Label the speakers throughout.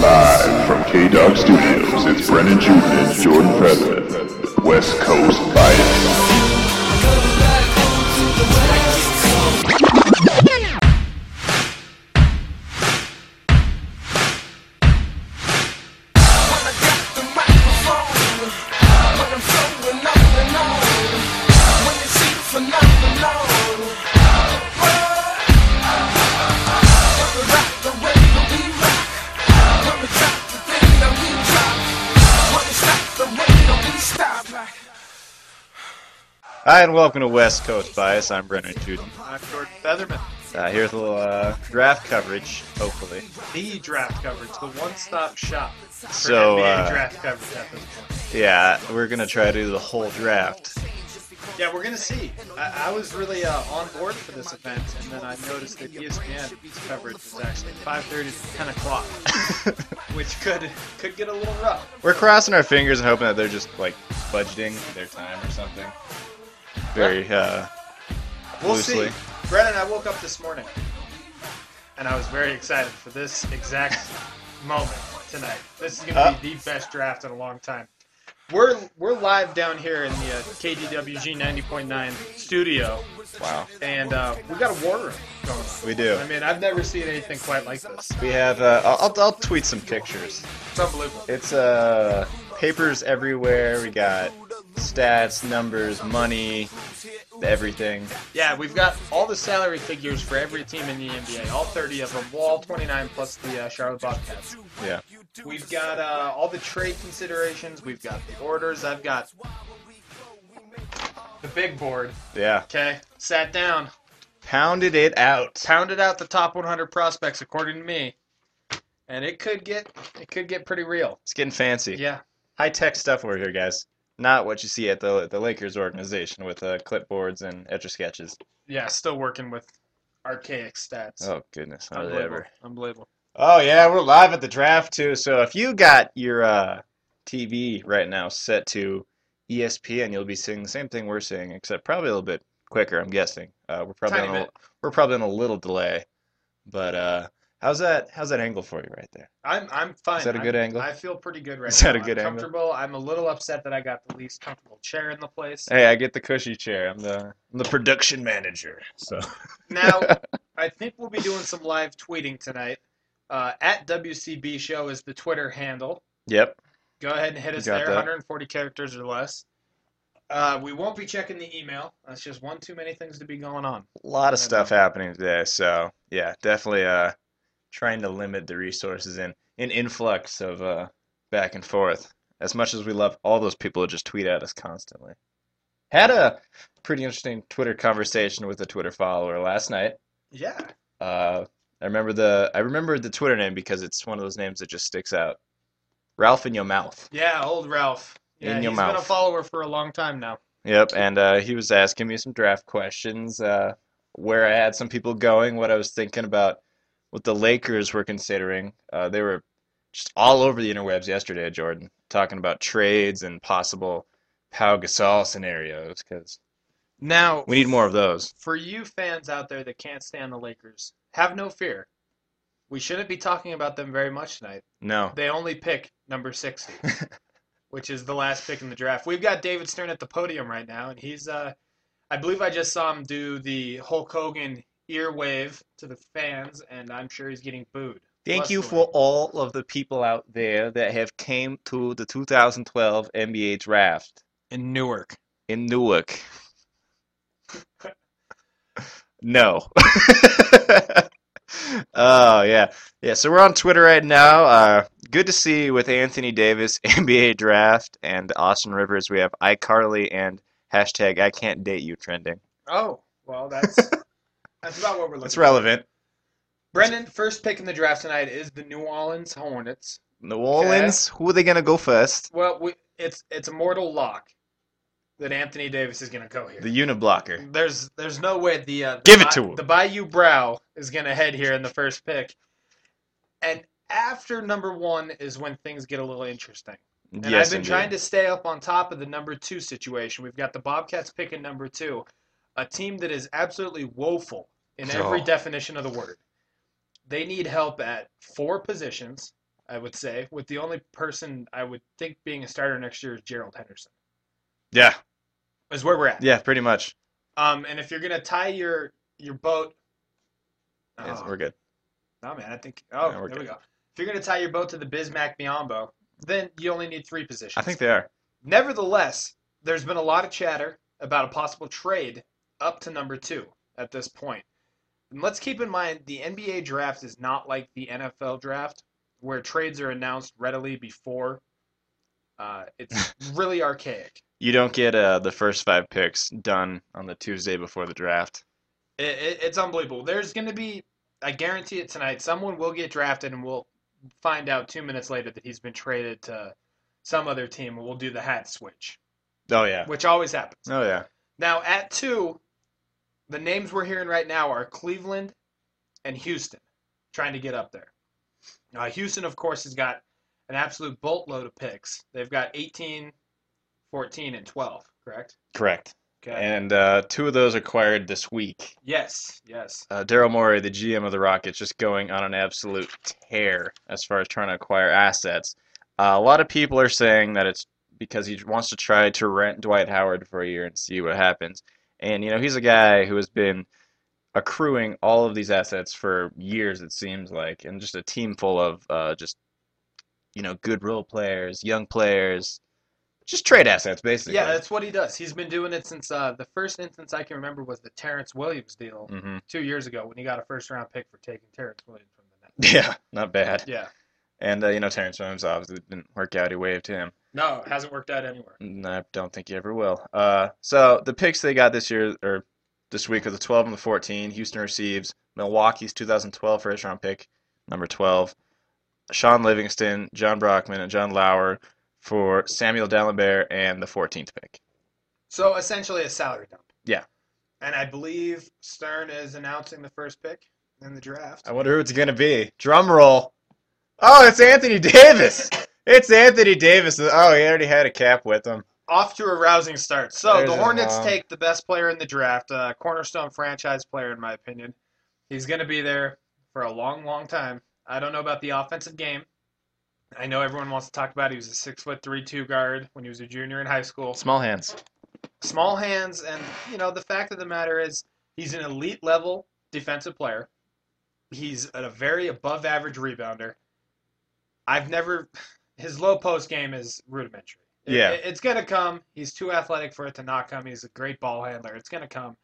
Speaker 1: Live from K Dog Studios, it's Brennan Juden and Jordan Featherman, West Coast Bias.
Speaker 2: Hi, and welcome to West Coast Bias. I'm Brennan Juden.
Speaker 3: I'm Jordan Featherman.
Speaker 2: Uh, here's a little uh, draft coverage, hopefully.
Speaker 3: The draft coverage, the one-stop shop for
Speaker 2: So,
Speaker 3: NBA
Speaker 2: uh,
Speaker 3: draft coverage at this point.
Speaker 2: Yeah, we're going to try to do the whole draft.
Speaker 3: Yeah, we're gonna see. I, I was really uh, on board for this event, and then I noticed that E ESPN's coverage was actually 5:30 to 10 o'clock, which could could get a little rough.
Speaker 2: We're crossing our fingers and hoping that they're just, like, budgeting their time or something. Very, uh,
Speaker 3: We'll
Speaker 2: Loosely.
Speaker 3: see. Brennan, I woke up this morning, and I was very excited for this exact moment tonight. This is going to
Speaker 2: Uh.
Speaker 3: be the best draft in a long time. We're we're live down here in the uh, KDWG 90.9 studio,
Speaker 2: wow.
Speaker 3: and uh, we got a war room going on.
Speaker 2: We do.
Speaker 3: I mean, I've never seen anything quite like this.
Speaker 2: We have, uh, I'll, I'll- I'll tweet some pictures.
Speaker 3: It's unbelievable.
Speaker 2: It's, uh, papers everywhere. We got stats, numbers, money, everything.
Speaker 3: Yeah, we've got all the salary figures for every team in the NBA, all 30 of them, well, all 29 plus the uh, Charlotte Bobcats.
Speaker 2: Yeah.
Speaker 3: We've got uh, all the trade considerations. We've got the orders. I've got the big board.
Speaker 2: Yeah.
Speaker 3: Okay, sat down,
Speaker 2: Pounded it out.
Speaker 3: pounded out the top 100 prospects according to me, and it could get it could get pretty real.
Speaker 2: It's getting fancy.
Speaker 3: Yeah,
Speaker 2: high tech stuff over here, guys. Not what you see at the the Lakers organization with uh, clipboards and etch a sketches.
Speaker 3: yeah, still working with archaic stats.
Speaker 2: Oh goodness, how did they
Speaker 3: unbelievable.
Speaker 2: ever?
Speaker 3: unbelievable.
Speaker 2: Oh yeah, we're live at the draft too. So if you got your uh, TV right now set to E ESPN, you'll be seeing the same thing we're seeing, except probably a little bit quicker. I'm guessing. Uh, we're probably
Speaker 3: Tiny
Speaker 2: on a,
Speaker 3: bit.
Speaker 2: we're probably on a little delay, but uh, how's that? How's that angle for you right there?
Speaker 3: I'm I'm fine.
Speaker 2: Is that a
Speaker 3: I'm-
Speaker 2: good angle?
Speaker 3: I feel pretty good right
Speaker 2: Is that
Speaker 3: now.
Speaker 2: a good
Speaker 3: I'm
Speaker 2: angle?
Speaker 3: comfortable. I'm a little upset that I got the least comfortable chair in the place.
Speaker 2: Hey, I get the cushy chair. I'm the I'm the production manager. So
Speaker 3: Now, I think we'll be doing some live tweeting tonight. Uh, at WCB Show is the Twitter handle.
Speaker 2: yep.
Speaker 3: Go ahead and hit us
Speaker 2: You got
Speaker 3: there,
Speaker 2: that.
Speaker 3: 140 characters or less. Uh, we won't be checking the email. That's just one too many things to be going on.
Speaker 2: a lot of
Speaker 3: Yeah,
Speaker 2: stuff happening today. So yeah, definitely uh trying to limit the resources and an influx of uh back and forth. As much as we love all those people who just tweet at us constantly. Had a pretty interesting Twitter conversation with a Twitter follower last night.
Speaker 3: Yeah.
Speaker 2: Uh I remember the I remember the Twitter name because it's one of those names that just sticks out. Ralph in your mouth.
Speaker 3: Yeah, old Ralph. Yeah,
Speaker 2: In your
Speaker 3: he's been a
Speaker 2: mouth.
Speaker 3: follower for a long time now.
Speaker 2: Yep, and uh, he was asking me some draft questions, uh, where I had some people going, what I was thinking about, what the Lakers were considering. Uh, they were just all over the interwebs yesterday, Jordan, talking about trades and possible Pau Gasol scenarios, because
Speaker 3: Now,
Speaker 2: we need more of those.
Speaker 3: for you fans out there that can't stand the Lakers, have no fear. We shouldn't be talking about them very much tonight.
Speaker 2: No.
Speaker 3: They only pick number 60, which is the last pick in the draft. We've got David Stern at the podium right now, and he's, uh, I believe I just saw him do the Hulk Hogan ear wave to the fans, and I'm sure he's getting booed.
Speaker 2: Thank you
Speaker 3: Bless
Speaker 2: for all of the people out there that have came to the 2012 NBA draft
Speaker 3: the Lord. In Newark.
Speaker 2: in Newark. No. Oh, yeah. Yeah, so we're on Twitter right now. Uh, good to see you with Anthony Davis, NBA Draft, and Austin Rivers. We have iCarly and hashtag I can't date you trending.
Speaker 3: Oh, well, that's that's about what we're looking
Speaker 2: That's
Speaker 3: for.
Speaker 2: relevant.
Speaker 3: Brendan, first pick in the draft tonight is the New Orleans Hornets.
Speaker 2: New Orleans, who are they gonna go first?
Speaker 3: Well, we, it's it's a mortal lock. that Anthony Davis is going to go here.
Speaker 2: The uniblocker.
Speaker 3: There's there's no way the, uh, the
Speaker 2: Give it
Speaker 3: Bay-
Speaker 2: to him.
Speaker 3: The Bayou Brow is going to head here in the first pick, and after number one is when things get a little interesting. And
Speaker 2: yes,
Speaker 3: I've been trying to stay up on top of the number two situation. We've got the Bobcats picking number two, a team that is absolutely woeful in every
Speaker 2: Oh.
Speaker 3: definition of the word. They need help at four positions, I would say, with the only person I would think being a starter next year is Gerald Henderson,
Speaker 2: Yeah,
Speaker 3: is where we're at.
Speaker 2: yeah, pretty much.
Speaker 3: Um, and if you're going to tie your, your boat.
Speaker 2: Yes,
Speaker 3: Oh.
Speaker 2: we're good.
Speaker 3: No, man, I think. Oh,
Speaker 2: No,
Speaker 3: there
Speaker 2: we're
Speaker 3: we
Speaker 2: good.
Speaker 3: go. If you're going to tie your boat to the Bismack Biombo, then you only need three positions.
Speaker 2: I think they are.
Speaker 3: Nevertheless, there's been a lot of chatter about a possible trade up to number two at this point. And let's keep in mind the NBA draft is not like the NFL draft, where trades are announced readily before. Uh, it's really archaic.
Speaker 2: You don't get uh, the first five picks done on the Tuesday before the draft.
Speaker 3: It, it, it's unbelievable. There's going to be, I guarantee it tonight, someone will get drafted and we'll find out two minutes later that he's been traded to some other team and we'll do the hat switch,
Speaker 2: Oh yeah.
Speaker 3: which always happens.
Speaker 2: Oh yeah.
Speaker 3: Now at two, the names we're hearing right now are Cleveland and Houston, trying to get up there. Uh, Houston, of course, has got an absolute boatload of picks. They've got 18, 14, and 12, correct?
Speaker 2: Correct.
Speaker 3: Okay.
Speaker 2: And uh, two of those acquired this week.
Speaker 3: yes, yes.
Speaker 2: uh, Daryl Morey, the GM of the Rockets, just going on an absolute tear as far as trying to acquire assets. Uh, a lot of people are saying that it's because he wants to try to rent Dwight Howard for a year and see what happens. And you know, he's a guy who has been accruing all of these assets for years, it seems like, and just a team full of uh, just you know good role players, young players, just trade assets basically.
Speaker 3: Yeah, that's what he does. He's been doing it since uh, the first instance I can remember was the Terrence Williams deal
Speaker 2: hmm
Speaker 3: two years ago when he got a first round pick for taking Terrence Williams from the Nets.
Speaker 2: Yeah, not bad.
Speaker 3: Yeah.
Speaker 2: And uh, you know, Terrence Williams obviously didn't work out. He waived him.
Speaker 3: No, it hasn't worked out anywhere.
Speaker 2: No, I don't think you ever will. Uh, so the picks they got this year or this week are the 12 and the 14. Houston receives Milwaukee's 2012 first round pick, number 12. Sean Livingston, John Brockman, and John Lauer for Samuel Dallenberg and the 14th pick.
Speaker 3: So essentially a salary dump.
Speaker 2: Yeah.
Speaker 3: And I believe Stern is announcing the first pick in the draft.
Speaker 2: I wonder who it's going to be. Drum roll. Oh, it's Anthony Davis. It's Anthony Davis. Oh, he already had a cap with him.
Speaker 3: Off to a rousing start. So
Speaker 2: There's
Speaker 3: the
Speaker 2: his
Speaker 3: Hornets
Speaker 2: mom.
Speaker 3: take the best player in the draft, uh, cornerstone franchise player in my opinion. He's going to be there for a long, long time. I don't know about the offensive game. I know everyone wants to talk about he was a six foot three two guard when he was a junior in high school.
Speaker 2: Small hands.
Speaker 3: Small hands, and you know the fact of the matter is he's an elite level defensive player. He's a very above average rebounder. I've never his low post game is rudimentary. It-
Speaker 2: Yeah.
Speaker 3: it- it's gonna come. He's too athletic for it to not come. He's a great ball handler. It's gonna come,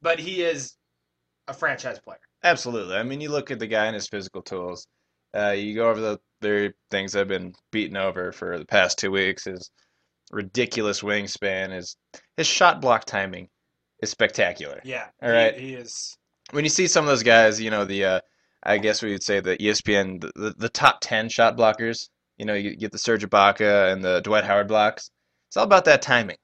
Speaker 3: but he is a franchise player.
Speaker 2: Absolutely. I mean, you look at the guy and his physical tools. Uh, you go over the their things I've been beaten over for the past two weeks. His ridiculous wingspan, his his shot block timing is spectacular.
Speaker 3: Yeah.
Speaker 2: All right.
Speaker 3: He, he is.
Speaker 2: When you see some of those guys, you know the uh, I guess we would say the E ESPN the, the, the top ten shot blockers. You know, you get the Serge Ibaka and the Dwight Howard blocks. It's all about that timing,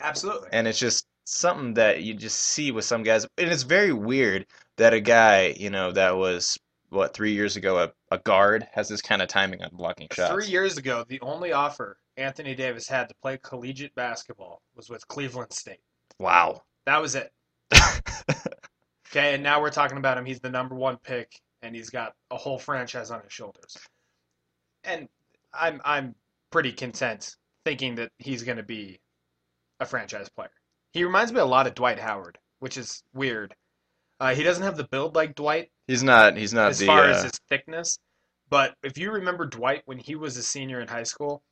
Speaker 3: Absolutely.
Speaker 2: and it's just something that you just see with some guys. And it's very weird that a guy, you know, that was what three years ago a, a guard has this kind of timing on blocking shots.
Speaker 3: Three years ago, the only offer Anthony Davis had to play collegiate basketball was with Cleveland State.
Speaker 2: Wow.
Speaker 3: That was it. okay, and now we're talking about him. He's the number one pick, and he's got a whole franchise on his shoulders. And I'm I'm pretty content thinking that he's going to be a franchise player. He reminds me a lot of Dwight Howard, which is weird. Uh, he doesn't have the build like Dwight
Speaker 2: He's not. He's not
Speaker 3: as
Speaker 2: the.
Speaker 3: far
Speaker 2: uh,
Speaker 3: as his thickness, but if you remember Dwight when he was a senior in high school,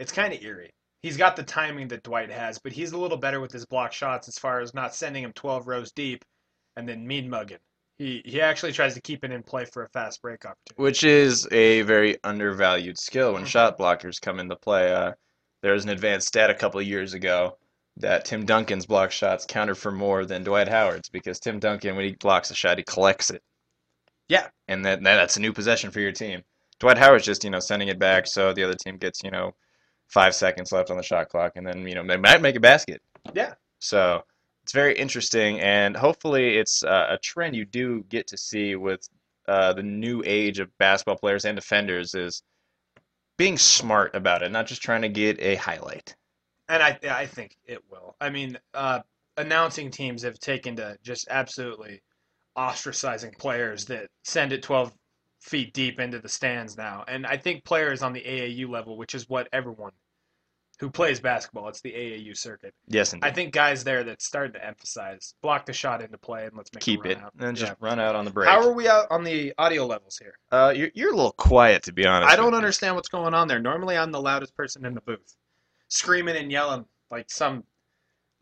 Speaker 3: it's kind of eerie. He's got the timing that Dwight has, but he's a little better with his block shots as far as not sending him 12 rows deep and then mean mugging. He he actually tries to keep it in play for a fast break opportunity.
Speaker 2: which is a very undervalued skill when
Speaker 3: Mhm.
Speaker 2: shot blockers come into play. Uh, there was an advanced stat a couple of years ago that Tim Duncan's block shots counted for more than Dwight Howard's because Tim Duncan, when he blocks a shot, he collects it.
Speaker 3: Yeah.
Speaker 2: And that, that that's a new possession for your team. Dwight Howard's just, you know, sending it back so the other team gets, you know, five seconds left on the shot clock, and then you know they might make a basket.
Speaker 3: Yeah.
Speaker 2: So it's very interesting, and hopefully it's uh, a trend you do get to see with uh, the new age of basketball players and defenders is being smart about it, not just trying to get a highlight.
Speaker 3: And I I think it will. I mean, uh, announcing teams have taken to just absolutely ostracizing players that send it 12 feet deep into the stands now. And I think players on the AAU level, which is what everyone who plays basketball, it's the AAU circuit.
Speaker 2: Yes,
Speaker 3: I
Speaker 2: and
Speaker 3: think guys there that started to emphasize block the shot into play and let's make
Speaker 2: keep
Speaker 3: a run
Speaker 2: it,
Speaker 3: out.
Speaker 2: and then just
Speaker 3: Yeah.
Speaker 2: run out on the break.
Speaker 3: How are we out on the audio levels here?
Speaker 2: Uh, you're you're a little quiet to be honest.
Speaker 3: I don't
Speaker 2: with you.
Speaker 3: understand what's going on there. Normally, I'm the loudest person in the booth, screaming and yelling like some.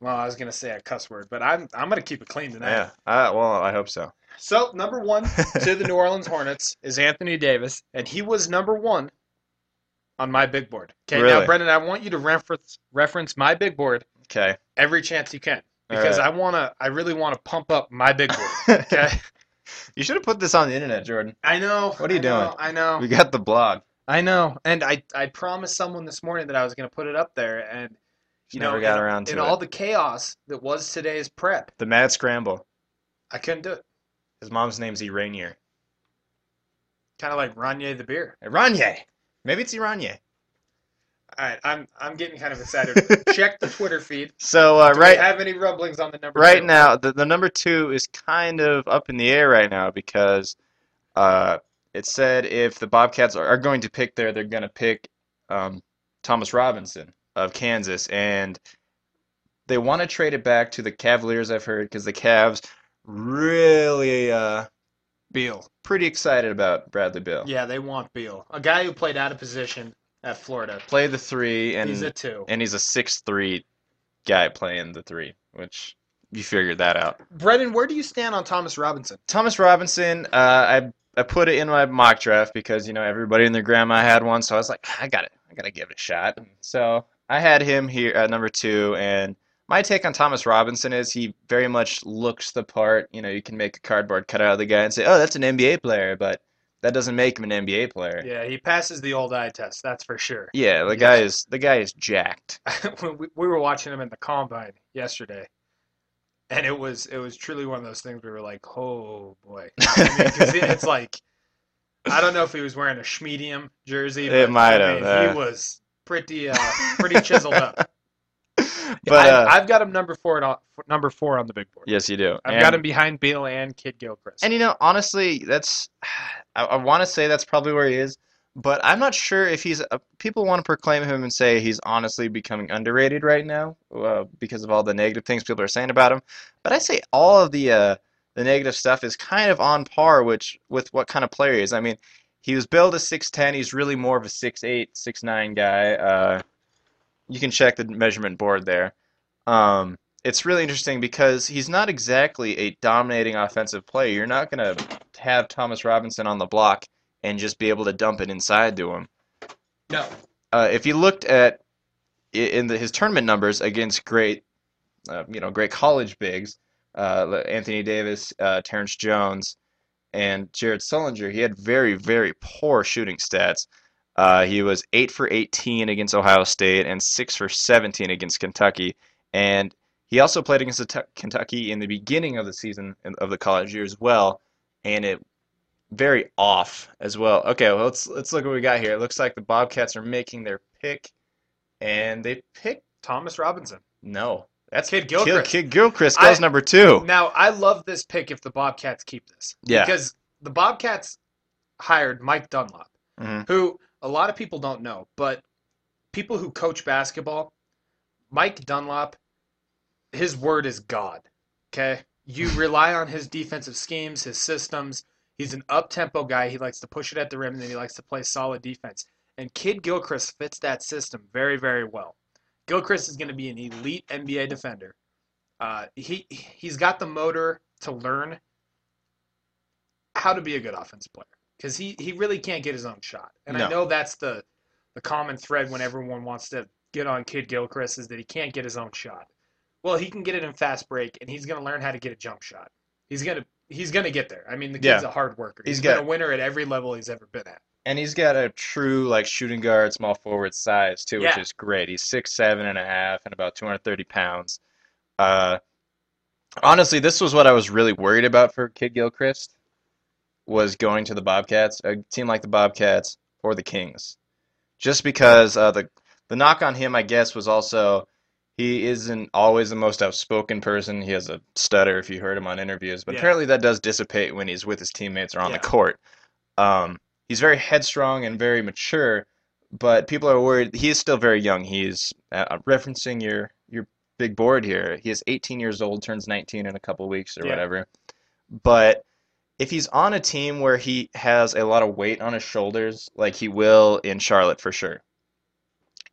Speaker 3: Well, I was gonna say a cuss word, but I'm I'm gonna keep it clean tonight.
Speaker 2: Yeah. Uh, well, I hope so.
Speaker 3: So number one to the New Orleans Hornets is Anthony Davis, and he was number one on my big board. Okay, now
Speaker 2: Really?
Speaker 3: Brendan, I want you to reference reference my big board
Speaker 2: Okay.
Speaker 3: every chance you can
Speaker 2: All
Speaker 3: because
Speaker 2: right.
Speaker 3: I wanna I really wanna pump up my big board. Okay,
Speaker 2: You should have put this on the internet, Jordan.
Speaker 3: I know.
Speaker 2: What are you
Speaker 3: I know,
Speaker 2: doing?
Speaker 3: I know.
Speaker 2: We got the blog.
Speaker 3: I know, and I I promised someone this morning that I was gonna put it up there, and
Speaker 2: Just
Speaker 3: you
Speaker 2: never
Speaker 3: know,
Speaker 2: got
Speaker 3: in,
Speaker 2: around to
Speaker 3: in
Speaker 2: it.
Speaker 3: all the chaos that was today's prep,
Speaker 2: The Mad Scramble.
Speaker 3: I couldn't do it.
Speaker 2: His mom's name's Iranier.
Speaker 3: Kind of like Ranye the beer.
Speaker 2: Iranye. Maybe it's Iranye.
Speaker 3: All right, I'm I'm getting kind of excited. Check the Twitter feed.
Speaker 2: So uh,
Speaker 3: Do
Speaker 2: right
Speaker 3: we have any rumblings on the number?
Speaker 2: right
Speaker 3: two?
Speaker 2: now, the, the number two is kind of up in the air right now because uh, it said if the Bobcats are, are going to pick there, they're going to pick um, Thomas Robinson of Kansas, and they want to trade it back to the Cavaliers. I've heard because the Cavs really uh,
Speaker 3: Beal.
Speaker 2: pretty excited about Bradley Bill.
Speaker 3: Yeah, they want Beal, a guy who played out of position at Florida.
Speaker 2: Play the three and
Speaker 3: He's a two.
Speaker 2: and he's a six three guy playing the three, which you figured that out.
Speaker 3: Brendan, where do you stand on Thomas Robinson?
Speaker 2: Thomas Robinson, uh, I I put it in my mock draft because you know everybody and their grandma had one, so I was like, I got to I got to give it a shot. So I had him here at number two, and my take on Thomas Robinson is he very much looks the part. You know, you can make a cardboard cutout of the guy and say, oh, that's an NBA player, but that doesn't make him an NBA player.
Speaker 3: Yeah, he passes the old eye test, that's for sure.
Speaker 2: Yeah, the guy is the guy is jacked.
Speaker 3: when we, we were watching him in the combine yesterday, and it was it was truly one of those things we were like, oh boy, I mean, 'cause it's like I don't know if he was wearing a schmedium jersey.
Speaker 2: It
Speaker 3: but,
Speaker 2: might
Speaker 3: I
Speaker 2: have,
Speaker 3: mean,
Speaker 2: uh.
Speaker 3: He was pretty uh, pretty chiseled up.
Speaker 2: But
Speaker 3: I,
Speaker 2: uh,
Speaker 3: I've got him number four on number four on the big board.
Speaker 2: yes, you do.
Speaker 3: I've
Speaker 2: And-
Speaker 3: got him behind Beal and Kid Gilchrist.
Speaker 2: And you know, honestly, that's I, I want to say that's probably where he is, but I'm not sure if he's. Uh, people want to proclaim him and say he's honestly becoming underrated right now uh, because of all the negative things people are saying about him. But I say all of the uh, the negative stuff is kind of on par which with what kind of player he is. I mean, he was billed as 6'10. He's really more of a 6'8, 6'9 guy. Uh, you can check the measurement board there. Um, it's really interesting because he's not exactly a dominating offensive player. You're not going to have Thomas Robinson on the block and just be able to dump it inside to him.
Speaker 3: no,
Speaker 2: Uh, if you looked at i- in the, his tournament numbers against great, uh, you know, great college bigs, uh, Anthony Davis, uh, Terrence Jones, and Jared Sullinger, he had very, very poor shooting stats. Uh, he was eight for 18 against Ohio State and six for 17 against Kentucky. And he also played against the Tu- Kentucky in the beginning of the season in- of the college year as well, and it very off as well. Okay, well, let's let's look what we got here. It looks like the Bobcats are making their pick, and they pick
Speaker 3: Thomas Robinson.
Speaker 2: no. That's
Speaker 3: Kid
Speaker 2: Gil-
Speaker 3: Gilchrist.
Speaker 2: Kid Gilchrist goes
Speaker 3: I-
Speaker 2: number two.
Speaker 3: Now, I love this pick if the Bobcats keep this.
Speaker 2: Yeah.
Speaker 3: Because the Bobcats hired Mike Dunlop,
Speaker 2: Mhm.
Speaker 3: who a lot of people don't know, but people who coach basketball, Mike Dunlop, his word is God. Okay? You rely on his defensive schemes, his systems. He's an up tempo guy. He likes to push it at the rim and then he likes to play solid defense. And Kid Gilchrist fits that system very, very well. Gilchrist is going to be an elite NBA defender. Uh, he he's got the motor to learn how to be a good offensive player because he he really can't get his own shot. And
Speaker 2: No.
Speaker 3: I know that's the the common thread when everyone wants to get on Kid Gilchrist is that he can't get his own shot. Well, he can get it in fast break, and he's going to learn how to get a jump shot. He's going to he's gonna get there. I mean, the
Speaker 2: Yeah.
Speaker 3: kid's a hard worker.
Speaker 2: He's
Speaker 3: he's been
Speaker 2: got-
Speaker 3: a winner at every level he's ever been at.
Speaker 2: And he's got a true like shooting guard, small forward size too, which
Speaker 3: Yeah.
Speaker 2: is great. He's six seven and a half and about 230 pounds. Uh, honestly, this was what I was really worried about for Kid Gilchrist was going to the Bobcats, a team like the Bobcats or the Kings, just because uh, the the knock on him, I guess, was also he isn't always the most outspoken person. He has a stutter if you heard him on interviews, but
Speaker 3: Yeah.
Speaker 2: apparently that does dissipate when he's with his teammates or on the
Speaker 3: Yeah.
Speaker 2: court. Um, he's very headstrong and very mature, but people are worried. He is still very young. He's uh, I'm referencing your your big board here. He is 18 years old, turns 19 in a couple weeks or
Speaker 3: Yeah.
Speaker 2: whatever. But if he's on a team where he has a lot of weight on his shoulders, like he will in Charlotte for sure,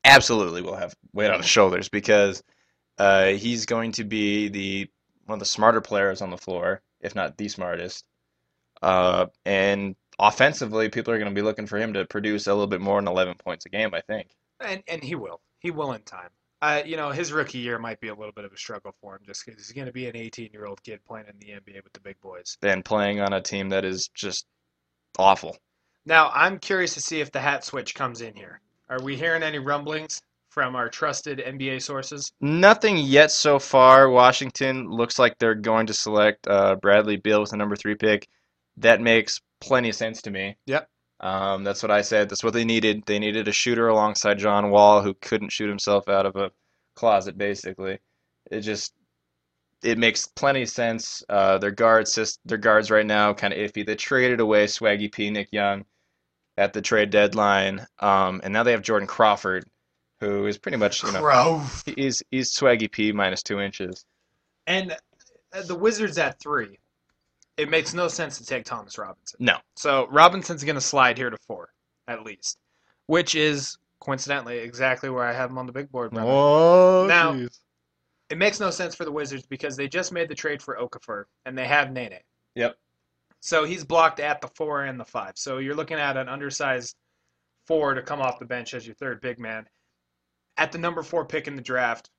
Speaker 2: absolutely will have weight on his shoulders because uh, he's going to be the one of the smarter players on the floor, if not the smartest. Uh, and offensively, people are going to be looking for him to produce a little bit more than 11 points a game, I think.
Speaker 3: And and he will. He will in time. Uh, you know, his rookie year might be a little bit of a struggle for him just because he's going to be an 18 year old kid playing in the NBA with the big boys.
Speaker 2: Than playing on a team that is just awful.
Speaker 3: Now, I'm curious to see if the hat switch comes in here. Are we hearing any rumblings from our trusted NBA sources?
Speaker 2: Nothing yet so far. Washington looks like they're going to select uh, Bradley Beal with the number three pick. That makes plenty of sense to me.
Speaker 3: Yep.
Speaker 2: Um, that's what I said. That's what they needed. They needed a shooter alongside John Wall who couldn't shoot himself out of a closet, basically. It just it makes plenty of sense. Uh, their guards, sis- their guards right now, kind of iffy. They traded away Swaggy P, Nick Young, at the trade deadline, um, and now they have Jordan Crawford, who is pretty much you know. He's he's swaggy P minus two inches.
Speaker 3: And uh, the Wizards at three, it makes no sense to take Thomas Robinson.
Speaker 2: No.
Speaker 3: So Robinson's going to slide here to four, at least, which is coincidentally exactly where I have him on the big board, brother.
Speaker 2: Oh,
Speaker 3: Now- It makes no sense for the Wizards because they just made the trade for Okafor and they have Nene.
Speaker 2: Yep.
Speaker 3: So he's blocked at the four and the five. So you're looking at an undersized four to come off the bench as your third big man. At the number four pick in the draft,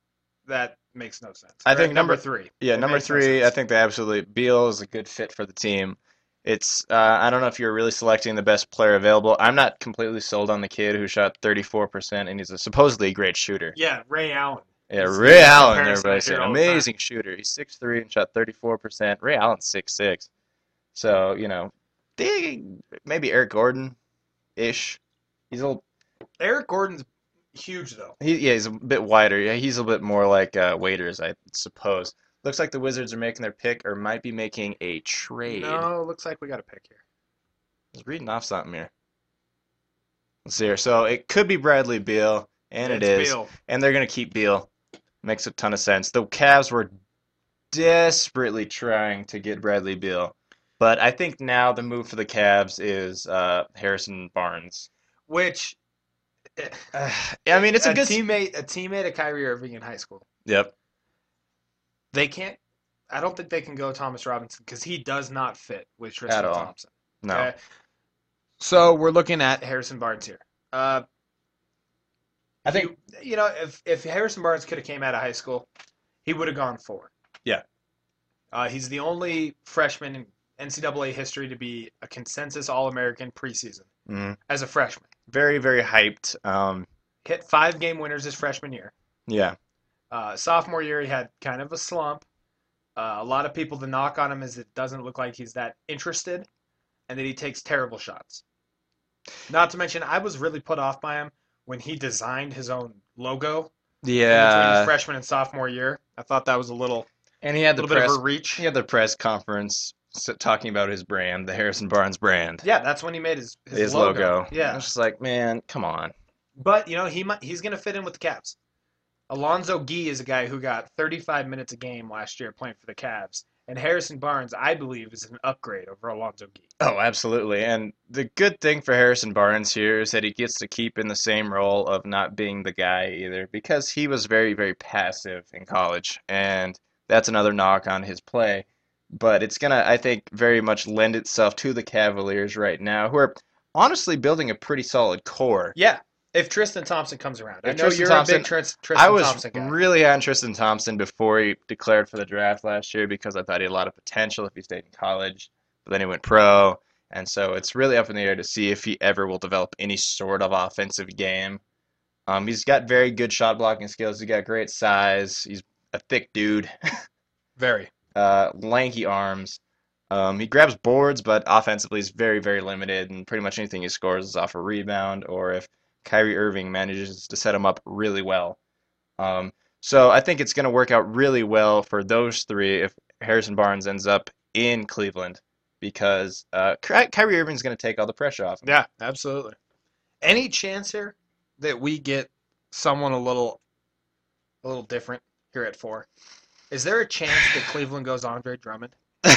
Speaker 3: that makes no sense.
Speaker 2: I
Speaker 3: Or
Speaker 2: think
Speaker 3: at number
Speaker 2: number-
Speaker 3: three.
Speaker 2: Yeah,
Speaker 3: It
Speaker 2: number
Speaker 3: makes no
Speaker 2: three, I
Speaker 3: sense.
Speaker 2: think they absolutely Beal is a good fit for the team. It's uh, I don't know if you're really selecting the best player available. I'm not completely sold on the kid who shot 34% and he's a supposedly great shooter.
Speaker 3: Yeah, Ray Allen.
Speaker 2: Yeah,
Speaker 3: It's-
Speaker 2: Ray
Speaker 3: it's a
Speaker 2: Allen,
Speaker 3: comparison I
Speaker 2: everybody
Speaker 3: hear
Speaker 2: said,
Speaker 3: all the time.
Speaker 2: amazing shooter. He's 6'3 and shot 34%. Ray Allen's 6'6. So, you know, they, maybe Eric Gordon ish. He's a little
Speaker 3: Eric Gordon's huge though.
Speaker 2: He, yeah, he's a bit wider. Yeah, he's a bit more like uh, waiters, I suppose. Looks like the Wizards are making their pick or might be making a trade. I
Speaker 3: No, looks like we got a pick here.
Speaker 2: was reading off something here. Let's see here. So it could be Bradley Beal, and it
Speaker 3: It's
Speaker 2: is.
Speaker 3: Beal.
Speaker 2: And they're going to keep Beal. Makes a ton of sense. The Cavs were desperately trying to get Bradley Beal, but I think now the move for the Cavs is uh, Harrison Barnes.
Speaker 3: Which
Speaker 2: Uh, I mean, it's a good.
Speaker 3: teammate, a teammate of Kyrie Irving in high school.
Speaker 2: Yep.
Speaker 3: They can't. I don't think they can go Thomas Robinson because he does not fit with Tristan
Speaker 2: At all.
Speaker 3: Thompson.
Speaker 2: No.
Speaker 3: okay? So we're looking at Harrison Barnes here. Uh,
Speaker 2: I think.
Speaker 3: you, you know if if Harrison Barnes could have came out of high school, he would have gone four.
Speaker 2: Yeah.
Speaker 3: Uh, he's the only freshman in NCAA history to be a consensus All American preseason
Speaker 2: Mm.
Speaker 3: as a freshman.
Speaker 2: very very hyped um
Speaker 3: Hit five game winners his freshman year.
Speaker 2: yeah
Speaker 3: Uh, sophomore year, he had kind of a slump. Uh, a lot of people, the knock on him is it doesn't look like he's that interested and that he takes terrible shots. Not to mention, I was really put off by him when he designed his own logo in between his
Speaker 2: yeah
Speaker 3: freshman and sophomore year. I thought that was a little,
Speaker 2: and he had the
Speaker 3: little bit of
Speaker 2: press
Speaker 3: a reach.
Speaker 2: he had the press conference s- talking about his brand the Harrison Barnes brand
Speaker 3: Yeah, that's when he made his, his,
Speaker 2: his
Speaker 3: logo.
Speaker 2: logo, I
Speaker 3: Yeah.
Speaker 2: was just like man come on
Speaker 3: But, you know, he might, he's going to fit in with the Cavs. Alonzo Gee is a guy who got 35 minutes a game last year playing for the Cavs. And Harrison Barnes, I believe, is an upgrade over Alonzo Gee.
Speaker 2: oh absolutely and the good thing for Harrison Barnes here is that he gets to keep in the same role of not being the guy either because he was very very passive in college and that's another knock on his play but it's gonna I think very much lend itself to the Cavaliers right now who are honestly building a pretty solid core
Speaker 3: Yeah, If Tristan Thompson comes around, I
Speaker 2: If
Speaker 3: know
Speaker 2: Tristan
Speaker 3: you're a
Speaker 2: Thompson-
Speaker 3: big Tris- Tristan
Speaker 2: I was
Speaker 3: Thompson guy.
Speaker 2: really on Tristan Thompson before he declared for the draft last year because I thought he had a lot of potential if he stayed in college, but then he went pro. And so it's really up in the air to see if he ever will develop any sort of offensive game. Um, he's got very good shot blocking skills. He's got great size. He's a thick dude,
Speaker 3: Very.
Speaker 2: uh, lanky arms. Um, he grabs boards, but offensively he's very, very limited. And pretty much anything he scores is off a rebound or if Kyrie Irving manages to set him up really well. Um, so I think it's going to work out really well for those three if Harrison Barnes ends up in Cleveland because uh, Ky- Kyrie Irving's going to take all the pressure off him.
Speaker 3: Yeah, absolutely. Any chance here that we get someone a little, a little different here at four? Is there a chance that Cleveland goes Andre Drummond?
Speaker 2: I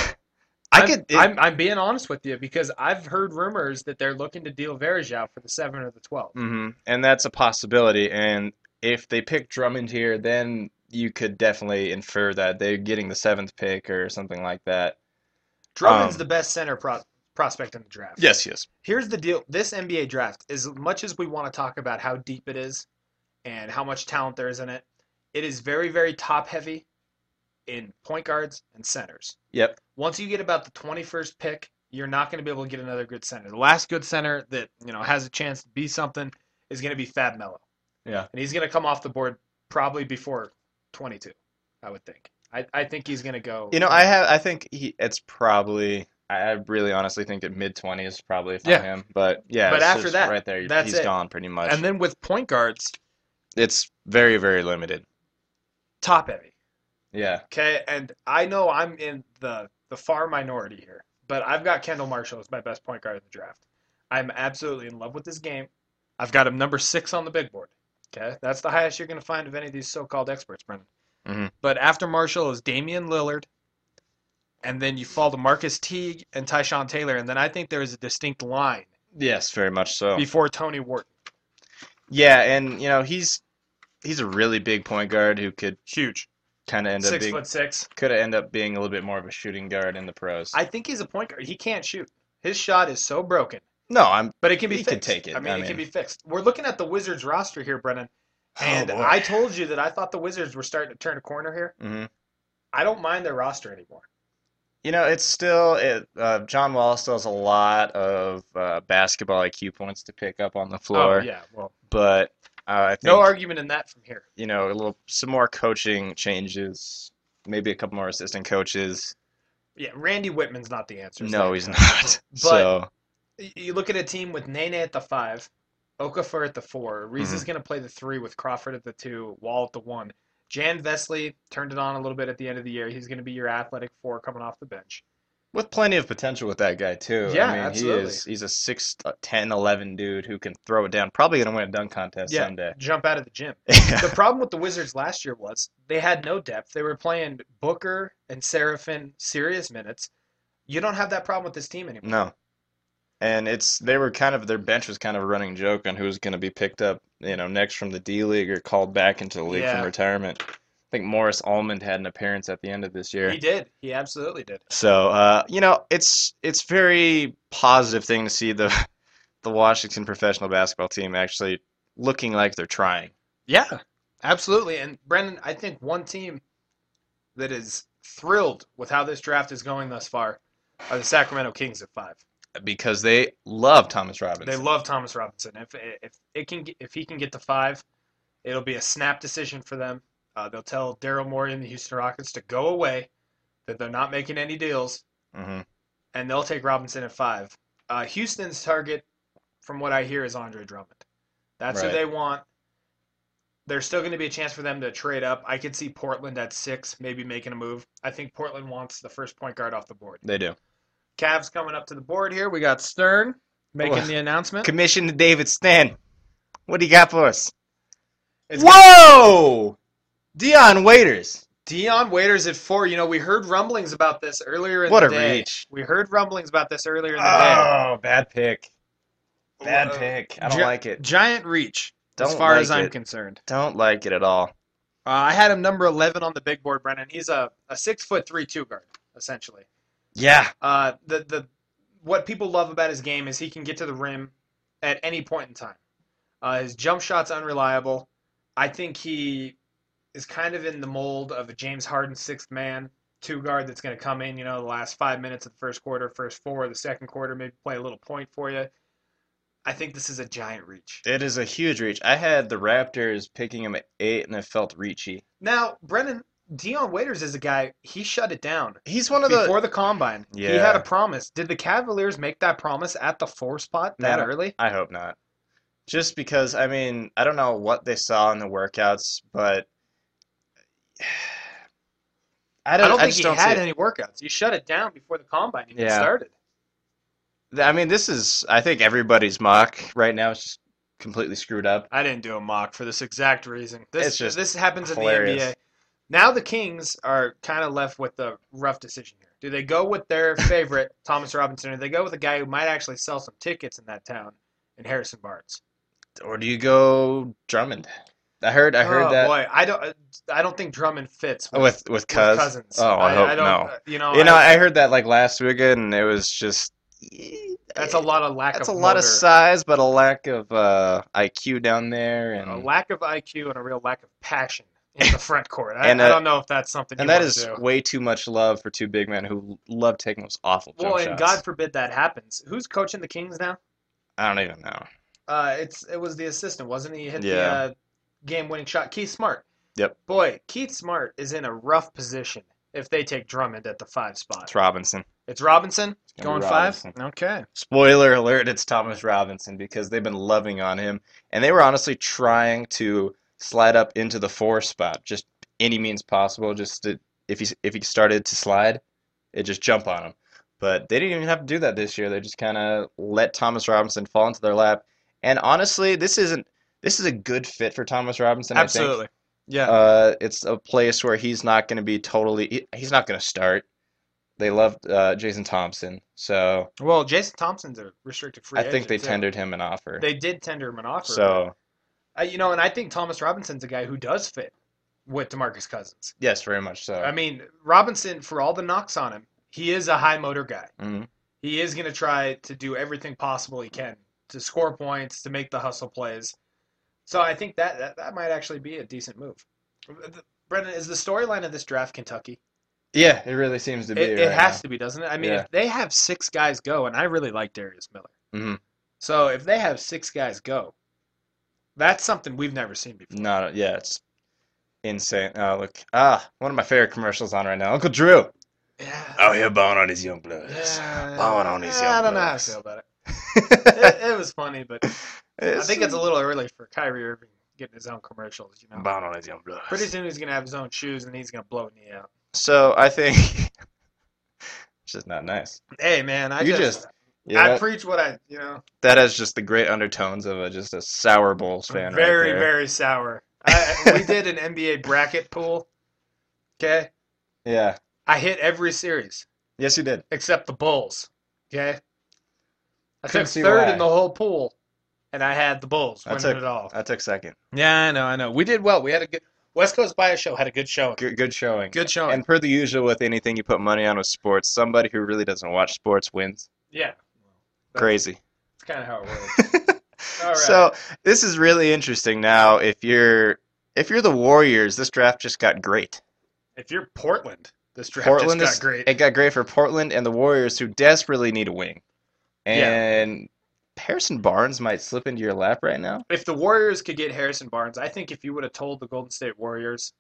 Speaker 3: I'm-
Speaker 2: could. it-
Speaker 3: I'm, I'm being honest with you because I've heard rumors that they're looking to deal Verjao for the seven or the twelve.
Speaker 2: Mhm. And that's a possibility. And if they pick Drummond here, then you could definitely infer that they're getting the seventh pick or something like that.
Speaker 3: Drummond's
Speaker 2: Um,
Speaker 3: the best center pro- prospect in the draft.
Speaker 2: Yes, yes.
Speaker 3: Here's the deal. This NBA draft, as much as we want to talk about how deep it is and how much talent there is in it, it is very, very top heavy in point guards and centers.
Speaker 2: Yep.
Speaker 3: Once you get about the 21st pick, you're not going to be able to get another good center. The last good center that, you know, has a chance to be something is going to be Fab Mello.
Speaker 2: Yeah.
Speaker 3: And he's going to come off the board probably before 22, I would think. I, I think he's going to go.
Speaker 2: You know, I have. I think he. It's probably. I I really, honestly think that mid twenties probably if
Speaker 3: Yeah.
Speaker 2: I'm him. But yeah,
Speaker 3: But
Speaker 2: it's
Speaker 3: after
Speaker 2: just
Speaker 3: that,
Speaker 2: right there,
Speaker 3: that's
Speaker 2: he's
Speaker 3: it.
Speaker 2: gone pretty much.
Speaker 3: And then with point guards,
Speaker 2: it's very, very limited.
Speaker 3: top heavy.
Speaker 2: Yeah.
Speaker 3: Okay, and I know I'm in the the far minority here, but I've got Kendall Marshall as my best point guard in the draft. I'm absolutely in love with this game. I've got him number six on the big board. Okay, that's the highest you're going to find of any of these so-called experts, Brendan.
Speaker 2: Mhm.
Speaker 3: But after Marshall is Damian Lillard, and then you fall to Marcus Teague and Tyshawn Taylor, and then I think there is a distinct line
Speaker 2: Yes, very much so.
Speaker 3: before Tony Wharton.
Speaker 2: Yeah, and you know he's he's a really big point guard who could
Speaker 3: Huge,
Speaker 2: kind of end up
Speaker 3: six
Speaker 2: being
Speaker 3: foot six.
Speaker 2: could end up being a little bit more of a shooting guard in the pros.
Speaker 3: I think he's a point guard. He can't shoot. His shot is so broken.
Speaker 2: no, I'm
Speaker 3: But it can be
Speaker 2: He can
Speaker 3: fixed.
Speaker 2: take it.
Speaker 3: I mean, Oh,
Speaker 2: I
Speaker 3: it can
Speaker 2: mean-
Speaker 3: be fixed. We're looking at the Wizards roster here, Brennan, and
Speaker 2: boy.
Speaker 3: I told you that I thought the Wizards were starting to turn a corner here.
Speaker 2: Mhm.
Speaker 3: I don't mind their roster anymore.
Speaker 2: You know, it's still it, uh, John Wall still has a lot of uh, basketball IQ points to pick up on the
Speaker 3: Oh
Speaker 2: floor,
Speaker 3: yeah, well,
Speaker 2: but uh, I think
Speaker 3: no argument in that from here.
Speaker 2: you know a little some more coaching changes, maybe a couple more assistant coaches.
Speaker 3: Yeah, Randy Whitman's not the answer. is
Speaker 2: No,
Speaker 3: that-
Speaker 2: he's not.
Speaker 3: But-
Speaker 2: So
Speaker 3: Y- You look at a team with Nene at the five, Okafor at the four. Reese is
Speaker 2: Mm-hmm.
Speaker 3: going to play the three with Crawford at the two, Wall at the one. Jan Vesley turned it on a little bit at the end of the year. He's going to be your athletic four coming off the bench.
Speaker 2: with plenty of potential with that guy too. I
Speaker 3: Yeah,
Speaker 2: mean, he
Speaker 3: absolutely.
Speaker 2: is he's a 6, uh, 10, 11 dude who can throw it down. Probably gonna win a dunk contest
Speaker 3: Yeah.
Speaker 2: someday.
Speaker 3: Jump out of the gym. the problem with the Wizards last year was they had no depth. They were playing Booker and Seraphin serious minutes. You don't have that problem with this team anymore.
Speaker 2: No. And it's they were kind of their bench was kind of a running joke on who's going to be picked up, you know, next from the D League or called back into the league from
Speaker 3: Yeah.
Speaker 2: retirement. I think Morris Almond had an appearance at the end of this year.
Speaker 3: He did. He absolutely did.
Speaker 2: So, uh, you know, it's it's very positive thing to see the the Washington professional basketball team actually looking like they're trying.
Speaker 3: Yeah, absolutely. And Brendan, I think one team that is thrilled with how this draft is going thus far are the Sacramento Kings at five.
Speaker 2: Because they love Thomas
Speaker 3: They
Speaker 2: Robinson.
Speaker 3: love Thomas Robinson. If if it can get- if he can get to five, it'll be a snap decision for them. Uh, they'll tell Daryl Morey and the Houston Rockets to go away, that they're not making any deals.
Speaker 2: hmm
Speaker 3: and they'll take Robinson at five. Uh, Houston's target, from what I hear, is Andre Drummond. That's who
Speaker 2: Right.
Speaker 3: they want. There's still going to be a chance for them to trade up. I could see Portland at six, maybe making a move. I think Portland wants the first point guard off the board.
Speaker 2: They do.
Speaker 3: Cavs coming up to the board here. We got Stern making the announcement.
Speaker 2: Commission to David Stan. What do you got for us?
Speaker 3: It's
Speaker 2: Whoa! Dion Waiters.
Speaker 3: Dion Waiters at four. You know, we heard rumblings about this earlier in
Speaker 2: What
Speaker 3: the
Speaker 2: a
Speaker 3: day.
Speaker 2: reach.
Speaker 3: We heard rumblings about this earlier in the day.
Speaker 2: Oh, bad pick. Bad
Speaker 3: Uh,
Speaker 2: pick. I don't
Speaker 3: Ju-
Speaker 2: like it.
Speaker 3: Giant reach, as
Speaker 2: Don't
Speaker 3: far as
Speaker 2: like
Speaker 3: I'm
Speaker 2: it.
Speaker 3: concerned.
Speaker 2: Don't like it at all.
Speaker 3: Uh, I had him number eleven on the big board, Brennan. He's a, a six foot three two guard, essentially.
Speaker 2: Yeah.
Speaker 3: Uh, the the what people love about his game is he can get to the rim at any point in time. Uh, his jump shot's unreliable. I think he is kind of in the mold of a James Harden sixth man, two guard that's going to come in, you know, the last five minutes of the first quarter, first four of the second quarter, maybe play a little point for you. I think this is a giant reach.
Speaker 2: It is a huge reach. I had the Raptors picking him at eight, and it felt reachy.
Speaker 3: Now, Brennan, Dion Waiters is a guy, he shut it down.
Speaker 2: He's one of the.
Speaker 3: Before the combine, he
Speaker 2: Yeah.
Speaker 3: had a promise. Did the Cavaliers make that promise at the four spot that
Speaker 2: No.
Speaker 3: early?
Speaker 2: I hope not. Just because, I mean, I don't know what they saw in the workouts, but I
Speaker 3: I
Speaker 2: don't,
Speaker 3: don't
Speaker 2: I
Speaker 3: think
Speaker 2: just
Speaker 3: he
Speaker 2: don't see
Speaker 3: had
Speaker 2: it.
Speaker 3: any workouts. You shut it down before the combine even
Speaker 2: Yeah.
Speaker 3: started.
Speaker 2: Th- I mean, this is, I think everybody's mock right now is just completely screwed up.
Speaker 3: I didn't do a mock for this exact reason. This
Speaker 2: It's just
Speaker 3: this happens in
Speaker 2: hilarious.
Speaker 3: the NBA. Now the Kings are kind of left with a rough decision here. Do they go with their favorite Thomas Robinson, or they go with a guy who might actually sell some tickets in that town, in Harrison Barnes?
Speaker 2: Or do you go Drummond? I heard, I heard
Speaker 3: oh,
Speaker 2: that
Speaker 3: Boy, I don't, I don't think Drummond fits with,
Speaker 2: Oh, with with
Speaker 3: with Oh,
Speaker 2: Cuz.
Speaker 3: Cousins.
Speaker 2: Oh, I hope
Speaker 3: don't, uh,
Speaker 2: no.
Speaker 3: You know,
Speaker 2: You know,
Speaker 3: I-
Speaker 2: I heard that like last weekend, and it was just
Speaker 3: that's a lot of lack.
Speaker 2: That's a
Speaker 3: of
Speaker 2: lot of
Speaker 3: motor,
Speaker 2: size, but a lack of uh, IQ down there,
Speaker 3: a
Speaker 2: and
Speaker 3: lack of IQ, and a real lack of passion in the front court. I,
Speaker 2: And,
Speaker 3: I
Speaker 2: uh,
Speaker 3: don't know if that's something.
Speaker 2: and
Speaker 3: you
Speaker 2: that
Speaker 3: wanna
Speaker 2: is
Speaker 3: do.
Speaker 2: way too much love for two big men who love taking those awful jump
Speaker 3: Well, and
Speaker 2: shots.
Speaker 3: God forbid that happens. Who's coaching the Kings now?
Speaker 2: I don't even know.
Speaker 3: Uh, it's it was the assistant, wasn't he? He hit the
Speaker 2: Yeah.
Speaker 3: uh, game-winning shot. Keith Smart.
Speaker 2: Yep.
Speaker 3: Boy, Keith Smart is in a rough position if they take Drummond at the five spot.
Speaker 2: It's Robinson.
Speaker 3: It's Robinson
Speaker 2: It's gonna
Speaker 3: going
Speaker 2: be
Speaker 3: five.
Speaker 2: Robinson.
Speaker 3: Okay.
Speaker 2: Spoiler alert, it's Thomas Robinson because they've been loving on him, and they were honestly trying to slide up into the four spot, just any means possible, just to, if he if he started to slide, it just jump on him. But they didn't even have to do that this year. They just kind of let Thomas Robinson fall into their lap. And honestly, this isn't this is a good fit for Thomas Robinson, I think.
Speaker 3: Absolutely. Yeah.
Speaker 2: Uh, it's a place where he's not going to be totally he- he's not going to start. They love uh, Jason Thompson, so
Speaker 3: well, Jason Thompson's a restricted free
Speaker 2: I think they
Speaker 3: agent, too.
Speaker 2: tendered him an offer.
Speaker 3: They did tender him an offer.
Speaker 2: So,
Speaker 3: but, uh, you know, and I think Thomas Robinson's a guy who does fit with DeMarcus Cousins.
Speaker 2: yes, very much so.
Speaker 3: I mean, Robinson, for all the knocks on him, he is a high motor guy.
Speaker 2: Mhm.
Speaker 3: he is going to try to do everything possible he can to score points, to make the hustle plays. So I think that that, that might actually be a decent move. Brendan, is the storyline of this draft Kentucky?
Speaker 2: Yeah, it really seems to be
Speaker 3: It, it
Speaker 2: right
Speaker 3: has to be, doesn't it? I mean,
Speaker 2: Yeah.
Speaker 3: if they have six guys go, and I really like Darius Miller.
Speaker 2: Mhm.
Speaker 3: So if they have six guys go, that's something we've never seen before.
Speaker 2: now. Not yeah, it's insane. Oh, look. Ah, one of my favorite commercials on right now. Uncle Drew.
Speaker 3: Yeah.
Speaker 2: Out here bowing on his young bloods.
Speaker 3: Yeah.
Speaker 2: Blowing on these
Speaker 3: I
Speaker 2: young
Speaker 3: don't know how I
Speaker 2: bloods.
Speaker 3: feel about it. It, it was funny, but I
Speaker 2: It's-
Speaker 3: think it's a little early for Kyrie Irving getting his own commercials, you know.
Speaker 2: bowing on his young bloods.
Speaker 3: Pretty soon he's gonna have his own shoes and he's gonna blow a knee out.
Speaker 2: So I think it's just not nice.
Speaker 3: Hey man, I
Speaker 2: You
Speaker 3: just,
Speaker 2: just- Yeah,
Speaker 3: I
Speaker 2: that,
Speaker 3: preach what I you know.
Speaker 2: that has just the great undertones of a just a sour Bulls fan right
Speaker 3: very,
Speaker 2: there.
Speaker 3: very sour. I, we did an NBA bracket pool. Okay.
Speaker 2: Yeah.
Speaker 3: I hit every series
Speaker 2: Yes, you did.
Speaker 3: except the Bulls. Okay. I
Speaker 2: Couldn't
Speaker 3: took
Speaker 2: see
Speaker 3: third
Speaker 2: why.
Speaker 3: in the whole pool and I had the Bulls
Speaker 2: I
Speaker 3: winning
Speaker 2: took-
Speaker 3: it all.
Speaker 2: I took second.
Speaker 3: Yeah, I know, I know. We did well. We had a good West Coast Bio Show had a good showing.
Speaker 2: Good, good showing.
Speaker 3: Good showing.
Speaker 2: And per the usual with anything you put money on with sports, somebody who really doesn't watch sports wins.
Speaker 3: yeah. That's-
Speaker 2: Crazy.
Speaker 3: That's kind of how it works. All right.
Speaker 2: So this is really interesting now. If you're if you're the Warriors, this draft just got great.
Speaker 3: if you're Portland, this draft
Speaker 2: Portland
Speaker 3: just
Speaker 2: is
Speaker 3: got great.
Speaker 2: It got great for Portland and the Warriors who desperately need a wing. And Harrison Barnes might slip into your lap right now.
Speaker 3: if the Warriors could get Harrison Barnes, I think if you would have told the Golden State Warriors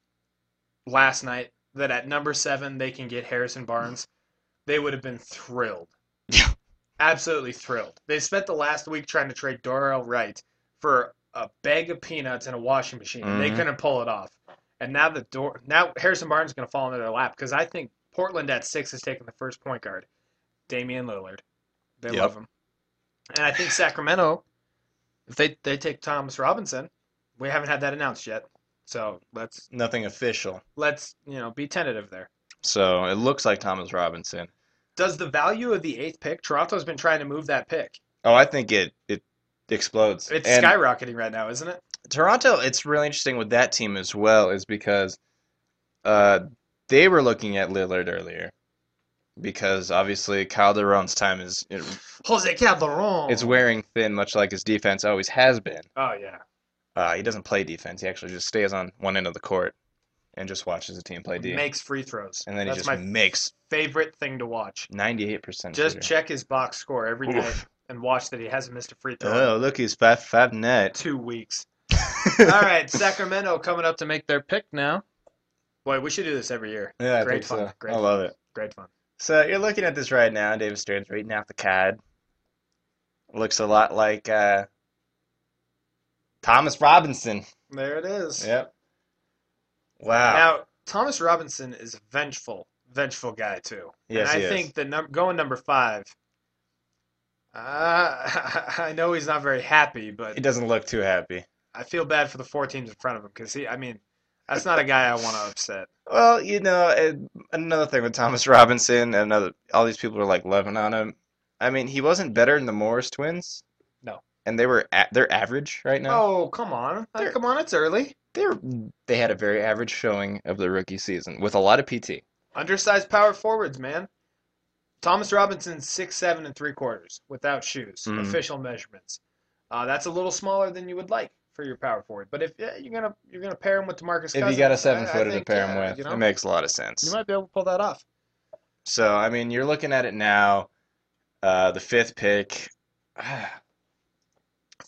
Speaker 3: last night that at number seven they can get Harrison Barnes, they would have been thrilled.
Speaker 2: Yeah.
Speaker 3: Absolutely thrilled. They spent the last week trying to trade Dorrell Wright for a bag of peanuts and a washing machine. and They
Speaker 2: Mhm.
Speaker 3: couldn't pull it off. And now the door now Harrison Barnes is gonna fall into their lap because I think Portland at six has taken the first point guard, Damian Lillard. They
Speaker 2: Yep.
Speaker 3: love him. And I think Sacramento, if they they take Thomas Robinson, we haven't had that announced yet. So let's
Speaker 2: Nothing official.
Speaker 3: let's you know be tentative there.
Speaker 2: So it looks like Thomas Robinson.
Speaker 3: Does the value of the eighth pick? Toronto's been trying to move that pick.
Speaker 2: Oh, I think it it explodes.
Speaker 3: It's
Speaker 2: And-
Speaker 3: skyrocketing right now, isn't it?
Speaker 2: Toronto, it's really interesting with that team as well, is because uh, they were looking at Lillard earlier, because obviously Kyle Durant's time is
Speaker 3: Jose Calderon.
Speaker 2: it's wearing thin, much like his defense always has been.
Speaker 3: Oh yeah.
Speaker 2: Uh, he doesn't play defense. He actually just stays on one end of the court and just watches the team play D.
Speaker 3: Makes free throws.
Speaker 2: and then he
Speaker 3: That's
Speaker 2: just
Speaker 3: my
Speaker 2: makes
Speaker 3: favorite thing to watch.
Speaker 2: 98%.
Speaker 3: Just
Speaker 2: shooter.
Speaker 3: check his box score every day
Speaker 2: Oof.
Speaker 3: and watch that he hasn't missed a free throw in
Speaker 2: Oh, look, he's five five net.
Speaker 3: two weeks. All right, Sacramento coming up to make their pick now. Boy, we should do this every year.
Speaker 2: Yeah, I
Speaker 3: Great
Speaker 2: think so.
Speaker 3: fun, great
Speaker 2: I love it.
Speaker 3: Great fun.
Speaker 2: So you're looking at this right now. David Stern's reading off the CAD. Looks a lot like uh, Thomas Robinson.
Speaker 3: There it is.
Speaker 2: Yep. Wow.
Speaker 3: Now, Thomas Robinson is a vengeful, vengeful guy too.
Speaker 2: Yes,
Speaker 3: and
Speaker 2: he
Speaker 3: I
Speaker 2: is.
Speaker 3: think the num- going number five. Uh, I know he's not very happy, but
Speaker 2: he doesn't look too happy.
Speaker 3: I feel bad for the four teams in front of him because he. I mean, that's not a guy I want to upset.
Speaker 2: Well, you know, uh, another thing with Thomas Robinson, another all these people are like loving on him. I mean, he wasn't better than the Morris twins.
Speaker 3: No.
Speaker 2: And they were a they're average right now.
Speaker 3: Oh, come on! Uh,
Speaker 2: They're-
Speaker 3: come on! It's early.
Speaker 2: They're they had a very average showing of their rookie season with a lot of PT.
Speaker 3: Undersized power forwards, man. Thomas Robinson, six seven and three quarters without shoes.
Speaker 2: Mhm.
Speaker 3: Official measurements. Uh, that's a little smaller than you would like for your power forward. But if yeah, you're gonna you're gonna pair him with Demarcus
Speaker 2: If
Speaker 3: Cousins,
Speaker 2: you got
Speaker 3: I-
Speaker 2: a
Speaker 3: I
Speaker 2: seven footer to
Speaker 3: think,
Speaker 2: pair him
Speaker 3: yeah,
Speaker 2: with,
Speaker 3: you
Speaker 2: it
Speaker 3: know,
Speaker 2: makes a lot of sense.
Speaker 3: you might be able to pull that off.
Speaker 2: So, I mean, you're looking at it now, uh, the fifth pick.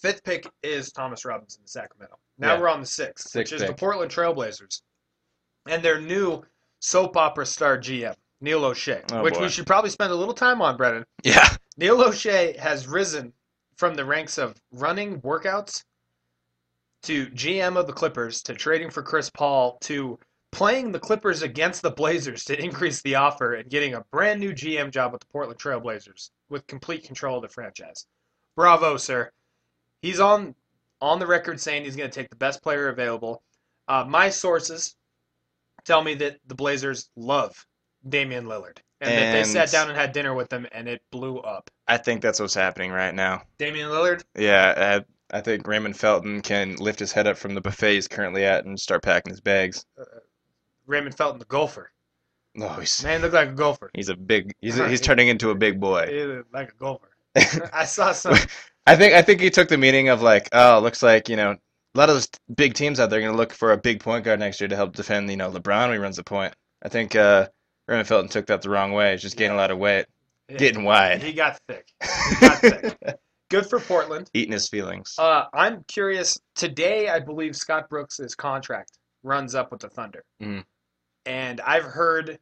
Speaker 3: Fifth pick is Thomas Robinson, Sacramento. Now
Speaker 2: Yeah.
Speaker 3: we're on the sixth,
Speaker 2: Sixth
Speaker 3: which is the
Speaker 2: pick.
Speaker 3: Portland Trailblazers, and their new soap opera star GM Neil O'Shea,
Speaker 2: Oh,
Speaker 3: which
Speaker 2: boy.
Speaker 3: we should probably spend a little time on, Brennan.
Speaker 2: Yeah.
Speaker 3: Neil O'Shea has risen from the ranks of running workouts to GM of the Clippers to trading for Chris Paul to playing the Clippers against the Blazers to increase the offer and getting a brand new GM job with the Portland Trail Blazers with complete control of the franchise. Bravo, sir. He's on on the record saying he's going to take the best player available. Uh, my sources tell me that the Blazers love Damian Lillard and, that they
Speaker 2: And-
Speaker 3: sat down and had dinner with him and it blew up.
Speaker 2: I think that's what's happening right now.
Speaker 3: Damian Lillard,
Speaker 2: Yeah, I, I think Raymond Felton can lift his head up from the buffet he's currently at and start packing his bags.
Speaker 3: Raymond Felton, the golfer.
Speaker 2: No, he's
Speaker 3: Man, he looked like a golfer.
Speaker 2: he's a big he's he's turning into a big boy.
Speaker 3: Uh-huh, He looked like a golfer. I saw some.
Speaker 2: I think I think he took the meaning of like, oh, looks like, you know, a lot of those big teams out there are gonna look for a big point guard next year to help defend, you know, LeBron when he runs the point. I think uh Raymond Felton took that the wrong way. He's just gaining a lot of weight, getting wide.
Speaker 3: He got thick. He got thick. Good for Portland.
Speaker 2: Eating his feelings.
Speaker 3: Uh, I'm curious. Today, I believe Scott Brooks' contract runs up with the Thunder.
Speaker 2: Mhm.
Speaker 3: And I've heard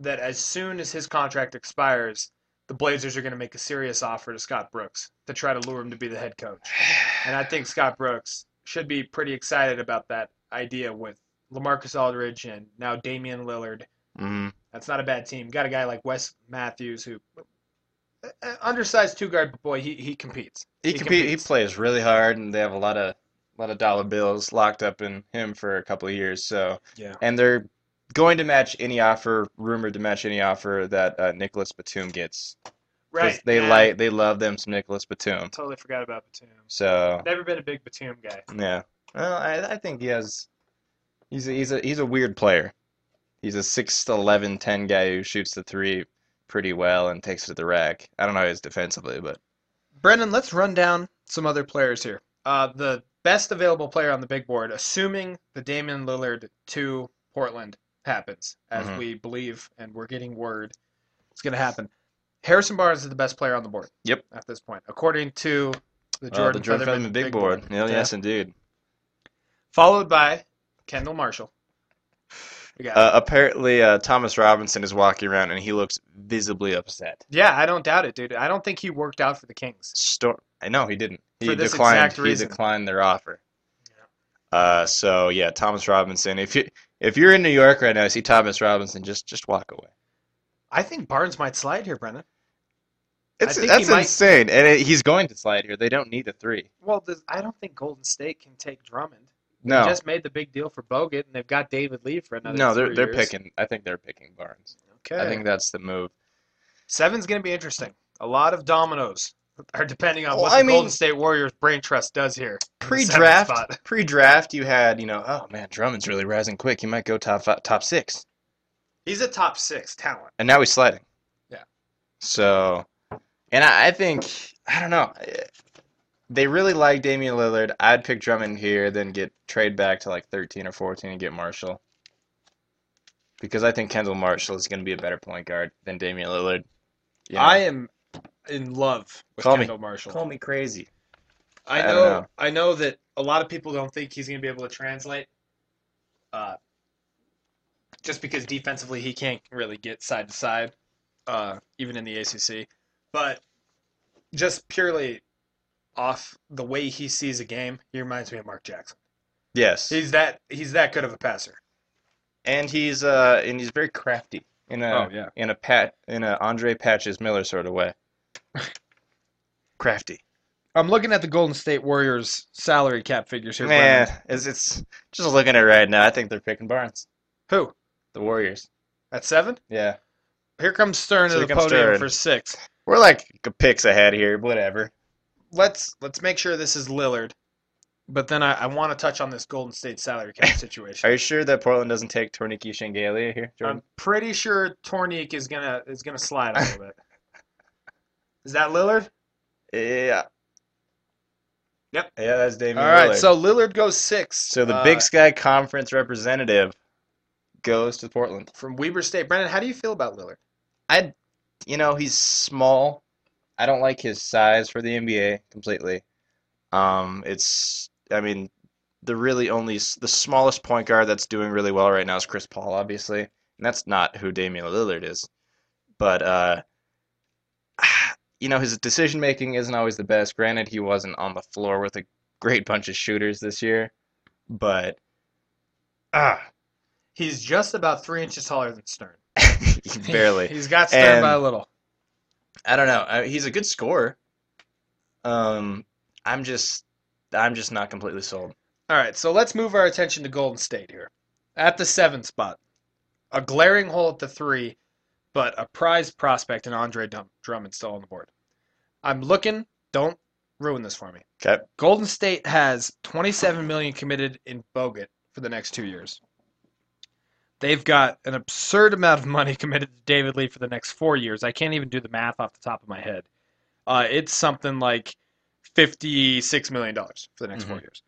Speaker 3: that as soon as his contract expires, the Blazers are going to make a serious offer to Scott Brooks to try to lure him to be the head coach. And I think Scott Brooks should be pretty excited about that idea with Lamarcus Aldridge and now Damian Lillard.
Speaker 2: Mhm.
Speaker 3: That's not a bad team. Got a guy like Wes Matthews who uh, uh, undersized two guard, but boy, he, he competes.
Speaker 2: He,
Speaker 3: He
Speaker 2: compete, he
Speaker 3: competes.
Speaker 2: plays really hard, and they have a lot of lot of dollar bills locked up in him for a couple of years. So,
Speaker 3: Yeah.
Speaker 2: and they're going to match any offer, rumored to match any offer that uh, Nicholas Batum gets. 'Cause
Speaker 3: Right.
Speaker 2: They
Speaker 3: yeah.
Speaker 2: like they love them some Nicholas Batum.
Speaker 3: Totally forgot about Batum.
Speaker 2: So
Speaker 3: Never been a big Batum guy.
Speaker 2: yeah, well, I, I think he has. He's a, he's a he's a weird player. He's a 6'11", 10 guy who shoots the three pretty well and takes it to the rack. I don't know how he is defensively, but
Speaker 3: Brendan, let's run down some other players here. Uh, the best available player on the big board, assuming the Damian Lillard to Portland happens, as
Speaker 2: Mhm.
Speaker 3: we believe and we're getting word it's going to happen. Harrison Barnes is the best player on the board.
Speaker 2: Yep.
Speaker 3: At this point, according to the
Speaker 2: uh,
Speaker 3: Jordan,
Speaker 2: the Jordan
Speaker 3: Featherman,
Speaker 2: Featherman big board. Yeah,
Speaker 3: Yeah.
Speaker 2: yes, indeed.
Speaker 3: Followed by Kendall Marshall. We got-
Speaker 2: Uh, apparently, uh, Thomas Robinson is walking around and he looks visibly upset.
Speaker 3: yeah, I don't doubt it, dude. I don't think he worked out for the Kings.
Speaker 2: Stor- no, he didn't. He
Speaker 3: For this
Speaker 2: declined.
Speaker 3: exact
Speaker 2: he
Speaker 3: reason.
Speaker 2: declined their offer. Uh, so yeah, Thomas Robinson. If you if you're in New York right now, and see Thomas Robinson, just just walk away.
Speaker 3: I think Barnes might slide here, Brendan.
Speaker 2: It's
Speaker 3: think
Speaker 2: that's
Speaker 3: he might-
Speaker 2: insane, and it, he's going to slide here. They don't need the three.
Speaker 3: Well, this, I don't think Golden State can take Drummond.
Speaker 2: No,
Speaker 3: They just made the big deal for Bogut, and they've got David Lee for another.
Speaker 2: no, they're
Speaker 3: three
Speaker 2: they're
Speaker 3: years.
Speaker 2: picking. I think they're picking Barnes.
Speaker 3: Okay,
Speaker 2: I think that's the move.
Speaker 3: seven's going to be interesting. A lot of dominoes are depending on
Speaker 2: Well,
Speaker 3: what the
Speaker 2: I mean-
Speaker 3: Golden State Warriors brain trust does here. in the seventh spot.
Speaker 2: Pre-draft, pre-draft, you had you know, oh man, Drummond's really rising quick. He might go top fi top six.
Speaker 3: He's a top six talent.
Speaker 2: and now he's sliding.
Speaker 3: Yeah.
Speaker 2: So, and I, I think I don't know. They really like Damian Lillard. I'd pick Drummond here, then get trade back to like 13 or 14 and get Marshall. Because I think Kendall Marshall is going to be a better point guard than Damian Lillard. You know,
Speaker 3: I am in love with
Speaker 2: Call me.
Speaker 3: Kendall Marshall.
Speaker 2: call me crazy.
Speaker 3: I
Speaker 2: I don't
Speaker 3: know,
Speaker 2: know.
Speaker 3: I know that a lot of people don't think he's going to be able to translate, uh, just because defensively he can't really get side to side, uh, even in the ACC. But just purely off the way he sees a game, he reminds me of Mark Jackson.
Speaker 2: Yes.
Speaker 3: He's that he's that good of a passer.
Speaker 2: and he's uh and he's very crafty in a
Speaker 3: Oh, yeah.
Speaker 2: in a pat in a Andre Patches Miller sort of way. Crafty.
Speaker 3: I'm looking at the Golden State Warriors salary cap figures here.
Speaker 2: Man, it's, it's just looking at it right now. I think they're picking Barnes,
Speaker 3: Who
Speaker 2: the Warriors.
Speaker 3: at seven?
Speaker 2: Yeah,
Speaker 3: Here comes Stern
Speaker 2: Here
Speaker 3: to the
Speaker 2: comes
Speaker 3: podium
Speaker 2: Stern.
Speaker 3: for six.
Speaker 2: we're like picks ahead here. Whatever.
Speaker 3: let's let's make sure this is Lillard, but then I, I want to touch on this Golden State salary cap situation.
Speaker 2: Are you sure that Portland doesn't take Torniki Shangalia here, Jordan?
Speaker 3: I'm pretty sure Tornik is gonna is gonna slide a little bit. Is that Lillard?
Speaker 2: yeah.
Speaker 3: Yep.
Speaker 2: Yeah, that's Damian
Speaker 3: All right,
Speaker 2: Lillard.
Speaker 3: so Lillard goes six.
Speaker 2: so the
Speaker 3: uh,
Speaker 2: Big Sky Conference representative goes to Portland.
Speaker 3: from Weber State. Brendan, how do you feel about Lillard?
Speaker 2: I, you know, he's small. I don't like his size for the NBA completely. Um, it's, I mean, the really only s- the smallest point guard that's doing really well right now is Chris Paul, obviously, and that's not who Damian Lillard is. But uh, you know, his decision making isn't always the best. Granted, he wasn't on the floor with a great bunch of shooters this year, but ah,
Speaker 3: He's just about three inches taller than Stern.
Speaker 2: barely.
Speaker 3: He's got Stern
Speaker 2: And-
Speaker 3: by a little.
Speaker 2: I don't know. I, he's a good scorer. Um, I'm just, I'm just not completely sold.
Speaker 3: All right, so let's move our attention to Golden State here. At the seven spot, a glaring hole at the three, but a prized prospect in Andre Dum- Drummond still on the board. I'm looking. Don't ruin this for me.
Speaker 2: Okay.
Speaker 3: Golden State has 27 million committed in Bogut for the next two years. They've got an absurd amount of money committed to David Lee for the next four years. I can't even do the math off the top of my head. Uh, it's something like 56 million dollars for the next four years.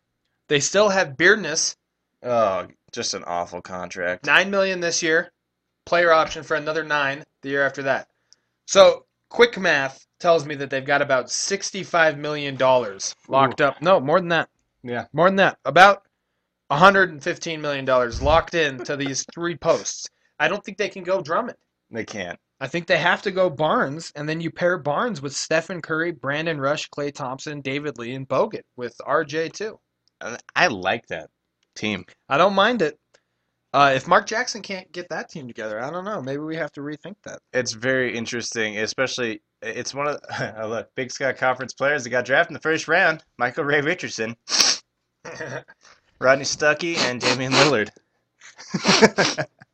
Speaker 3: They still have Beardness,
Speaker 2: Oh, just an awful contract.
Speaker 3: nine million this year, player option for another nine the year after that. So quick math tells me that they've got about 65 million dollars locked up. No, more than that.
Speaker 2: Yeah.
Speaker 3: More than that, about 115 million dollars locked in to these three posts. I don't think they can go Drummond.
Speaker 2: They can't.
Speaker 3: I think they have to go Barnes, and then you pair Barnes with Stephen Curry, Brandon Rush, Clay Thompson, David Lee, and Bogut with RJ too.
Speaker 2: And I like that team.
Speaker 3: I don't mind it. Uh, if Mark Jackson can't get that team together, I don't know. Maybe we have to rethink that.
Speaker 2: It's very interesting, especially it's one of the, look Big Sky Conference players that got drafted in the first round: Michael Ray Richardson, Rodney Stuckey, and Damian Lillard.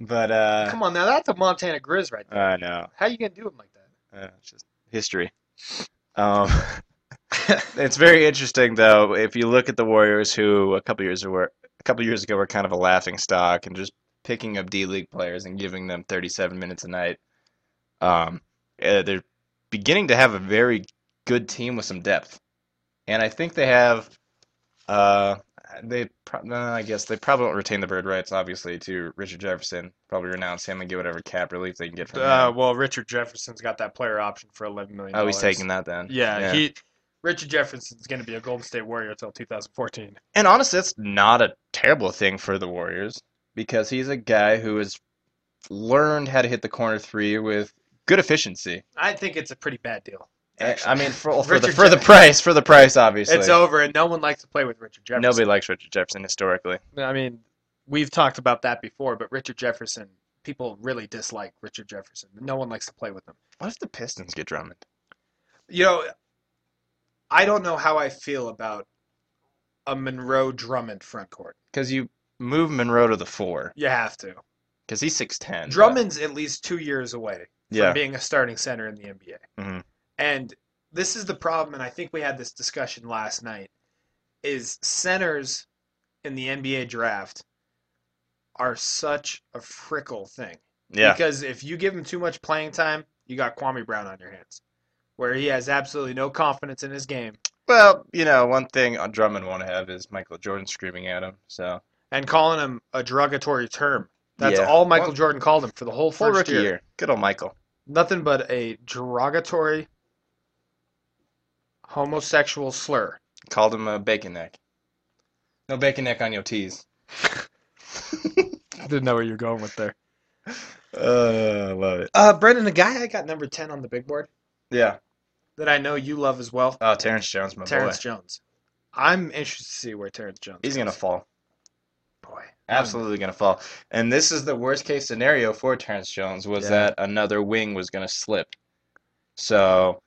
Speaker 2: But uh,
Speaker 3: Come on now, that's a Montana Grizz right there.
Speaker 2: I know.
Speaker 3: How you gonna do him like that?
Speaker 2: Uh, it's just history. Um, it's very interesting though. If you look at the Warriors, who a couple years were a couple years ago were kind of a laughing stock, and just picking up D League players and giving them 37 minutes a night. Um, uh, they're beginning to have a very good team with some depth, and I think they have. Uh, they pro- no, I guess they probably won't retain the bird rights, obviously, to Richard Jefferson. Probably renounce him and get whatever cap relief they can get from him.
Speaker 3: Uh, well, Richard Jefferson's got that player option for 11 million.
Speaker 2: Oh, he's taking that then.
Speaker 3: Yeah, he Richard Jefferson's going to be a Golden State Warrior until 2014.
Speaker 2: and honestly, that's not a terrible thing for the Warriors because he's a guy who has learned how to hit the corner three with good efficiency.
Speaker 3: I think it's a pretty bad deal.
Speaker 2: I- I mean, for, well, for the
Speaker 3: Richard
Speaker 2: for the
Speaker 3: Jefferson.
Speaker 2: price, for the price, obviously.
Speaker 3: It's over, and no one likes to play with Richard Jefferson.
Speaker 2: Nobody likes Richard Jefferson historically.
Speaker 3: I mean, we've talked about that before, but Richard Jefferson, people really dislike Richard Jefferson. No one likes to play with him.
Speaker 2: What if the Pistons get Drummond?
Speaker 3: You know, I don't know how I feel about a Monroe Drummond front court.
Speaker 2: Because you move Monroe to the four
Speaker 3: You have to.
Speaker 2: because he's six ten.
Speaker 3: Drummond's at least two years away.
Speaker 2: uh, yeah,
Speaker 3: from being a starting center in the NBA.
Speaker 2: Mhm.
Speaker 3: And this is the problem, and I think we had this discussion last night, is centers in the NBA draft are such a frickle thing.
Speaker 2: Yeah.
Speaker 3: Because if you give him too much playing time, you got Kwame Brown on your hands, where he has absolutely no confidence in his game.
Speaker 2: Well, you know, one thing Drummond won't have is Michael Jordan screaming at him. So
Speaker 3: And calling him a derogatory term. That's
Speaker 2: Yeah.
Speaker 3: all Michael
Speaker 2: Well-
Speaker 3: Jordan called him for the whole
Speaker 2: full
Speaker 3: first
Speaker 2: rookie year. good old Michael.
Speaker 3: Nothing but a derogatory homosexual slur.
Speaker 2: Called him a bacon neck. No bacon neck on your tees.
Speaker 3: I didn't know where you were going with there.
Speaker 2: Uh, love it.
Speaker 3: Uh, Brendan, the guy I got number 10 on the big board
Speaker 2: Yeah.
Speaker 3: that I know you love as well,
Speaker 2: Oh, Terrence Jones, my
Speaker 3: Terrence
Speaker 2: boy.
Speaker 3: Jones. I'm interested to see where Terrence Jones
Speaker 2: He's gonna
Speaker 3: goes.
Speaker 2: fall.
Speaker 3: Boy.
Speaker 2: Absolutely gonna fall. And this is the worst case scenario for Terrence Jones was
Speaker 3: Yeah.
Speaker 2: that another wing was gonna slip. So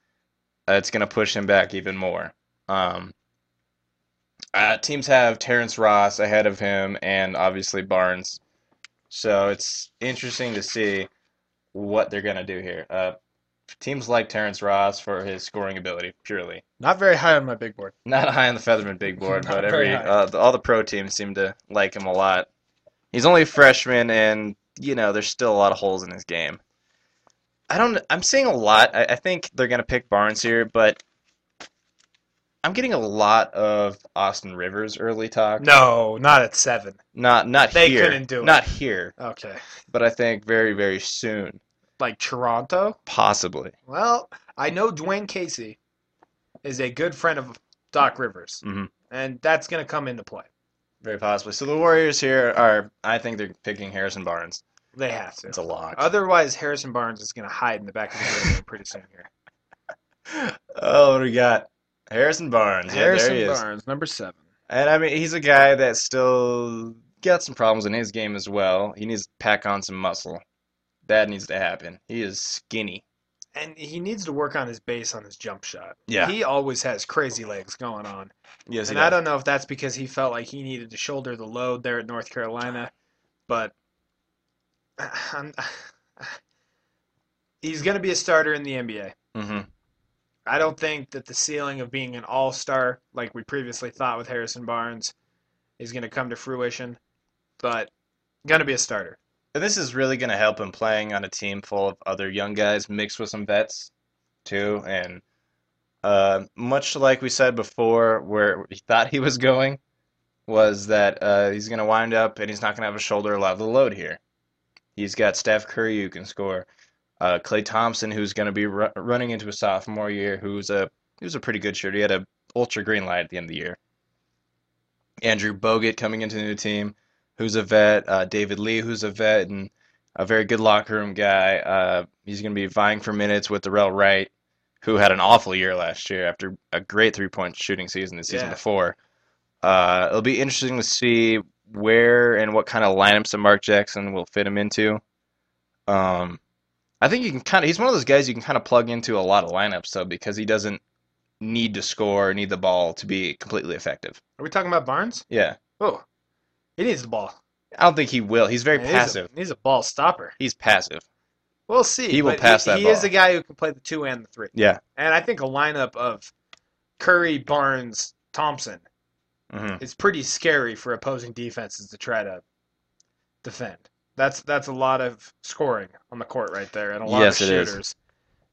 Speaker 2: uh, it's gonna push him back even more. Um, uh, teams have Terrence Ross ahead of him and obviously Barnes. So it's interesting to see what they're gonna do here. Uh, teams like Terrence Ross for his scoring ability purely.
Speaker 3: Not very high on my big board.
Speaker 2: Not high on the Featherman big board,
Speaker 3: Not
Speaker 2: but
Speaker 3: very
Speaker 2: every
Speaker 3: high.
Speaker 2: uh, the, all the pro teams seem to like him a lot. He's only a freshman, and you know there's still a lot of holes in his game. I don't. I'm seeing a lot. I, I think they're gonna pick Barnes here, but I'm getting a lot of Austin Rivers early talk.
Speaker 3: No, not at seven.
Speaker 2: not not
Speaker 3: They
Speaker 2: here.
Speaker 3: couldn't do it.
Speaker 2: Not here,
Speaker 3: Okay.
Speaker 2: but I think very very soon,
Speaker 3: Like Toronto?
Speaker 2: possibly.
Speaker 3: Well, I know Dwayne Casey is a good friend of Doc Rivers,
Speaker 2: Mhm.
Speaker 3: and that's going to come into play.
Speaker 2: Very possibly. So the Warriors here are. I think they're picking Harrison Barnes.
Speaker 3: They have to.
Speaker 2: It's a lock.
Speaker 3: Otherwise, Harrison Barnes is going to hide in the back of the building pretty soon here.
Speaker 2: Oh, what do we got Harrison Barnes. Yeah,
Speaker 3: Harrison
Speaker 2: there he is.
Speaker 3: Barnes, number seven.
Speaker 2: And I mean, he's a guy that still got some problems in his game as well. He needs to pack on some muscle. That needs to happen. He is skinny.
Speaker 3: And he needs to work on his base on his jump shot.
Speaker 2: Yeah.
Speaker 3: He always has crazy legs going on.
Speaker 2: Yes, he
Speaker 3: and I
Speaker 2: does.
Speaker 3: don't know if that's because he felt like he needed to shoulder the load there at North Carolina, but I'm, he's going to be a starter in the NBA.
Speaker 2: Mhm.
Speaker 3: I don't think that the ceiling of being an all star, like we previously thought with Harrison Barnes, is going to come to fruition, but going to be a starter.
Speaker 2: And this is really going to help him playing on a team full of other young guys mixed with some vets, too. And uh, much like we said before, where he thought he was going was that uh, he's going to wind up and he's not going to have a shoulder a lot of the load here. He's got Steph Curry who can score, uh, Klay Thompson who's going to be ru- running into a sophomore year who's a he was a pretty good shooter. He had a ultra green light at the end of the year. Andrew Bogut coming into the new team, who's a vet. Uh, David Lee, who's a vet and a very good locker room guy. Uh, he's going to be vying for minutes with Darrell Wright, who had an awful year last year after a great three point shooting season the season
Speaker 3: Yeah.
Speaker 2: before. Uh, it'll be interesting to see where and what kind of lineups that Mark Jackson will fit him into. Um, I think you can kind of, he's one of those guys you can kind of plug into a lot of lineups, though, because he doesn't need to score, need the ball to be completely effective.
Speaker 3: Are we talking about Barnes?
Speaker 2: Yeah.
Speaker 3: Oh, he needs the ball.
Speaker 2: I don't think he will. He's very
Speaker 3: He's a-
Speaker 2: passive.
Speaker 3: He's a, ball stopper.
Speaker 2: He's passive.
Speaker 3: We'll see.
Speaker 2: He will
Speaker 3: but
Speaker 2: pass that
Speaker 3: He is
Speaker 2: ball.
Speaker 3: a guy who can play the two and the three.
Speaker 2: Yeah.
Speaker 3: And I think a lineup of Curry, Barnes, Thompson
Speaker 2: hmm
Speaker 3: is pretty scary for opposing defenses to try to defend. That's that's a lot of scoring on the court right there, and a lot
Speaker 2: Yes,
Speaker 3: of
Speaker 2: it is.
Speaker 3: shooters.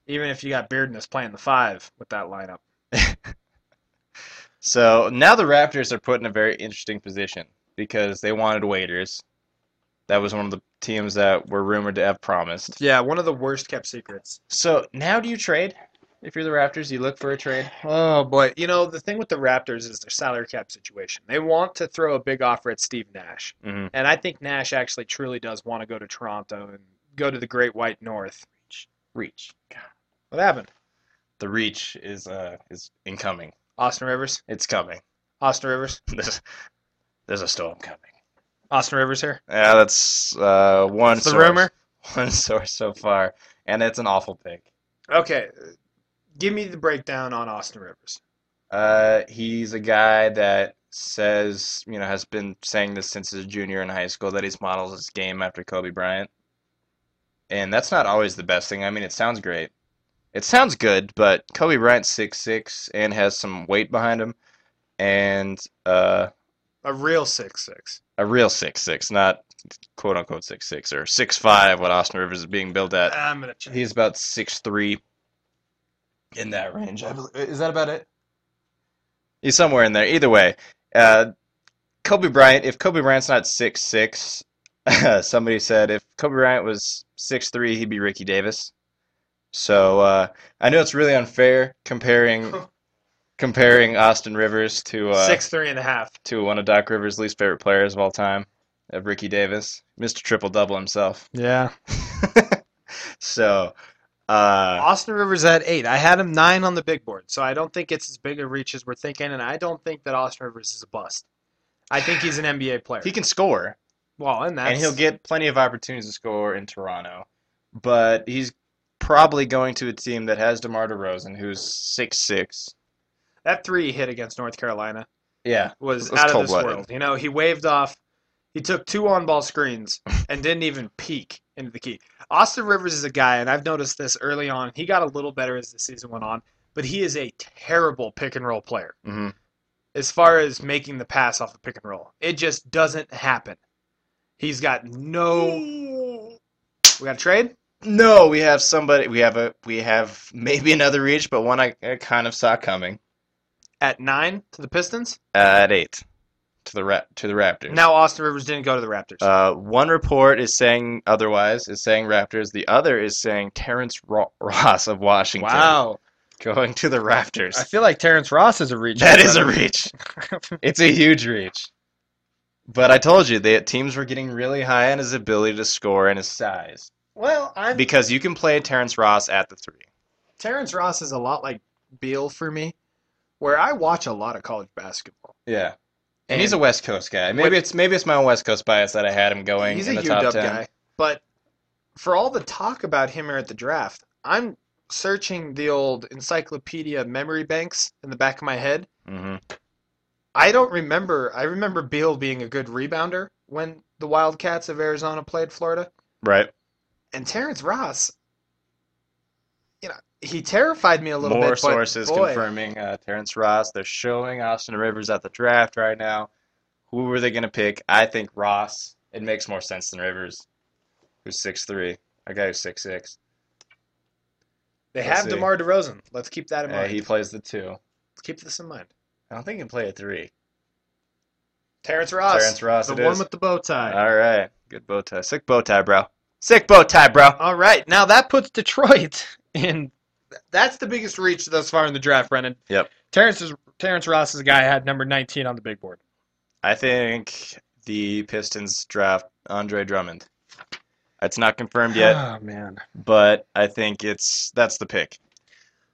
Speaker 3: Even if you got Beardness playing the five with that lineup,
Speaker 2: So now the Raptors are put in a very interesting position because they wanted waiters. That was one of the teams that were rumored to have promised.
Speaker 3: yeah, one of the worst kept secrets.
Speaker 2: So now do you trade? If you're the Raptors, you look for a trade.
Speaker 3: Oh boy, you know the thing with the Raptors is their salary cap situation. They want to throw a big offer at Steve Nash.
Speaker 2: Mm-hmm.
Speaker 3: And I think Nash actually truly does want to go to Toronto and go to the Great White North.
Speaker 2: Reach.
Speaker 3: What happened?
Speaker 2: The reach is uh is incoming.
Speaker 3: Austin Rivers.
Speaker 2: It's coming.
Speaker 3: Austin Rivers.
Speaker 2: There's, there's a storm coming.
Speaker 3: Austin Rivers here.
Speaker 2: Yeah, that's uh one
Speaker 3: That's the
Speaker 2: source.
Speaker 3: rumor.
Speaker 2: One source so far, and it's an awful pick.
Speaker 3: Okay. Give me the breakdown on Austin Rivers.
Speaker 2: Uh, he's a guy that says, you know, has been saying this since his junior in high school that he's models his game after Kobe Bryant. And that's not always the best thing. I mean, it sounds great. It sounds good, but Kobe Bryant's 6'6 and has some weight behind him. And uh,
Speaker 3: A real six six.
Speaker 2: A real six six, not quote unquote six six or six five. What Austin Rivers is being billed at.
Speaker 3: I'm gonna check.
Speaker 2: He's about six three. In that range, I believe. Is that about it? He's somewhere in there. Either way, uh, Kobe Bryant. If Kobe Bryant's not six six, somebody said if Kobe Bryant was six three, he'd be Ricky Davis. So uh, I know it's really unfair comparing comparing Austin Rivers to uh,
Speaker 3: six three and a half.
Speaker 2: to one of Doc Rivers' least favorite players of all time, of Ricky Davis, Mr. Triple Double himself.
Speaker 3: Yeah.
Speaker 2: So, uh,
Speaker 3: Austin Rivers at eight. I had him nine on the big board, so I don't think it's as big a reach as we're thinking, and I don't think that Austin Rivers is a bust. I think he's an NBA player.
Speaker 2: he can score,
Speaker 3: well, and that's
Speaker 2: and he'll get plenty of opportunities to score in Toronto, but he's probably going to a team that has DeMar DeRozan, who's six six.
Speaker 3: that three he hit against North Carolina
Speaker 2: Yeah,
Speaker 3: was
Speaker 2: It was
Speaker 3: out of this
Speaker 2: cold-blooded.
Speaker 3: world. You know, he waved off. He took two on-ball screens and didn't even peek into the key. Austin Rivers is a guy, and I've noticed this early on. He got a little better as the season went on, but he is a terrible pick and roll player.
Speaker 2: hmm
Speaker 3: as far as making the pass off the pick and roll. It just doesn't happen. He's got no. We got a trade?
Speaker 2: No, we have somebody. We have a. We have maybe another reach, but one I, I kind of saw coming
Speaker 3: At nine to the Pistons.
Speaker 2: uh, at eight to the rap to the Raptors.
Speaker 3: Now Austin Rivers didn't go to the Raptors.
Speaker 2: Uh, one report is saying otherwise, is saying Raptors. The other is saying Terrence Ro- Ross of Washington
Speaker 3: wow.
Speaker 2: going to the
Speaker 3: I
Speaker 2: Raptors.
Speaker 3: feel like Terrence Ross is a reach.
Speaker 2: That is a reach. It's a huge reach. But I told you that teams were getting really high on his ability to score and his size
Speaker 3: well, I'm.
Speaker 2: because you can play Terrence Ross at the three.
Speaker 3: Terrence Ross is a lot like Beal for me, where I watch a lot of college basketball.
Speaker 2: Yeah, and, he's a West Coast guy. Maybe it's maybe it's my own West Coast bias that I had him going
Speaker 3: He's
Speaker 2: in
Speaker 3: a
Speaker 2: the top
Speaker 3: UW
Speaker 2: ten.
Speaker 3: guy. But for all the talk about him here at the draft, I'm searching the old encyclopedia memory banks in the back of my head
Speaker 2: hmm
Speaker 3: I don't remember. I remember Beal being a good rebounder when the Wildcats of Arizona played Florida.
Speaker 2: Right,
Speaker 3: And Terrence Ross, you know, he terrified me a little
Speaker 2: more
Speaker 3: bit. but
Speaker 2: sources
Speaker 3: boy,
Speaker 2: confirming uh, Terrence Ross. They're showing Austin Rivers at the draft right now. Who were they going to pick? I think Ross. It makes more sense than Rivers, who's six three. A guy who's six six.
Speaker 3: They
Speaker 2: Let's
Speaker 3: have
Speaker 2: see.
Speaker 3: DeMar DeRozan. Let's keep that in
Speaker 2: Uh,
Speaker 3: mind.
Speaker 2: he plays the two.
Speaker 3: Keep this in mind.
Speaker 2: I don't think he can play a three.
Speaker 3: Terrence Ross.
Speaker 2: Terrence Ross,
Speaker 3: the
Speaker 2: it
Speaker 3: one
Speaker 2: is.
Speaker 3: with the bow tie.
Speaker 2: All right, good bow tie. Sick bow tie, bro. Sick bow tie, bro.
Speaker 3: All right, now that puts Detroit in. That's the biggest reach thus far in the draft, Brennan.
Speaker 2: Yep.
Speaker 3: Terrence is Terrence Ross is a guy I had number 19 on the big board.
Speaker 2: I think the Pistons draft Andre Drummond. It's not confirmed yet,
Speaker 3: Oh man.
Speaker 2: but I think it's that's the pick.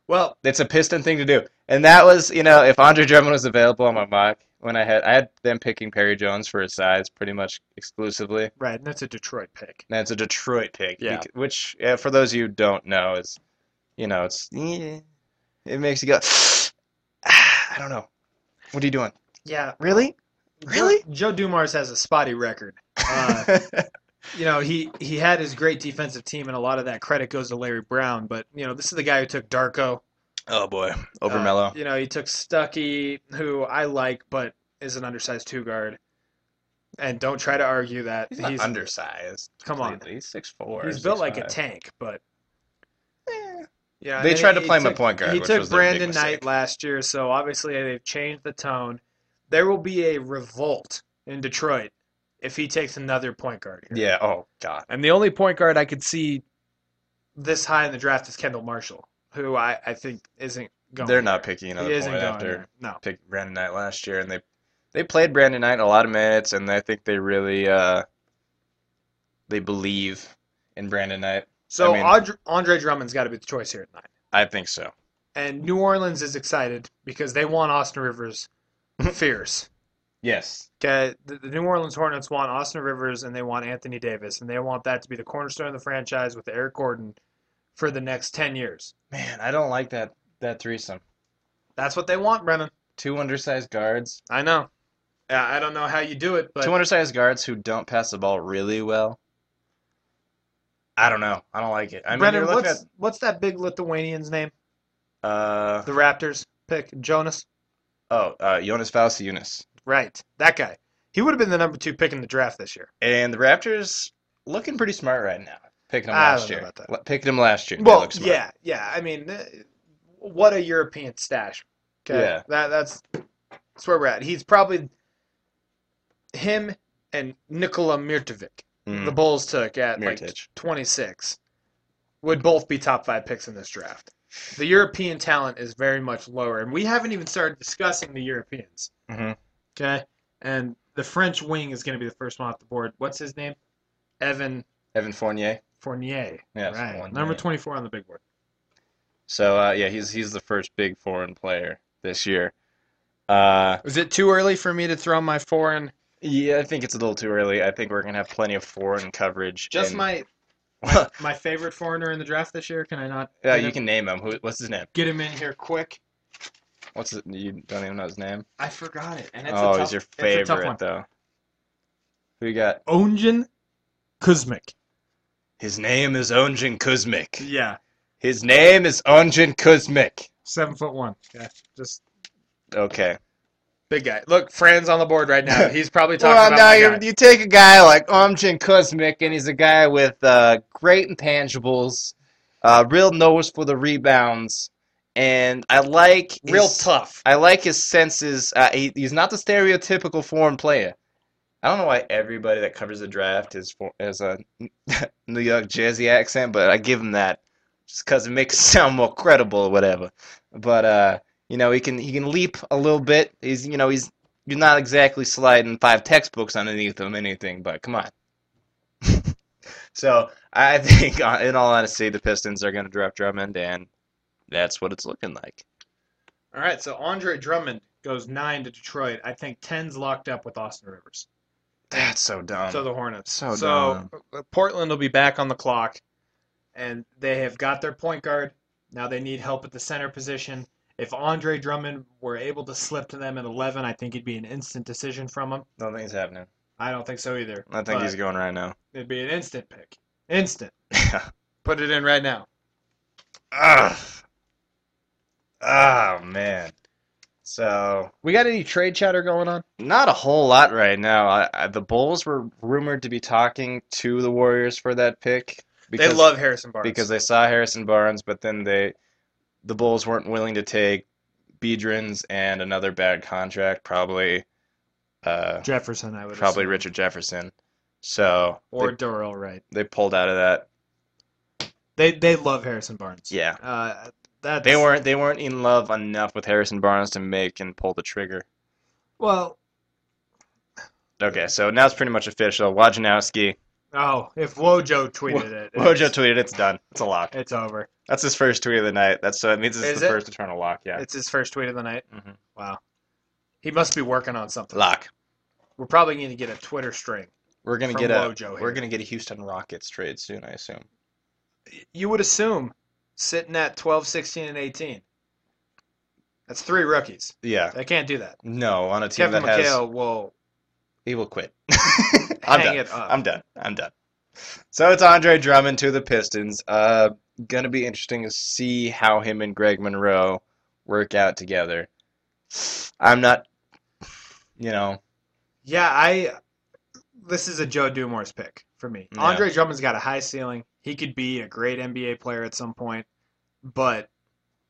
Speaker 3: Well,
Speaker 2: It's a Piston thing to do. And that was, you know, if Andre Drummond was available on my mock when I had I had them picking Perry Jones for his size pretty much exclusively.
Speaker 3: right, and that's a Detroit pick.
Speaker 2: And it's a Detroit pick,
Speaker 3: Yeah.
Speaker 2: bec- which yeah, for those of you who don't know is, you know, it's it makes you go, ah, I don't know. What are you doing?
Speaker 3: Yeah,
Speaker 2: Really? Really?
Speaker 3: Joe, Joe Dumars has a spotty record. Uh, you know, he he had his great defensive team, and a lot of that credit goes to Larry Brown. But you know, this is the guy who took Darko
Speaker 2: oh boy, over
Speaker 3: uh,
Speaker 2: Melo.
Speaker 3: You know, he took Stuckey, who I like, but is an undersized two guard. And don't try to argue that
Speaker 2: He's, not undersized.
Speaker 3: Come on.
Speaker 2: completely. He's six four.
Speaker 3: He's built like a tank, but yeah.
Speaker 2: They
Speaker 3: and
Speaker 2: tried to
Speaker 3: he- he
Speaker 2: play him a
Speaker 3: took-
Speaker 2: point guard,
Speaker 3: He
Speaker 2: which
Speaker 3: took
Speaker 2: was their big
Speaker 3: Brandon Knight
Speaker 2: mistake.
Speaker 3: last year, so obviously they've changed the tone. There will be a revolt in Detroit if he takes another point guard. Here.
Speaker 2: Yeah. Oh god.
Speaker 3: And the only point guard I could see this high in the draft is Kendall Marshall, who I, I think isn't going.
Speaker 2: They're not picking
Speaker 3: there.
Speaker 2: another
Speaker 3: He
Speaker 2: point
Speaker 3: isn't going
Speaker 2: after
Speaker 3: there. No.
Speaker 2: picked Brandon Knight last year, and they they played Brandon Knight a lot of minutes, and I think they really uh they believe in Brandon Knight.
Speaker 3: So
Speaker 2: I mean-
Speaker 3: Andre, Andre Drummond's got to be the choice here at nine.
Speaker 2: I think so.
Speaker 3: And New Orleans is excited because they want Austin Rivers fierce.
Speaker 2: Yes.
Speaker 3: Okay, the, the New Orleans Hornets want Austin Rivers and they want Anthony Davis, and they want that to be the cornerstone of the franchise with Eric Gordon for the next ten years.
Speaker 2: Man, I don't like that that threesome.
Speaker 3: That's what they want, Brennan.
Speaker 2: Two undersized guards.
Speaker 3: I know. I I don't know how you do it, but
Speaker 2: Two undersized guards who don't pass the ball really well. I don't know. I don't like it. I mean,
Speaker 3: Brennan,
Speaker 2: you're looking
Speaker 3: what's what's that big Lithuanian's name?
Speaker 2: at uh
Speaker 3: The Raptors pick Jonas.
Speaker 2: oh uh Jonas Valanciunas.
Speaker 3: Right. That guy. He would have been the number two pick in the draft this year.
Speaker 2: And the Raptors looking pretty smart right now. Picking him
Speaker 3: I
Speaker 2: last
Speaker 3: don't know
Speaker 2: year.
Speaker 3: about that.
Speaker 2: Le- Picking him last year. They
Speaker 3: Well,
Speaker 2: look smart.
Speaker 3: yeah, yeah. I mean, uh, what a European stash. Okay,
Speaker 2: Yeah.
Speaker 3: that that's that's where we're at. He's probably him and Nikola Mirtovic,
Speaker 2: Mhm.
Speaker 3: the Bulls took at like
Speaker 2: Mirtic.
Speaker 3: 26, would both be top five picks in this draft. The European talent is very much lower, and we haven't even started discussing the Europeans.
Speaker 2: Mhm.
Speaker 3: Okay, and the French wing is going to be the first one off the board. What's his name? Evan
Speaker 2: Evan Fournier.
Speaker 3: Fournier.
Speaker 2: Yeah, it's
Speaker 3: right,
Speaker 2: Fournier.
Speaker 3: number 24 on the big board.
Speaker 2: So uh, yeah, he's he's the first big foreign player this year. Uh,
Speaker 3: Is it too early for me to throw my foreign?
Speaker 2: yeah, I think it's a little too early. I think we're gonna have plenty of foreign coverage.
Speaker 3: Just
Speaker 2: and-
Speaker 3: my, my my favorite foreigner in the draft this year. Can I not
Speaker 2: Yeah,
Speaker 3: get,
Speaker 2: you
Speaker 3: him,
Speaker 2: can name him. Who, what's his name?
Speaker 3: get him in here quick?
Speaker 2: What's his, you don't even know his name?
Speaker 3: I forgot it, and it's
Speaker 2: oh,
Speaker 3: a tough,
Speaker 2: he's your
Speaker 3: It's a tough
Speaker 2: favorite
Speaker 3: one.
Speaker 2: though. Who you got?
Speaker 3: Onjin Kuzmic.
Speaker 2: His name is Onjin Kuzmic.
Speaker 3: Yeah,
Speaker 2: His name is Onjin Kuzmic.
Speaker 3: seven foot one. Yeah, just
Speaker 2: Okay.
Speaker 3: big guy. Look, Fran's on the board right now. He's probably talking
Speaker 2: Well,
Speaker 3: about
Speaker 2: now
Speaker 3: my
Speaker 2: you
Speaker 3: guy.
Speaker 2: you take a guy like Omjin Kuzmic, and he's a guy with uh, great intangibles, uh, real nose for the rebounds, and I like his,
Speaker 3: real tough.
Speaker 2: I like his senses. Uh, he, he's not the stereotypical foreign player. I don't know why everybody that covers the draft is for, has a New York Jersey accent, but I give him that just because it makes it sound more credible or whatever. But uh, you know, he can he can leap a little bit. He's you know he's you're not exactly sliding five textbooks underneath him anything, but come on. so I think, uh, in all honesty, the Pistons are going to draft Drummond, and that's what it's looking like.
Speaker 3: All right, so Andre Drummond goes nine to Detroit. I think ten's locked up with Austin Rivers.
Speaker 2: That's so dumb.
Speaker 3: So the Hornets.
Speaker 2: so
Speaker 3: so uh, Portland will be back on the clock, and they have got their point guard. Now they need help at the center position. If Andre Drummond were able to slip to them at 11, I think it'd be an instant decision from him.
Speaker 2: Don't think it's happening.
Speaker 3: I don't think so either.
Speaker 2: I think
Speaker 3: but
Speaker 2: he's going right now.
Speaker 3: It'd be an instant pick. Instant. Put it in right now.
Speaker 2: Ugh. Oh man. So
Speaker 3: We got any trade chatter going on?
Speaker 2: not a whole lot right now. I, I, the Bulls were rumored to be talking to the Warriors for that pick because
Speaker 3: they love Harrison Barnes.
Speaker 2: because they saw Harrison Barnes, but then they the Bulls weren't willing to take Beedrins and another bad contract, probably uh,
Speaker 3: Jefferson, I would
Speaker 2: probably
Speaker 3: assume.
Speaker 2: Richard Jefferson. So
Speaker 3: or
Speaker 2: they,
Speaker 3: Dorrell Wright.
Speaker 2: they pulled out of that.
Speaker 3: They they love Harrison Barnes.
Speaker 2: Yeah.
Speaker 3: Uh, that's,
Speaker 2: They weren't they weren't in love enough with Harrison Barnes to make and pull the trigger.
Speaker 3: well.
Speaker 2: Okay, so now it's pretty much official. Wajanowski.
Speaker 3: Oh, if Wojo tweeted it,
Speaker 2: Wojo
Speaker 3: it's-
Speaker 2: tweeted it's done. It's a lock.
Speaker 3: It's over.
Speaker 2: That's his first tweet of the night. That's so it means it's
Speaker 3: Is
Speaker 2: the
Speaker 3: it?
Speaker 2: first eternal lock, yeah.
Speaker 3: It's his first tweet of the night.
Speaker 2: Mhm.
Speaker 3: Wow. He must be working on something.
Speaker 2: Lock.
Speaker 3: We're probably going to get a Twitter string.
Speaker 2: We're gonna
Speaker 3: From
Speaker 2: get a
Speaker 3: Wojo
Speaker 2: we're
Speaker 3: here.
Speaker 2: gonna get a Houston Rockets trade soon, I assume.
Speaker 3: You would assume sitting at 12, 16, and 18. That's three rookies.
Speaker 2: Yeah.
Speaker 3: They can't do that.
Speaker 2: No, on a team
Speaker 3: Kevin
Speaker 2: that has
Speaker 3: McHale will
Speaker 2: he will quit. I'm
Speaker 3: hang
Speaker 2: done.
Speaker 3: it up.
Speaker 2: I'm done. I'm done. So it's Andre Drummond to the Pistons. Uh, gonna be interesting to see how him and Greg Monroe work out together. I'm not, you know,
Speaker 3: Yeah, I. This is a Joe Dumars pick for me.
Speaker 2: Yeah.
Speaker 3: Andre Drummond's got a high ceiling. He could be a great NBA player at some point, but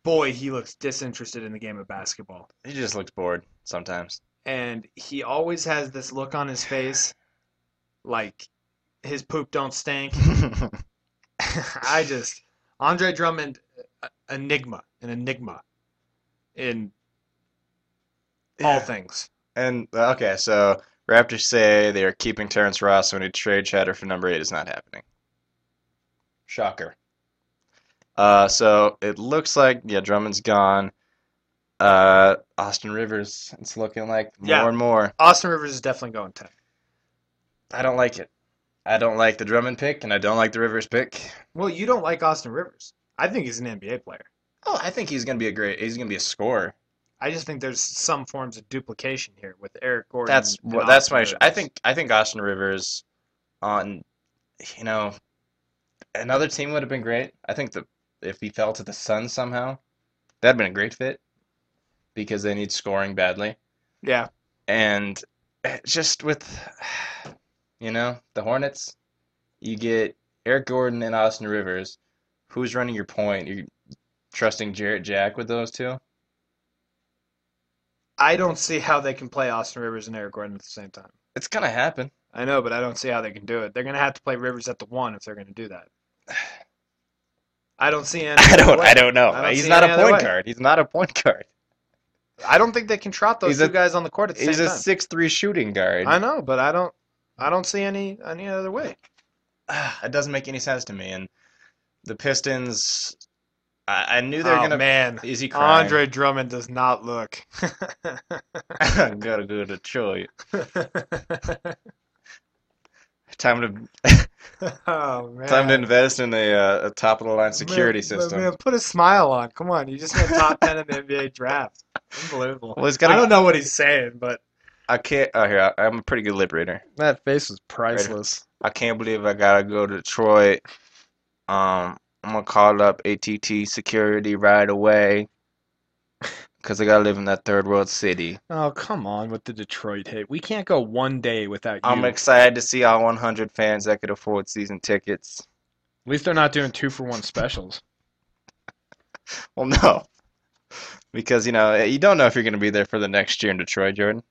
Speaker 3: boy, he looks disinterested in the game of basketball.
Speaker 2: he just looks bored sometimes.
Speaker 3: and he always has this look on his face like his poop don't stink i just andre drummond uh, enigma an enigma in all
Speaker 2: Yeah.
Speaker 3: things
Speaker 2: And uh, okay, so Raptors say they are keeping Terrence Ross when a trade chatter for number eight is not happening. Shocker. Uh, so it looks like yeah, Drummond's gone. Uh, Austin Rivers, it's looking like more
Speaker 3: Yeah.
Speaker 2: and more.
Speaker 3: austin rivers is definitely going 10
Speaker 2: I don't like it. I don't like the Drummond pick, and I don't like the Rivers pick.
Speaker 3: well you don't like austin rivers i think he's an nba player
Speaker 2: Oh, I think he's gonna be a great. He's gonna be a scorer.
Speaker 3: i just think there's some forms of duplication here with eric gordon
Speaker 2: That's
Speaker 3: and
Speaker 2: what. That's
Speaker 3: Austin
Speaker 2: my.
Speaker 3: Rivers.
Speaker 2: I think. I think Austin Rivers, on, you know, another team would have been great. I think the if he fell to the Suns somehow, that'd been a great fit, because they need scoring badly.
Speaker 3: yeah
Speaker 2: And eh, just with, you know, the Hornets, you get Eric Gordon and Austin Rivers. Who's running your point? You're trusting Jarrett Jack with those two?
Speaker 3: I don't see how they can play Austin Rivers and Eric Gordon at the same time.
Speaker 2: It's gonna happen.
Speaker 3: I know, but I don't see how they can do it. They're going to have to play Rivers at the one if they're going to do that. I don't see any.
Speaker 2: I
Speaker 3: other
Speaker 2: don't.
Speaker 3: way.
Speaker 2: I don't know.
Speaker 3: I don't
Speaker 2: He's
Speaker 3: see
Speaker 2: not a
Speaker 3: any other
Speaker 2: point
Speaker 3: way.
Speaker 2: guard. He's not a point guard.
Speaker 3: I don't think they can trot those
Speaker 2: He's
Speaker 3: two
Speaker 2: a-
Speaker 3: guys on the court at the
Speaker 2: He's
Speaker 3: same
Speaker 2: a
Speaker 3: time.
Speaker 2: six-three shooting guard.
Speaker 3: I know, but I don't. I don't see any any other way.
Speaker 2: it doesn't make any sense to me. And the Pistons, I, I knew they were
Speaker 3: oh
Speaker 2: gonna.
Speaker 3: man,
Speaker 2: Is he crying?
Speaker 3: Andre Drummond does not look.
Speaker 2: Gotta go to Chile. Time to
Speaker 3: oh man,
Speaker 2: time to invest in a, uh, a top of the line security
Speaker 3: Man,
Speaker 2: system.
Speaker 3: man, put a smile on. Come on, you just went top ten in the NBA draft. Unbelievable.
Speaker 2: Well, he's
Speaker 3: I
Speaker 2: gotta.
Speaker 3: don't know what he's saying, but
Speaker 2: I can't. Oh, here I, I'm a pretty good liberator.
Speaker 4: That face was priceless.
Speaker 2: I can't believe I gotta go to Detroit. Um, I'm gonna call up ATT security right away because I gotta live in that third world city.
Speaker 4: Oh, come on with the Detroit hate. We can't go one day without you.
Speaker 2: I'm
Speaker 4: At
Speaker 2: excited to see all 100 fans that could afford season tickets.
Speaker 4: least they're not doing two for one specials.
Speaker 2: Well, no, because you know eh, you don't know if you're gonna be there for the next year in Detroit, Jordan.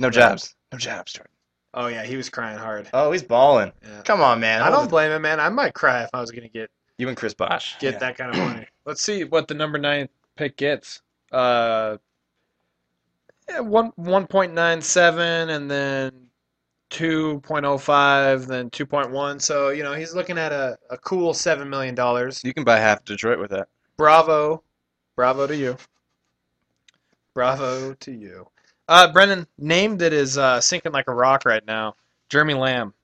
Speaker 2: No jobs. No jobs, Jordan.
Speaker 3: oh yeah, he was crying hard.
Speaker 2: Oh, he's balling.
Speaker 3: Yeah.
Speaker 2: Come on, man.
Speaker 3: I
Speaker 2: Hold
Speaker 3: don't
Speaker 2: it.
Speaker 3: blame him, man. I might cry if I was gonna get
Speaker 2: You and Chris Bosh.
Speaker 3: get
Speaker 2: Yeah.
Speaker 3: that kind of money.
Speaker 4: Let's see what the number nine pick gets. Uh, yeah, one one point nine seven, and then two point oh five, then two point one.
Speaker 3: One, so you know he's looking at a, a cool seven million dollars.
Speaker 2: You can buy half Detroit with that.
Speaker 3: Bravo, bravo to you. Bravo to you. Uh, Brendan, name that is uh, sinking like a rock right now.
Speaker 4: Jeremy Lamb.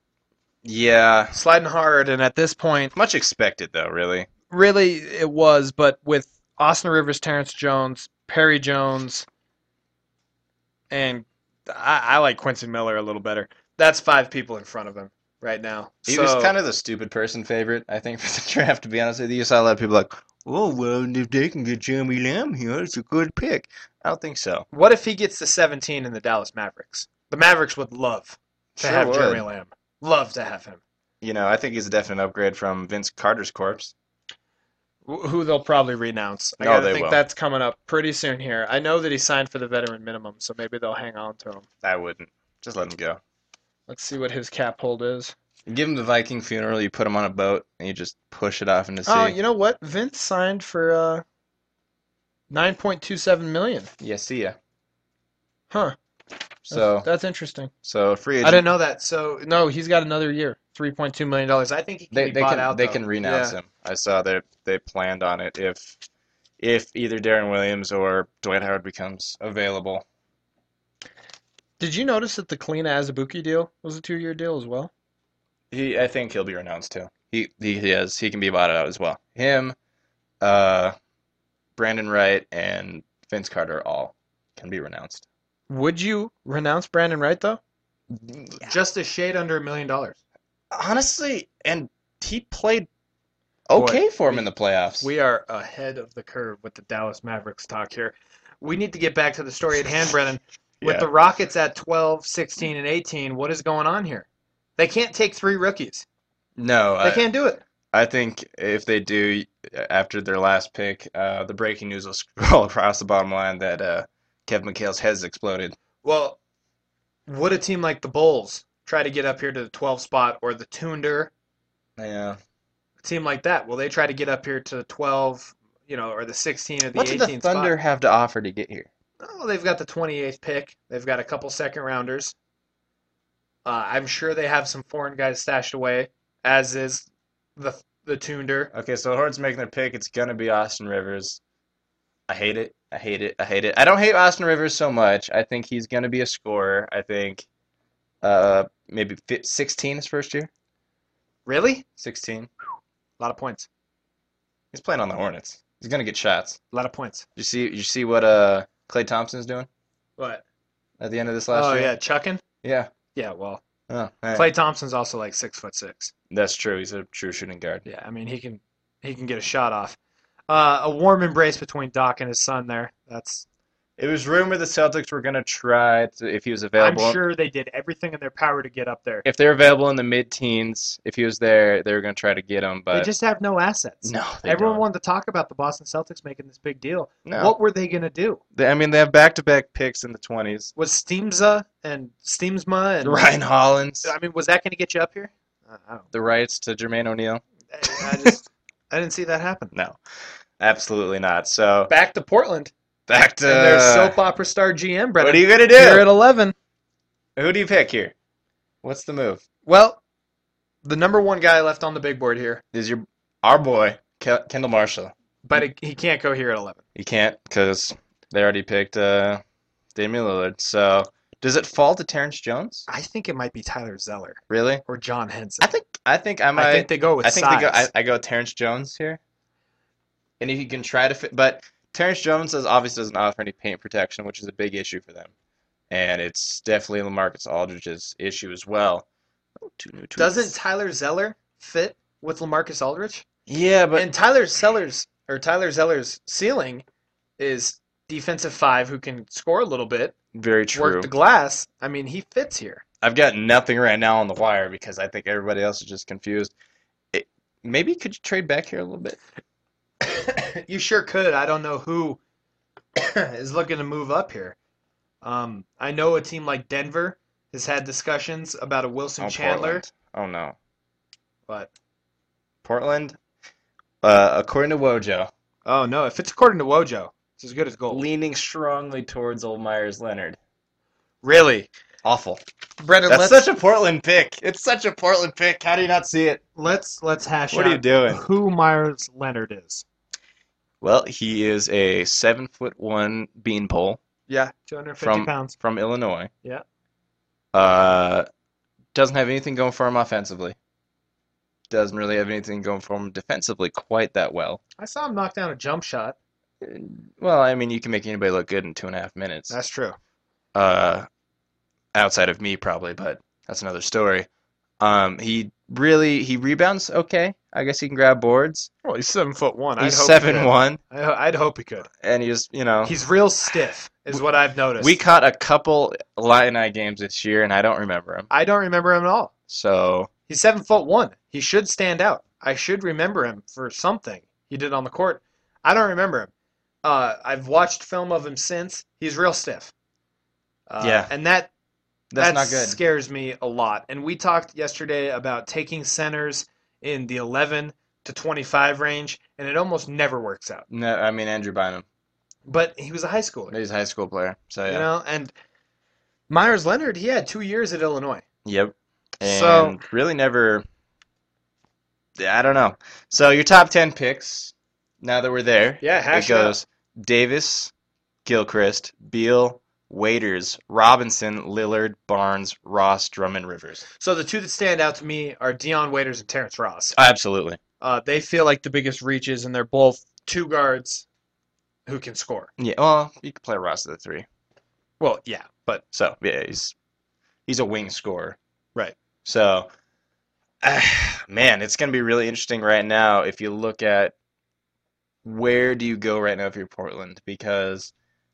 Speaker 2: Yeah.
Speaker 3: Sliding hard, and at this point,
Speaker 2: Much expected though, really.
Speaker 4: Really, it was, but with Austin Rivers, Terrence Jones, Perry Jones,
Speaker 3: and
Speaker 4: I, I like Quincy Miller a little better.
Speaker 3: that's five people in front of him right now.
Speaker 2: He
Speaker 3: so,
Speaker 2: was kind of the stupid person favorite, I think, for the draft, to be honest with you. You saw a lot of people like, oh, well, if they can get Jeremy Lamb here, it's a good pick. I don't think so.
Speaker 3: what if he gets the seventeen in the Dallas Mavericks? The Mavericks would love to
Speaker 2: Sure
Speaker 3: have
Speaker 2: would.
Speaker 3: Jeremy Lamb. Love to have him.
Speaker 2: You know, I think he's a definite upgrade from Vince Carter's corpse.
Speaker 3: Wh- who they'll probably renounce. I
Speaker 2: No,
Speaker 3: gotta
Speaker 2: they
Speaker 3: think
Speaker 2: will.
Speaker 3: that's coming up pretty soon here. I know that he signed for the veteran minimum, so maybe they'll hang on to him.
Speaker 2: I wouldn't. Just let him go.
Speaker 4: Let's see what his cap hold is.
Speaker 2: Give him the Viking funeral, you put him on a boat, and you just push it off into sea.
Speaker 4: Oh, you know what? Vince signed for uh, nine point two seven million.
Speaker 2: Yeah, see ya.
Speaker 4: Huh.
Speaker 2: So,
Speaker 4: that's, that's interesting.
Speaker 2: so free
Speaker 3: I
Speaker 2: agent.
Speaker 3: didn't know that. So
Speaker 4: No, he's got another year, three point two million dollars.
Speaker 3: I think he can
Speaker 2: They
Speaker 3: be
Speaker 2: they
Speaker 3: bought
Speaker 2: can
Speaker 3: out.
Speaker 2: they
Speaker 3: though.
Speaker 2: can renounce
Speaker 3: Yeah.
Speaker 2: him. I saw they they planned on it if if either Darren Williams or Dwight Howard becomes available.
Speaker 4: Did you notice that the Kalina Azubuki deal was a two-year deal as well?
Speaker 2: He I think he'll be renounced too. He he, he is. He can be bought out as well. Him, uh, Brandon Wright and Vince Carter all can be renounced.
Speaker 4: Would you renounce Brandon Wright though?
Speaker 3: Just a shade under a million dollars.
Speaker 2: Honestly, and he played
Speaker 3: Boy,
Speaker 2: okay for him
Speaker 3: we-
Speaker 2: in the playoffs.
Speaker 3: We are ahead of the curve with the Dallas Mavericks talk here. We need to get back to the story at hand, Brennan. With
Speaker 2: Yeah.
Speaker 3: the Rockets at 12, 16, and 18, what is going on here? They can't take three rookies.
Speaker 2: No,
Speaker 3: They
Speaker 2: I,
Speaker 3: can't do it.
Speaker 2: I think if they do after their last pick, uh, the breaking news will scroll across the bottom line that uh, Kevin McHale's has exploded.
Speaker 3: Well, would a team like the Bulls try to get up here to the 12 spot or the Thunder,
Speaker 2: Yeah.
Speaker 3: a team like that? Will they try to get up here to the 12, you know, or the 16 or the
Speaker 2: What did the
Speaker 3: 18 spot?
Speaker 2: Thunder have to offer to get here?
Speaker 3: Oh, they've got the 28th pick. They've got a couple second rounders. Uh, I'm sure they have some foreign guys stashed away, as is the the Tunder.
Speaker 2: Okay, so Hornets making their pick. It's gonna be Austin Rivers. I hate it. I hate it. I hate it. I don't hate Austin Rivers so much. I think he's gonna be a scorer. I think, uh, maybe fi- 16 his first year.
Speaker 3: Really?
Speaker 2: 16.
Speaker 3: A lot of points.
Speaker 2: He's playing on the Hornets. He's gonna get shots.
Speaker 3: A lot of points.
Speaker 2: You see, you see what uh Klay Thompson's doing
Speaker 3: What?
Speaker 2: at the end of this last
Speaker 3: oh
Speaker 2: year.
Speaker 3: yeah, chucking.
Speaker 2: Yeah.
Speaker 3: Yeah, well,
Speaker 2: Oh, all right.
Speaker 3: Clay Thompson's also like six foot six.
Speaker 2: That's true. He's a true shooting guard.
Speaker 3: Yeah, I mean he can he can get a shot off. Uh, a warm embrace between Doc and his son there. That's
Speaker 2: It was rumored the Celtics were going to try to, if he was
Speaker 3: I'm
Speaker 2: available.
Speaker 3: sure they did everything in their power to get up there.
Speaker 2: If they're available in the mid-teens, if he was there, they were going to try to get him.
Speaker 3: They
Speaker 2: But
Speaker 3: just have no assets.
Speaker 2: no, they
Speaker 3: Everyone
Speaker 2: don't.
Speaker 3: wanted to talk about the Boston Celtics making this big deal.
Speaker 2: No,
Speaker 3: What were they going to do?
Speaker 2: They- I mean they have back-to-back picks in the 20s.
Speaker 3: Was Steamza and Steamsma and
Speaker 2: Ryan Hollins,
Speaker 3: I mean, was that going to get you up here? I I don't.
Speaker 2: the rights to Jermaine O'Neal.
Speaker 3: I, I just I didn't see that happen.
Speaker 2: No, absolutely not. So
Speaker 3: Back to Portland
Speaker 2: back to
Speaker 3: and their soap opera star GM,
Speaker 2: Uh, what
Speaker 3: Brennan.
Speaker 2: are you gonna
Speaker 4: They're at
Speaker 2: do?
Speaker 4: 11.
Speaker 2: Who do you pick here? What's the move?
Speaker 4: Well,
Speaker 3: the number one guy left on the big board here,
Speaker 2: Is your our boy Ke- Kendall Marshall?
Speaker 3: but it, he can't go here at eleven.
Speaker 2: You can't because they already picked uh, Damian Lillard. So does it fall to Terrence Jones?
Speaker 3: I think it might be Tyler Zeller
Speaker 2: Really?
Speaker 3: or John Henson.
Speaker 2: I think I think I might.
Speaker 3: I think they go with
Speaker 2: I think
Speaker 3: size.
Speaker 2: they go. I, I go Terrence Jones here. And if you can try to fit, but Terrence Jones is obviously doesn't offer any paint protection, which is a big issue for them, and it's definitely Lamarcus Aldridge's issue as well. Oh, two new tweets.
Speaker 3: Doesn't Tyler Zeller fit with Lamarcus Aldridge?
Speaker 2: Yeah, but
Speaker 3: and Tyler Sellers or Tyler Zeller's ceiling is defensive five who can score a little bit,
Speaker 2: very true.
Speaker 3: work the glass. I mean, he fits here.
Speaker 2: I've got nothing right now on the wire because I think everybody else is just confused. It, maybe could you trade back here a little bit?
Speaker 3: You sure could. I don't know who is looking to move up here. Um, I know a team like Denver has had discussions about a Wilson
Speaker 2: Oh,
Speaker 3: Chandler,
Speaker 2: Portland. Oh no,
Speaker 3: but
Speaker 2: Portland. Uh, according to Wojo,
Speaker 3: oh no, if it's according to Wojo, it's as good as gold.
Speaker 2: leaning strongly towards old Myers Leonard.
Speaker 3: Really,
Speaker 2: Awful.
Speaker 4: Brendan,
Speaker 2: That's
Speaker 4: let's,
Speaker 2: such a Portland pick. It's such a Portland pick. How do you not see it?
Speaker 3: let's let's hash
Speaker 2: What are you
Speaker 3: out
Speaker 2: doing?
Speaker 3: who Myers Leonard is.
Speaker 2: Well, he is a seven foot one beanpole
Speaker 4: yeah,
Speaker 3: 250
Speaker 2: From-
Speaker 3: pounds.
Speaker 2: from Illinois.
Speaker 3: Yeah.
Speaker 2: Uh, doesn't have anything going for him offensively. Doesn't really have anything going for him defensively quite that well.
Speaker 3: I saw him knock down a jump shot.
Speaker 2: Well, I mean, you can make anybody look good in two and a half minutes.
Speaker 3: That's true.
Speaker 2: uh, outside of me probably, but that's another story. Um, he really he rebounds okay. I guess he can grab boards.
Speaker 3: Well, he's seven foot one.
Speaker 2: He's seven one,
Speaker 3: I, ho- I'd hope he could.
Speaker 2: and he's you know
Speaker 3: He's real stiff, is what I've noticed.
Speaker 2: we caught a couple Lion Eye games this year, and I don't remember him.
Speaker 3: I don't remember him at all.
Speaker 2: So
Speaker 3: He's seven foot one. He should stand out. I should remember him for something he did on the court. I don't remember him. Uh, I've watched film of him since. He's real stiff. Uh,
Speaker 2: Yeah.
Speaker 3: and that
Speaker 2: that's
Speaker 3: that
Speaker 2: not good.
Speaker 3: scares me a lot. And we talked yesterday about taking centers in the 11 to 25 range, and it almost never works out.
Speaker 2: No, I mean Andrew Bynum.
Speaker 3: But he was a high schooler,
Speaker 2: He's a high school player. So
Speaker 3: you
Speaker 2: Oh, yeah.
Speaker 3: know. And Myers Leonard, he had two years at Illinois.
Speaker 2: Yep.
Speaker 3: So-
Speaker 2: And really never. I don't know. So your top ten picks. Now that we're there,
Speaker 3: Yeah,
Speaker 2: it
Speaker 3: hash it out.
Speaker 2: goes Davis, Gilchrist, Beal, Waiters, Robinson, Lillard, Barnes, Ross, Drummond, Rivers.
Speaker 3: So the two that stand out to me are Dion Waiters and Terrence Ross.
Speaker 2: Absolutely.
Speaker 3: Uh, they feel like the biggest reaches, and they're both two guards who can score.
Speaker 2: Yeah. Well, you could play Ross at the three.
Speaker 3: Well, yeah, but
Speaker 2: So yeah, he's he's a wing scorer.
Speaker 3: Right.
Speaker 2: So, man, it's gonna be really interesting right now if you look at where do you go right now if you're Portland because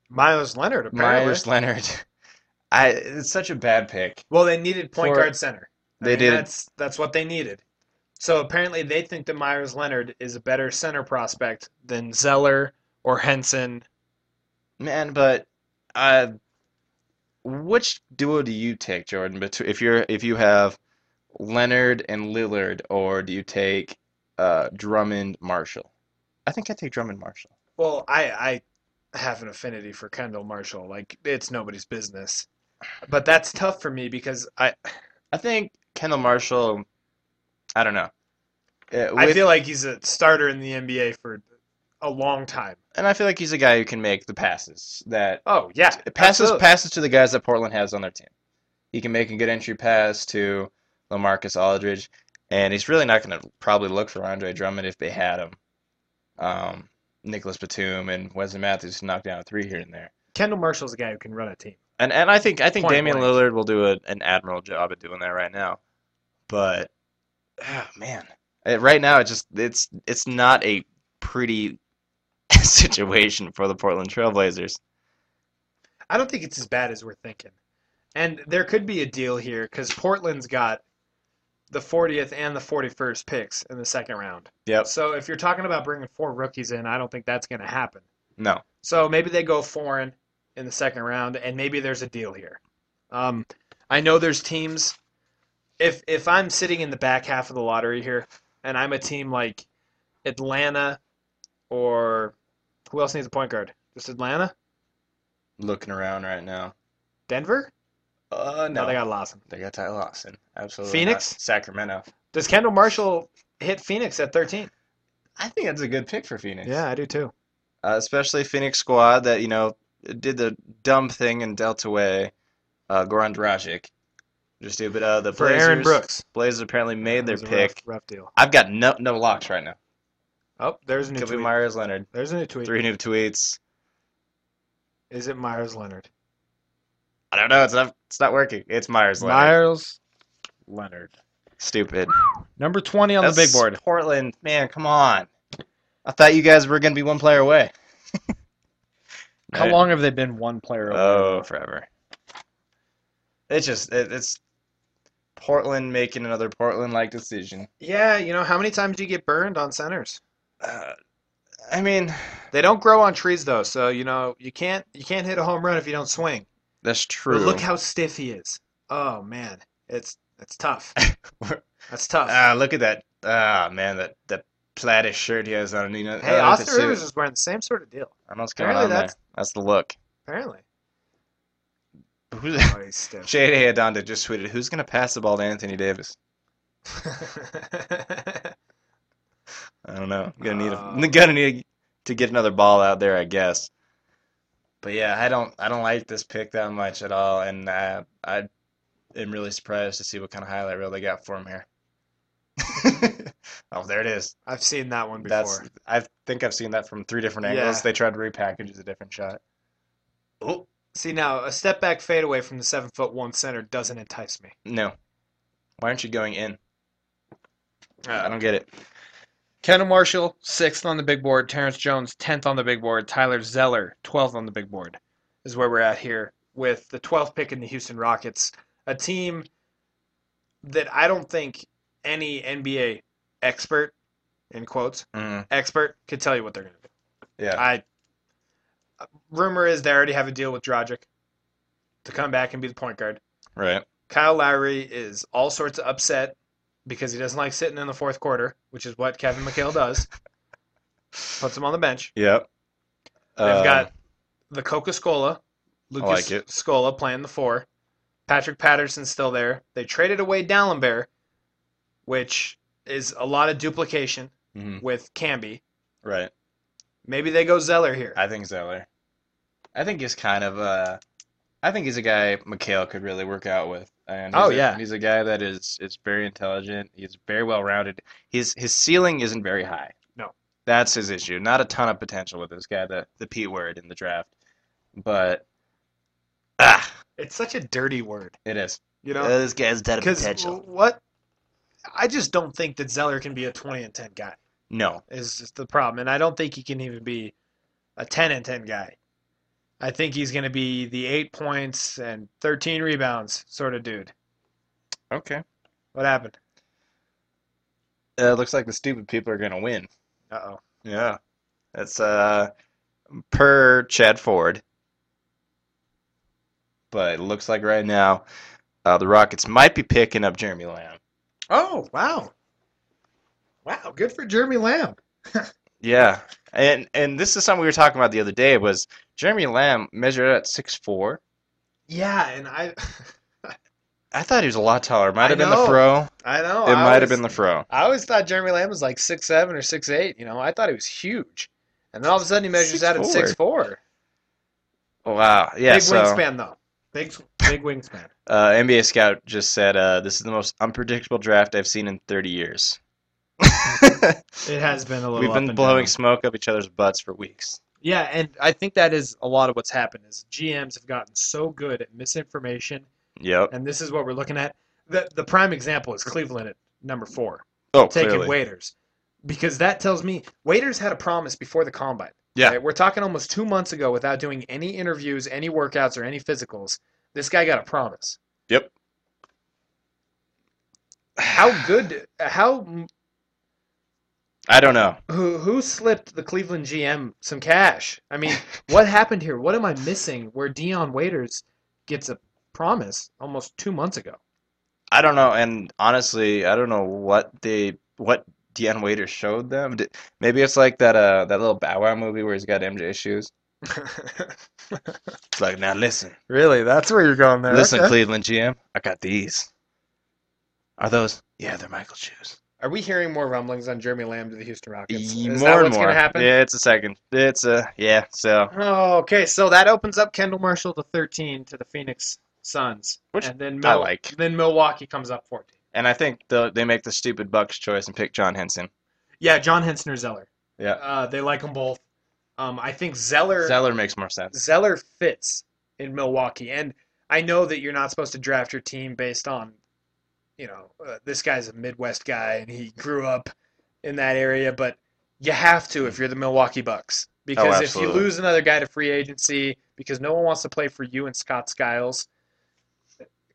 Speaker 3: Miles Leonard apparently.
Speaker 2: Myers Leonard, I it's such a bad pick.
Speaker 3: well, they needed point
Speaker 2: For-
Speaker 3: guard center. I
Speaker 2: They
Speaker 3: mean,
Speaker 2: did.
Speaker 3: That's that's what they needed. So apparently, they think that Myers Leonard is a better center prospect than Zeller or Henson.
Speaker 2: Man, but uh, which duo do you take, Jordan? Between if you're if you have Leonard and Lillard, or do you take uh, Drummond Marshall? I think I take Drummond Marshall.
Speaker 3: Well, I I have an affinity for Kendall Marshall. Like it's nobody's business. But that's tough for me because I
Speaker 2: I think Kendall Marshall. I don't know. Uh,
Speaker 3: I
Speaker 2: with-
Speaker 3: feel like he's a starter in the NBA for a long time.
Speaker 2: and I feel like he's a guy who can make the passes that
Speaker 3: Oh yeah,
Speaker 2: passes
Speaker 3: absolutely.
Speaker 2: passes to the guys that Portland has on their team. He can make a good entry pass to LaMarcus Aldridge, and he's really not going to probably look for Andre Drummond if they had him. Um, Nicholas Batum and Wesley Matthews can knock down a three here and there.
Speaker 3: Kendall Marshall's a guy who can run a team.
Speaker 2: And and I think I think
Speaker 3: Point
Speaker 2: Damian
Speaker 3: blank.
Speaker 2: Lillard will do a, an admirable job at doing that right now. But ah, man, Uh, right now it just it's it's not a pretty situation for the Portland Trailblazers.
Speaker 3: I don't think it's as bad as we're thinking. And there could be a deal here because Portland's got the 40th and the 41st picks in the second round.
Speaker 2: Yep.
Speaker 3: So if you're talking about bringing four rookies in, I don't think that's going to happen.
Speaker 2: No.
Speaker 3: So maybe they go foreign in the second round, and maybe there's a deal here. Um, I know there's teams. If if I'm sitting in the back half of the lottery here, and I'm a team like Atlanta, or who else needs a point guard? Just Atlanta,
Speaker 2: Looking around right now.
Speaker 3: Denver.
Speaker 2: Uh,
Speaker 3: No,
Speaker 2: no.
Speaker 3: they got Lawson.
Speaker 2: They got Ty Lawson. Absolutely. not.
Speaker 3: Phoenix?
Speaker 2: Sacramento.
Speaker 3: Does Kendall Marshall hit Phoenix at 13?
Speaker 2: I think that's a good pick for Phoenix.
Speaker 3: I do too.
Speaker 2: Uh, especially Phoenix squad that, you know, did the dumb thing and dealt away uh, Goran Dragic. Just stupid. Uh, the
Speaker 3: For Aaron
Speaker 2: Blazers-
Speaker 3: Brooks.
Speaker 2: Blazers apparently made
Speaker 3: That
Speaker 2: their
Speaker 3: was a rough-
Speaker 2: pick.
Speaker 3: Rough deal.
Speaker 2: I've got no no locks right now.
Speaker 3: Oh, there's a new
Speaker 2: Kobe
Speaker 3: tweet.
Speaker 2: Myers Leonard.
Speaker 3: There's a new tweet.
Speaker 2: Three new tweets.
Speaker 3: Is it Myers Leonard?
Speaker 2: I don't know. It's not it's not working. It's Myers Leonard.
Speaker 4: Myers Leonard.
Speaker 2: Stupid.
Speaker 4: Number 20 on the big
Speaker 2: That's
Speaker 4: board.
Speaker 2: Portland, man, come on. I thought you guys were gonna be one player away.
Speaker 4: How
Speaker 2: Right.
Speaker 4: long have they been one player
Speaker 3: Uh,
Speaker 4: away?
Speaker 2: Oh, forever. It's just it, it's Portland making another Portland-like decision.
Speaker 3: Yeah, you know, how many times do you get burned on centers?
Speaker 2: Uh, I mean,
Speaker 3: They don't grow on trees though, so you know, you can't you can't hit a home run if you don't swing.
Speaker 2: that's
Speaker 3: But
Speaker 2: true.
Speaker 3: look how stiff he is. Oh man, it's it's tough. That's tough.
Speaker 2: Ah, look at that. Ah, man, that that plaided shirt he has on. You know,
Speaker 3: hey,
Speaker 2: underneath the
Speaker 3: Austin
Speaker 2: suit.
Speaker 3: Rivers is wearing the same sort of deal,
Speaker 2: I don't know what's going
Speaker 3: Apparently
Speaker 2: on there.
Speaker 3: that's-
Speaker 2: That's the look.
Speaker 3: apparently.
Speaker 2: Who's
Speaker 3: Oh, he's stiff.
Speaker 2: J.D. Adonda just tweeted, "Who's gonna pass the ball to Anthony Davis?" I don't know. Gonna need
Speaker 3: Uh.
Speaker 2: a, gonna need to get another ball out there, I guess. But yeah, I don't I don't like this pick that much at all, and I I am really surprised to see what kind of highlight reel they got for him here. oh, there it is.
Speaker 3: I've seen that one before.
Speaker 2: That's I think I've seen that from three different
Speaker 3: Yeah.
Speaker 2: angles. They tried to repackage as a different shot.
Speaker 3: Oh, see now a step back fadeaway from the seven foot one center doesn't entice me.
Speaker 2: No. Why aren't you going in?
Speaker 3: Uh,
Speaker 2: I don't get it.
Speaker 4: Kendall Marshall, sixth on the big board. Terrence Jones, 10th on the big board. Tyler Zeller, 12th on the big board.
Speaker 3: is where we're at here with the 12th pick in the Houston Rockets, a team that I don't think any NBA expert, in quotes,
Speaker 2: Mm,
Speaker 3: expert could tell you what they're going to do.
Speaker 2: yeah.
Speaker 3: I rumor is they already have a deal with Dragic to come back and be the point guard.
Speaker 2: Right.
Speaker 3: Kyle Lowry is all sorts of upset because he doesn't like sitting in the fourth quarter, which is what Kevin McHale does. Puts him on the bench.
Speaker 2: Yep.
Speaker 3: They've
Speaker 2: Um,
Speaker 3: got the Coca Cola, Lucas
Speaker 2: like it.
Speaker 3: Scola playing the four. Patrick Patterson's still there. They traded away Dallenbear, which is a lot of duplication
Speaker 2: mhm,
Speaker 3: with Camby.
Speaker 2: right.
Speaker 3: Maybe they go Zeller here.
Speaker 2: I think Zeller. I think he's kind of uh I think he's a guy Mikhail could really work out with. And he's
Speaker 3: Oh,
Speaker 2: a-
Speaker 3: yeah.
Speaker 2: he's a guy that is is very intelligent. He's very well rounded. His his ceiling isn't very high.
Speaker 3: No.
Speaker 2: That's his issue. Not a ton of potential with this guy, the the P word in the draft. But ah,
Speaker 3: It's such a dirty word,
Speaker 2: it is.
Speaker 3: you know?
Speaker 2: Uh, this guy's dead of
Speaker 3: Because
Speaker 2: potential.
Speaker 3: what? I just don't think that Zeller can be a 20 and 10 guy,
Speaker 2: No.
Speaker 3: is just the problem. And I don't think he can even be a 10 and 10 guy. I think he's going to be the eight points and 13 rebounds sort of dude.
Speaker 2: Okay.
Speaker 3: What happened?
Speaker 2: Uh, looks like the stupid people are gonna win.
Speaker 3: Uh oh.
Speaker 2: Yeah. That's uh per Chad Ford. But it looks like right now uh, the Rockets might be picking up Jeremy Lamb.
Speaker 3: Oh, wow. Wow, good for Jeremy Lamb.
Speaker 2: Yeah. And and this is something we were talking about the other day was Jeremy Lamb measured out at 6'4".
Speaker 3: Yeah, and I
Speaker 2: I thought he was a lot taller. Might
Speaker 3: I
Speaker 2: have been the
Speaker 3: know.
Speaker 2: fro.
Speaker 3: I know.
Speaker 2: It
Speaker 3: I
Speaker 2: might have
Speaker 3: always-
Speaker 2: been the fro.
Speaker 3: I always thought Jeremy Lamb was like six seven or six eight, you know. I thought he was huge. And then all of a sudden he measures out at
Speaker 2: 6'4".
Speaker 3: six four.
Speaker 2: Wow. Yeah,
Speaker 3: Big
Speaker 2: so
Speaker 3: wingspan though. Big big wingspan.
Speaker 2: uh, NBA scout just said uh, this is the most unpredictable draft I've seen in 30 years.
Speaker 3: It has been a little
Speaker 2: We've
Speaker 3: up
Speaker 2: been
Speaker 3: and
Speaker 2: blowing
Speaker 3: down.
Speaker 2: smoke up each other's butts for weeks.
Speaker 3: Yeah, and I think that is a lot of what's happened is GMs have gotten so good at misinformation
Speaker 2: Yep.
Speaker 3: and this is what we're looking at. The the prime example is Cleveland at number four.
Speaker 2: Oh,
Speaker 3: taking
Speaker 2: clearly.
Speaker 3: waiters because that tells me waiters had a promise before the combine.
Speaker 2: Yeah.
Speaker 3: Right? We're talking almost two months ago without doing any interviews, any workouts, or any physicals. This guy got a promise.
Speaker 2: Yep.
Speaker 3: How good? How
Speaker 2: I don't know.
Speaker 3: who who slipped the Cleveland GM some cash? I mean, what happened here? What am I missing? Where Dion Waiters gets a promise almost two months ago.
Speaker 2: I don't know, and honestly, I don't know what they what Deion Waiters showed them. Did, maybe it's like that uh that little Bow Wow movie where he's got MJ shoes. It's like, now listen,
Speaker 4: Really? That's where you're going there.
Speaker 2: listen,
Speaker 4: Okay.
Speaker 2: Cleveland GM, I got these. Are those? Yeah, they're Michael shoes.
Speaker 3: Are we hearing more rumblings on Jeremy Lamb to the Houston Rockets?
Speaker 2: Ye-
Speaker 3: Is
Speaker 2: more
Speaker 3: that
Speaker 2: and
Speaker 3: what's
Speaker 2: more.
Speaker 3: gonna happen?
Speaker 2: Yeah, it's a second. It's a yeah. So
Speaker 3: Oh, okay, so that opens up Kendall Marshall to 13 to the Phoenix Suns,
Speaker 2: Which
Speaker 3: and then
Speaker 2: I
Speaker 3: Mil-
Speaker 2: like.
Speaker 3: Then Milwaukee comes up 14.
Speaker 2: and I think the, they make the stupid Bucks choice and pick John Henson.
Speaker 3: Yeah, John Henson or Zeller.
Speaker 2: Yeah.
Speaker 3: uh, they like them both. Um, I think Zeller
Speaker 2: Zeller makes more sense.
Speaker 3: Zeller fits in Milwaukee, and I know that you're not supposed to draft your team based on, you know, uh, this guy's a Midwest guy and he grew up in that area, but you have to if you're the Milwaukee Bucks because if you
Speaker 2: absolutely.
Speaker 3: lose another guy to free agency because no one wants to play for you and Scott Skiles.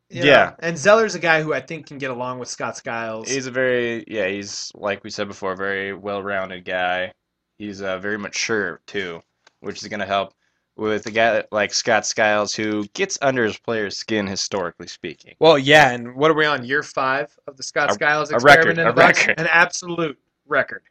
Speaker 3: you know,
Speaker 2: Yeah.
Speaker 3: and Zeller's a guy who I think can get along with Scott Skiles.
Speaker 2: He's a very yeah. He's like we said before, a very well-rounded guy. He's uh, very mature too, which is going to help with a guy like Scott Skiles who gets under his player's skin historically speaking.
Speaker 3: Well, yeah, and what are we on? Year five of the Scott
Speaker 2: A-
Speaker 3: Skiles
Speaker 2: a record,
Speaker 3: experiment in
Speaker 2: a
Speaker 3: the Bucks?
Speaker 2: record.
Speaker 3: An absolute record.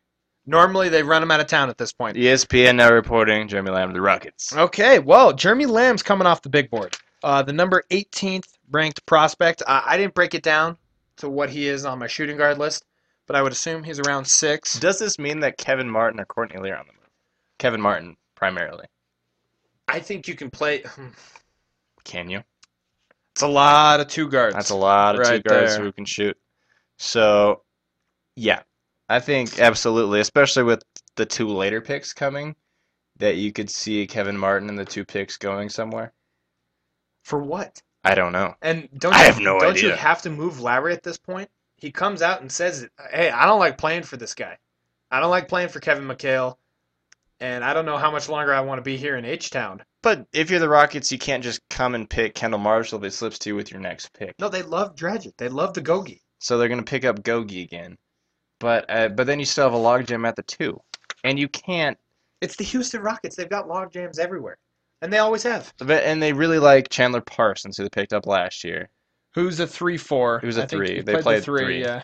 Speaker 3: Normally they run him out of town at this point.
Speaker 2: E ESPN now reporting Jeremy Lamb to the Rockets.
Speaker 4: Okay, well, Jeremy Lamb's coming off the big board. Uh, the number 18th ranked prospect.
Speaker 3: Uh, I didn't break it down to what he is on my shooting guard list, but I would assume he's around six.
Speaker 2: Does this mean that Kevin Martin or Courtney Lee are on the move? Kevin Martin primarily.
Speaker 3: I think you can play.
Speaker 2: Can you?
Speaker 4: It's a lot of two guards.
Speaker 2: That's a lot of
Speaker 4: Right
Speaker 2: two guards
Speaker 4: there.
Speaker 2: who can shoot. So, yeah, I think absolutely, especially with the two later picks coming, that you could see Kevin Martin and the two picks going somewhere.
Speaker 3: For what?
Speaker 2: I don't know.
Speaker 3: And don't
Speaker 2: I
Speaker 3: you,
Speaker 2: have no
Speaker 3: don't you
Speaker 2: idea.
Speaker 3: have to move Lowry at this point? He comes out and says, "Hey, I don't like playing for this guy. I don't like playing for Kevin McHale, and I don't know how much longer I want to be here in H Town."
Speaker 2: But if you're the Rockets, you can't just come and pick Kendall Marshall if it slips to you with your next pick.
Speaker 3: No, they love Dragic. They love the Gogi.
Speaker 2: So they're going to pick up Gogi again. But uh, but then you still have a logjam at the two, and you can't.
Speaker 3: It's the Houston Rockets. They've got log jams everywhere, and they always have.
Speaker 2: but- And they really like Chandler Parsons, who they picked up last year.
Speaker 4: Who's a three four?
Speaker 2: Who's a
Speaker 4: I think
Speaker 2: three.
Speaker 4: he
Speaker 2: They
Speaker 4: played the
Speaker 2: played
Speaker 4: three,
Speaker 2: three.
Speaker 4: Yeah.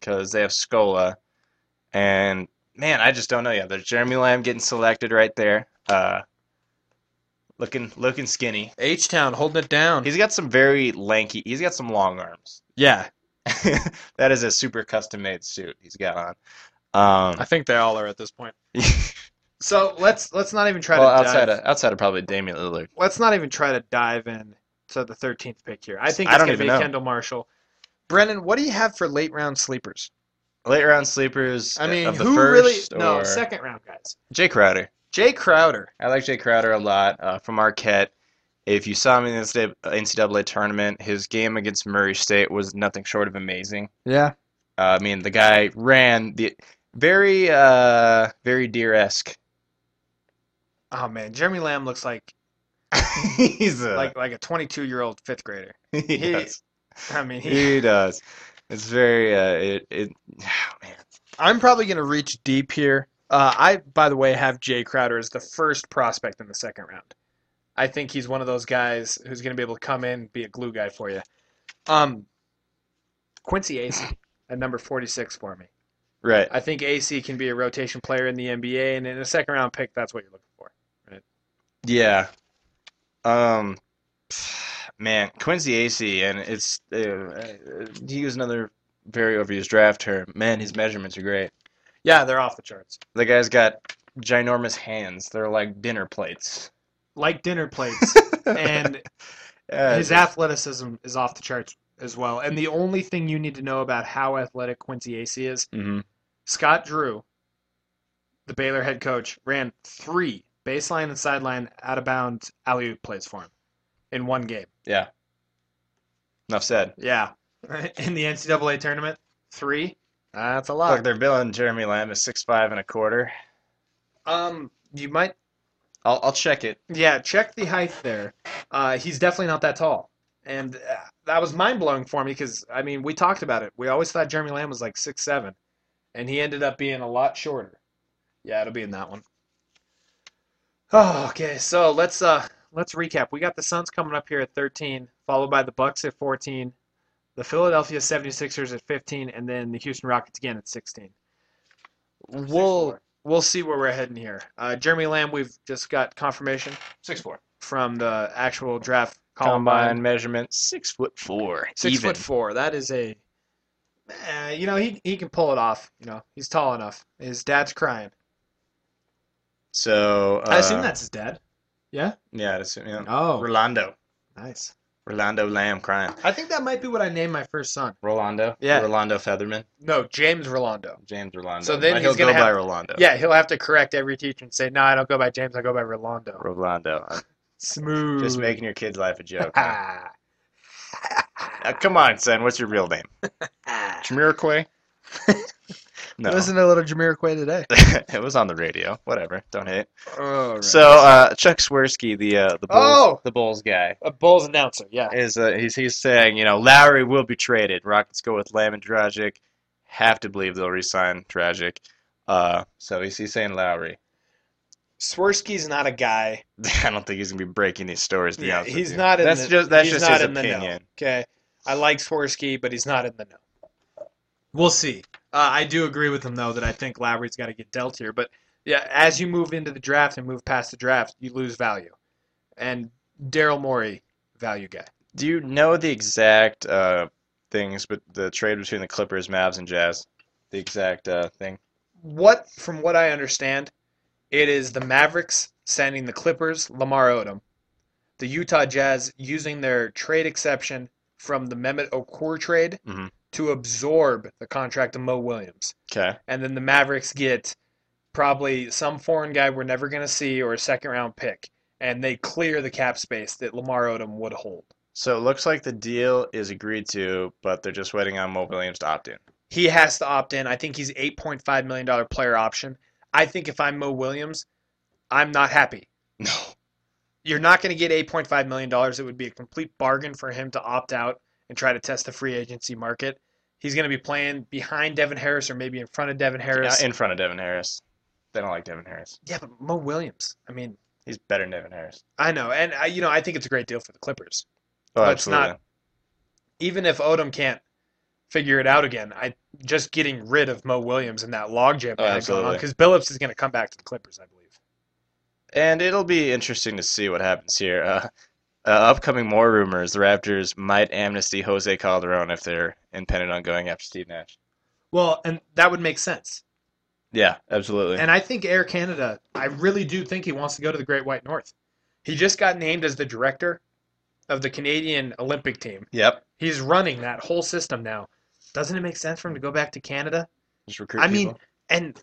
Speaker 2: because they have Scola, and man, I just don't know yet. There's Jeremy Lamb getting selected right there, uh, looking looking skinny.
Speaker 4: H Town holding it down.
Speaker 2: He's got some very lanky. He's got some long arms.
Speaker 4: yeah,
Speaker 2: that is a super custom made suit he's got on.
Speaker 4: I
Speaker 2: Um,
Speaker 4: think they all are at this point.
Speaker 3: So let's let's not even try
Speaker 2: well,
Speaker 3: to
Speaker 2: outside
Speaker 3: dive,
Speaker 2: of outside of probably Damian Lillard,
Speaker 3: let's not even try to dive in to the thirteenth pick here. I think
Speaker 2: I
Speaker 3: it's
Speaker 2: don't
Speaker 3: gonna
Speaker 2: even
Speaker 3: be
Speaker 2: know.
Speaker 3: Kendall Marshall. Brennan, what do you have for late round sleepers?
Speaker 2: late round sleepers.
Speaker 4: I mean,
Speaker 2: of the
Speaker 3: Who
Speaker 2: first
Speaker 3: really? No,
Speaker 2: or-
Speaker 3: second round guys.
Speaker 2: Jay Crowder.
Speaker 4: Jay Crowder.
Speaker 2: I like Jay Crowder a lot uh, from Marquette. If you saw him in the NCAA NCAA tournament, his game against Murray State was nothing short of amazing.
Speaker 4: Yeah.
Speaker 2: Uh, I mean, the guy ran the very, uh, very deer-esque.
Speaker 3: Oh man, Jeremy Lamb looks like
Speaker 2: He's a,
Speaker 3: like like a twenty two year old fifth grader.
Speaker 2: he,
Speaker 3: he-
Speaker 2: does.
Speaker 3: I mean, he,
Speaker 2: He does. It's very, uh, it, it, oh, man.
Speaker 4: I'm probably gonna reach deep here.
Speaker 3: Uh, I, by the way, have Jay Crowder as the first prospect in the second round. I think he's one of those guys who's going to be able to come in and be a glue guy for you. Um, Quincy Acey at number 46 for me.
Speaker 2: Right.
Speaker 3: I think AC can be a rotation player in the NBA, and in a second round pick, that's what you're looking for.
Speaker 2: Yeah. Um, man, Quincy Acey, and it's, uh, uh, he used another very overused draft term. Man, his measurements are great.
Speaker 3: Yeah, they're off the charts.
Speaker 2: The guy's got ginormous hands. They're like dinner plates.
Speaker 3: Like dinner plates, and
Speaker 2: Uh,
Speaker 3: his athleticism is off the charts as well. And the only thing you need to know about how athletic Quincy Acey is
Speaker 2: mhm.
Speaker 3: Scott Drew, the Baylor head coach, ran three baseline and sideline out of bounds alley oop plays for him in one game.
Speaker 2: Yeah. Enough said.
Speaker 3: Yeah. In the NCAA tournament, three. That's a
Speaker 2: Look,
Speaker 3: lot.
Speaker 2: they're billing Jeremy Lamb as six five and a quarter.
Speaker 3: Um, you might
Speaker 2: I'll I'll check it.
Speaker 3: Yeah, check the height there. Uh, he's definitely not that tall, and uh, that was mind blowing for me because I mean we talked about it. We always thought Jeremy Lamb was like six seven, and he ended up being a lot shorter. Yeah, it'll be in that one. Oh, okay, so let's uh let's recap. We got the Suns coming up here at 13, followed by the Bucks at 14, the Philadelphia 76ers at 15, and then the Houston Rockets again at 16. We'll we'll see where we're heading here. Uh, Jeremy Lamb, we've just got confirmation
Speaker 2: Six four.
Speaker 3: from the actual draft
Speaker 2: Combine,
Speaker 3: combine.
Speaker 2: measurement, six foot four.
Speaker 3: Six
Speaker 2: even.
Speaker 3: foot four. That is a, eh, you know, he he can pull it off. You know, he's tall enough. His dad's crying.
Speaker 2: So
Speaker 3: I assume
Speaker 2: uh,
Speaker 3: that's his dad. Yeah.
Speaker 2: Yeah, I'd assume, yeah.
Speaker 3: Oh,
Speaker 2: Rolando.
Speaker 3: nice.
Speaker 2: Rolando Lamb crying.
Speaker 3: I think that might be what I named my first son.
Speaker 2: Rolando.
Speaker 3: Yeah.
Speaker 2: Rolando Featherman.
Speaker 3: No, James Rolando.
Speaker 2: James Rolando.
Speaker 3: So then
Speaker 2: But
Speaker 3: he's
Speaker 2: he'll
Speaker 3: gonna
Speaker 2: go by
Speaker 3: have-
Speaker 2: Rolando.
Speaker 3: Yeah, he'll have to correct every teacher and say, "No, I don't go by James. I go by Rolando."
Speaker 2: Rolando. I'm
Speaker 3: Smooth.
Speaker 2: just making your kid's life a joke. huh?
Speaker 3: Ah.
Speaker 2: Uh, come on, son. What's your real name? Jamiroquai. no,
Speaker 4: Listen to a little Jamiroquai today.
Speaker 2: it was on the radio. Whatever. Don't hate.
Speaker 3: All right.
Speaker 2: So uh, Chuck Swirsky, the uh, the Bulls,
Speaker 3: Oh!
Speaker 2: the Bulls guy,
Speaker 3: a Bulls announcer. Yeah.
Speaker 2: is uh, he's he's saying you know Lowry will be traded. Rockets go with Lamb and Dragic. Have to believe they'll resign Dragic. Uh, so he's, he's saying Lowry.
Speaker 3: Swirsky's not a guy.
Speaker 2: I don't think he's gonna be breaking these stories. To be honest with
Speaker 3: he's
Speaker 2: you.
Speaker 3: not. In
Speaker 2: That's
Speaker 3: the,
Speaker 2: just that's
Speaker 3: he's
Speaker 2: just
Speaker 3: not
Speaker 2: his
Speaker 3: in The know.
Speaker 2: opinion.
Speaker 3: Okay, I like Swirsky, but he's not in the know. We'll see. Uh, I do agree with him though that I think Lowry's got to get dealt here. But yeah, as you move into the draft and move past the draft, you lose value, and Daryl Morey, value guy.
Speaker 2: Do you know the exact uh, things, but the trade between the Clippers, Mavs, and Jazz? The exact uh, thing.
Speaker 3: What from what I understand, it is the Mavericks sending the Clippers Lamar Odom, the Utah Jazz using their trade exception from the Mehmet Okur trade
Speaker 2: Mhm.
Speaker 3: to absorb the contract of Mo Williams.
Speaker 2: Okay.
Speaker 3: and then the Mavericks get probably some foreign guy we're never going to see or a second round pick, and they clear the cap space that Lamar Odom would hold.
Speaker 2: So it looks like the deal is agreed to, but they're just waiting on Mo Williams to opt in.
Speaker 3: He has to opt in. I think he's eight point five million dollar player option. I think if I'm Mo Williams, I'm not happy.
Speaker 2: No.
Speaker 3: You're not going to get eight point five million dollars. It would be a complete bargain for him to opt out and try to test the free agency market. He's going to be playing behind Devin Harris or maybe in front of Devin Harris.
Speaker 2: In front of Devin Harris. They don't like Devin Harris.
Speaker 3: yeah, but Mo Williams. I mean,
Speaker 2: He's better than Devin Harris.
Speaker 3: I know, and I, you know, I think it's a great deal for the Clippers.
Speaker 2: Oh,
Speaker 3: Let's not-
Speaker 2: absolutely.
Speaker 3: even if Odom can't figure it out again, I just getting rid of Mo Williams and that logjam
Speaker 2: Oh,
Speaker 3: that had gone on
Speaker 2: absolutely.
Speaker 3: because Billups is going to come back to the Clippers, I believe.
Speaker 2: And it'll be interesting to see what happens here. Uh, uh, upcoming more rumors. The Raptors might amnesty Jose Calderon if they're intent on going after Steve Nash.
Speaker 3: Well, and that would make sense.
Speaker 2: Yeah, absolutely.
Speaker 3: And I think Air Canada, I really do think he wants to go to the Great White North. He just got named as the director of the Canadian Olympic team.
Speaker 2: Yep.
Speaker 3: He's running that whole system now. Doesn't it make sense for him to go back to Canada?
Speaker 2: Just recruit
Speaker 3: I mean,
Speaker 2: people.
Speaker 3: and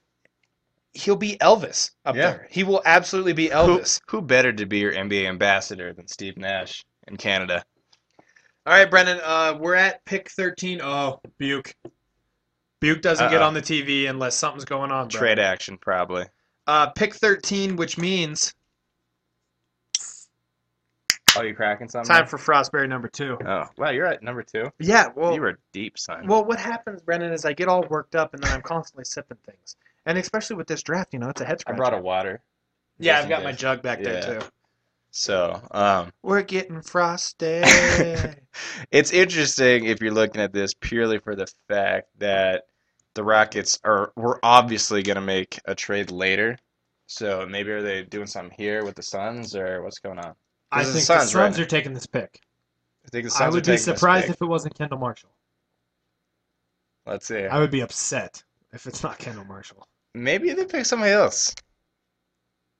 Speaker 3: he'll be Elvis up
Speaker 2: Yeah.
Speaker 3: there. He will absolutely be
Speaker 2: Who,
Speaker 3: Elvis.
Speaker 2: who better to be your NBA ambassador than Steve Nash in Canada?
Speaker 3: All right, Brendan. Uh, we're at pick thirteen. Oh, Buke. Buke doesn't get
Speaker 2: Uh-oh.
Speaker 3: on the TV unless something's going on. Brendan.
Speaker 2: Trade action, probably.
Speaker 3: Uh, pick thirteen, which means
Speaker 2: Oh, you cracking something?
Speaker 3: time for Frostberry number two.
Speaker 2: Oh, wow, you're at number two.
Speaker 3: Yeah. Well.
Speaker 2: You were deep, son.
Speaker 3: Well, what happens, Brendan, is I get all worked up and then I'm constantly sipping things, and especially with this draft, you know, it's a head
Speaker 2: I
Speaker 3: scratcher.
Speaker 2: brought a water.
Speaker 3: yeah,
Speaker 2: Just
Speaker 3: I've
Speaker 2: in
Speaker 3: got my
Speaker 2: case.
Speaker 3: jug back
Speaker 2: Yeah.
Speaker 3: there too.
Speaker 2: So, um,
Speaker 3: We're getting frosty.
Speaker 2: it's interesting if you're looking at this purely for the fact that the Rockets are were obviously going to make a trade later. So maybe are they doing something here with the Suns or what's going on?
Speaker 3: I
Speaker 2: This is
Speaker 3: think the
Speaker 2: Suns, right?
Speaker 3: Suns are taking this pick.
Speaker 2: I think the
Speaker 3: I
Speaker 2: Suns are
Speaker 3: would be
Speaker 2: taking this
Speaker 3: surprised
Speaker 2: pick.
Speaker 3: if it wasn't Kendall Marshall.
Speaker 2: Let's see.
Speaker 3: I would be upset if it's not Kendall Marshall.
Speaker 2: Maybe they pick somebody else.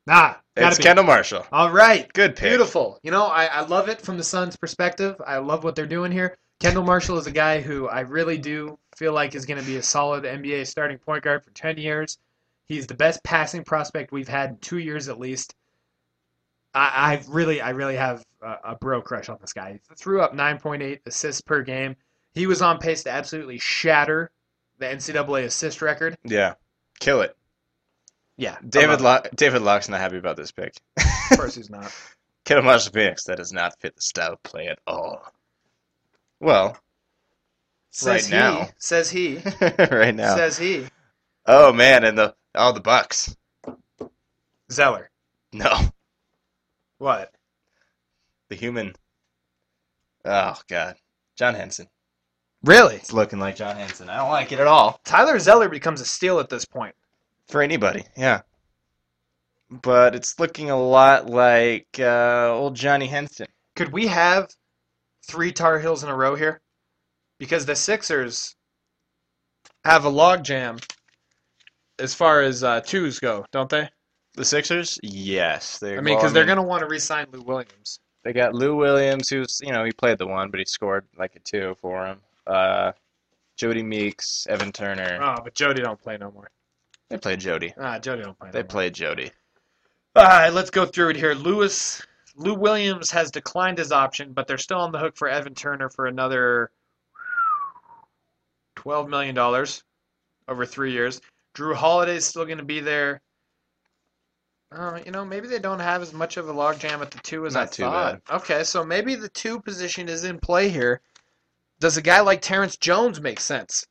Speaker 3: Nah, gotta
Speaker 2: It's
Speaker 3: be.
Speaker 2: Kendall Marshall.
Speaker 3: All right.
Speaker 2: Good pick.
Speaker 3: Beautiful. You know, I, I love it from the Suns' perspective. I love what they're doing here. Kendall Marshall is a guy who I really do feel like is going to be a solid NBA starting point guard for 10 years. He's the best passing prospect we've had in two years at least. I, I really, I really have a, a bro crush on this guy. He threw up 9.8 assists per game. He was on pace to absolutely shatter the NCAA assist record.
Speaker 2: Yeah. Kill it.
Speaker 3: Yeah,
Speaker 2: David Lock David Locke's not happy about this pick.
Speaker 3: Of course he's not.
Speaker 2: Kittelmacher Phoenix, that does not fit the style of play at all. Well,
Speaker 3: Says
Speaker 2: Right
Speaker 3: he,
Speaker 2: now.
Speaker 3: Says he.
Speaker 2: right now.
Speaker 3: Says he.
Speaker 2: oh man, and the all the Bucks.
Speaker 3: Zeller.
Speaker 2: No,
Speaker 3: What?
Speaker 2: the human. Oh god, John Henson.
Speaker 3: Really?
Speaker 2: It's looking like John Henson. I don't like it at all
Speaker 3: Tyler Zeller becomes a steal at this point.
Speaker 2: for anybody. Yeah. But it's looking a lot like uh, old Johnny Henson.
Speaker 3: Could we have three Tar Heels in a row here? Because the Sixers
Speaker 4: Have a logjam as far as uh, twos go, don't they?
Speaker 2: The Sixers? Yes. They,
Speaker 4: I mean,
Speaker 2: well,
Speaker 4: because they're going to want to re-sign Lou Williams.
Speaker 2: They got Lou Williams, who's you know he played the one, but he scored like a two for him. Uh, Jody Meeks, Evan Turner.
Speaker 4: Oh, but Jody don't play no more.
Speaker 2: They played Jody.
Speaker 4: Ah, Jody don't play.
Speaker 2: They played Jody.
Speaker 3: All right, let's go through it here. Lewis, Lou Williams has declined his option, but they're still on the hook for Evan Turner for another twelve million dollars over three years. Drew Holiday's still going to be there. Uh, you know, maybe they don't have as much of a logjam at the two as I
Speaker 2: Not too
Speaker 3: thought. Okay, so maybe the two position is in play here. Does a guy like Terrence Jones make sense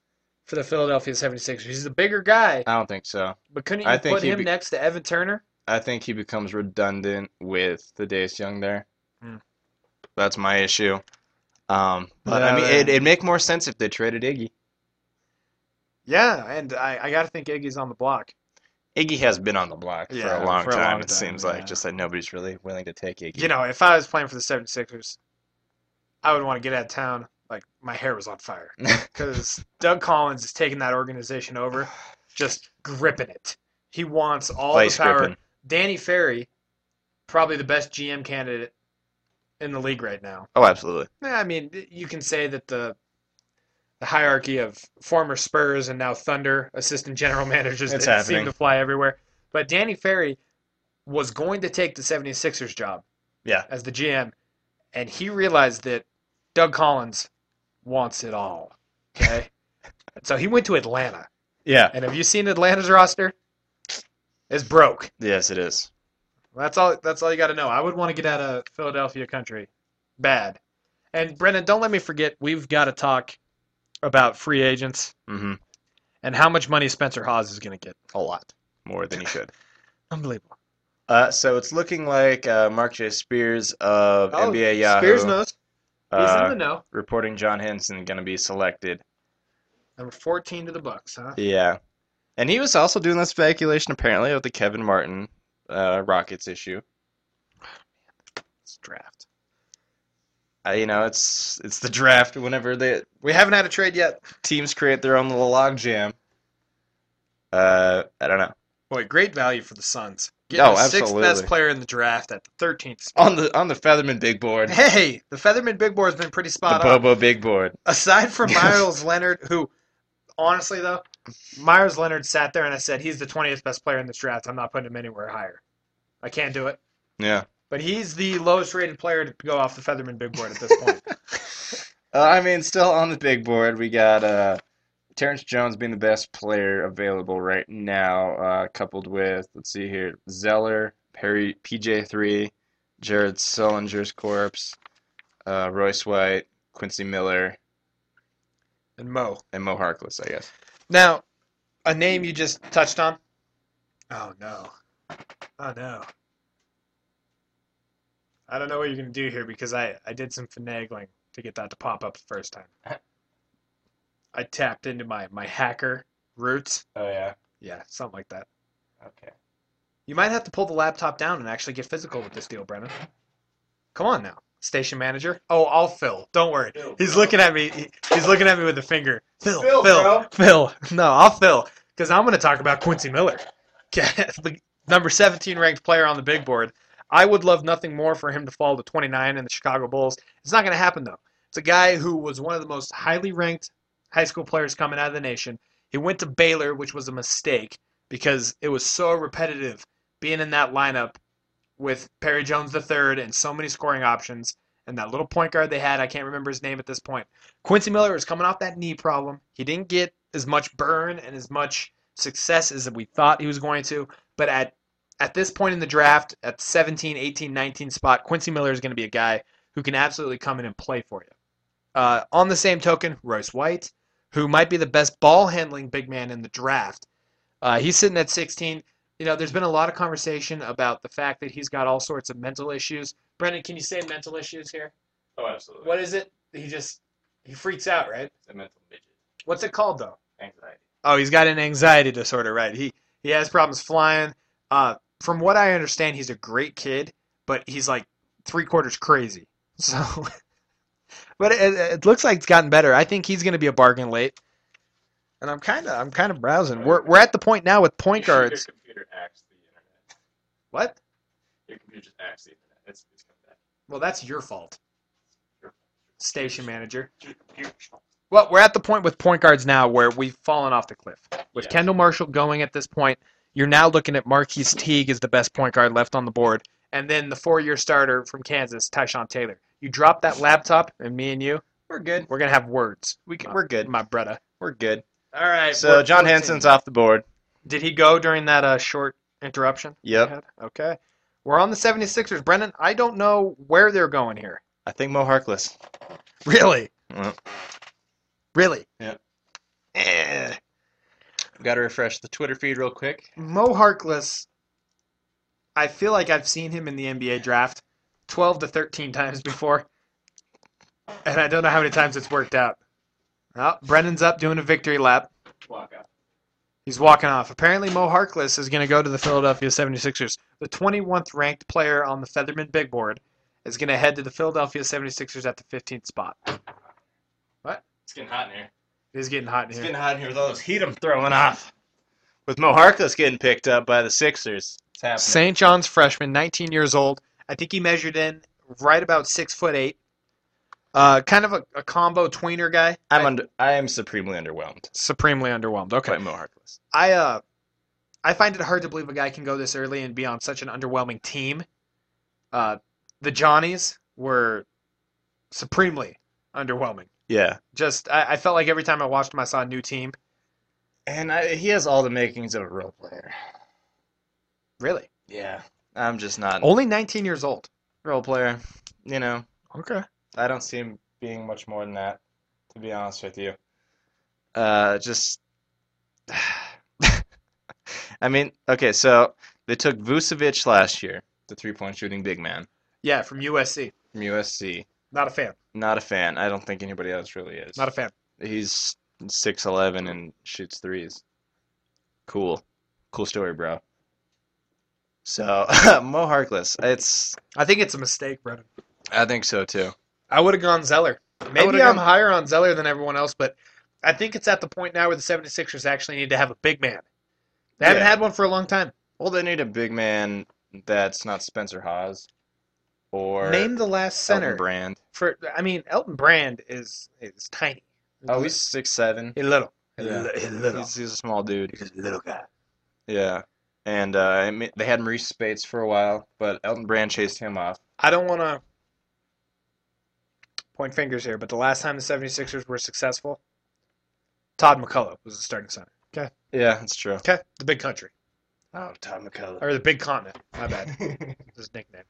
Speaker 3: for the Philadelphia 76ers? He's a bigger guy,
Speaker 2: I don't think so.
Speaker 3: but couldn't you
Speaker 2: I think
Speaker 3: put
Speaker 2: he'd
Speaker 3: him
Speaker 2: be-
Speaker 3: next to Evan Turner?
Speaker 2: I think he becomes redundant with the Dace Young there.
Speaker 3: Hmm.
Speaker 2: That's my issue. Um, but I
Speaker 3: Yeah,
Speaker 2: mean,
Speaker 3: they-
Speaker 2: it, it'd make more sense if they traded Iggy.
Speaker 3: Yeah, and I, I got to think Iggy's on the block.
Speaker 2: Iggy has been on the block for
Speaker 3: Yeah,
Speaker 2: a long
Speaker 3: for a
Speaker 2: time,
Speaker 3: long
Speaker 2: it
Speaker 3: time,
Speaker 2: seems
Speaker 3: yeah.
Speaker 2: like. Just that nobody's really willing to take Iggy.
Speaker 3: You know, if I was playing for the 76ers, I would want to get out of town. Like, my hair was on fire because Doug Collins is taking that organization over, just gripping it. He wants all
Speaker 2: Vice
Speaker 3: the power.
Speaker 2: Griffin.
Speaker 3: Danny Ferry, probably the best GM candidate in the league right now.
Speaker 2: Oh, absolutely.
Speaker 3: Nah, I mean, you can say that the the hierarchy of former Spurs and now Thunder assistant general managers
Speaker 2: It's
Speaker 3: that seem
Speaker 2: happening.
Speaker 3: to fly everywhere. But Danny Ferry was going to take the 76ers job
Speaker 2: Yeah.
Speaker 3: as the GM, and he realized that Doug Collins wants it all. Okay? so he went to Atlanta.
Speaker 2: Yeah.
Speaker 3: And have you seen Atlanta's roster? It's broke.
Speaker 2: Yes, it is.
Speaker 3: That's all. That's all you got to know. I would want to get out of Philadelphia country, bad. And Brendan, don't let me forget. We've got to talk about free agents
Speaker 2: hmm
Speaker 3: and how much money Spencer Hawes is going to get.
Speaker 2: A lot more than he should.
Speaker 3: Unbelievable.
Speaker 2: Uh, so it's looking like uh, Mark J. Spears of NBA Yahoo
Speaker 3: Oh, Spears knows. He's
Speaker 2: uh,
Speaker 3: in the know.
Speaker 2: reporting John Henson going to be selected.
Speaker 3: Number fourteen to the Bucks, huh?
Speaker 2: Yeah, and he was also doing that speculation apparently of the Kevin Martin uh, Rockets issue.
Speaker 3: It's draft.
Speaker 2: Uh, you know, it's it's the draft. Whenever the
Speaker 3: We haven't had a trade yet.
Speaker 2: teams create their own little logjam. Uh, I don't know.
Speaker 3: Boy, great value for the Suns.
Speaker 2: Oh,
Speaker 3: the sixth best
Speaker 2: absolutely.
Speaker 3: player in the draft at the thirteenth.
Speaker 2: On the on the Featherman big board, the
Speaker 3: Hey, the Featherman Big Board's been pretty spot on.
Speaker 2: Bobo big board.
Speaker 3: aside from Myers Leonard, who honestly though, Myers Leonard sat there and I said he's the twentieth best player in this draft. I'm not putting him anywhere higher. I can't do it.
Speaker 2: Yeah.
Speaker 3: But he's the lowest rated player to go off the Featherman big board at this point.
Speaker 2: Uh, I mean, still on the big board, we got uh, Terrence Jones being the best player available right now, uh, coupled with, let's see here, Zeller, Perry, PJ3, Jared Sullinger's corpse, uh, Royce White, Quincy Miller,
Speaker 3: and Mo.
Speaker 2: and Mo Harkless, I guess.
Speaker 3: Now, a name you just touched on. Oh no. Oh no. I don't know what you're gonna do here because I, I did some finagling to get that to pop up the first time. I tapped into my, my hacker roots.
Speaker 2: Oh, yeah.
Speaker 3: Yeah, something like that.
Speaker 2: Okay.
Speaker 3: You might have to pull the laptop down and actually get physical with this deal, Brennan. Come on now, station manager. Oh, I'll Phil. Don't worry. he's looking at me. he- he's looking at me with a finger. Phil, Phil,
Speaker 2: Phil,
Speaker 3: Phil.
Speaker 2: bro.
Speaker 3: No, I'll Phil because I'm going to talk about Quincy Miller, The number 17 ranked player on the big board. I would love nothing more for him to fall to 29 in the Chicago Bulls. It's not going to happen though. It's a guy who was one of the most highly ranked high school players coming out of the nation. He went to Baylor, which was a mistake because it was so repetitive being in that lineup with Perry Jones III and so many scoring options and that little point guard they had. I can't remember his name at this point. Quincy Miller was coming off that knee problem. He didn't get as much burn and as much success as we thought he was going to. But at at this point in the draft, at 17, 18, 19 spot, Quincy Miller is going to be a guy who can absolutely come in and play for you. Uh, on the same token, Royce White, who might be the best ball handling big man in the draft, uh, he's sitting at 16. You know, there's been a lot of conversation about the fact that he's got all sorts of mental issues. Brendan, can you say mental issues here?
Speaker 5: Oh, absolutely.
Speaker 3: What is it? He just he freaks out, right?
Speaker 5: It's a mental midget.
Speaker 3: What's it called though?
Speaker 5: Anxiety.
Speaker 3: Oh, he's got an anxiety disorder, right? He he has problems flying. Uh, from what I understand, he's a great kid, but he's like three quarters crazy. So, but it, it looks like it's gotten better. I think he's going to be a bargain late. And I'm kind of I'm kind of browsing. We're we're at the point now with point guards.
Speaker 5: Your computer acts the internet.
Speaker 3: What?
Speaker 5: Your computer just acts the internet. It's, it's coming back.
Speaker 3: Well, that's your fault. Station manager.
Speaker 5: Your computer-
Speaker 3: Well, we're at the point with point guards now where we've fallen off the cliff. With
Speaker 5: Yeah.
Speaker 3: Kendall Marshall going at this point, you're now looking at Marquise Teague as the best point guard left on the board, and then the four-year starter from Kansas, Tyshawn Taylor. You drop that laptop, and me and you,
Speaker 2: We're good.
Speaker 3: we're gonna have words.
Speaker 2: We can, we're good.
Speaker 3: My brother.
Speaker 2: We're good.
Speaker 3: All right.
Speaker 2: So John Hanson's off the board.
Speaker 3: Did he go during that uh, short interruption? we
Speaker 2: Yep.
Speaker 3: had? Okay. We're on the 76ers. Brendan, I don't know where they're going here.
Speaker 2: I think Mo Harkless.
Speaker 3: Really?
Speaker 2: Yeah.
Speaker 3: Really?
Speaker 2: Eh. Got to refresh the Twitter feed real quick.
Speaker 3: Mo Harkless, I feel like I've seen him in the NBA draft 12 to 13 times before. And I don't know how many times it's worked out. Oh, Brennan's up doing a victory lap.
Speaker 5: Walk out.
Speaker 3: He's walking off. Apparently, Mo Harkless is going to go to the Philadelphia 76ers. The 21th ranked player on the Featherman Big Board is going to head to the Philadelphia 76ers at the 15th spot.
Speaker 5: It's getting hot in here.
Speaker 3: It is getting hot in
Speaker 2: It's
Speaker 3: here.
Speaker 2: getting hot in here with all this heat I'm throwing off. With Mo Harkless getting picked up by the Sixers. It's happening.
Speaker 3: St. John's freshman, 19 years old. I think he measured in right about six foot eight. Uh, kind of a, a combo tweener guy.
Speaker 2: I'm under, I am supremely underwhelmed
Speaker 3: Supremely underwhelmed. Okay.
Speaker 2: by Mo Harkless.
Speaker 3: I uh, I find it hard to believe a guy can go this early and be on such an underwhelming team. Uh, the Johnnies were supremely underwhelming.
Speaker 2: Yeah.
Speaker 3: Just I, I felt like every time I watched him, I saw a new team.
Speaker 2: And I, he has all the makings of a role player.
Speaker 3: Really,
Speaker 2: Yeah. I'm just not
Speaker 3: only 19 years old.
Speaker 2: a role player. You know,
Speaker 3: Okay.
Speaker 2: I don't see him being much more than that, to be honest with you. Uh, just, I mean, okay, so they took Vucevic last year, the three-point shooting big man
Speaker 3: Yeah, from USC.
Speaker 2: from USC.
Speaker 3: Not a fan.
Speaker 2: Not a fan. I don't think anybody else really is.
Speaker 3: Not a fan.
Speaker 2: He's 6'11 and shoots threes. Cool. Cool story, bro. So, Mo Harkless, it's,
Speaker 3: I think it's a mistake, Brennan.
Speaker 2: I think so too.
Speaker 3: I would have gone Zeller. Maybe
Speaker 2: would've
Speaker 3: I'm
Speaker 2: gone-
Speaker 3: higher on Zeller than everyone else, but I think it's at the point now where the 76ers actually need to have a big man. They haven't
Speaker 2: Yeah.
Speaker 3: had one for a long time.
Speaker 2: Well, they need a big man that's not Spencer Hawes or
Speaker 3: Name the last
Speaker 2: Elton
Speaker 3: center
Speaker 2: Brand.
Speaker 3: for. I mean, Elton Brand is is tiny.
Speaker 2: Oh, he's six seven.
Speaker 3: a little.
Speaker 2: Yeah.
Speaker 3: A little.
Speaker 2: He's, he's a small dude.
Speaker 3: He's a little guy.
Speaker 2: Yeah, and uh, I mean, they had Maurice Spates for a while, but Elton Brand chased him off.
Speaker 3: I don't want to point fingers here, but the last time the 76ers were successful, Todd McCullough was the starting center.
Speaker 2: Yeah, that's true.
Speaker 3: Okay, the big country
Speaker 2: Oh, Tom McCullough.
Speaker 3: or the big continent. My bad. his nickname.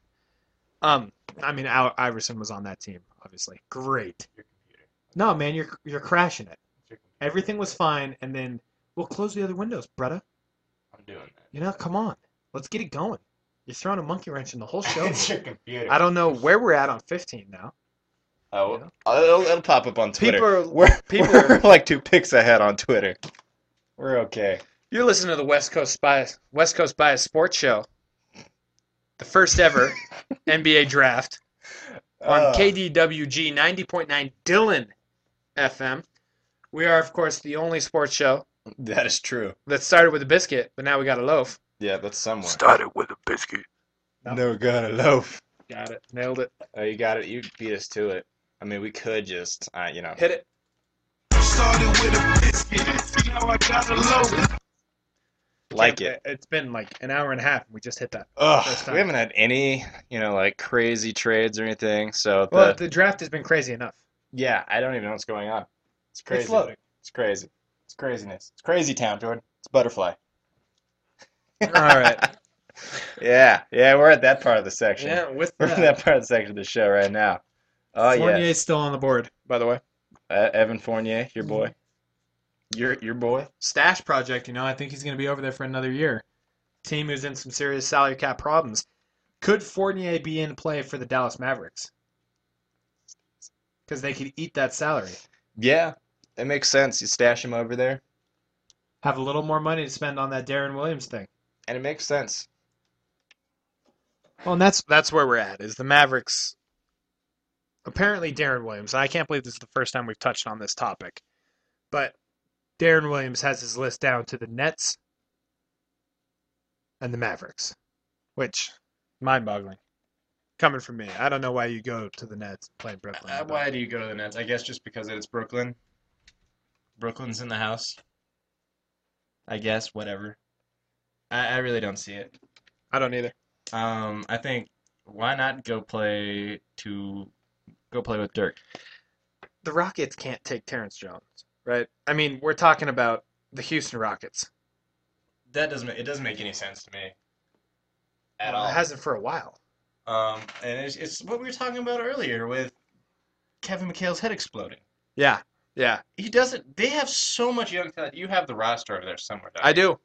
Speaker 3: Um, I mean, Al Iverson was on that team, obviously. Great.
Speaker 5: Your computer.
Speaker 3: No, man, you're you're crashing it.
Speaker 5: It's your computer.
Speaker 3: Everything was fine, and then we'll close the other windows, brother.
Speaker 5: I'm doing that.
Speaker 3: You know, come on, let's get it going. You're throwing a monkey wrench in the whole show.
Speaker 5: it's your computer.
Speaker 3: I don't know where we're at on 15 now.
Speaker 2: oh, it'll, it'll pop up on Twitter.
Speaker 3: People are-
Speaker 2: we're,
Speaker 3: people
Speaker 2: we're
Speaker 3: are-
Speaker 2: like two picks ahead on Twitter. We're okay.
Speaker 3: You're listening to the West Coast Bias West Coast Bias Sports Show, the first ever NBA draft. on
Speaker 2: Uh,
Speaker 3: KDWG 90.9 Dylan FM. We are, of course, the only sports show
Speaker 2: That is true.
Speaker 3: that started with a biscuit, but now we got a loaf.
Speaker 2: Yeah, that's someone.
Speaker 1: Started with a biscuit.
Speaker 3: No.
Speaker 2: No, got a loaf.
Speaker 3: Got it. Nailed it.
Speaker 2: Oh, you got it. You beat us to it. I mean, we could just, uh, you know.
Speaker 3: Hit it.
Speaker 1: Started with a biscuit. Now I got a loaf.
Speaker 2: Like it.
Speaker 3: It's been like an hour and a half. and We just hit that. First
Speaker 2: Ugh,
Speaker 3: time.
Speaker 2: we haven't had any, you know, like crazy trades or anything. So the,
Speaker 3: Well, the draft has been crazy enough.
Speaker 2: yeah, I don't even know what's going on. It's crazy.
Speaker 3: It's loading.
Speaker 2: It's crazy. It's craziness. It's crazy town, Jordan. It's butterfly.
Speaker 6: All right.
Speaker 7: Yeah, yeah, we're at that part of the section.
Speaker 6: Yeah, with
Speaker 7: We're at
Speaker 6: that.
Speaker 7: that part of the section of the show right now. Oh
Speaker 6: Fournier's
Speaker 7: yes,
Speaker 6: still on the board, by the way.
Speaker 7: uh, Evan Fournier, your boy, your your boy.
Speaker 3: Stash project, you know, I think he's going to be over there for another year. Team who's in some serious salary cap problems. Could Fournier be in play for the Dallas Mavericks? Because they could eat that salary,
Speaker 7: Yeah, it makes sense. You stash him over there,
Speaker 3: have a little more money to spend on that Darren Williams thing.
Speaker 7: and it makes sense.
Speaker 3: Well, and that's that's where we're at is the Mavericks. Apparently, Darren Williams. I can't believe this is the first time we've touched on this topic, but Darren Williams has his list down to the Nets and the Mavericks, which mind-boggling. Coming from me, I don't know why you go to the Nets and play in Brooklyn. but-
Speaker 2: Uh, why do you go to the Nets? I guess just because it's Brooklyn. Brooklyn's in the house. I guess whatever. I, I really don't see it.
Speaker 3: I don't either.
Speaker 2: Um, I think why not go play to go play with Dirk?
Speaker 3: The Rockets can't take Terrence Jones, right? I mean, we're talking about the Houston Rockets.
Speaker 2: That doesn't ma- it doesn't make any sense to me at all.
Speaker 3: It hasn't for a while.
Speaker 2: Um, and it's, it's what we were talking about earlier with Kevin McHale's head exploding.
Speaker 3: Yeah, yeah,
Speaker 2: He doesn't. They have so much young talent. You have the roster over there somewhere. don't
Speaker 3: I do.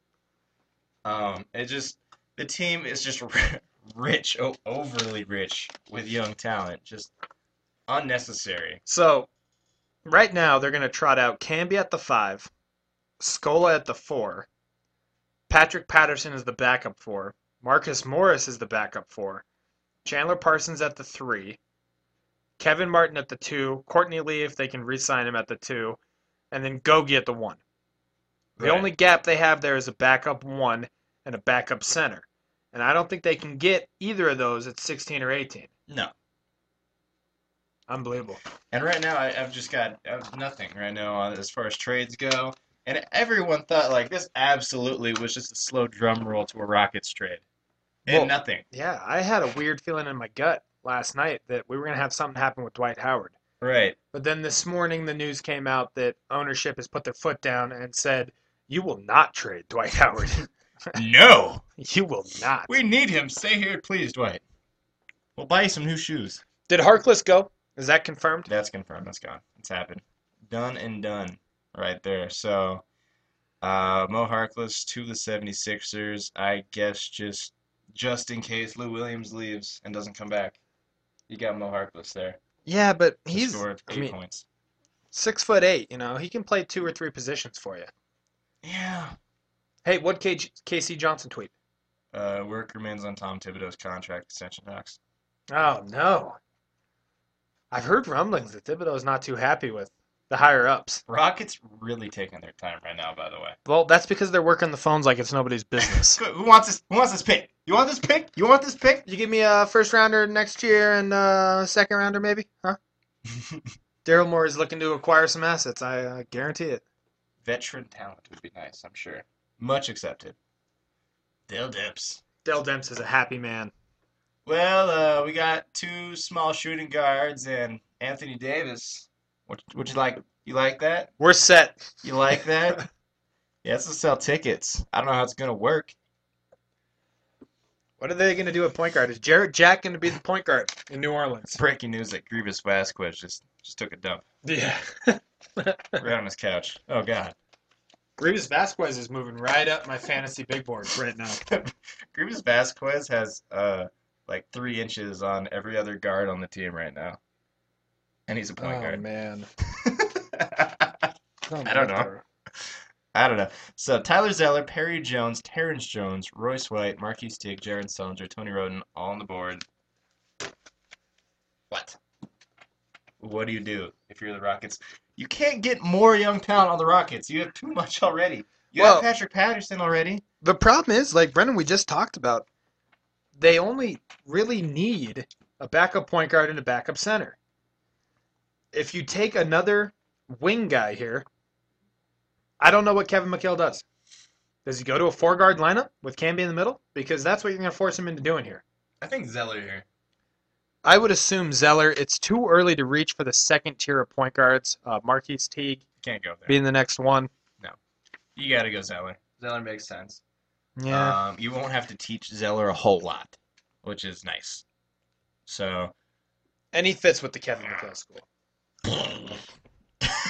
Speaker 2: Um, it just the team is just rich, o overly rich with young talent, just unnecessary.
Speaker 3: So, right now they're going to trot out Camby at the five, Scola at the four, Patrick Patterson is the backup four, Marcus Morris is the backup four, Chandler Parsons at the three, Kevin Martin at the two, Courtney Lee if they can re-sign him at the two, and then Gogi at the one. The
Speaker 2: Right.
Speaker 3: only gap they have there is a backup one and a backup center, and I don't think they can get either of those at 16 or 18.
Speaker 2: No.
Speaker 3: Unbelievable.
Speaker 2: And right now, I, I've just got uh, nothing right now on, as far as trades go. And everyone thought like this absolutely was just a slow drum roll to a Rockets trade. And
Speaker 7: Well-
Speaker 2: nothing.
Speaker 3: Yeah, I had a weird feeling in my gut last night that we were going to have something happen with Dwight Howard.
Speaker 2: Right.
Speaker 3: But then this morning, the news came out that ownership has put their foot down and said, You will not trade Dwight Howard.
Speaker 2: No.
Speaker 3: You will not.
Speaker 2: We need him. Stay here, please, Dwight. We'll buy you some new shoes.
Speaker 6: Did Harkless go?
Speaker 3: Is that confirmed?
Speaker 2: That's confirmed. That's gone. It's happened. Done and done right there. So, uh, Mo Harkless to the 76ers. I guess just just in case Lou Williams leaves and doesn't come back, you got Mo Harkless there.
Speaker 3: Yeah, but
Speaker 2: He
Speaker 3: he's
Speaker 2: scored
Speaker 3: I
Speaker 2: eight
Speaker 3: mean-
Speaker 2: points.
Speaker 3: six foot eight, you know, he can play two or three positions for you.
Speaker 2: Yeah.
Speaker 3: Hey, what KG, KC Johnson tweet?
Speaker 2: Uh, work remains on Tom Thibodeau's contract extension talks.
Speaker 3: Oh, no. I've heard rumblings that Thibodeau's not too happy with the higher ups.
Speaker 2: Rockets really taking their time right now, by the way.
Speaker 3: Well, that's because they're working the phones like it's nobody's business.
Speaker 2: Good. Who wants this? Who wants this pick? You want this pick? You want this pick?
Speaker 3: You give me a first rounder next year and a second rounder maybe, huh? Daryl Moore is looking to acquire some assets. I uh, guarantee it.
Speaker 2: Veteran talent would be nice, I'm sure. Much accepted. Dale Dips.
Speaker 3: Dell Demps is a happy man.
Speaker 2: Well, uh, we got two small shooting guards and Anthony Davis. What would you like? You like that?
Speaker 3: We're set.
Speaker 2: You like that? yeah, it's to sell tickets. I don't know how it's gonna work.
Speaker 3: What are they going to do at point guard? Is Jarrett Jack going to be the point guard in New Orleans?
Speaker 2: Breaking news that Grievous Vasquez just just took a dump
Speaker 3: Yeah.
Speaker 2: right on his couch. Oh God,
Speaker 3: Revis Vasquez is moving right up my fantasy big board right now.
Speaker 2: Grievous Vasquez has uh like three inches on every other guard on the team right now, and he's a point
Speaker 6: Oh
Speaker 2: guard.
Speaker 6: man.
Speaker 2: I don't know. I don't know. So Tyler Zeller, Perry Jones, Terrence Jones, Royce White, Marquise Teague, Jaron Sullinger, Tony Roden, all on the board. What? What do you do if you're the Rockets? You can't get more young talent on the Rockets. You have too much already. You
Speaker 3: Well-
Speaker 2: have Patrick Patterson already.
Speaker 3: The problem is, like Brendan, we just talked about, they only really need a backup point guard and a backup center. If you take another wing guy here, I don't know what Kevin McHale does. Does he go to a four guard lineup with Camby in the middle? Because that's what you're going to force him into doing here.
Speaker 2: I think Zeller here.
Speaker 3: I would assume Zeller, it's too early to reach for the second tier of point guards. Uh, Marquise Teague
Speaker 2: Can't go there.
Speaker 3: being the next one.
Speaker 2: You gotta go Zeller. Zeller makes sense.
Speaker 3: Yeah.
Speaker 2: Um, you won't have to teach Zeller a whole lot, which is nice. So,
Speaker 8: And he fits with the Kevin McHale school.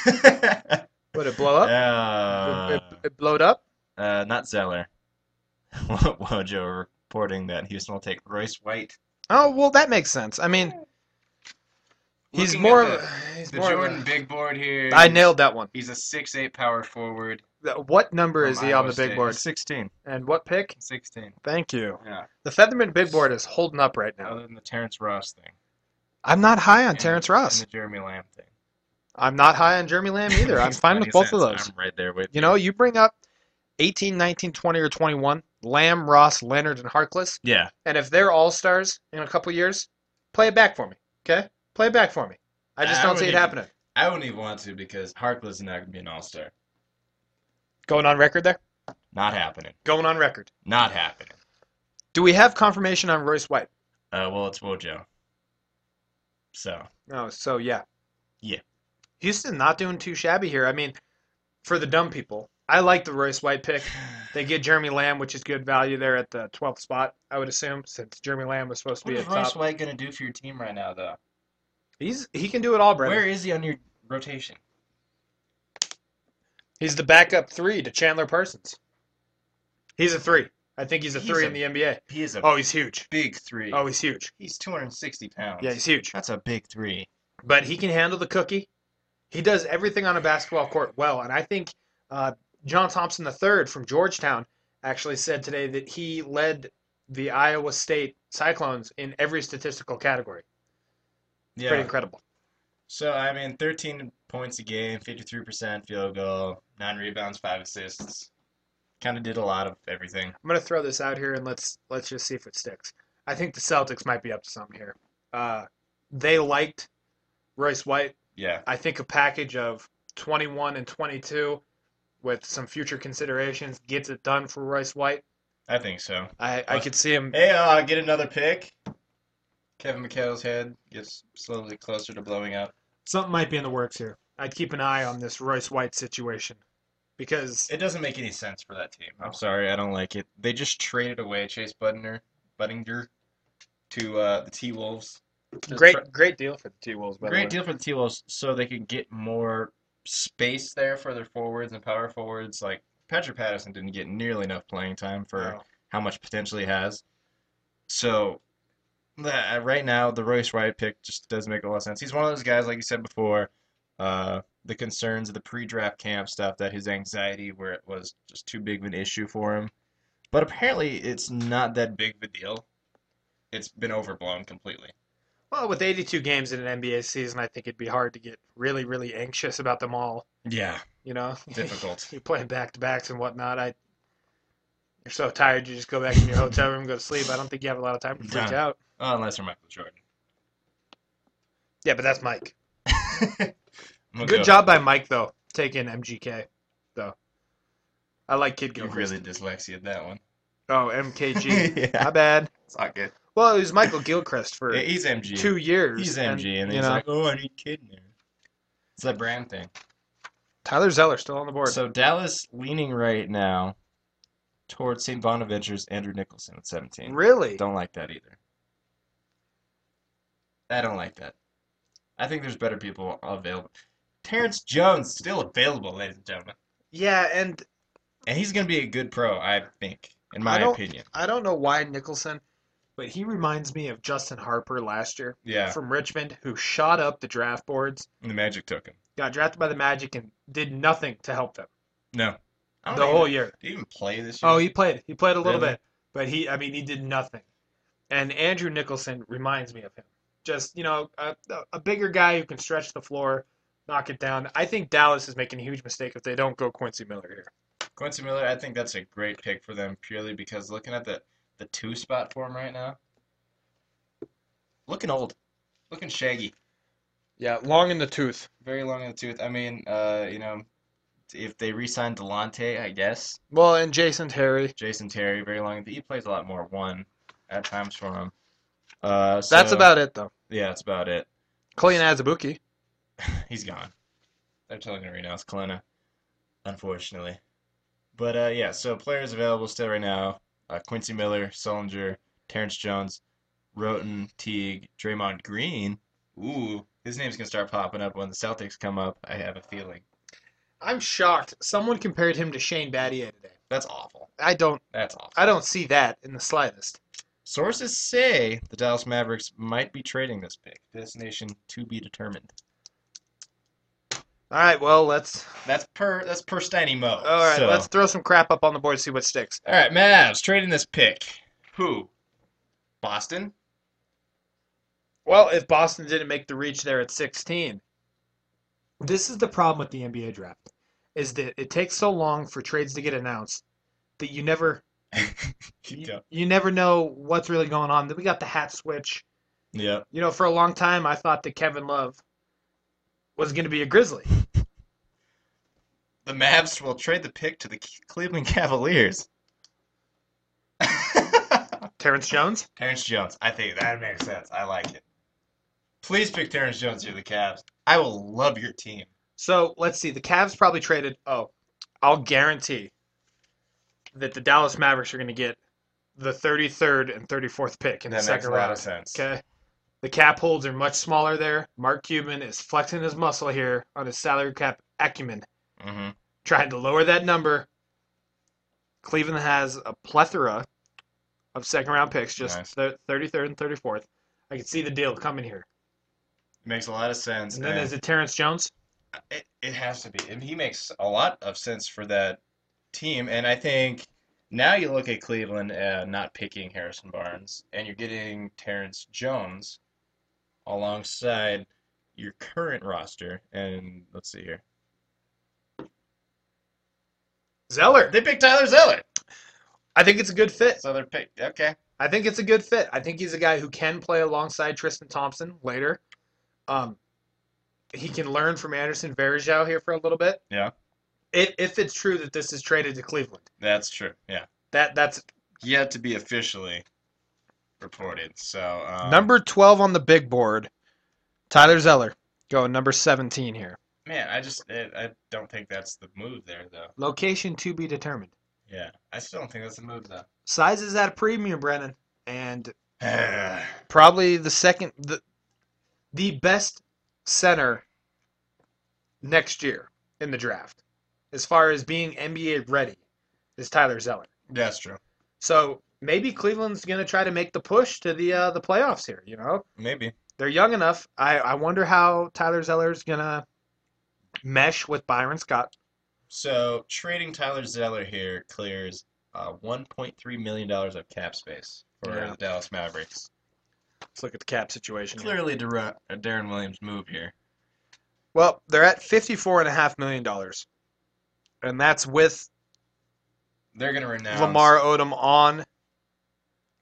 Speaker 3: Would it blow up?
Speaker 2: uh,
Speaker 3: It, it, it blowed up?
Speaker 2: uh, not Zeller. Wojo reporting that Houston will take Royce White.
Speaker 3: Oh, well, that makes sense. I mean, he's
Speaker 2: Looking
Speaker 3: more
Speaker 2: at
Speaker 3: of
Speaker 2: the,
Speaker 3: a- he's
Speaker 2: the
Speaker 3: more of a-
Speaker 2: Jordan big board here.
Speaker 3: I
Speaker 2: he's-
Speaker 3: nailed that one.
Speaker 2: He's a six eight power forward.
Speaker 3: That- What number
Speaker 2: from
Speaker 3: is he
Speaker 2: Iowa
Speaker 3: on the big
Speaker 2: State.
Speaker 3: board?
Speaker 2: 16.
Speaker 3: And what pick?
Speaker 2: 16.
Speaker 3: Thank you.
Speaker 2: Yeah.
Speaker 3: The Featherman big board is holding up right now.
Speaker 2: Other than the Terrence Ross thing.
Speaker 3: I'm not high on
Speaker 2: and
Speaker 3: Terrence
Speaker 2: the,
Speaker 3: Ross.
Speaker 2: And the Jeremy Lamb thing.
Speaker 3: I'm not high on Jeremy Lamb either. I'm
Speaker 2: Makes
Speaker 3: fine with
Speaker 2: plenty
Speaker 3: both of
Speaker 2: sense.
Speaker 3: those.
Speaker 2: I'm right there with
Speaker 3: You know, you bring up 18, 19, 20, or 21, Lamb, Ross, Leonard, and Harkless,
Speaker 2: Yeah.
Speaker 3: and if they're all stars in a couple years, play it back for me. Okay? Play it back for me. I just
Speaker 2: I
Speaker 3: don't
Speaker 2: would
Speaker 3: see it
Speaker 2: even-
Speaker 3: happening.
Speaker 2: I wouldn't even want to because Harkless is not going to be an all star.
Speaker 3: Going on record there?
Speaker 2: Not happening.
Speaker 3: Going on record.
Speaker 2: Not happening.
Speaker 3: Do we have confirmation on Royce White?
Speaker 2: Uh, well, it's Wojo. So,
Speaker 3: No, Oh, so yeah.
Speaker 2: Yeah.
Speaker 3: Houston not doing too shabby here. I mean, for the dumb people, I like the Royce White pick. They get Jeremy Lamb, which is good value there at the 12th spot, I would assume, since Jeremy Lamb was supposed to
Speaker 2: what
Speaker 3: be
Speaker 2: is
Speaker 3: at
Speaker 2: Royce
Speaker 3: top.
Speaker 2: White going to do for your team right now, though?
Speaker 3: He's he can do it all, Brendan.
Speaker 2: Where is he on your rotation?
Speaker 3: He's the backup three to Chandler Parsons. He's a three. I think he's a
Speaker 2: He's
Speaker 3: three
Speaker 2: a-
Speaker 3: in the NBA.
Speaker 2: He is a
Speaker 3: Oh, he's huge.
Speaker 2: big three.
Speaker 3: Oh, he's huge.
Speaker 2: he's 260 pounds.
Speaker 3: Yeah, he's huge.
Speaker 2: That's a big three.
Speaker 3: But he can handle the cookie. He does everything on a basketball court well. And I think uh, John Thompson III from Georgetown actually said today that he led the Iowa State Cyclones in every statistical category.
Speaker 2: Yeah.
Speaker 3: Pretty incredible.
Speaker 2: So I mean, 13 points a game, 53% field goal, nine rebounds, five assists. Kind of did a lot of everything.
Speaker 3: I'm gonna throw this out here and let's let's just see if it sticks. I think the Celtics might be up to something here. Uh, they liked Royce White.
Speaker 2: Yeah.
Speaker 3: I think a package of 21 and 22 with some future considerations gets it done for Rice White.
Speaker 2: I think so.
Speaker 3: I, I could see him.
Speaker 2: Hey, uh, get another pick. Kevin McHale's head gets slowly closer to blowing up.
Speaker 3: Something might be in the works here. I'd keep an eye on this Rice White situation because
Speaker 2: It doesn't make any sense for that team. I'm sorry, I don't like it. They just traded away Chase Buttner, Buttinger, to uh, the T Wolves.
Speaker 9: Great, great deal for the T Wolves, by the way.
Speaker 2: Great deal for the T Wolves, so they could get more space there for their forwards and power forwards. Like Patrick Patterson didn't get nearly enough playing time for
Speaker 3: No.
Speaker 2: how much potential he has. So uh, right now, the Royce Wright pick just doesn't make a lot of sense. He's one of those guys, like you said before, uh, the concerns of the pre-draft camp stuff that his anxiety where it was just too big of an issue for him. But apparently, it's not that big of a deal. It's been overblown completely.
Speaker 3: well, with 82 games in an NBA season, I think it'd be hard to get really, really anxious about them all.
Speaker 2: Yeah,
Speaker 3: You know,
Speaker 2: Difficult.
Speaker 3: You're playing back to backs and whatnot. I you're so tired, you just go back in your hotel room, go to sleep. I don't think you have a lot of time to freak
Speaker 2: No.
Speaker 3: out.
Speaker 2: unless you're Michael Jordan.
Speaker 3: Yeah, but that's Mike.
Speaker 2: I'm gonna
Speaker 3: Good
Speaker 2: go-
Speaker 3: job by Mike though, taking MGK though. I like Kid
Speaker 2: You
Speaker 3: Gilchrist.
Speaker 2: really dyslexia that one.
Speaker 3: Oh, MKG.
Speaker 2: yeah,
Speaker 3: My bad.
Speaker 2: it's not good.
Speaker 3: Well, it was Michael Gilchrist for
Speaker 2: Yeah, he's MG.
Speaker 3: two years.
Speaker 2: he's MG, and,
Speaker 3: you
Speaker 2: he's
Speaker 3: know,
Speaker 2: like, oh, I need kid in there. It's that brand thing.
Speaker 3: Tyler Zeller still on the board.
Speaker 2: So Dallas leaning right now towards St. Bonaventure's Andrew Nicholson at 17.
Speaker 3: really?
Speaker 2: Don't like that either. I don't like that. I think there's better people available. Terrence Jones still available, ladies and gentlemen,
Speaker 3: Yeah, and
Speaker 2: and he's gonna be a good pro, I think, in my
Speaker 3: I don't-
Speaker 2: opinion.
Speaker 3: I don't know why Nicholson, but he reminds me of Justin Harper last year
Speaker 2: Yeah,
Speaker 3: from Richmond, who shot up the draft boards,
Speaker 2: and the Magic took him.
Speaker 3: got drafted by the Magic, and did nothing to help them
Speaker 2: No, I don't
Speaker 3: the
Speaker 2: even-
Speaker 3: whole year.
Speaker 2: Did he even play this year?
Speaker 3: Oh, he played. He played a little
Speaker 2: Really?
Speaker 3: bit, but he, I mean, he did nothing. And Andrew Nicholson reminds me of him. Just, you know, a, a bigger guy who can stretch the floor, knock it down. I think Dallas is making a huge mistake if they don't go Quincy Miller here.
Speaker 2: Quincy Miller, I think that's a great pick for them purely because looking at the, the two spot for him right now, looking old, looking shaggy,
Speaker 3: Yeah, long in the tooth.
Speaker 2: very long in the tooth. I mean, uh, you know, if they re-sign Delonte, I guess
Speaker 3: Well, and Jason Terry.
Speaker 2: Jason Terry, very long. He plays a lot more one at times for him. Uh,
Speaker 3: That's
Speaker 2: so-
Speaker 3: about it, though.
Speaker 2: yeah, that's about it.
Speaker 3: Clean Azabuki.
Speaker 2: He's gone. They're telling me right now it's Kalena, unfortunately. But uh, yeah, so players available still right now: uh, Quincy Miller, Sullinger, Terrence Jones, Roten, Teague, Draymond Green. Ooh, his name's gonna start popping up when the Celtics come up. I have a feeling.
Speaker 3: I'm shocked. Someone compared him to Shane Battier today.
Speaker 2: That's awful.
Speaker 3: I don't
Speaker 2: That's awful.
Speaker 3: I don't see that in the slightest.
Speaker 2: Sources say the Dallas Mavericks might be trading this pick. Destination to be determined.
Speaker 3: All right, well, let's
Speaker 2: That's per that's per Steiny Mo.
Speaker 3: All right,
Speaker 2: So-
Speaker 3: let's throw some crap up on the board see what sticks.
Speaker 2: All right, Mavs trading this pick. Who? Boston.
Speaker 3: Well, if Boston didn't make the reach there at 16,
Speaker 10: This is the problem with the NBA draft.
Speaker 3: is that it takes so long for trades to get announced that you never
Speaker 2: Keep
Speaker 3: you, you never know what's really going on. Then we got the hat switch.
Speaker 2: Yeah.
Speaker 3: You know, for a long time I thought that Kevin Love was going to be a Grizzly.
Speaker 2: The Mavs will trade the pick to the K- Cleveland Cavaliers.
Speaker 3: Terrence Jones?
Speaker 2: Terrence Jones. I think that makes sense. I like it. Please pick Terrence Jones if you're the Cavs. I will love your team.
Speaker 3: So, let's see. The Cavs probably traded oh, I'll guarantee that the Dallas Mavericks are going to get the 33rd and 34th pick in the
Speaker 2: That makes
Speaker 3: second
Speaker 2: a lot
Speaker 3: round.
Speaker 2: of sense.
Speaker 3: Okay. The cap holds are much smaller there. Mark Cuban is flexing his muscle here on his salary cap acumen,
Speaker 2: hmm
Speaker 3: trying to lower that number. Cleveland has a plethora of second round picks, just
Speaker 2: Nice.
Speaker 3: thir 33rd and 34th. I can see the deal coming here.
Speaker 2: Makes a lot of sense.
Speaker 3: And then
Speaker 2: and-
Speaker 3: is it Terrence Jones?
Speaker 2: It, it has to be. And he makes a lot of sense for that team. And I think now you look at Cleveland uh, not picking Harrison Barnes, and you're getting Terrence Jones alongside your current roster. And let's see here.
Speaker 3: Zeller.
Speaker 2: They picked Tyler Zeller.
Speaker 3: I think it's a good fit.
Speaker 2: So they're picked. Okay.
Speaker 3: I think it's a good fit. I think he's a guy who can play alongside Tristan Thompson later. Um, he can learn from Anderson Varejao here for a little bit.
Speaker 2: Yeah.
Speaker 3: If, if it's true that this is traded to Cleveland,
Speaker 2: That's true. Yeah.
Speaker 3: that that's
Speaker 2: Yet to be officially reported. So, um,
Speaker 3: number twelve on the big board. Tyler Zeller going number seventeen here.
Speaker 2: man, I just it, I don't think that's the move there, though.
Speaker 3: Location to be determined.
Speaker 2: Yeah. I still don't think that's the move, though.
Speaker 3: Size is at a premium, Brennan, and probably the second the the best center next year in the draft as far as being NBA ready is Tyler Zeller.
Speaker 2: That's true.
Speaker 3: So maybe Cleveland's going to try to make the push to the uh, the playoffs here, you know.
Speaker 2: Maybe.
Speaker 3: They're young enough. I I wonder how Tyler Zeller's going to mesh with Byron Scott.
Speaker 2: So trading Tyler Zeller here clears uh, $1.3 million of cap space for
Speaker 3: Yeah.
Speaker 2: the Dallas Mavericks.
Speaker 3: Let's look at the cap situation. here.
Speaker 2: Clearly, Dar- uh, Darren Williams' move here.
Speaker 3: Well, they're at $54.5 million. And that's with
Speaker 2: They're gonna renounce.
Speaker 3: Lamar Odom on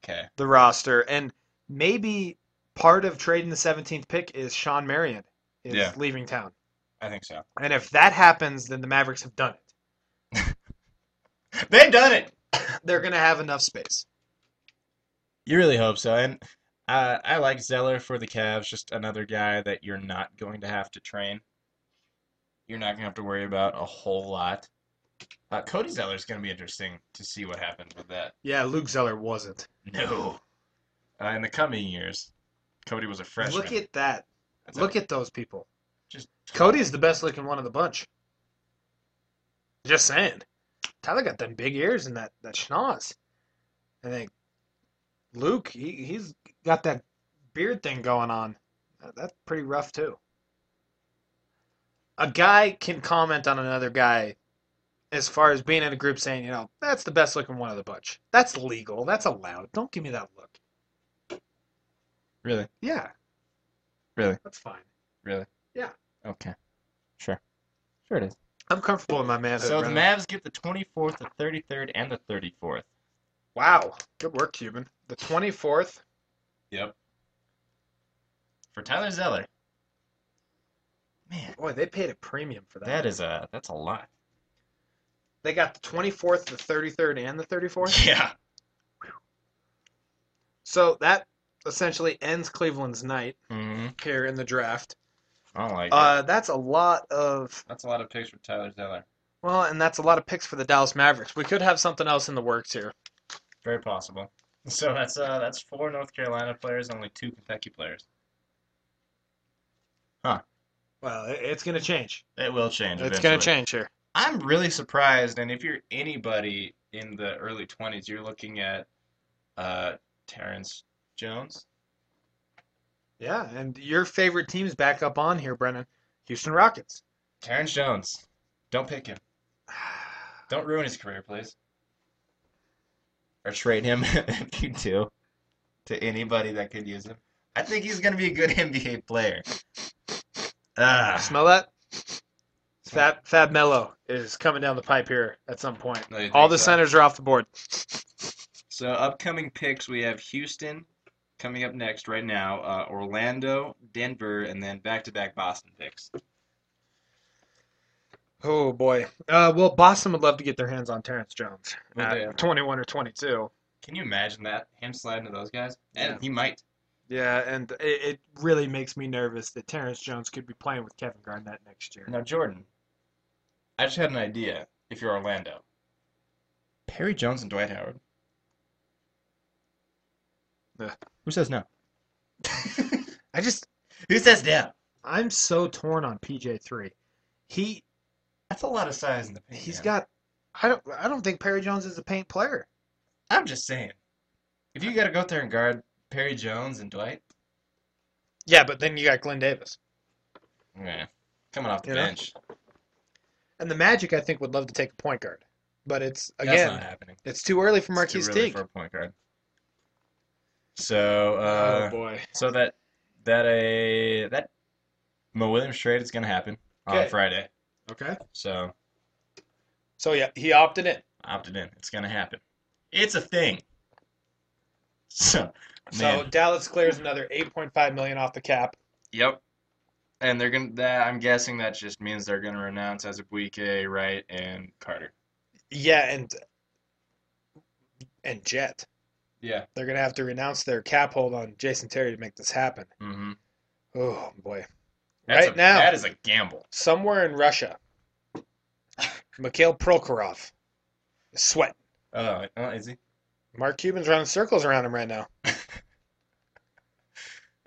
Speaker 2: Okay.
Speaker 3: the roster, and maybe part of trading the 17th pick is Sean Marion is
Speaker 2: Yeah.
Speaker 3: leaving town.
Speaker 2: I think so.
Speaker 3: And if that happens, then the Mavericks have done it.
Speaker 2: They've done it.
Speaker 3: They're going to have enough space.
Speaker 2: You really hope so. And uh, I like Zeller for the Cavs. Just another guy that you're not going to have to train. You're not gonna have to worry about a whole lot. Uh, Cody Zeller's gonna be interesting to see what happens with that.
Speaker 3: Yeah, Luke Zeller wasn't.
Speaker 2: No. Uh, in the coming years, Cody was a freshman.
Speaker 3: Look at that.
Speaker 2: That's
Speaker 3: Look at those people.
Speaker 2: Just-
Speaker 3: Cody's the best looking one of the bunch. Just saying. Tyler got them big ears and that, that schnoz. I think Luke, he, he's got that beard thing going on. That- That's pretty rough, too. A guy can comment on another guy as far as being in a group saying, you know, that's the best looking one of the bunch. That's legal. That's allowed. Don't give me that look.
Speaker 2: Really?
Speaker 3: Yeah.
Speaker 2: Really?
Speaker 3: That's fine.
Speaker 2: Really?
Speaker 3: Yeah.
Speaker 2: Okay. Sure. Sure it is.
Speaker 3: I'm comfortable in my manhood.
Speaker 2: So the
Speaker 3: Brennan.
Speaker 2: Mavs get the 24th, the 33rd, and the 34th.
Speaker 3: Wow. Good work, Cuban. The 24th.
Speaker 2: Yep. For Tyler Zeller. Man,
Speaker 3: Boy, they paid a premium for that.
Speaker 2: that is a that's a lot.
Speaker 3: They got the 24th, the 33rd, and the 34th.
Speaker 2: Yeah.
Speaker 3: So that essentially ends Cleveland's night
Speaker 2: Mm-hmm.
Speaker 3: here in the draft.
Speaker 2: I don't like it.
Speaker 3: Uh, that's a lot of
Speaker 2: That's a lot of picks for Tyler Zeller.
Speaker 3: Well, and that's a lot of picks for the Dallas Mavericks. We could have something else in the works here.
Speaker 2: Very possible. So that's uh that's four North Carolina players, only two Kentucky players.
Speaker 3: Well, it- it's going to change.
Speaker 2: It will change
Speaker 3: It's going to
Speaker 2: eventually.
Speaker 3: change here.
Speaker 2: I'm really surprised, and if you're anybody in the early 20s, you're looking at uh Terrence Jones.
Speaker 3: Yeah, and your favorite team's back up on here, Brennan. Houston Rockets.
Speaker 2: Terrence Jones. Don't pick him. Don't ruin his career, please. Or trade him if you do to anybody that could use him. I think he's going to be a good NBA player. Ah.
Speaker 3: Smell that? Fab Fab Mello is coming down the pipe here at some point.
Speaker 2: No, you
Speaker 3: All
Speaker 2: think
Speaker 3: the
Speaker 2: so?
Speaker 3: centers are off the board.
Speaker 2: So upcoming picks, we have Houston coming up next right now, uh, Orlando, Denver, and then back-to-back Boston picks.
Speaker 3: Oh boy. Uh, well, Boston would love to get their hands on Terrence Jones
Speaker 2: Would
Speaker 3: at
Speaker 2: they ever?
Speaker 3: 21 or 22.
Speaker 2: Can you imagine that? Him sliding to those guys? And
Speaker 3: Yeah.
Speaker 2: he might.
Speaker 3: Yeah, and it, it really makes me nervous that Terrence Jones could be playing with Kevin Garnett next year.
Speaker 2: Now, Jordan, I just had an idea if you're Orlando. Perry Jones and Dwight Howard.
Speaker 3: Ugh.
Speaker 2: Who says no?
Speaker 3: I just
Speaker 2: Who says no?
Speaker 3: I'm so torn on PJ3. He
Speaker 2: That's a lot of size in the paint.
Speaker 3: he's
Speaker 2: man.
Speaker 3: got I don't I don't think Perry Jones is a paint player.
Speaker 2: I'm just saying. If you got to go out there and guard Perry Jones and Dwight,
Speaker 3: Yeah, but then you got Glenn Davis.
Speaker 2: yeah, coming off the
Speaker 3: You know?
Speaker 2: bench,
Speaker 3: And the Magic I think would love to take a point guard. But it's
Speaker 2: that's not
Speaker 3: again,
Speaker 2: happening.
Speaker 3: it's too early for
Speaker 2: It's too
Speaker 3: Marquise
Speaker 2: early
Speaker 3: Teague.
Speaker 2: for a point guard. So, uh,
Speaker 3: oh boy.
Speaker 2: so that that a that Mo Williams trade is gonna happen on
Speaker 3: Okay.
Speaker 2: Friday.
Speaker 3: Okay.
Speaker 2: So
Speaker 3: So yeah, he opted in.
Speaker 2: I opted in. It's gonna happen. It's a thing. So,
Speaker 3: So
Speaker 2: man,
Speaker 3: Dallas clears another 8.5 million off the cap.
Speaker 2: yep. And they're gonna. That, I'm guessing that just means they're gonna renounce Azubuike, Wright, and Carter.
Speaker 3: Yeah, and and Jet.
Speaker 2: Yeah.
Speaker 3: They're gonna have to renounce their cap hold on Jason Terry to make this happen.
Speaker 2: Mm-hmm.
Speaker 3: Oh boy.
Speaker 2: That's
Speaker 3: Right
Speaker 2: a,
Speaker 3: now.
Speaker 2: that is a gamble.
Speaker 3: Somewhere in Russia, Mikhail Prokhorov is sweating.
Speaker 2: Oh, oh, is he?
Speaker 3: Mark Cuban's running circles around him right now.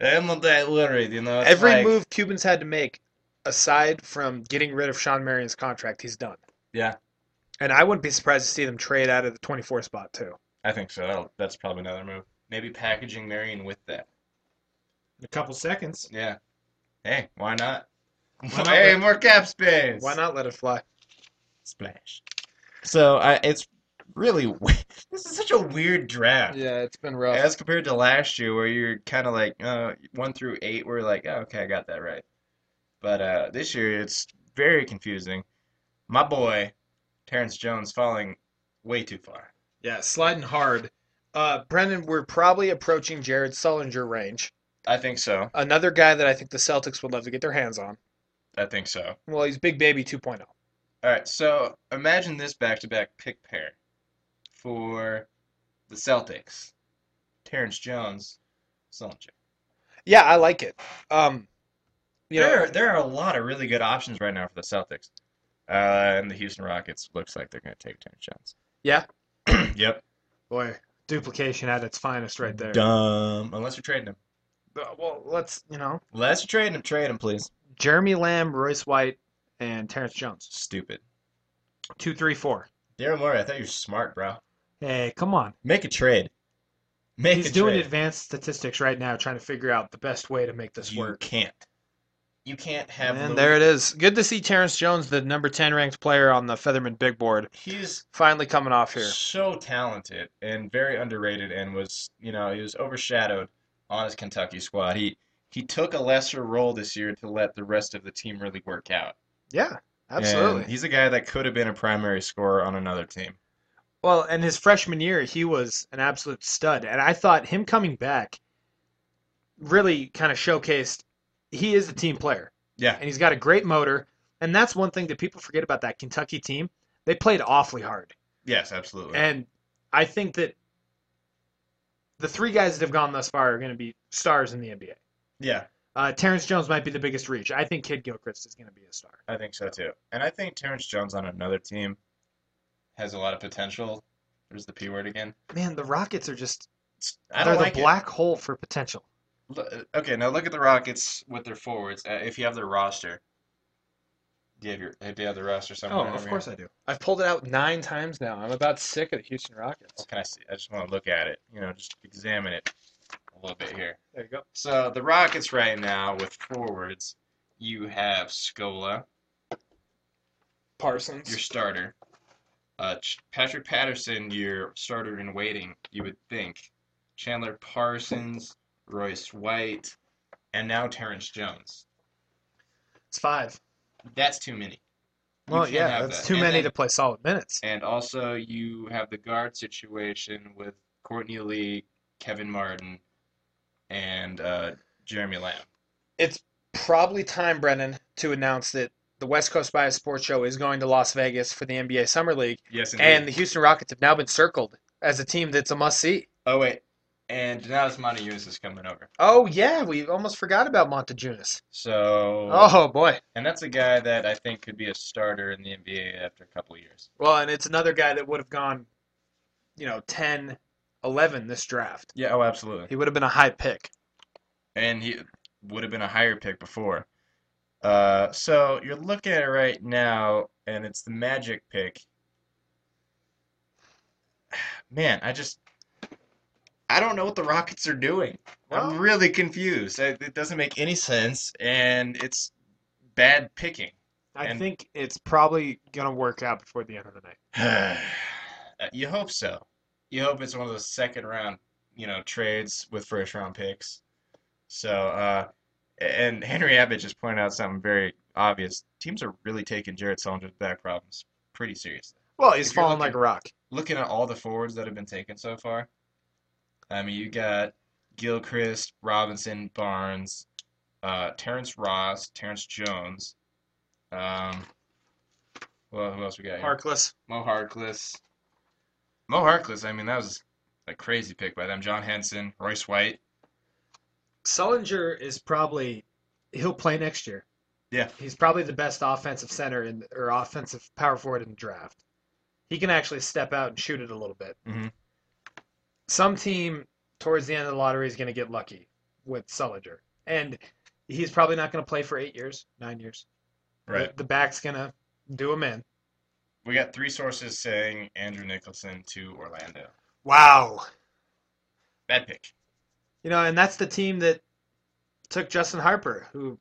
Speaker 2: I'm not that worried, you know. it's
Speaker 3: Every
Speaker 2: like-
Speaker 3: move Cuban's had to make, aside from getting rid of Sean Marion's contract, he's done.
Speaker 2: Yeah.
Speaker 3: And I wouldn't be surprised to see them trade out of the 24 spot too.
Speaker 2: I think so. That'll, that's probably another move. Maybe packaging Marion with that.
Speaker 3: A couple seconds.
Speaker 2: Yeah. Hey, why not?
Speaker 3: not?
Speaker 2: hey, more cap space.
Speaker 3: Why not let it fly?
Speaker 2: Splash. So I, it's really we- this is such a weird draft
Speaker 3: Yeah, it's been rough.
Speaker 2: as compared to last year where you're kind of like uh, one through eight were like oh, okay I got that right, but uh, this year it's very confusing. My boy, Terrence Jones falling way too far.
Speaker 3: Yeah, sliding hard. Uh, Brendan, we're probably approaching Jared Sullinger range.
Speaker 2: I think so.
Speaker 3: Another guy that I think the Celtics would love to get their hands on.
Speaker 2: I think so.
Speaker 3: Well, he's Big Baby oh. 2.0.
Speaker 2: All right, so imagine this back-to-back pick pair for the Celtics. Terrence Jones, Sullinger.
Speaker 3: Yeah, I like it. Um, you know,
Speaker 2: There are, there are a lot of really good options right now for the Celtics. Uh, and the Houston Rockets looks like they're going to take Terrence Jones.
Speaker 3: Yeah?
Speaker 2: Yep.
Speaker 3: boy, duplication at its finest right there.
Speaker 2: Dumb. Unless you're trading him.
Speaker 3: Uh, Well, let's, you know,
Speaker 2: Unless you're trading him, trade him, please.
Speaker 3: Jeremy Lamb, Royce White, and Terrence Jones.
Speaker 2: Stupid.
Speaker 3: Two, three, four.
Speaker 2: Daryl Morey, I thought you were smart, bro.
Speaker 3: Hey, come on.
Speaker 2: Make a trade. Make
Speaker 3: He's
Speaker 2: a
Speaker 3: doing
Speaker 2: trade.
Speaker 3: advanced statistics right now, trying to figure out the best way to make this
Speaker 2: You
Speaker 3: work.
Speaker 2: can't. You can't have
Speaker 3: And
Speaker 2: Lou-
Speaker 3: there it is. Good to see Terrence Jones, the number 10 ranked player on the Featherman Big Board,
Speaker 2: He's
Speaker 3: finally coming off here.
Speaker 2: So talented and very underrated, and was you know he was overshadowed on his Kentucky squad. He he took a lesser role this year to let the rest of the team really work out.
Speaker 3: Yeah,
Speaker 2: And
Speaker 3: absolutely.
Speaker 2: he's a guy that could have been a primary scorer on another team.
Speaker 3: Well, and his freshman year, he was an absolute stud. And I thought him coming back really kind of showcased he is a team player.
Speaker 2: Yeah.
Speaker 3: And he's got a great motor. And that's one thing that people forget about that Kentucky team. They played awfully hard.
Speaker 2: Yes, absolutely.
Speaker 3: And I think that the three guys that have gone thus far are going to be stars in the NBA.
Speaker 2: yeah,
Speaker 3: Uh, Terrence Jones might be the biggest reach. I think Kid Gilchrist is going to be a star.
Speaker 2: I think so too. And I think Terrence Jones on another team has a lot of potential. There's the P word again.
Speaker 3: Man, the Rockets are just
Speaker 2: It's- I
Speaker 3: they're
Speaker 2: don't
Speaker 3: the
Speaker 2: like it.
Speaker 3: black hole for potential.
Speaker 2: L- Okay, now look at the Rockets with their forwards. Uh, if you have their roster, do you have your do you have the roster somewhere? over here?
Speaker 3: Oh, I do.
Speaker 11: Oh, I've pulled it out nine times now. I'm about sick of the Houston Rockets.
Speaker 2: What can I see? I just want to look at it. You know, just examine it a little bit here.
Speaker 11: There you go.
Speaker 2: So the Rockets right now with forwards, you have Scola,
Speaker 11: Parsons.
Speaker 2: your starter. Uh, Ch- Patrick Patterson, your starter in waiting, you would think. Chandler Parsons, Royce White, and now Terrence Jones.
Speaker 3: It's five.
Speaker 2: That's too many. We
Speaker 3: Well,
Speaker 2: can't
Speaker 3: yeah,
Speaker 2: have
Speaker 3: that's
Speaker 2: that.
Speaker 3: too
Speaker 2: And
Speaker 3: many
Speaker 2: then-
Speaker 3: to play solid minutes.
Speaker 2: And also, you have the guard situation with Courtney Lee, Kevin Martin, and uh, Jeremy Lamb.
Speaker 11: It's probably time, Brennan, to announce that the West Coast Bias Sports Show is going to Las Vegas for the NBA Summer League,
Speaker 2: Yes,
Speaker 11: and the Houston Rockets have now been circled as a team that's a must see.
Speaker 2: oh wait, and Denatus Monteus is coming over.
Speaker 11: Oh yeah, we almost forgot about Montejunas.
Speaker 2: So,
Speaker 11: Oh boy.
Speaker 2: and that's a guy that I think could be a starter in the NBA after a couple of years.
Speaker 3: Well, and it's another guy that would have gone, you know, 10, 11 this draft.
Speaker 2: Yeah, oh, absolutely.
Speaker 3: He would have been a high pick.
Speaker 2: And he would have been a higher pick before. Uh, so you're looking at it right now, and it's the Magic pick. Man, I just I don't know what the Rockets are doing. I'm
Speaker 3: Well-
Speaker 2: really confused. I, it doesn't make any sense, and it's bad picking.
Speaker 3: I
Speaker 2: And-
Speaker 3: think it's probably going to work out before the end of the night.
Speaker 2: Uh, You hope so. You hope it's one of those second round, you know, trades with first round picks. So, uh, and Henry Abbott just pointed out something very obvious. Teams are really taking Jarrett Salinger's back problems pretty seriously.
Speaker 3: Well, he's
Speaker 2: If you're
Speaker 3: falling like
Speaker 2: looking-
Speaker 3: a rock.
Speaker 2: Looking at all the forwards that have been taken so far, I mean, you got Gilchrist, Robinson, Barnes, uh, Terrence Ross, Terrence Jones. Um, well, who else we got here?
Speaker 3: Harkless.
Speaker 2: Mo Harkless. Mo Harkless, I mean, that was a crazy pick by them. John Henson, Royce White.
Speaker 3: Sullinger is probably he'll play next year.
Speaker 2: Yeah.
Speaker 3: He's probably the best offensive center in or offensive power forward in the draft. He can actually step out and shoot it a little bit.
Speaker 2: Mhm.
Speaker 3: Some team towards the end of the lottery is going to get lucky with Sullinger. And he's probably not going to play for 8 years, 9 years. The, the back's going to do him in.
Speaker 2: We got three sources saying Andrew Nicholson to Orlando.
Speaker 3: Wow.
Speaker 2: Bad pick.
Speaker 3: You know, and that's the team that took Justin Harper, who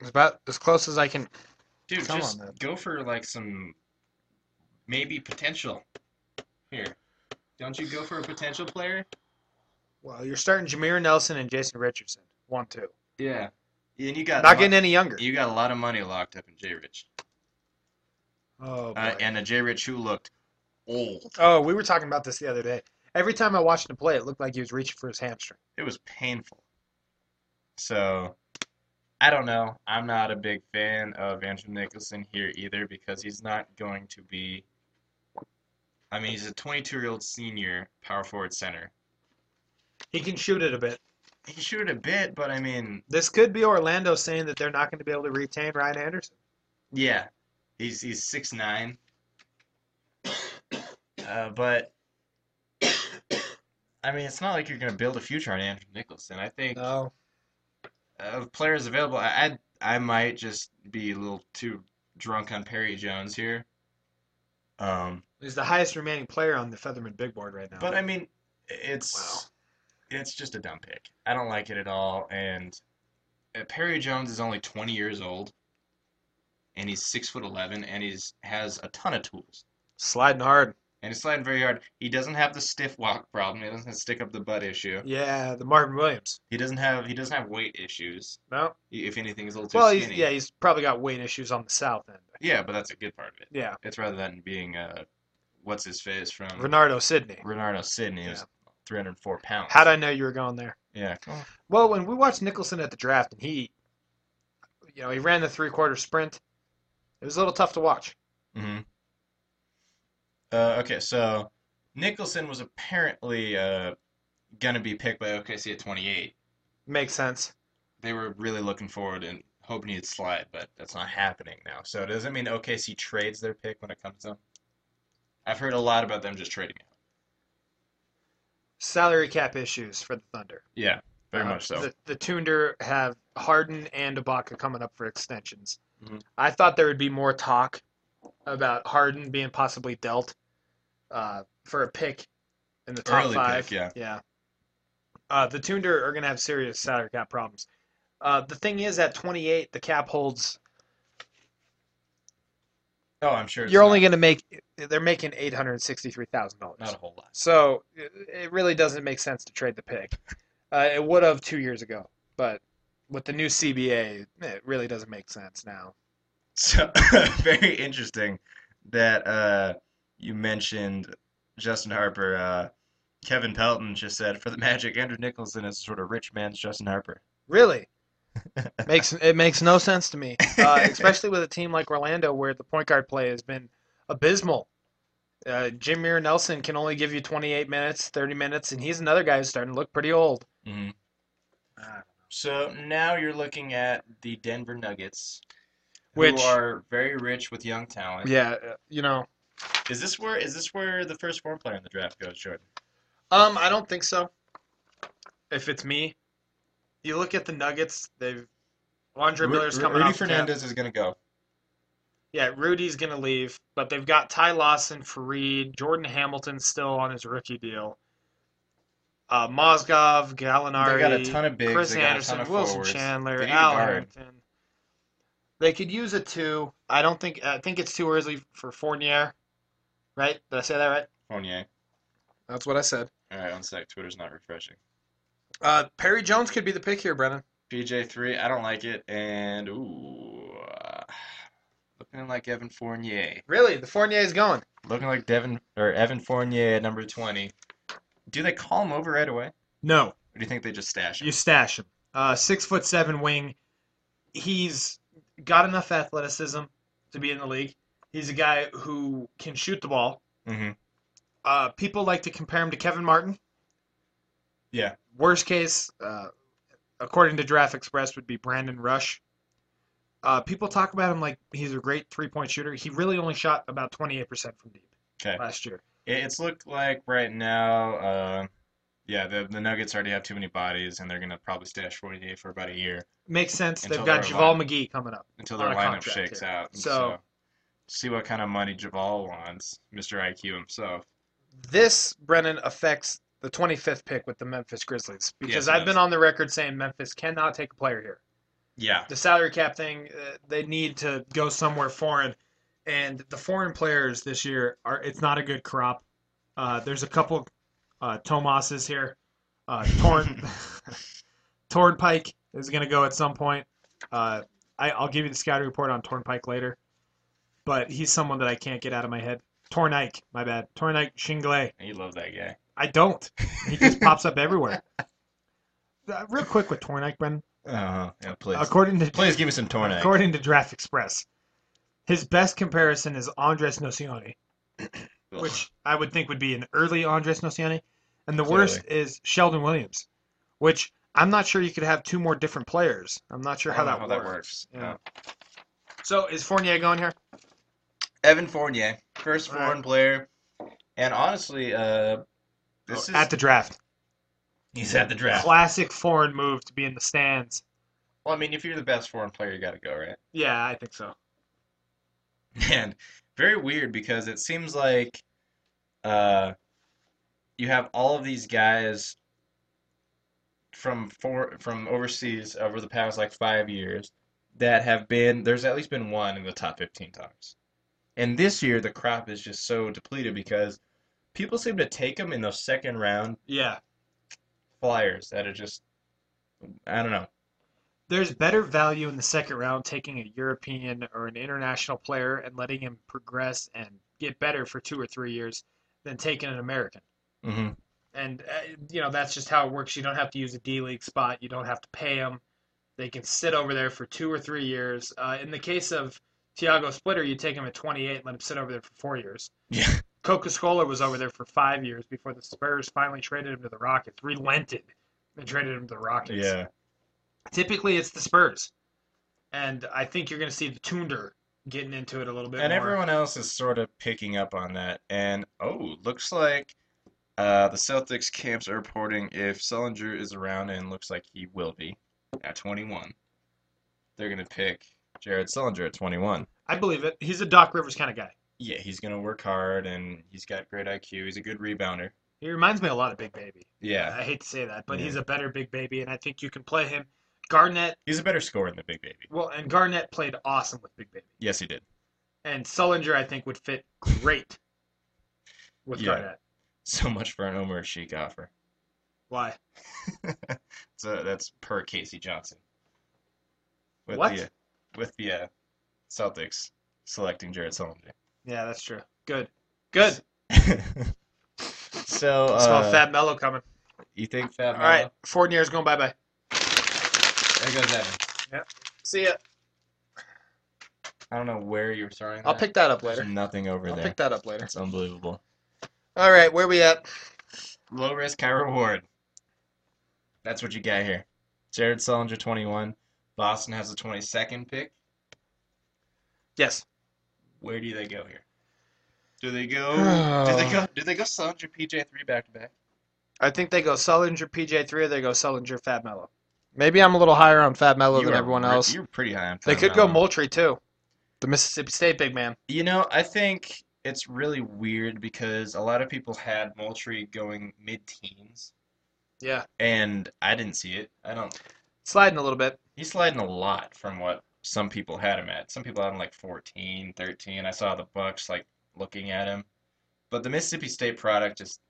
Speaker 3: is about as close as I can.
Speaker 2: Dude,
Speaker 3: Come
Speaker 2: just
Speaker 3: on, man.
Speaker 2: go for like some maybe potential here. Don't you go for a potential player?
Speaker 3: Well, you're starting Jameer Nelson and Jason Richardson. One, two.
Speaker 2: Yeah. And you got
Speaker 3: Not
Speaker 2: lo-
Speaker 3: getting any younger.
Speaker 2: you got a lot of money locked up in Jay Rich.
Speaker 3: Oh,
Speaker 2: Uh, and a Jay Rich who looked old.
Speaker 3: oh, we were talking about this the other day. Every time I watched him play, it looked like he was reaching for his hamstring.
Speaker 2: it was painful. So I don't know. I'm not a big fan of Andrew Nicholson here either because he's not going to be. I mean, he's a 22 year old senior power forward center.
Speaker 3: He can shoot it a bit.
Speaker 2: He can shoot it a bit, but I mean,
Speaker 3: This could be Orlando saying that they're not going to be able to retain Ryan Anderson.
Speaker 2: yeah, he's he's 6'9". Uh, but I mean, it's not like you're going to build a future on Andrew Nicholson. I think
Speaker 3: No.
Speaker 2: of players available, I I I might just be a little too drunk on Perry Jones here. Um,
Speaker 3: He's the highest remaining player on the Featherman big board right now.
Speaker 2: but I mean, it's it's just a dumb pick. I don't like it at all. And uh, Perry Jones is only 20 years old, and he's six foot 11, and he's has a ton of tools,
Speaker 3: Sliding hard.
Speaker 2: and he's sliding very hard. He doesn't have the stiff walk problem. He doesn't have stick up the butt issue.
Speaker 3: Yeah, the Marvin Williams.
Speaker 2: He doesn't have he doesn't have weight issues.
Speaker 3: No.
Speaker 2: If anything, he's a little too
Speaker 3: Well, he's,
Speaker 2: skinny.
Speaker 3: yeah, he's probably got weight issues on the south end.
Speaker 2: yeah, but that's a good part of it.
Speaker 3: Yeah.
Speaker 2: It's rather than being uh, what's his face from
Speaker 3: Renardo Sidney.
Speaker 2: Renardo Sidney, who's 304 pounds.
Speaker 3: How'd I Oh. know you were going there?
Speaker 2: Yeah.
Speaker 3: Well, when we watched Nicholson at the draft and he, you know, he ran the three quarter sprint, it was a little tough to watch.
Speaker 2: hmm Uh, okay, so Nicholson was apparently uh, gonna be picked by OKC at 28.
Speaker 3: Makes sense.
Speaker 2: they were really looking forward and hoping he'd slide, but that's not happening now. So does that mean OKC trades their pick when it comes up? I've heard a lot about them just trading out.
Speaker 3: Salary cap issues for the Thunder.
Speaker 2: Yeah, very
Speaker 3: Uh,
Speaker 2: much so.
Speaker 3: The, the Thunder have Harden and Ibaka coming up for extensions.
Speaker 2: Mhm.
Speaker 3: I thought there would be more talk about Harden being possibly dealt uh, for a pick in the top
Speaker 2: Early pick,
Speaker 3: five.
Speaker 2: yeah.
Speaker 3: yeah. Uh, the Thunder are going to have serious salary cap problems. Uh, the thing is, at 28, the cap holds.
Speaker 2: oh, I'm sure. It's
Speaker 3: You're
Speaker 2: not,
Speaker 3: only going to make. They're making eight hundred sixty-three thousand
Speaker 2: not a
Speaker 3: dollars.
Speaker 2: whole lot.
Speaker 3: So it, it really doesn't make sense to trade the pick. Uh, it would have two years ago, but with the new CBA, it really doesn't make sense now.
Speaker 2: So very interesting that uh, you mentioned Justin Harper. Uh, Kevin Pelton just said for the Magic, Andrew Nicholson is sort of rich man's Justin Harper.
Speaker 3: Really, makes it makes no sense to me, uh, especially with a team like Orlando where the point guard play has been abysmal. Uh, Jim Muir Nelson can only give you 28 minutes, 30 minutes, and he's another guy who's starting to look pretty old.
Speaker 2: Mhm.
Speaker 3: Ah.
Speaker 2: So now you're looking at the Denver Nuggets,
Speaker 3: Which-
Speaker 2: who are very rich with young talent.
Speaker 3: Yeah, uh, you know,
Speaker 2: Is this where is this where the first foreign player in the draft goes, Jordan?
Speaker 3: Um, I don't think so. If it's me, you look at the Nuggets. They've Andre Miller's
Speaker 2: Ru-
Speaker 3: coming
Speaker 2: Rudy
Speaker 3: off the cap.
Speaker 2: Fernandez is going to go.
Speaker 3: Yeah, Rudy's gonna leave, but they've got Ty Lawson, Fareed, Jordan Hamilton still on his rookie deal. Uh, Mozgov,
Speaker 2: They got a
Speaker 3: Gallinari,
Speaker 2: ton of bigs.
Speaker 3: Chris
Speaker 2: they got
Speaker 3: Anderson,
Speaker 2: a ton of
Speaker 3: Wilson
Speaker 2: forwards.
Speaker 3: Chandler,
Speaker 2: They need a
Speaker 3: Al
Speaker 2: guard.
Speaker 3: Harrington. They could use a two. I don't think. I think it's too early for Fournier. Right? Did I say that right?
Speaker 2: Fournier.
Speaker 3: That's what I said.
Speaker 2: All right, one sec. Twitter's not refreshing.
Speaker 3: Uh, Perry Jones could be the pick here, Brennan.
Speaker 2: PJ three, I don't like it, and ooh, uh, looking like Evan Fournier,
Speaker 3: Really, the Fournier's going.
Speaker 2: looking like Devin or Evan Fournier at number twenty. Do they call him over right away, or
Speaker 3: No,
Speaker 2: do you think they just stash him?
Speaker 3: You stash him. Uh, six foot seven wing. He's got enough athleticism to be in the league. He's a guy who can shoot the ball.
Speaker 2: Mm-hmm.
Speaker 3: Uh, people like to compare him to Kevin Martin.
Speaker 2: Yeah.
Speaker 3: Worst case, uh, according to Draft Express, would be Brandon Rush. Uh, people talk about him like he's a great three point shooter. He really only shot about 28% from deep
Speaker 2: Okay.
Speaker 3: last year.
Speaker 2: It- It's looked like right now, uh, yeah, the the Nuggets already have too many bodies, and they're gonna probably stash Fournier for about a year
Speaker 3: Makes sense.
Speaker 2: Until
Speaker 3: They've got
Speaker 2: they're
Speaker 3: Javal McGee coming up.
Speaker 2: until
Speaker 3: On
Speaker 2: their
Speaker 3: a
Speaker 2: lineup
Speaker 3: contract
Speaker 2: shakes
Speaker 3: here.
Speaker 2: out. And
Speaker 3: So-
Speaker 2: so, see what kind of money Javal wants, Mr. IQ himself.
Speaker 3: this Brennan affects the 25th pick with the Memphis Grizzlies because
Speaker 2: Yes, it
Speaker 3: I've been
Speaker 2: does.
Speaker 3: on the record saying Memphis cannot take a player here.
Speaker 2: Yeah,
Speaker 3: The salary cap thing, uh, they need to go somewhere foreign, and the foreign players this year are it's not a good crop. Uh, there's a couple uh, Tomases here. Uh, Torn Torn Pike is going to go at some point. Uh, I, I'll give you the scouting report on Torn Pike later, but he's someone that I can't get out of my head. Torn Ike, my bad. Torn Ike Shingle.
Speaker 2: you love that guy.
Speaker 3: I don't. He just pops up everywhere. Uh, real quick with Tornik, Brendan.
Speaker 2: Uh-huh. Yeah, please.
Speaker 3: According to
Speaker 2: Please give me some Tornic.
Speaker 3: according to Draft Express, his best comparison is Andres Nocioni,
Speaker 2: Ugh.
Speaker 3: which I would think would be an early Andres Nocioni, and the worst is Sheldon Williams, which I'm not sure you could have two more different players. I'm not sure
Speaker 2: I
Speaker 3: how,
Speaker 2: don't
Speaker 3: that,
Speaker 2: know
Speaker 3: works.
Speaker 2: Yeah.
Speaker 3: Yeah. So is Fournier going here?
Speaker 2: Evan Fournier, first
Speaker 3: All right. Oh,
Speaker 2: foreign player, and honestly, uh, this is
Speaker 3: At the draft.
Speaker 2: he's at the draft.
Speaker 3: Classic foreign move to be in the stands.
Speaker 2: Well, I mean, if you're the best foreign player, you got to go, right?
Speaker 3: Yeah, I think so.
Speaker 2: And very weird because it seems like uh, you have all of these guys from for from overseas over the past like five years that have been there's at least been one in the top 15 times. And this year the crop is just so depleted because people seem to take them in those second round
Speaker 3: Yeah.
Speaker 2: flyers that are just I don't know.
Speaker 3: there's better value in the second round taking a European or an international player and letting him progress and get better for two or three years than taking an American.
Speaker 2: Mm-hmm.
Speaker 3: And uh, you know that's just how it works. You don't have to use a D league spot. You don't have to pay them. They can sit over there for two or three years. Uh, in the case of Tiago Splitter, you take him at 28 and let him sit over there for four years.
Speaker 2: Yeah.
Speaker 3: Coca Scola was over there for five years before the Spurs finally traded him to the Rockets, relented and traded him to the Rockets.
Speaker 2: Yeah.
Speaker 3: Typically, it's the Spurs, and I think you're going to see the Tunder getting into it a little bit
Speaker 2: And
Speaker 3: more.
Speaker 2: everyone else is sort of picking up on that. And oh, looks like uh, the Celtics camps are reporting if Sullinger is around and looks like he will be at 21, they're going to pick Jared Sullinger at 21.
Speaker 3: I believe it. He's a Doc Rivers kind of guy.
Speaker 2: Yeah, he's going to work hard and he's got great IQ. He's a good rebounder.
Speaker 3: He reminds me a lot of Big Baby.
Speaker 2: Yeah,
Speaker 3: I hate to say that, but
Speaker 2: Yeah.
Speaker 3: he's a better Big Baby, and I think you can play him. Garnett,
Speaker 2: he's a better scorer than the Big Baby.
Speaker 3: well, and Garnett played awesome with Big Baby,
Speaker 2: Yes, he did.
Speaker 3: and Sullinger I think would fit great with
Speaker 2: Yeah.
Speaker 3: Garnett.
Speaker 2: So much for an Omer Sheik offer.
Speaker 3: Why?
Speaker 2: So that's per Casey Johnson. With
Speaker 3: What?
Speaker 2: The, uh, with the uh, Celtics selecting Jared Sullinger.
Speaker 3: Yeah, that's true. Good, good.
Speaker 2: so
Speaker 3: Smell
Speaker 2: uh,
Speaker 3: Fab Mello coming.
Speaker 2: you think Fab
Speaker 3: All right, Fournier's going bye bye.
Speaker 2: There goes Evan.
Speaker 3: See ya.
Speaker 2: I don't know where you were starting.
Speaker 3: I'll
Speaker 2: that.
Speaker 3: pick that up
Speaker 2: There's
Speaker 3: later.
Speaker 2: nothing over
Speaker 3: I'll
Speaker 2: uh, there.
Speaker 3: pick that up later.
Speaker 2: That's unbelievable.
Speaker 3: All right, where we at?
Speaker 2: Low risk, high reward. That's what you got here. Jared Sullinger, 21. Boston has the 22nd pick.
Speaker 3: Yes.
Speaker 2: Where do they go here? Do they go? do they go? Do they go Sullinger, PJ three back to back?
Speaker 3: I think they go Sullinger PJ three, or they go Sullinger Fab Mello. Maybe I'm a little higher on Fab Mello
Speaker 2: You
Speaker 3: than
Speaker 2: are
Speaker 3: everyone
Speaker 2: re-
Speaker 3: else.
Speaker 2: You're pretty high on.
Speaker 3: They
Speaker 2: Fab
Speaker 3: could go
Speaker 2: Allen.
Speaker 3: Moultrie too, the Mississippi State big man.
Speaker 2: You know, I think it's really weird because a lot of people had Moultrie going mid-teens,
Speaker 3: Yeah,
Speaker 2: and I didn't see it. I don't.
Speaker 3: sliding a little bit.
Speaker 2: He's sliding a lot from what some people had him at. Some people had him like 14, 13. I saw the Bucks like looking at him, but the Mississippi State product just,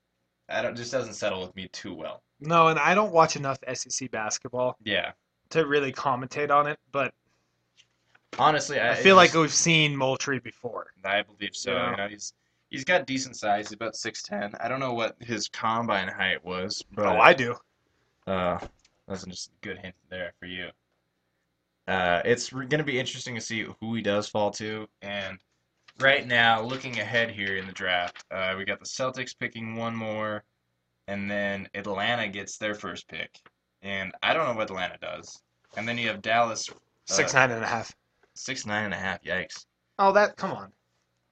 Speaker 2: I don't, just doesn't settle with me too well.
Speaker 3: No, and I don't watch enough SEC basketball
Speaker 2: Yeah,
Speaker 3: to really commentate on it, but
Speaker 2: honestly, I,
Speaker 3: I
Speaker 2: Uh, it
Speaker 3: feel like
Speaker 2: just-
Speaker 3: we've seen Moultrie before.
Speaker 2: I believe so.
Speaker 3: Yeah.
Speaker 2: You know, he's he's got decent size. He's about 6'10". I don't know what his combine height was, but
Speaker 3: Oh, I do.
Speaker 2: Uh, that's just a good hint there for you. Uh, it's re- going to be interesting to see who he does fall to. And right now, looking ahead here in the draft, uh, we got the Celtics picking one more, and then Atlanta gets their first pick. And I don't know what Atlanta does. And then you have Dallas, uh,
Speaker 3: Six nine and a half.
Speaker 2: six nine and a half. Yikes!
Speaker 3: Oh, that come on.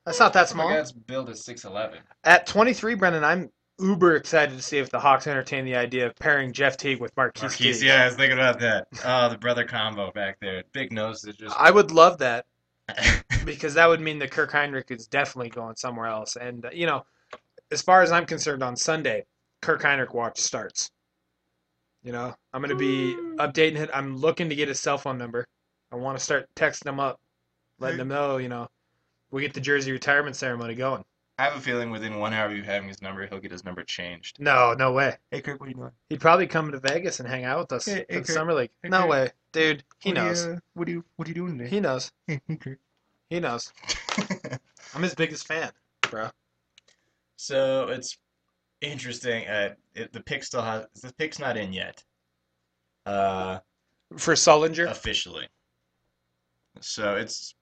Speaker 3: That's not that
Speaker 2: So my
Speaker 3: small.
Speaker 2: guy's billed as six eleven.
Speaker 3: At 23, Brendan, I'm uber excited to see if the Hawks entertain the idea of pairing Jeff Teague with Marquise,
Speaker 2: Marquise,
Speaker 3: Teague.
Speaker 2: yeah, I was thinking about that. Oh, the brother combo back there. Big nose is just.
Speaker 3: I would love that because that would mean that Kirk Heinrich is definitely going somewhere else. And, uh, you know, as far as I'm concerned, on Sunday, Kirk Heinrich watch starts. You know, I'm going to be updating it. I'm looking to get his cell phone number. I want to start texting him up, letting him know, you know, we get the jersey retirement ceremony going.
Speaker 2: I have a feeling within one hour of you having his number, he'll get his number changed.
Speaker 3: No, no way.
Speaker 2: Hey Kirk, what are you doing?
Speaker 3: He'd probably come to Vegas and hang out with us
Speaker 2: Hey,
Speaker 3: for
Speaker 2: hey,
Speaker 3: the
Speaker 2: Kurt.
Speaker 3: summer league.
Speaker 2: Hey,
Speaker 3: no
Speaker 2: Kurt.
Speaker 3: way, dude. He
Speaker 2: What are
Speaker 3: knows.
Speaker 2: you, uh, what are you What are you doing today?
Speaker 3: He knows.
Speaker 2: Hey, hey, Kirk.
Speaker 3: He knows. I'm his biggest fan, bro.
Speaker 2: So it's interesting. Uh, it, the pick still has the pick's not in yet, uh,
Speaker 3: For Sullinger,
Speaker 2: officially. So it's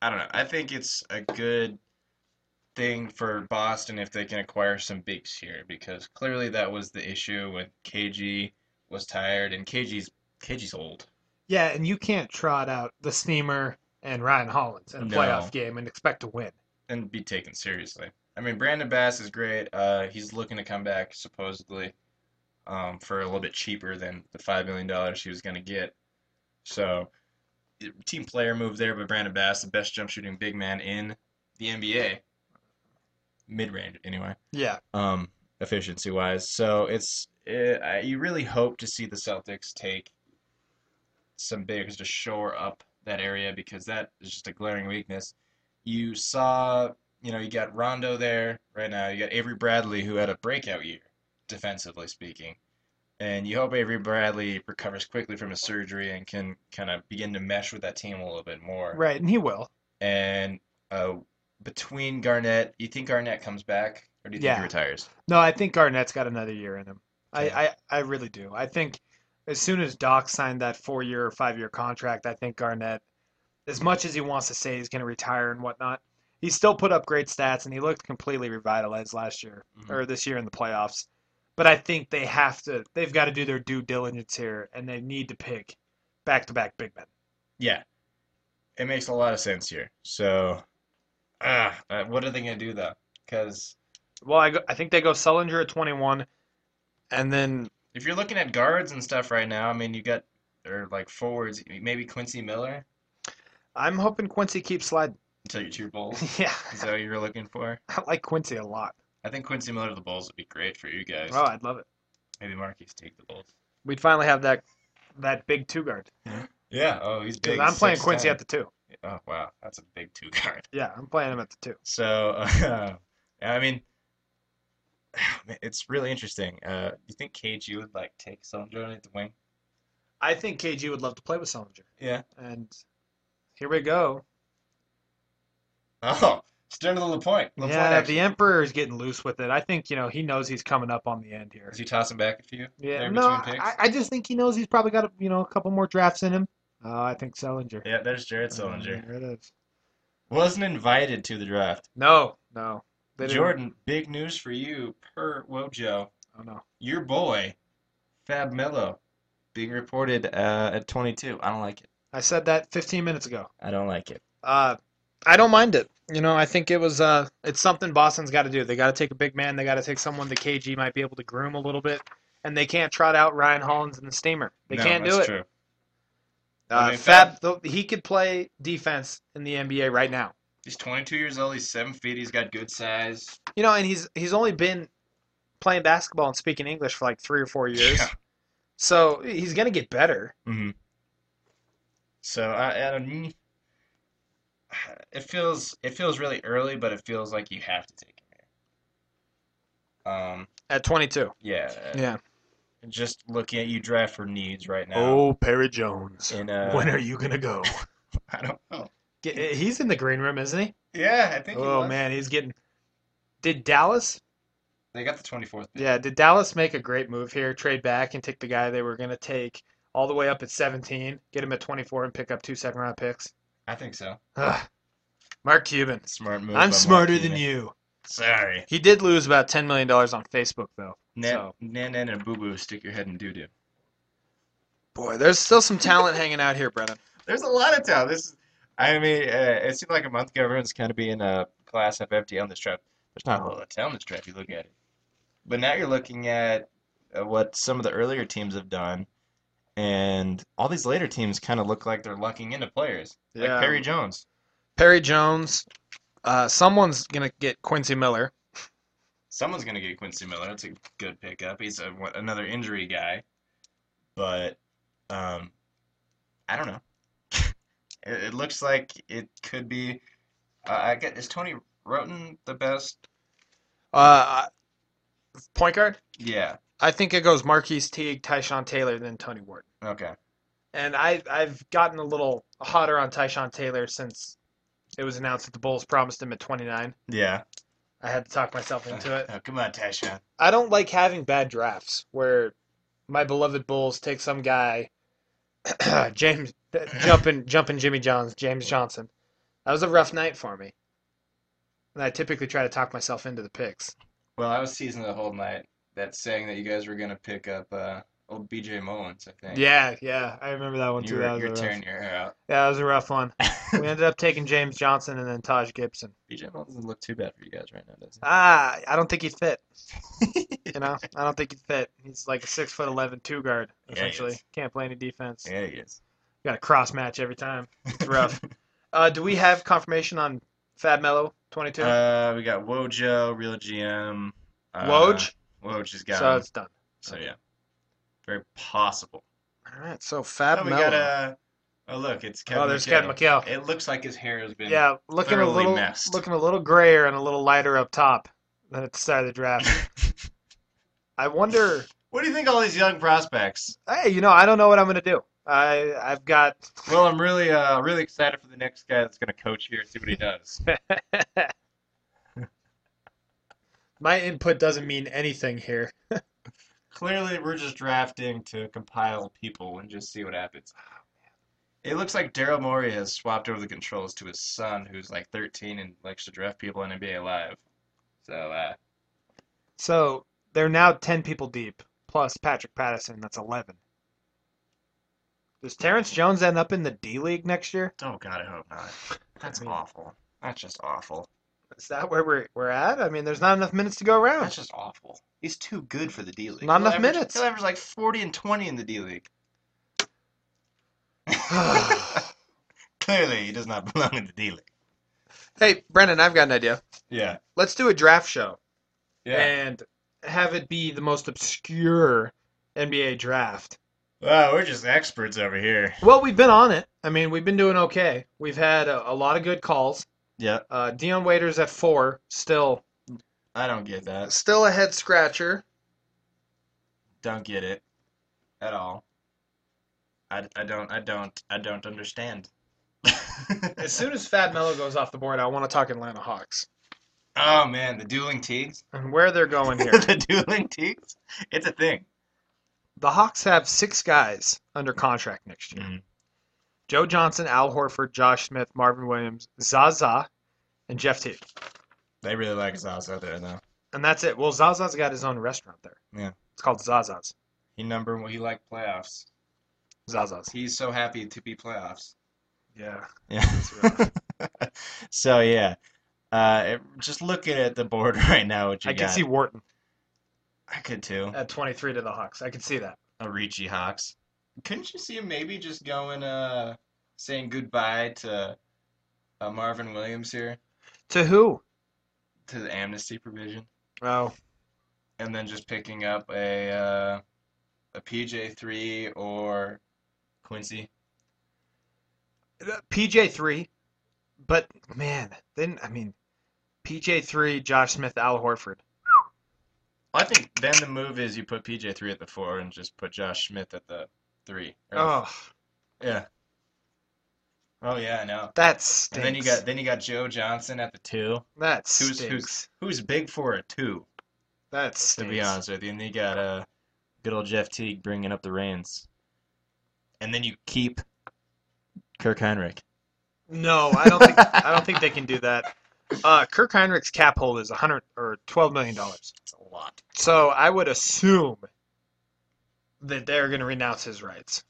Speaker 2: I don't know. I think it's a good thing for Boston if they can acquire some bigs here because clearly that was the issue when KG was tired and KG's KG's old.
Speaker 3: yeah, and you can't trot out the Steamer and Ryan Hollins in a
Speaker 2: No.
Speaker 3: playoff game and expect to win.
Speaker 2: and be taken seriously. I mean, Brandon Bass is great. Uh, he's looking to come back supposedly um, for a little bit cheaper than the five million dollars he was going to get. So, it- team player move there, but Brandon Bass, the best jump shooting big man in the NBA, mid range anyway,
Speaker 3: Yeah,
Speaker 2: um, efficiency wise. So it's eh, I you really hope to see the Celtics take some bigs to shore up that area because that is just a glaring weakness. You saw, you know, you got Rondo there right now. You got Avery Bradley who had a breakout year, defensively speaking. And you hope Avery Bradley recovers quickly from his surgery and can kind of begin to mesh with that team a little bit more.
Speaker 3: right, and he will.
Speaker 2: And uh, between Garnett, you think Garnett comes back or do you think
Speaker 3: Yeah.
Speaker 2: he retires?
Speaker 3: No, I think Garnett's got another year in him.
Speaker 2: Yeah.
Speaker 3: I, I, I really do. I think as soon as Doc signed that four-year or five-year contract, I think Garnett, as much as he wants to say he's going to retire and whatnot, he still put up great stats and he looked completely revitalized last year
Speaker 2: Mhm.
Speaker 3: or this year in the playoffs. But I think they have to, they've got to do their due diligence here and they need to pick back to back big men.
Speaker 2: Yeah, it makes a lot of sense here. So, ah, uh, what are they gonna do though? Because
Speaker 3: Well, I, go, I think they go Sullinger at 21, and then
Speaker 2: if you're looking at guards and stuff right now, I mean, you got or like forwards, maybe Quincy Miller
Speaker 3: I'm hoping Quincy keeps sliding.
Speaker 2: until you two Bulls.
Speaker 3: Yeah,
Speaker 2: Is that what you're looking for?
Speaker 3: I like Quincy a lot.
Speaker 2: I think Quincy Miller to the Bulls would be great for you guys.
Speaker 3: Oh, I'd love it.
Speaker 2: Maybe Marquise take the Bulls.
Speaker 3: We'd finally have that that big two guard.
Speaker 2: Yeah. Oh, he's
Speaker 3: 'Cause
Speaker 2: big.
Speaker 3: I'm playing Quincy at the two.
Speaker 2: the. Oh wow, that's a big two guard.
Speaker 3: Yeah, I'm playing him at the two.
Speaker 2: So, I mean, man, it's really interesting. Uh, you think KG would like take Sullinger at the wing?
Speaker 3: I think KG would love to play with Sullinger.
Speaker 2: Yeah.
Speaker 3: And here we go.
Speaker 2: Oh, Stern to the point. LaPointe
Speaker 3: yeah,
Speaker 2: actually.
Speaker 3: the Emperor is getting loose with it. I think you know he knows he's coming up on the end here.
Speaker 2: Is he tossing back a few
Speaker 3: Yeah,
Speaker 2: there
Speaker 3: no,
Speaker 2: between picks?
Speaker 3: I, I just think he knows he's probably got a, you know a couple more drafts in him. Uh, I think Sullinger.
Speaker 2: Yeah, there's Jared
Speaker 3: Uh,
Speaker 2: Sullinger.
Speaker 3: there it is.
Speaker 2: Mm-hmm. Wasn't invited to the draft.
Speaker 3: No, no, they didn't.
Speaker 2: Jordan, big news for you per Wojo.
Speaker 3: Oh no,
Speaker 2: Your boy, Fab Mello, being reported uh, at 22. I don't like it.
Speaker 3: I said that 15 minutes ago.
Speaker 2: I don't like it.
Speaker 3: Uh, I don't mind it. You know, I think it was uh, it's something Boston's got to do. They got to take a big man. They got to take someone that KG might be able to groom a little bit, and they can't trot out Ryan Hollins in the steamer. They
Speaker 2: No,
Speaker 3: can't do
Speaker 2: that's
Speaker 3: it.
Speaker 2: true.
Speaker 3: Uh,
Speaker 2: I mean,
Speaker 3: Fab, though, he could play defense in the NBA right now.
Speaker 2: He's 22 years old. He's seven feet. He's got good size.
Speaker 3: You know, and he's he's only been playing basketball and speaking English for like three or four years,
Speaker 2: Yeah.
Speaker 3: so he's gonna get better.
Speaker 2: Mm-hmm. So I, I don't, mm, it feels it feels really early, but it feels like you have to take him here. Um,
Speaker 3: At 22.
Speaker 2: yeah,
Speaker 3: Yeah.
Speaker 2: just looking at you draft for needs right now.
Speaker 3: Oh, Perry Jones.
Speaker 2: And uh,
Speaker 3: when are you going to go?
Speaker 2: I don't know.
Speaker 3: He's in the green room, isn't he?
Speaker 2: Yeah, I think he
Speaker 3: Oh,
Speaker 2: was.
Speaker 3: man. He's getting. Did Dallas?
Speaker 2: They got the 24th pick.
Speaker 3: Yeah. Did Dallas make a great move here? Trade back and take the guy they were going to take all the way up at 17, get him at 24, and pick up two second round picks?
Speaker 2: I think so.
Speaker 3: Ugh. Mark Cuban.
Speaker 2: Smart move by
Speaker 3: I'm
Speaker 2: Mark
Speaker 3: smarter than
Speaker 2: Cuban.
Speaker 3: you.
Speaker 2: Sorry.
Speaker 3: He did lose about $10 million on Facebook, though.
Speaker 2: Nan,
Speaker 3: So-
Speaker 2: nan, nan, and boo boo, stick your head in doo doo.
Speaker 3: Boy, there's still some talent hanging out here, Brennan.
Speaker 2: There's a lot of talent. This, is, I mean, uh, it seemed like a month ago everyone's kind of being uh, a class of FTL in this draft. There's not a whole lot of talent in this draft. You look at it, but now you're looking at uh, what some of the earlier teams have done, and all these later teams kind of look like they're lucking into players, like
Speaker 3: Yeah.
Speaker 2: Perry Jones.
Speaker 3: Perry Jones. Uh, someone's going to get Quincy Miller.
Speaker 2: Someone's gonna get Quincy Miller. That's a good pickup. He's a, what- another injury guy, but um, I don't know. it, it looks like it could be. Uh, I get is Tony Roten the best?
Speaker 3: Uh, point guard.
Speaker 2: Yeah.
Speaker 3: I think it goes Marquise Teague, Tyshawn Taylor, then Tony Ward.
Speaker 2: Okay.
Speaker 3: And I I've gotten a little hotter on Tyshawn Taylor since it was announced that the Bulls promised him at 29.
Speaker 2: Yeah.
Speaker 3: I had to talk myself into it.
Speaker 2: Oh, come on, Tasha.
Speaker 3: I don't like having bad drafts where my beloved Bulls take some guy, James jumping jumping Jimmy Johns, James Johnson. That was a rough night for me. And I typically try to talk myself into the picks.
Speaker 2: Well, I was teasing the whole night that saying that you guys were gonna pick up uh, old BJ Mullins. I think.
Speaker 3: Yeah, yeah, I remember that one
Speaker 2: You
Speaker 3: too.
Speaker 2: were,
Speaker 3: That was
Speaker 2: you're
Speaker 3: a rough-
Speaker 2: tearing your hair out.
Speaker 3: Yeah, that was a rough one. we ended up taking James Johnson and then Taj Gibson.
Speaker 2: BJ Mullins doesn't look too bad for you guys right now, does
Speaker 3: Ah, I don't think he'd fit. You know, I don't think he'd fit. He's like a six foot eleven two guard
Speaker 2: Yeah, he
Speaker 3: essentially.
Speaker 2: is.
Speaker 3: Can't play any defense.
Speaker 2: he? yeah, he is.
Speaker 3: Got a cross match every time. It's rough. uh, do we have confirmation on Fab Mello twenty two?
Speaker 2: Uh, we got Wojo, Real GM. Uh,
Speaker 3: Woj.
Speaker 2: Woj has got.
Speaker 3: So
Speaker 2: him.
Speaker 3: it's done.
Speaker 2: So yeah, very possible.
Speaker 3: All right. So Fab
Speaker 2: oh, we
Speaker 3: Mello.
Speaker 2: got uh, Oh look, it's Kevin.
Speaker 3: oh, there's
Speaker 2: McHale.
Speaker 3: Kevin McHale.
Speaker 2: It looks like his hair has been.
Speaker 3: Yeah, looking a
Speaker 2: thoroughly
Speaker 3: little
Speaker 2: messed.
Speaker 3: looking a little grayer and a little lighter up top than at the start of the draft. I wonder.
Speaker 2: What do you think of all these young prospects?
Speaker 3: Hey, you know, I don't know what I'm gonna do. I I've got
Speaker 2: Well, I'm really, uh, really excited for the next guy that's going to coach here and see what he does.
Speaker 3: my input doesn't mean anything here.
Speaker 2: Clearly, we're just drafting to compile people and just see what happens.
Speaker 3: Oh,
Speaker 2: It looks like Daryl Morey has swapped over the controls to his son, who's like 13 and likes to draft people in NBA Live. So, uh,
Speaker 3: So they're now ten people deep plus Patrick Patterson. That's eleven. Does Terrence Jones end up in the D League next year?
Speaker 2: Oh God, I hope not. That's awful. That's just awful.
Speaker 3: Is that where we're, we're at? I mean, there's not enough minutes to go around.
Speaker 2: That's just awful. He's too good for the D League.
Speaker 3: Not enough
Speaker 2: average,
Speaker 3: minutes.
Speaker 2: He'll average like forty and twenty in the D League. Clearly, he does not belong in the D League.
Speaker 3: hey, Brendan, I've got an idea.
Speaker 2: Yeah.
Speaker 3: Let's do a draft show
Speaker 2: Yeah.
Speaker 3: and have it be the most obscure NBA draft.
Speaker 2: Wow, we're just experts over here.
Speaker 3: Well, we've been on it. I mean, we've been doing okay. We've had a, a lot of good calls.
Speaker 2: Yeah.
Speaker 3: Uh, Dion Waiters at four, still
Speaker 2: I don't get that.
Speaker 3: still a head scratcher.
Speaker 2: Don't get it at all. I, I don't I don't I don't understand.
Speaker 3: As soon as Fab Mello goes off the board, I want to talk Atlanta Hawks
Speaker 2: oh man, the dueling teams.
Speaker 3: and where they're going here.
Speaker 2: the dueling teams. It's a thing.
Speaker 3: the Hawks have six guys under contract next year.
Speaker 2: Mhm.
Speaker 3: Joe Johnson, Al Horford, Josh Smith, Marvin Williams, Zaza, and Jeff Teague.
Speaker 2: They really like Zaza there though.
Speaker 3: And that's it. Well, Zaza's got his own restaurant there.
Speaker 2: Yeah.
Speaker 3: It's called Zaza's.
Speaker 2: He number one. He liked playoffs.
Speaker 3: Zaza's.
Speaker 2: He's so happy to be playoffs.
Speaker 3: Yeah.
Speaker 2: Yeah. so yeah, uh, it, just looking at the board right now, what you
Speaker 3: I can
Speaker 2: got?
Speaker 3: see Wharton
Speaker 2: I could too.
Speaker 3: at 23 to the Hawks. I can see that.
Speaker 2: A Ricci Uh, Hawks. Couldn't you see him maybe just going, uh, saying goodbye to uh, Marvin Williams here
Speaker 3: To who?
Speaker 2: to the amnesty provision,
Speaker 3: Oh,
Speaker 2: and then just picking up a uh, a PJ three or Quincy.
Speaker 3: PJ three, but man, then I mean, PJ three, Josh Smith, Al Horford.
Speaker 2: I think then the move is you put PJ three at the four and just put Josh Smith at the three. or the-
Speaker 3: Oh,
Speaker 2: yeah. Oh yeah, I know.
Speaker 3: that stinks.
Speaker 2: And then you got then you got Joe Johnson at the two,
Speaker 3: that
Speaker 2: who's- who's-
Speaker 3: stinks.
Speaker 2: who's big for a two,
Speaker 3: that
Speaker 2: to
Speaker 3: stinks.
Speaker 2: be honest with you. And then you got uh, good old Jeff Teague bringing up the reins. And then you keep Kirk Heinrich.
Speaker 3: No, I don't think I don't think they can do that. Uh, Kirk Heinrich's cap hold is 100 or 12 million dollars.
Speaker 2: It's a lot.
Speaker 3: So I would assume that they're going to renounce his rights.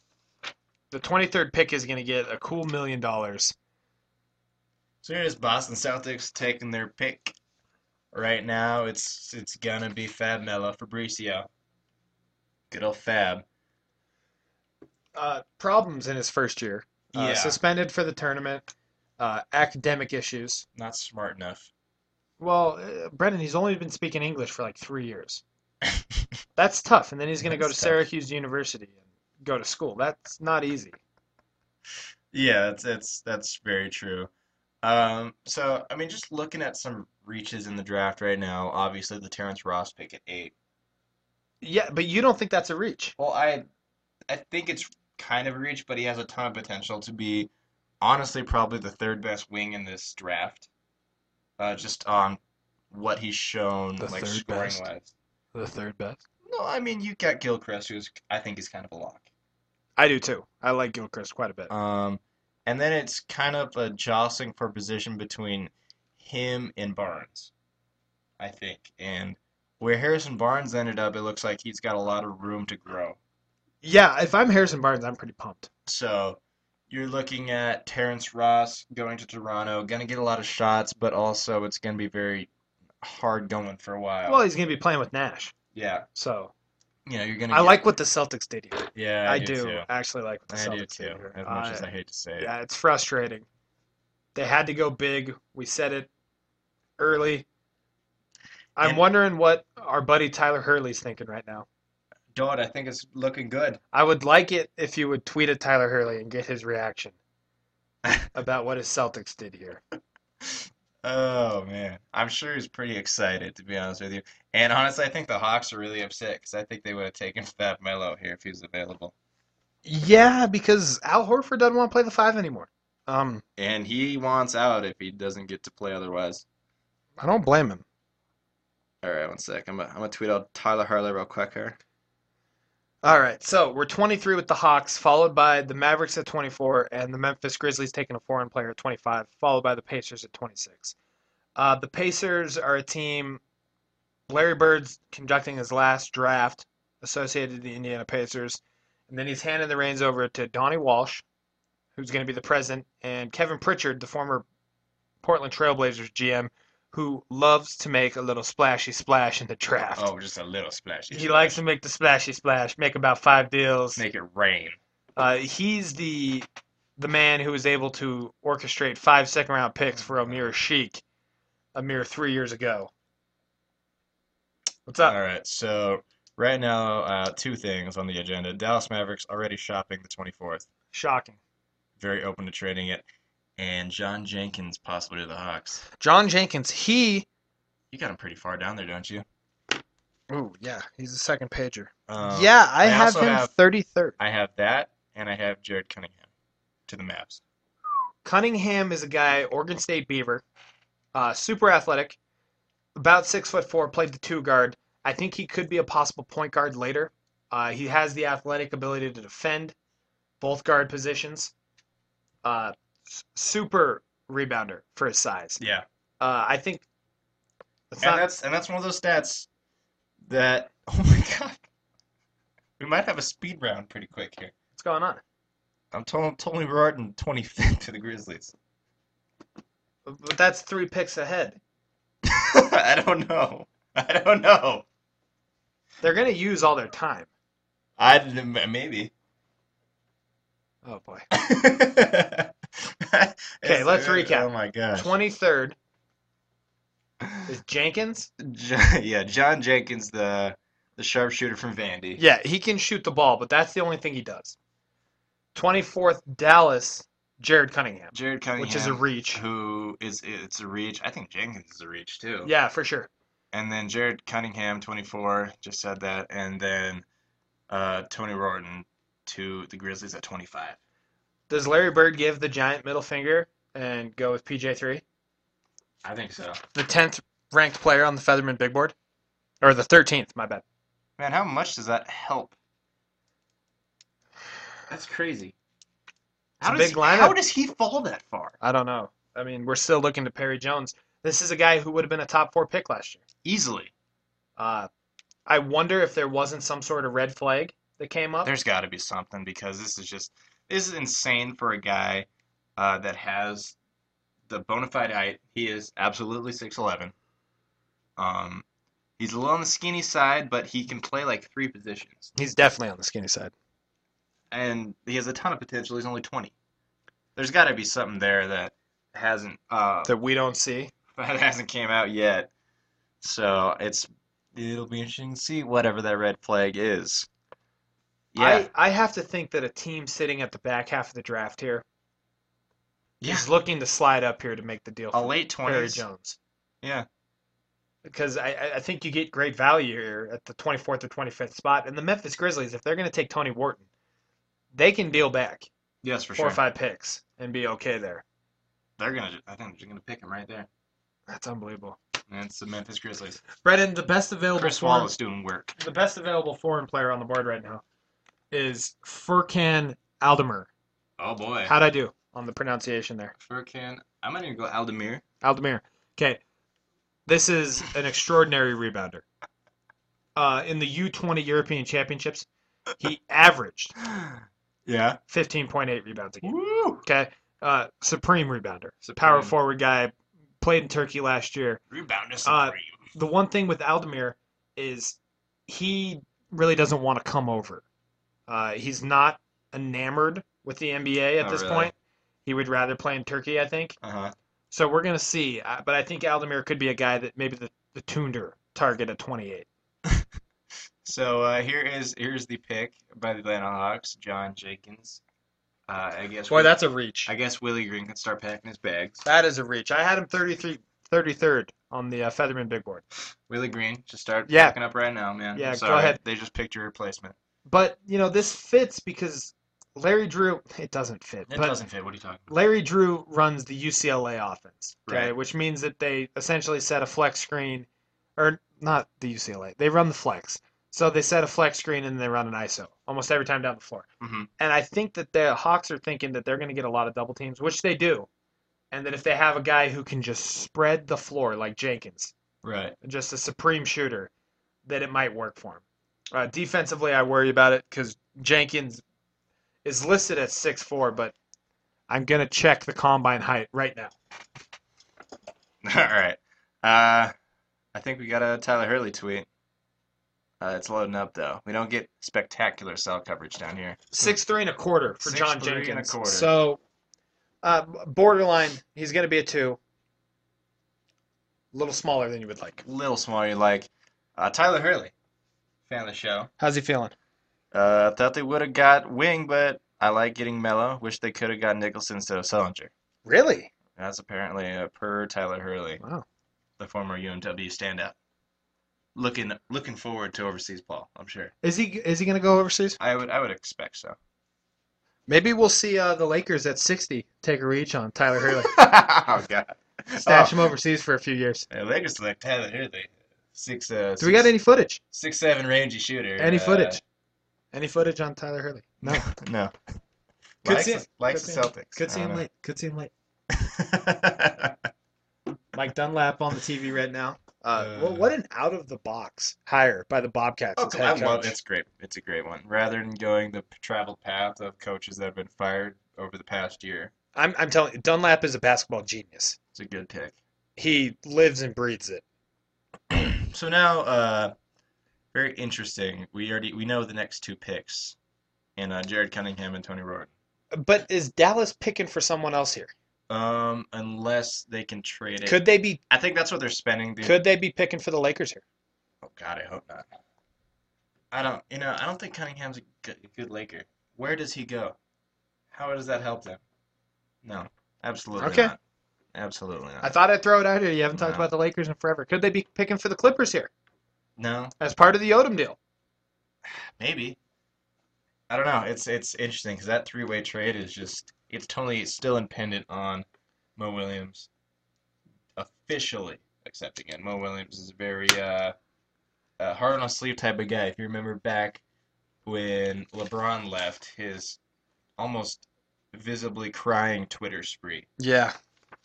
Speaker 3: The 23rd pick is going to get a cool million dollars.
Speaker 2: So here is Boston Celtics taking their pick. Right now, it's it's gonna be Fab Mello Fabricio. Good old Fab.
Speaker 3: Uh, problems in his first year. Uh,
Speaker 2: Yeah.
Speaker 3: Suspended for the tournament. Uh, academic issues.
Speaker 2: Not smart enough.
Speaker 3: Well, uh, Brendan, he's only been speaking English for like three years. That's tough. And then he's going to go to
Speaker 2: That's tough.
Speaker 3: Syracuse University and go to school. That's not easy.
Speaker 2: Yeah, that's that's that's very true. Um, so I mean, just looking at some reaches in the draft right now, obviously the Terrence Ross pick at eight.
Speaker 3: Yeah, but you don't think that's a reach.
Speaker 2: Well, I I think it's kind of a reach, but he has a ton of potential to be honestly probably the third best wing in this draft. Uh, just on what he's shown
Speaker 3: The
Speaker 2: like
Speaker 3: third
Speaker 2: scoring
Speaker 3: best?
Speaker 2: wise.
Speaker 3: The third best.
Speaker 2: No, I mean you got Gilchrist, who's I think is kind of a lock.
Speaker 3: I do too. I like Gilchrist quite a bit.
Speaker 2: Um, and then it's kind of a jostling for position between him and Barnes, I think. And where Harrison Barnes ended up, it looks like he's got a lot of room to grow.
Speaker 3: Yeah, if I'm Harrison Barnes, I'm pretty pumped.
Speaker 2: So you're looking at Terrence Ross going to Toronto, gonna get a lot of shots, but also it's gonna be very hard going for a while.
Speaker 3: Well, he's going to be playing with Nash.
Speaker 2: yeah,
Speaker 3: So
Speaker 2: you know, you're gonna
Speaker 3: I
Speaker 2: get-
Speaker 3: like what the Celtics did here.
Speaker 2: Yeah,
Speaker 3: I,
Speaker 2: I
Speaker 3: do
Speaker 2: too.
Speaker 3: actually like what the
Speaker 2: I
Speaker 3: Celtics
Speaker 2: do
Speaker 3: did
Speaker 2: too,
Speaker 3: here.
Speaker 2: as much as
Speaker 3: I-
Speaker 2: I hate to say it.
Speaker 3: yeah, it's frustrating. They had to go big. We said it early. I'm
Speaker 2: And-
Speaker 3: wondering what our buddy Tyler Hurley's thinking right now.
Speaker 2: Dodd, I think it's looking good.
Speaker 3: I would like it if you would tweet at Tyler Hurley and get his reaction about what his Celtics did here.
Speaker 2: Oh man, I'm sure he's pretty excited to be honest with you. And honestly, I think the Hawks are really upset because I think they would have taken Fab Melo here if he was available.
Speaker 3: Yeah, because Al Horford doesn't want to play the five anymore. Um,
Speaker 2: And he wants out if he doesn't get to play otherwise.
Speaker 3: I don't blame him.
Speaker 2: All right, one sec. I'm gonna, I'm gonna tweet out Tyler Harlow real quick here.
Speaker 3: All right, so we're 23 with the Hawks, followed by the Mavericks at 24, and the Memphis Grizzlies taking a foreign player at 25, followed by the Pacers at 26. Uh, the Pacers are a team. Larry Bird's conducting his last draft associated with the Indiana Pacers, And then he's handing the reins over to Donnie Walsh, who's going to be the president, and Kevin Pritchard, the former Portland Trailblazers GM, who loves to make a little splashy splash in the draft.
Speaker 2: Oh, just a little splashy.
Speaker 3: he likes to make the splashy splash, make about five deals.
Speaker 2: make it rain.
Speaker 3: Uh, he's the the man who was able to orchestrate five second round picks for Amir Sheik a mere three years ago. What's up?
Speaker 2: All right, so right now, uh, two things on the agenda. Dallas Mavericks already shopping the 24th,
Speaker 3: Shocking.
Speaker 2: very open to trading it, and John Jenkins possibly to the Hawks.
Speaker 3: John Jenkins, he
Speaker 2: You got him pretty far down there, don't you?
Speaker 3: Ooh, yeah, he's a second pager.
Speaker 2: Um,
Speaker 3: yeah, I,
Speaker 2: I
Speaker 3: have
Speaker 2: also
Speaker 3: him
Speaker 2: have-
Speaker 3: thirty third.
Speaker 2: I have that, and I have Jared Cunningham to the Mavs.
Speaker 3: Cunningham is a guy, Oregon State Beaver, uh, super athletic, about six foot four, played the two guard. I think he could be a possible point guard later. Uh, he has the athletic ability to defend both guard positions. Uh, s- super rebounder for his size.
Speaker 2: Yeah,
Speaker 3: Uh, I think it's
Speaker 2: and
Speaker 3: not-
Speaker 2: that's and that's one of those stats that oh my god, we might have a speed round pretty quick here.
Speaker 3: what's going on.
Speaker 2: I'm Tony Tony Barton 25th to the Grizzlies.
Speaker 3: But that's three picks ahead.
Speaker 2: I don't know. I don't know.
Speaker 3: They're going to use all their time.
Speaker 2: I m- maybe.
Speaker 3: Oh boy.
Speaker 2: Okay,
Speaker 3: let's recap.
Speaker 2: Oh my gosh.
Speaker 3: Twenty third is Jenkins.
Speaker 2: John, yeah, John Jenkins, the the sharpshooter from Vandy.
Speaker 3: Yeah, he can shoot the ball, but that's the only thing he does. 24th, Dallas, Jared Cunningham,
Speaker 2: Jared Cunningham,
Speaker 3: which is a reach.
Speaker 2: who is it's a reach. I think Jenkins is a reach too.
Speaker 3: Yeah, for sure.
Speaker 2: And then Jared Cunningham, 24, just said that, and then uh, Tony Rorton to the Grizzlies at 25.
Speaker 3: Does Larry Bird give the giant middle finger and go with PJ3,
Speaker 2: I think so.
Speaker 3: the 10th ranked player on the Featherman big board? Or the 13th, my bad.
Speaker 2: Man, how much does that help? That's crazy.
Speaker 3: It's
Speaker 2: How
Speaker 3: a
Speaker 2: does
Speaker 3: big
Speaker 2: he-
Speaker 3: lineup.
Speaker 2: how does he fall that far?
Speaker 3: I don't know. I mean, we're still looking to Perry Jones. This is a guy who would have been a top four pick last year.
Speaker 2: Easily.
Speaker 3: Uh, I wonder if there wasn't some sort of red flag that came up.
Speaker 2: There's got to be something because this is just this is insane for a guy uh, that has the bona fide height. He is absolutely 6'11. Um, he's a little on the skinny side, but he can play like three positions,
Speaker 3: He's definitely on the skinny side.
Speaker 2: and he has a ton of potential. He's only 20. There's got to be something there that hasn't uh,
Speaker 3: That we don't see.
Speaker 2: that hasn't came out yet. So it's it'll be interesting to see whatever that red flag is. Yeah,
Speaker 3: I, I have to think that a team sitting at the back half of the draft here is
Speaker 2: Yeah.
Speaker 3: looking to slide up here to make the deal
Speaker 2: a
Speaker 3: for
Speaker 2: late
Speaker 3: Barry
Speaker 2: 20s.
Speaker 3: Jones.
Speaker 2: Yeah.
Speaker 3: Because I, I- I think you get great value here at the 24th or 25th spot. And the Memphis Grizzlies, if they're going to take Tony Wharton, they can deal back
Speaker 2: Yes, for
Speaker 3: four
Speaker 2: sure.
Speaker 3: or five picks and be okay there.
Speaker 2: They're gonna. ju- I think they're gonna pick him right there.
Speaker 3: That's unbelievable.
Speaker 2: And it's the Memphis Grizzlies.
Speaker 3: Brennan, the best available
Speaker 2: Chris
Speaker 3: foreign-
Speaker 2: Wallace doing work.
Speaker 3: the best available foreign player on the board right now is Furkan Aldemer.
Speaker 2: Oh boy.
Speaker 3: How'd I do on the pronunciation there?
Speaker 2: Furkan. I'm gonna go Aldemir.
Speaker 3: Aldemir. Okay. This is an extraordinary rebounder. Uh, in the U20 European Championships, he averaged
Speaker 2: Yeah.
Speaker 3: 15.8 rebounds a game.
Speaker 2: Woo.
Speaker 3: Okay. Uh, supreme rebounder.
Speaker 2: Supreme.
Speaker 3: Power forward guy. Played in Turkey last year.
Speaker 2: Rebound is
Speaker 3: Uh,
Speaker 2: supreme.
Speaker 3: The one thing with Aldemir is he really doesn't want to come over. Uh, he's not enamored with the NBA at
Speaker 2: Not
Speaker 3: this
Speaker 2: really.
Speaker 3: point. He would rather play in Turkey, I think.
Speaker 2: Uh huh.
Speaker 3: So we're gonna see, I- but I think Aldemir could be a guy that maybe the the Tunder target at 28.
Speaker 2: So uh, here is here's the pick by the Atlanta Hawks, John Jenkins. Uh, I guess. we-
Speaker 3: a reach.
Speaker 2: I guess Willie Green can start packing his bags.
Speaker 3: That is a reach. I had him 33, 33rd on the uh, Featherman big board.
Speaker 2: Willie Green, just start
Speaker 3: Yeah.
Speaker 2: packing up right now, man.
Speaker 3: Yeah,
Speaker 2: I'm
Speaker 3: go
Speaker 2: sorry.
Speaker 3: ahead.
Speaker 2: They just picked your replacement.
Speaker 3: But you know this fits because Larry Drew. It doesn't fit,
Speaker 2: It
Speaker 3: but
Speaker 2: doesn't fit. What are you talking about?
Speaker 3: Larry Drew runs the UCLA offense, okay,
Speaker 2: Right.
Speaker 3: which means that they essentially set a flex screen, or not the UCLA. They run the flex, so they set a flex screen and they run an ISO almost every time down the floor.
Speaker 2: Mhm.
Speaker 3: And I think that the Hawks are thinking that they're going to get a lot of double teams, which they do, and that if they have a guy who can just spread the floor like Jenkins,
Speaker 2: Right.
Speaker 3: just a supreme shooter, that it might work for him. Uh, defensively, I worry about it because Jenkins is listed at 6'4, but I'm going to check the combine height right now.
Speaker 12: All right. Uh, I think we got a Tyler Hurley tweet. Uh, it's loading up though. We don't get spectacular cell coverage down here.
Speaker 3: 6'3 and a quarter for John
Speaker 2: 6'3" and a
Speaker 3: Jenkins.
Speaker 2: quarter.
Speaker 3: So, uh, borderline, he's going to be a two. A little smaller than you would like.
Speaker 12: Little smaller, you like. Uh, Tyler Hurley, fan of the show.
Speaker 3: How's he feeling?
Speaker 12: Uh, I thought they would have got Wing, but I like getting Mello. Wish they could have got Nicholson instead of Sellinger.
Speaker 3: Really?
Speaker 12: That's apparently uh, per Tyler Hurley,
Speaker 3: Wow.
Speaker 12: the former UMW standout. Looking looking forward to overseas ball, I'm sure.
Speaker 3: Is he is he going to go overseas?
Speaker 12: I would I would expect so.
Speaker 3: Maybe we'll see uh, the Lakers at 60 take a reach on Tyler Hurley.
Speaker 12: oh God.
Speaker 3: Stash
Speaker 12: Oh.
Speaker 3: him overseas for a few years.
Speaker 2: Uh, Lakers select Tyler Hurley, six uh,
Speaker 3: Do we got any footage?
Speaker 2: six seven rangy shooter.
Speaker 3: Any
Speaker 2: uh,
Speaker 3: footage? Any footage on Tyler Hurley? No.
Speaker 12: No.
Speaker 3: Could
Speaker 2: likes
Speaker 3: see
Speaker 2: the-
Speaker 3: it.
Speaker 2: likes
Speaker 3: Could
Speaker 2: the Celtics.
Speaker 3: Could see
Speaker 2: I
Speaker 3: him
Speaker 2: don't
Speaker 3: late. Could see him late.
Speaker 2: know.
Speaker 3: Mike Dunlap on the TV right now. Uh,
Speaker 2: Uh,
Speaker 3: well, what an out of the box hire by the Bobcats.
Speaker 2: Oh,
Speaker 3: as
Speaker 2: come
Speaker 3: head
Speaker 2: on, well,
Speaker 3: coach.
Speaker 2: it's great. It's a great one. Rather than going the p- traveled path of coaches that have been fired over the past year,
Speaker 3: I'm, I'm telling you, Dunlap is a basketball genius.
Speaker 2: it's a good pick.
Speaker 3: He lives and breathes it.
Speaker 2: So now, uh, very interesting. We already we know the next two picks, in uh, Jared Cunningham and Tony Roden.
Speaker 3: But is Dallas picking for someone else here?
Speaker 2: Um, unless they can trade it,
Speaker 3: Could they be?
Speaker 2: I think that's what they're spending. The,
Speaker 3: Could they be picking for the Lakers here?
Speaker 2: Oh God, I hope not. I don't, you know, I don't think Cunningham's a good, good Laker. Where does he go? How does that help them? No, absolutely
Speaker 3: Okay.
Speaker 2: not. Absolutely not.
Speaker 3: I thought I'd throw it out here. You haven't talked
Speaker 2: No.
Speaker 3: about the Lakers in forever. Could they be picking for the Clippers here
Speaker 2: No,
Speaker 3: as part of the Odom deal?
Speaker 2: maybe. I don't know. It's it's interesting because that three-way trade is just it's totally still impendent on Mo Williams officially accepting it. Mo Williams is a very uh, uh, hard on his sleeve type of guy. If you remember back when LeBron left, his almost visibly crying Twitter spree
Speaker 3: Yeah,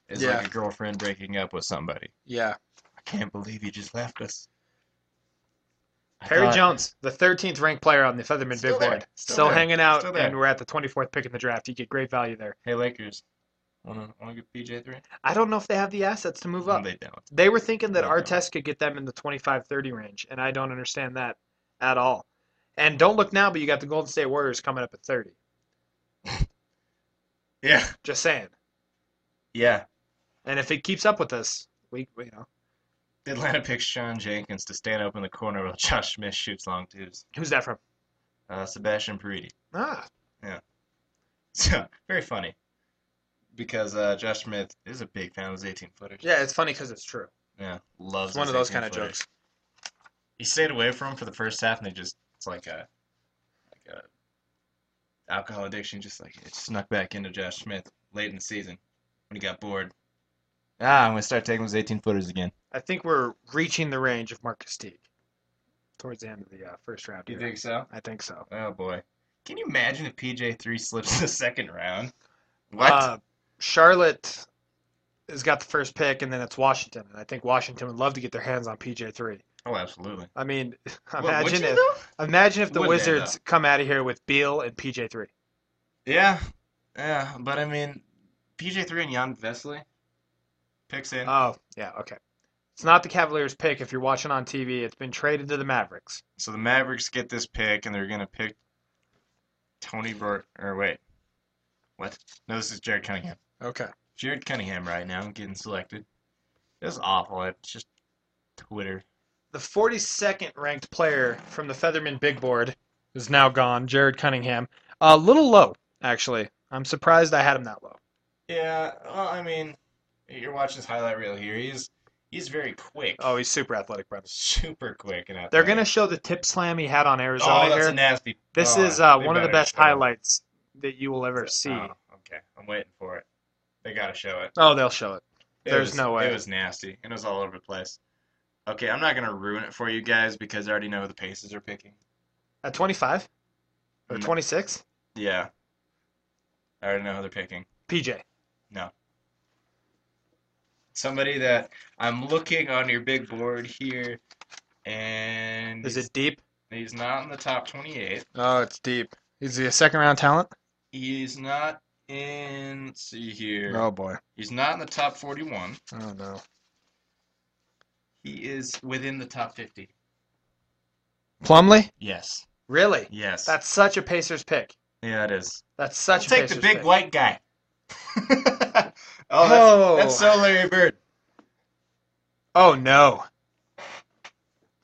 Speaker 2: is
Speaker 3: Yeah.
Speaker 2: like a girlfriend breaking up with somebody.
Speaker 3: yeah.
Speaker 2: I can't believe he just left us. I
Speaker 3: Perry
Speaker 2: thought-
Speaker 3: Jones, the 13th ranked player on the Featherman
Speaker 2: Still
Speaker 3: Big
Speaker 2: there.
Speaker 3: Board,
Speaker 2: Still
Speaker 3: still,
Speaker 2: there.
Speaker 3: hanging out,
Speaker 2: Still there.
Speaker 3: and we're at the 24th pick in the draft. You get great value there.
Speaker 2: Hey Lakers, wanna wanna get PJ three?
Speaker 3: I don't know if they have the assets to move
Speaker 2: No,
Speaker 3: up.
Speaker 2: they don't.
Speaker 3: They were thinking that
Speaker 2: They don't.
Speaker 3: Artest could get them in the 25-30 range, and I don't understand that at all. And don't look now, but you got the Golden State Warriors coming up at 30.
Speaker 2: Yeah,
Speaker 3: Just saying.
Speaker 2: yeah.
Speaker 3: And if it keeps up with us, we, we you know,
Speaker 2: Atlanta picks Sean Jenkins to stand up in the corner while Josh Smith shoots long twos.
Speaker 3: who's that from?
Speaker 2: Uh, Sebastian Parisi.
Speaker 3: Ah,
Speaker 2: So very funny, because uh, Josh Smith is a big fan of his 18 footers.
Speaker 3: yeah, it's funny because it's true.
Speaker 2: yeah, loves
Speaker 3: It's one
Speaker 2: his
Speaker 3: of those
Speaker 2: 18
Speaker 3: kind of
Speaker 2: footer.
Speaker 3: jokes.
Speaker 2: He stayed away from him for the first half, and they just it's like a like a alcohol addiction. Just like it snuck back into Josh Smith late in the season when he got bored. Ah, I'm gonna start taking those 18 footers again.
Speaker 3: I think we're reaching the range of Marcus Teague towards the end of the uh, first round.
Speaker 2: You
Speaker 3: here.
Speaker 2: think so?
Speaker 3: I think so.
Speaker 2: Oh boy. Can you imagine if PJ3 slips in the second round? What?
Speaker 3: Uh, Charlotte has got the first pick, and then it's Washington, and I think Washington would love to get their hands on PJ three.
Speaker 2: oh, absolutely.
Speaker 3: I mean,
Speaker 2: Well, would
Speaker 3: imagine
Speaker 2: you,
Speaker 3: if
Speaker 2: though?
Speaker 3: imagine if the
Speaker 2: Would they,
Speaker 3: Wizards come out of here with Beal and PJ three.
Speaker 2: Yeah. Yeah, but I mean, PJ3 and Jan Vesely picks in.
Speaker 3: Oh yeah, okay. It's not the Cavaliers pick if you're watching on TV. It's been traded to the Mavericks.
Speaker 2: so the Mavericks get this pick, and they're going to pick Tony Burt. Or wait. What? No, this is Jared Cunningham.
Speaker 3: Okay.
Speaker 2: Jared Cunningham right now getting selected. This is awful. It's just Twitter.
Speaker 3: The 42nd ranked player from the Featherman Big Board is now gone. Jared Cunningham, a little low actually. I'm surprised I had him that low.
Speaker 2: Yeah, well, I mean, you're watching this highlight reel here. He's he's very quick.
Speaker 3: Oh, he's super athletic, brother.
Speaker 2: super quick and
Speaker 3: They're
Speaker 2: athletic.
Speaker 3: gonna show the tip slam he had on Arizona
Speaker 2: Oh, that's
Speaker 3: here.
Speaker 2: a nasty.
Speaker 3: This
Speaker 2: oh,
Speaker 3: is uh,
Speaker 2: they
Speaker 3: one of the
Speaker 2: better
Speaker 3: best
Speaker 2: show it.
Speaker 3: highlights that you will ever see.
Speaker 2: Oh, okay, I'm waiting for it. They gotta show it.
Speaker 3: Oh, they'll show it.
Speaker 2: It
Speaker 3: There's
Speaker 2: was-
Speaker 3: no way.
Speaker 2: It was nasty and it was all over the place. Okay, I'm not gonna ruin it for you guys because I already know who the Pacers are picking.
Speaker 3: At 25 or
Speaker 2: Mm.
Speaker 3: 26,
Speaker 2: Yeah, I already know who they're picking.
Speaker 3: PJ.
Speaker 2: Somebody that I'm looking on your big board here, and
Speaker 3: Is
Speaker 2: he's-
Speaker 3: it deep?
Speaker 2: He's not in the top 28.
Speaker 3: Oh, it's deep. Is he a second round talent?
Speaker 2: He's not in, let's see here.
Speaker 3: Oh boy.
Speaker 2: He's not in the top 41.
Speaker 3: Oh no.
Speaker 2: He is within the top 50.
Speaker 3: Plumley?
Speaker 2: Yes.
Speaker 3: Really?
Speaker 2: Yes.
Speaker 3: That's such a Pacers pick.
Speaker 2: yeah, it is.
Speaker 3: That's such a
Speaker 2: take
Speaker 3: Pacers
Speaker 2: the big
Speaker 3: pick.
Speaker 2: white guy. oh, that's,
Speaker 3: Oh.
Speaker 2: that's so Larry Bird.
Speaker 3: Oh no.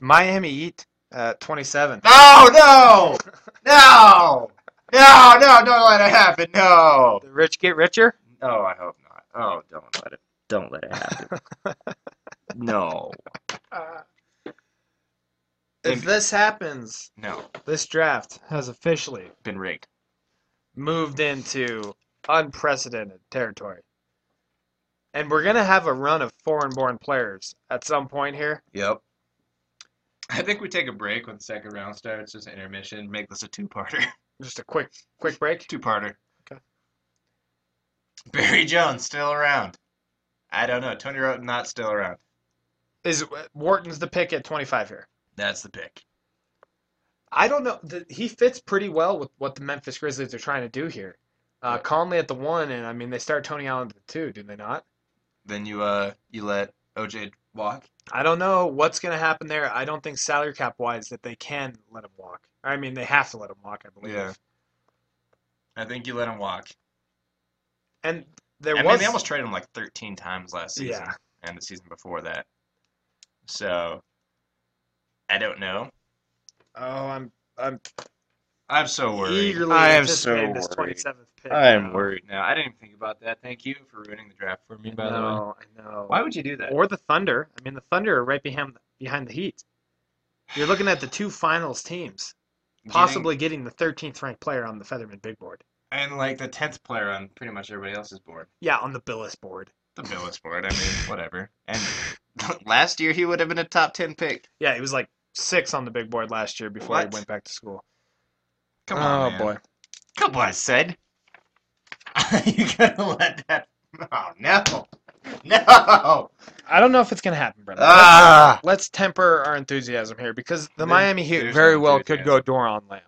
Speaker 3: Miami Heat at 27.
Speaker 2: No, no, no, no, no! Don't let it happen. No.
Speaker 3: The rich get richer?
Speaker 2: No, I hope not. Oh, don't let it. Don't let it happen. no.
Speaker 3: If this happens,
Speaker 2: No.
Speaker 3: this draft has officially
Speaker 2: Been rigged.
Speaker 3: moved into unprecedented territory. And we're going to have a run of foreign born players at some point here.
Speaker 13: Yep.
Speaker 2: I think we take a break when the second round starts. Just an intermission. Make this a two-parter.
Speaker 3: Just a quick quick break.
Speaker 2: two-parter.
Speaker 3: Okay.
Speaker 2: Barry Jones still around. I don't know. Tony Roten not still around.
Speaker 3: Is Wharton's the pick at 25 here?
Speaker 2: That's the pick.
Speaker 3: I don't know. The, he fits pretty well with what the Memphis Grizzlies are trying to do here. Uh, Conley at the one, and I mean they start Tony Allen at the two, do they not?
Speaker 2: Then you uh you let OJ walk.
Speaker 3: I don't know what's going to happen there. I don't think salary cap wise that they can let him walk. I mean they have to let him walk, I believe.
Speaker 2: Yeah. I think you let him walk.
Speaker 3: And there
Speaker 2: I
Speaker 3: was
Speaker 2: mean, they almost traded him like 13 times last season
Speaker 3: Yeah.
Speaker 2: and the season before that. So I don't know.
Speaker 3: oh I'm I'm
Speaker 2: I'm so worried.
Speaker 3: eagerly
Speaker 2: I am so
Speaker 3: anticipating this
Speaker 2: worried.
Speaker 3: 27th pick.
Speaker 2: I am
Speaker 3: now.
Speaker 2: worried now. I didn't even think about that. Thank you for ruining the draft for me, by the way.
Speaker 3: No, I know.
Speaker 2: Why would you do that?
Speaker 3: Or the Thunder. I mean the Thunder are right behind behind the Heat. You're looking at the two finals teams.
Speaker 2: Getting-
Speaker 3: possibly getting the 13th ranked player on the Featherman big board.
Speaker 2: and like the 10th player on pretty much everybody else's board.
Speaker 3: Yeah, on the Billis board.
Speaker 2: The Billis board. I mean, whatever. And last year he would have been a top 10 pick.
Speaker 3: Yeah, it was like six on the big board last year before
Speaker 2: What?
Speaker 3: he went back to school.
Speaker 2: Come on,
Speaker 3: oh
Speaker 2: man.
Speaker 3: boy.
Speaker 2: Come on, son. you gotta let that. Oh no, no.
Speaker 3: I don't know if it's gonna happen, Brendan.
Speaker 2: Ah.
Speaker 3: Let's temper our enthusiasm here because the
Speaker 2: There-
Speaker 3: Miami Heat
Speaker 2: there's
Speaker 3: very
Speaker 2: no
Speaker 3: well could go Doron Lamb.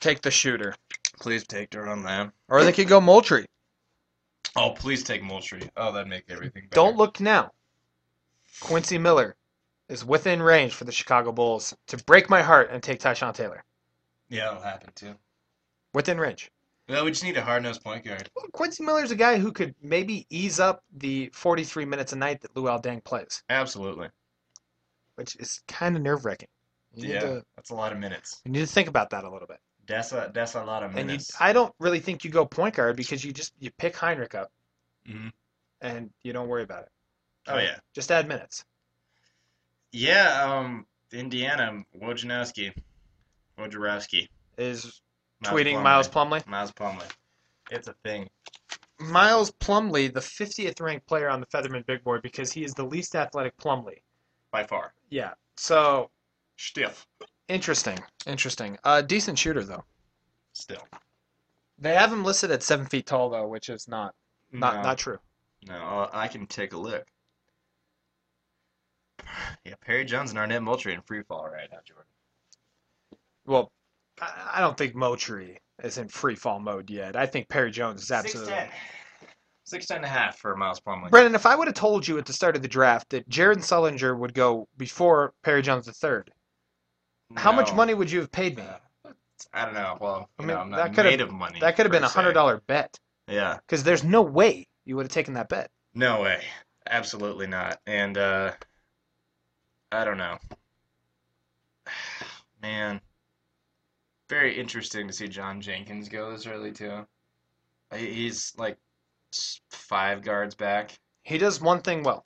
Speaker 3: Take the shooter.
Speaker 2: Please take Duron Lamb.
Speaker 3: Or they could go Moultrie.
Speaker 2: Oh, please take Moultrie. Oh, that'd make everything. Better.
Speaker 3: Don't look now. Quincy Miller is within range for the Chicago Bulls to break my heart and take Tyshawn Taylor.
Speaker 2: Yeah, it'll happen too.
Speaker 3: Within range.
Speaker 2: Well, we just need a hard nosed point guard.
Speaker 3: Well, Quincy Miller's a guy who could maybe ease up the 43 minutes a night that Lou Deng plays,
Speaker 2: Absolutely.
Speaker 3: which is kind of nerve wracking. You,
Speaker 2: yeah,
Speaker 3: need to,
Speaker 2: that's a lot of minutes.
Speaker 3: you need to think about that a little bit.
Speaker 2: That's a that's a lot of
Speaker 3: And you,
Speaker 2: minutes.
Speaker 3: I don't really think you go point guard because you just you pick Heinrich up
Speaker 2: Mhm.
Speaker 3: and you don't worry about it.
Speaker 2: oh yeah,
Speaker 3: Just add minutes.
Speaker 2: yeah. Um, Indiana Wojnarowski, Wojnarowski,
Speaker 3: Is
Speaker 2: Miles
Speaker 3: tweeting
Speaker 2: Plumlee.
Speaker 3: Miles Plumley.
Speaker 2: Miles Plumley. It's a thing.
Speaker 3: Miles Plumley, the 50th ranked player on the Featherman Big Board because he is the least athletic Plumley.
Speaker 2: by far.
Speaker 3: Yeah. So
Speaker 2: Stiff.
Speaker 3: interesting. Interesting. Uh, decent shooter though.
Speaker 2: Still.
Speaker 3: They have him listed at seven feet tall though, which is not not
Speaker 2: No.
Speaker 3: not true.
Speaker 2: No, I'll- I can take a look. Yeah, Perry Jones and Arnett Moultrie in free fall right now, Jordan.
Speaker 3: Well, I I don't think Moultrie is in free fall mode yet. I think Perry Jones is absolutely.
Speaker 2: 6'10. 6'10 and a half for Miles Plumley.
Speaker 3: Brennan, if I would have told you at the start of the draft that Jared Sullinger would go before Perry Jones the third, how much
Speaker 2: No.
Speaker 3: money would you have paid me?
Speaker 2: Uh, I don't know. Well,
Speaker 3: I
Speaker 2: you
Speaker 3: mean,
Speaker 2: know, I'm
Speaker 3: that
Speaker 2: not
Speaker 3: could've-
Speaker 2: made of money.
Speaker 3: That could have been
Speaker 2: per
Speaker 3: a hundred
Speaker 2: se.
Speaker 3: dollar bet
Speaker 2: Yeah.
Speaker 3: because there's no way you would have taken that bet.
Speaker 2: No way. Absolutely not. And uh I don't know. Man. Very interesting to see John Jenkins go this early too. He- He's like s- five guards back.
Speaker 3: He does one thing well,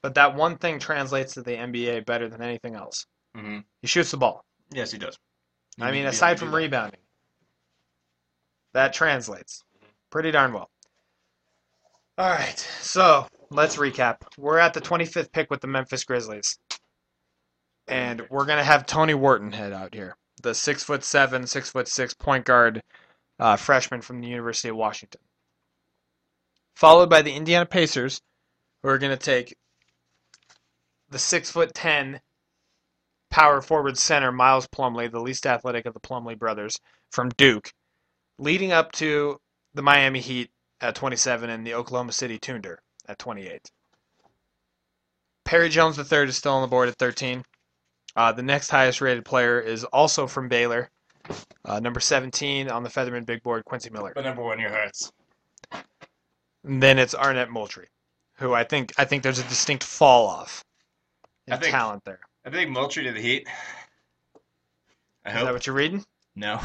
Speaker 3: but that one thing translates to the NBA better than anything else.
Speaker 2: hmm
Speaker 3: He shoots the ball.
Speaker 2: Yes, he does. You
Speaker 3: I
Speaker 2: need
Speaker 3: mean,
Speaker 2: to be able
Speaker 3: aside
Speaker 2: to do
Speaker 3: from
Speaker 2: that.
Speaker 3: rebounding, that translates pretty darn well. All right, so let's recap. We're at the 25th pick with the Memphis Grizzlies, and we're gonna have Tony Wharton head out here, the six foot seven, six foot six point guard uh, freshman from the University of Washington, followed by the Indiana Pacers, who are gonna take the six foot ten power forward center Miles Plumley, the least athletic of the Plumley brothers from Duke, leading up to the Miami Heat at 27 and the Oklahoma City Thunder at 28. Perry Jones III is still on the board at 13. Uh, the next highest rated player is also from Baylor, uh, number 17 on the Featherman Big Board, Quincy Miller.
Speaker 2: But number one, your hearts.
Speaker 3: And then it's Arnett Moultrie, who I think I think there's a distinct fall off in
Speaker 2: I think-
Speaker 3: talent there.
Speaker 2: I think Moultrie to the Heat. I
Speaker 3: Is that
Speaker 2: hope.
Speaker 3: what you're reading?
Speaker 2: No,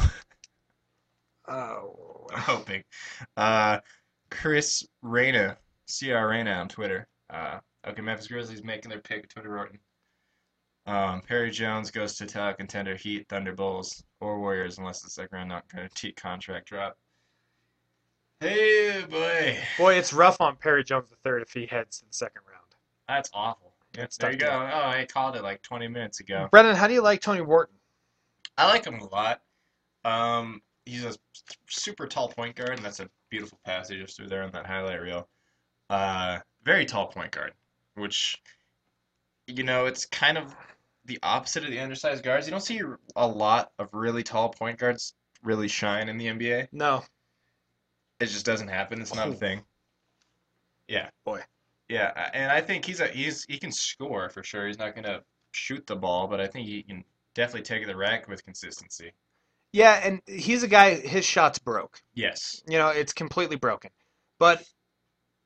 Speaker 3: Oh,
Speaker 2: I'm hoping. Uh, Chris Reyna, CR Reyna on Twitter. Uh, okay, Memphis Grizzlies making their pick, Twitter Roten. Um, Perry Jones goes to title contender Heat, Thunder Bulls, or Warriors, unless the second round not guaranteed contract drop. Hey, boy.
Speaker 3: boy, it's rough on Perry Jones III if he heads to the second round.
Speaker 2: That's awful. Yep,
Speaker 3: It's
Speaker 2: there you
Speaker 3: tough
Speaker 2: go.
Speaker 3: to-
Speaker 2: Oh, I called it like 20 minutes ago.
Speaker 3: Brennan, how do you like Tony Wharton?
Speaker 2: I like him a lot. Um, he's a super tall point guard, and that's a beautiful pass he just threw there on that highlight reel. Uh, very tall point guard, which, you know, it's kind of the opposite of the undersized guards. You don't see a lot of really tall point guards really shine in the NBA.
Speaker 3: No,
Speaker 2: It just doesn't happen. It's not a
Speaker 3: Oh.
Speaker 2: thing. Yeah.
Speaker 3: Boy.
Speaker 2: Yeah, I- and I think he's a he's he can score for sure. He's not gonna shoot the ball, but I think he can definitely take the rack with consistency.
Speaker 3: Yeah, and he's a guy, his shot's broke.
Speaker 2: Yes.
Speaker 3: You know, it's completely broken. But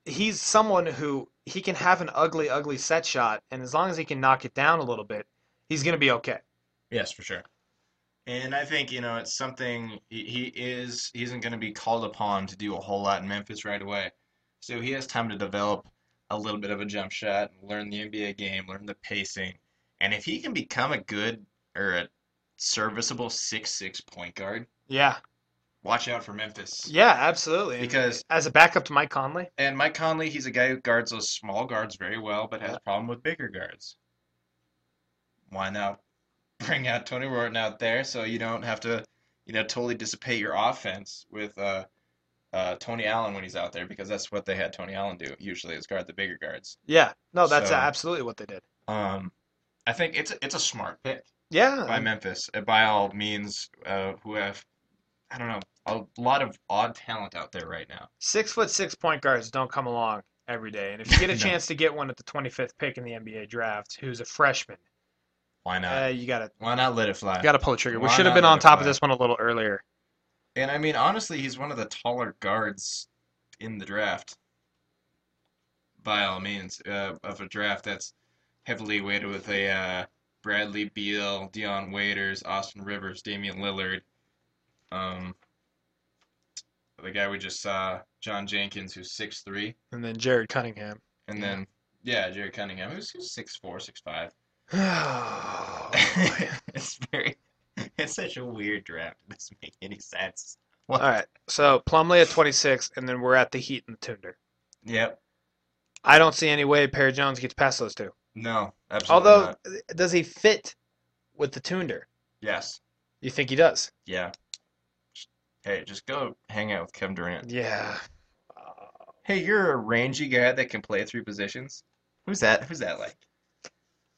Speaker 3: he's someone who he can have an ugly, ugly set shot, and as long as he can knock it down a little bit, he's going to be okay.
Speaker 2: Yes, for sure. And I think, you know, it's something he, he is, he isn't going to be called upon to do a whole lot in Memphis right away. So he has time to develop a little bit of a jump shot, learn the NBA game, learn the pacing. And if he can become a good or a serviceable 6'6 point guard,
Speaker 3: Yeah,
Speaker 2: watch out for Memphis.
Speaker 3: yeah, absolutely. And
Speaker 2: Because,
Speaker 3: as a backup to Mike Conley,
Speaker 2: and Mike Conley, he's a guy who guards those small guards very well, but has a problem with bigger guards. why not bring out Tony Wharton out there so you don't have to, you know, totally dissipate your offense with uh, uh, Tony Allen when he's out there because that's what they had Tony Allen do usually is guard the bigger guards.
Speaker 3: yeah, no, that's
Speaker 2: So-
Speaker 3: absolutely what they did.
Speaker 2: Um, I think it's it's a smart pick
Speaker 3: Yeah,
Speaker 2: by Memphis uh, by all means uh, who have I don't know a lot of odd talent out there right now.
Speaker 3: six foot six point guards don't come along every day, and if you get a
Speaker 2: No.
Speaker 3: chance to get one at the 25th pick in the NBA draft, who's a freshman,
Speaker 2: Why not?
Speaker 3: uh, you gotta
Speaker 2: Why not let it fly?
Speaker 3: you gotta pull the trigger. We
Speaker 2: Why
Speaker 3: should have
Speaker 2: not
Speaker 3: been
Speaker 2: let
Speaker 3: on
Speaker 2: it
Speaker 3: top of
Speaker 2: fly?
Speaker 3: this one a little earlier.
Speaker 2: And I mean, honestly, he's one of the taller guards in the draft. By all means, uh, of a draft that's heavily weighted with a uh, Bradley Beal, Dion Waiters, Austin Rivers, Damian Lillard, um, the guy we just saw, John Jenkins, who's 6'3",
Speaker 3: And then Jared Cunningham.
Speaker 2: and then yeah, Jared Cunningham, who's, who's 6'4", 6'5".
Speaker 3: All
Speaker 2: It's very, it's such a weird draft. It doesn't make any sense.
Speaker 3: right. So Plumlee at 26, and then we're at the Heat and the Thunder.
Speaker 2: Yep.
Speaker 3: I don't see any way Perry Jones gets past those two.
Speaker 2: No, absolutely
Speaker 3: Although,
Speaker 2: not.
Speaker 3: does he fit with the Thunder?
Speaker 2: Yes.
Speaker 3: You think he does?
Speaker 2: Yeah. Hey, just go hang out with Kevin Durant.
Speaker 3: Yeah.
Speaker 2: Hey, you're a rangy guy that can play three positions. Who's that? Who's that like?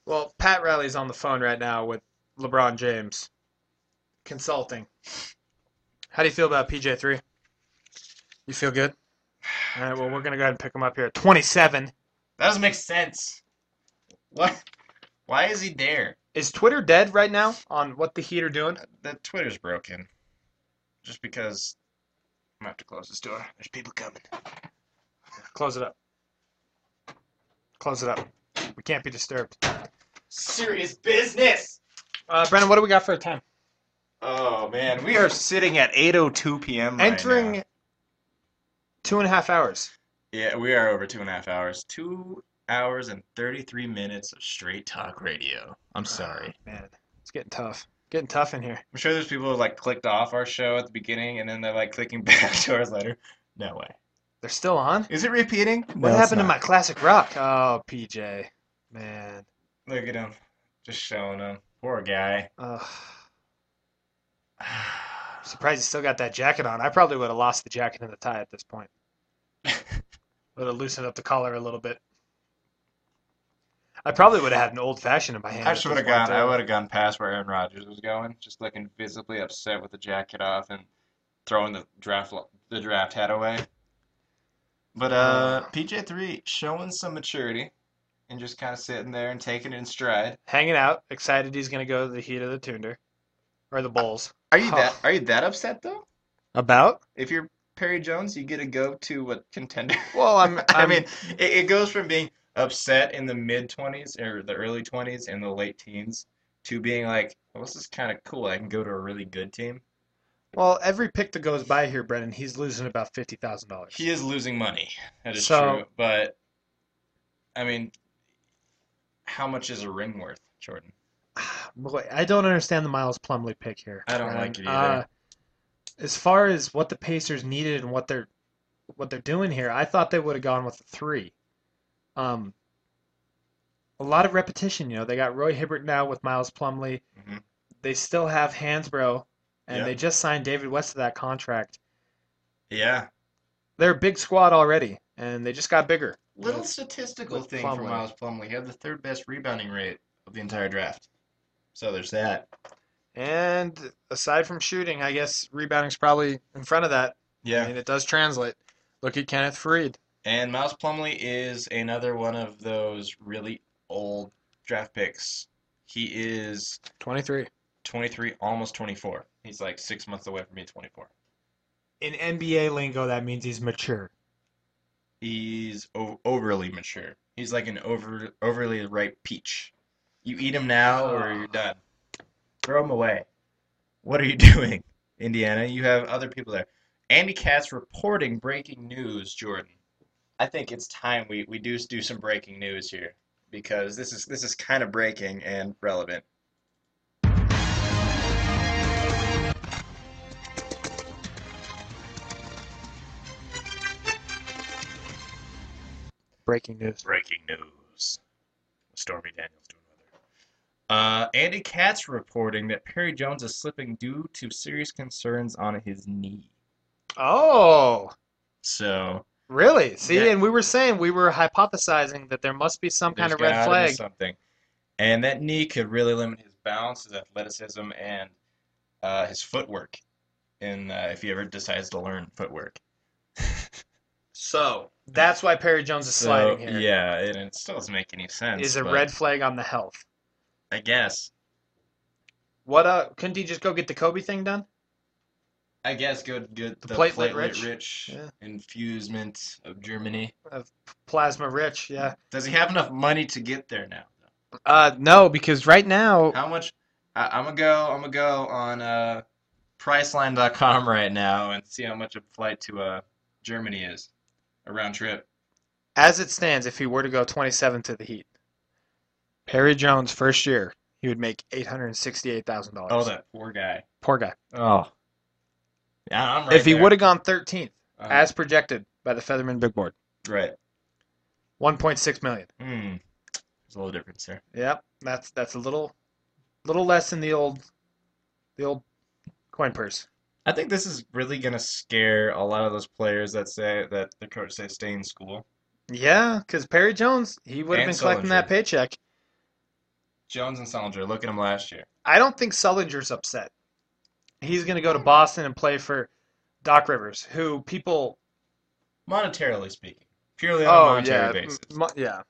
Speaker 3: Well, Pat Riley's on the phone right now with LeBron James, consulting. How do you feel about PJ3? You feel good? All right. Well, we're gonna go ahead and pick him up here at 27.
Speaker 2: That doesn't make sense. What? Why is he there?
Speaker 3: Is Twitter dead right now on what the Heat are doing?
Speaker 2: That Twitter's broken. Just because I'm gonna have to close this door. There's people coming.
Speaker 3: Close it up. Close it up. We can't be disturbed.
Speaker 2: Serious business.
Speaker 3: Uh, Brennan, what do we got for a time?
Speaker 2: Oh man, we are sitting at 8:02 p.m. right
Speaker 3: Entering
Speaker 2: now.
Speaker 3: two and a half hours.
Speaker 2: Yeah, we are over two and a half hours. Two hours and 33 minutes of straight talk radio. I'm sorry.
Speaker 3: Man, it's getting tough. Getting tough in here.
Speaker 2: I'm sure there's people who like clicked off our show at the beginning and then they're like clicking back to ours later. No way.
Speaker 3: They're still on?
Speaker 2: Is it repeating?
Speaker 3: What happened to my classic rock? Oh, PJ. Man.
Speaker 2: my? Look at him, just showing him. Poor guy.
Speaker 3: Ugh. Surprised he still got that jacket on. I probably would have lost the jacket and the tie at this point. would have loosened up the collar a little bit. I probably would have had an old fashioned in my hand.
Speaker 2: I
Speaker 3: at
Speaker 2: just
Speaker 3: this
Speaker 2: would have
Speaker 3: point,
Speaker 2: gone. I
Speaker 3: too.
Speaker 2: would have gone past where Aaron Rodgers was going, just looking visibly upset with the jacket off and throwing the draft lo- the draft hat away. But uh, PJ three showing some maturity and just kind of sitting there and taking it in stride.
Speaker 3: Hanging out, excited he's going to go to the heat of the Tunder or the Bulls.
Speaker 2: Are you
Speaker 3: Huh.
Speaker 2: that? Are you that upset though?
Speaker 3: About?
Speaker 2: If you're Perry Jones, you get to go to what contender?
Speaker 3: Well, I'm.
Speaker 2: I mean, it, it goes from being upset in the mid 20s or the early 20s and the late teens to being like, well, this is kind of cool. I can go to a really good team.
Speaker 3: well, every pick that goes by here, Brennan, he's losing about fifty thousand dollars.
Speaker 2: He is losing money. That is
Speaker 3: So-
Speaker 2: true. But, I mean, how much is a ring worth, Jordan?
Speaker 3: Boy, I don't understand the Miles Plumley pick here.
Speaker 2: I don't
Speaker 3: Brennan.
Speaker 2: like it
Speaker 3: Uh,
Speaker 2: either.
Speaker 3: as far as what the Pacers needed and what they're what they're doing here, I thought they would have gone with the three. Um, a lot of repetition. You know, they got Roy Hibbert now with Miles Plumley.
Speaker 2: Mhm.
Speaker 3: They still have Hansbrough, and
Speaker 2: Yeah.
Speaker 3: they just signed David West to that contract.
Speaker 2: Yeah.
Speaker 3: They're a big squad already, and they just got bigger.
Speaker 2: Little statistical
Speaker 3: with
Speaker 2: thing for
Speaker 3: Plumlee.
Speaker 2: Miles Plumlee. He had the third best rebounding rate of the entire draft. So there's that.
Speaker 3: And aside from shooting, I guess rebounding's probably in front of that. I
Speaker 2: Yeah.
Speaker 3: mean, it does translate. Look at Kenneth Freed.
Speaker 2: And Miles Plumlee is another one of those really old draft picks. He is
Speaker 3: 23.
Speaker 2: 23, almost 24. He's like six months away from being 24.
Speaker 3: In NBA lingo, that means he's mature.
Speaker 2: He's o overly mature. He's like an over overly ripe peach. You eat him now
Speaker 3: Ah.
Speaker 2: or you're done. Throw him away. What are you doing, Indiana? You have other people there. Andy Katz reporting breaking news, Jordan. I think it's time we, we do do some breaking news here because this is this is kind of breaking and relevant.
Speaker 3: Breaking news.
Speaker 2: Breaking news. Stormy Daniels doing weather. Uh, Andy Katz reporting that Perry Jones is slipping due to serious concerns on his knee.
Speaker 3: Oh,
Speaker 2: So
Speaker 3: really? See,
Speaker 2: Yeah.
Speaker 3: and we were saying, we were hypothesizing that there must be some kind
Speaker 2: there's
Speaker 3: of red
Speaker 2: gotta be
Speaker 3: flag.
Speaker 2: something, and that knee could really limit his balance, his athleticism, and uh, his footwork. In uh, if he ever decides to learn footwork.
Speaker 14: So,
Speaker 3: That's why Perry Jones is
Speaker 2: So
Speaker 3: sliding here. Is
Speaker 2: yeah, and it still doesn't make any sense.
Speaker 3: a
Speaker 2: but
Speaker 3: red flag on the health.
Speaker 2: I guess.
Speaker 3: What, uh, couldn't he just go get the Kobe thing done?
Speaker 2: I guess go good the,
Speaker 3: platelet
Speaker 2: platelet-rich
Speaker 3: rich? Yeah.
Speaker 2: infusement of Germany.
Speaker 3: Plasma rich, yeah.
Speaker 2: Does he have enough money to get there now?
Speaker 3: Uh, no, because right now,
Speaker 2: How much? I, I'm gonna go. I'm gonna go on uh, Priceline.com right now and see how much a flight to uh, Germany is, a round trip.
Speaker 3: as it stands, if he were to go 27 to the Heat, Perry Jones, first year, he would make $868,000.
Speaker 2: Oh, that poor guy.
Speaker 3: Poor guy.
Speaker 2: Oh. Yeah, I'm right
Speaker 3: if he would have gone 13th,
Speaker 2: uh
Speaker 3: as projected by the Featherman Big Board,
Speaker 2: right.
Speaker 3: 1.6 million.
Speaker 2: Hmm. There's a little difference there.
Speaker 3: Yep, that's that's a little, little less than the old, the old coin purse.
Speaker 2: I think this is really gonna scare a lot of those players that say that the coach says stay in school.
Speaker 3: Yeah, because Perry Jones, he would have
Speaker 2: And
Speaker 3: been collecting that
Speaker 2: Sullinger.
Speaker 3: paycheck.
Speaker 2: Jones and Solinger, look at him last year.
Speaker 3: I don't think Sullinger's upset. He's going to go to Boston and play for Doc Rivers, who people.
Speaker 2: Monetarily speaking, purely on a
Speaker 3: Oh
Speaker 2: monetary
Speaker 3: yeah,
Speaker 2: basis,
Speaker 3: m- mo- yeah.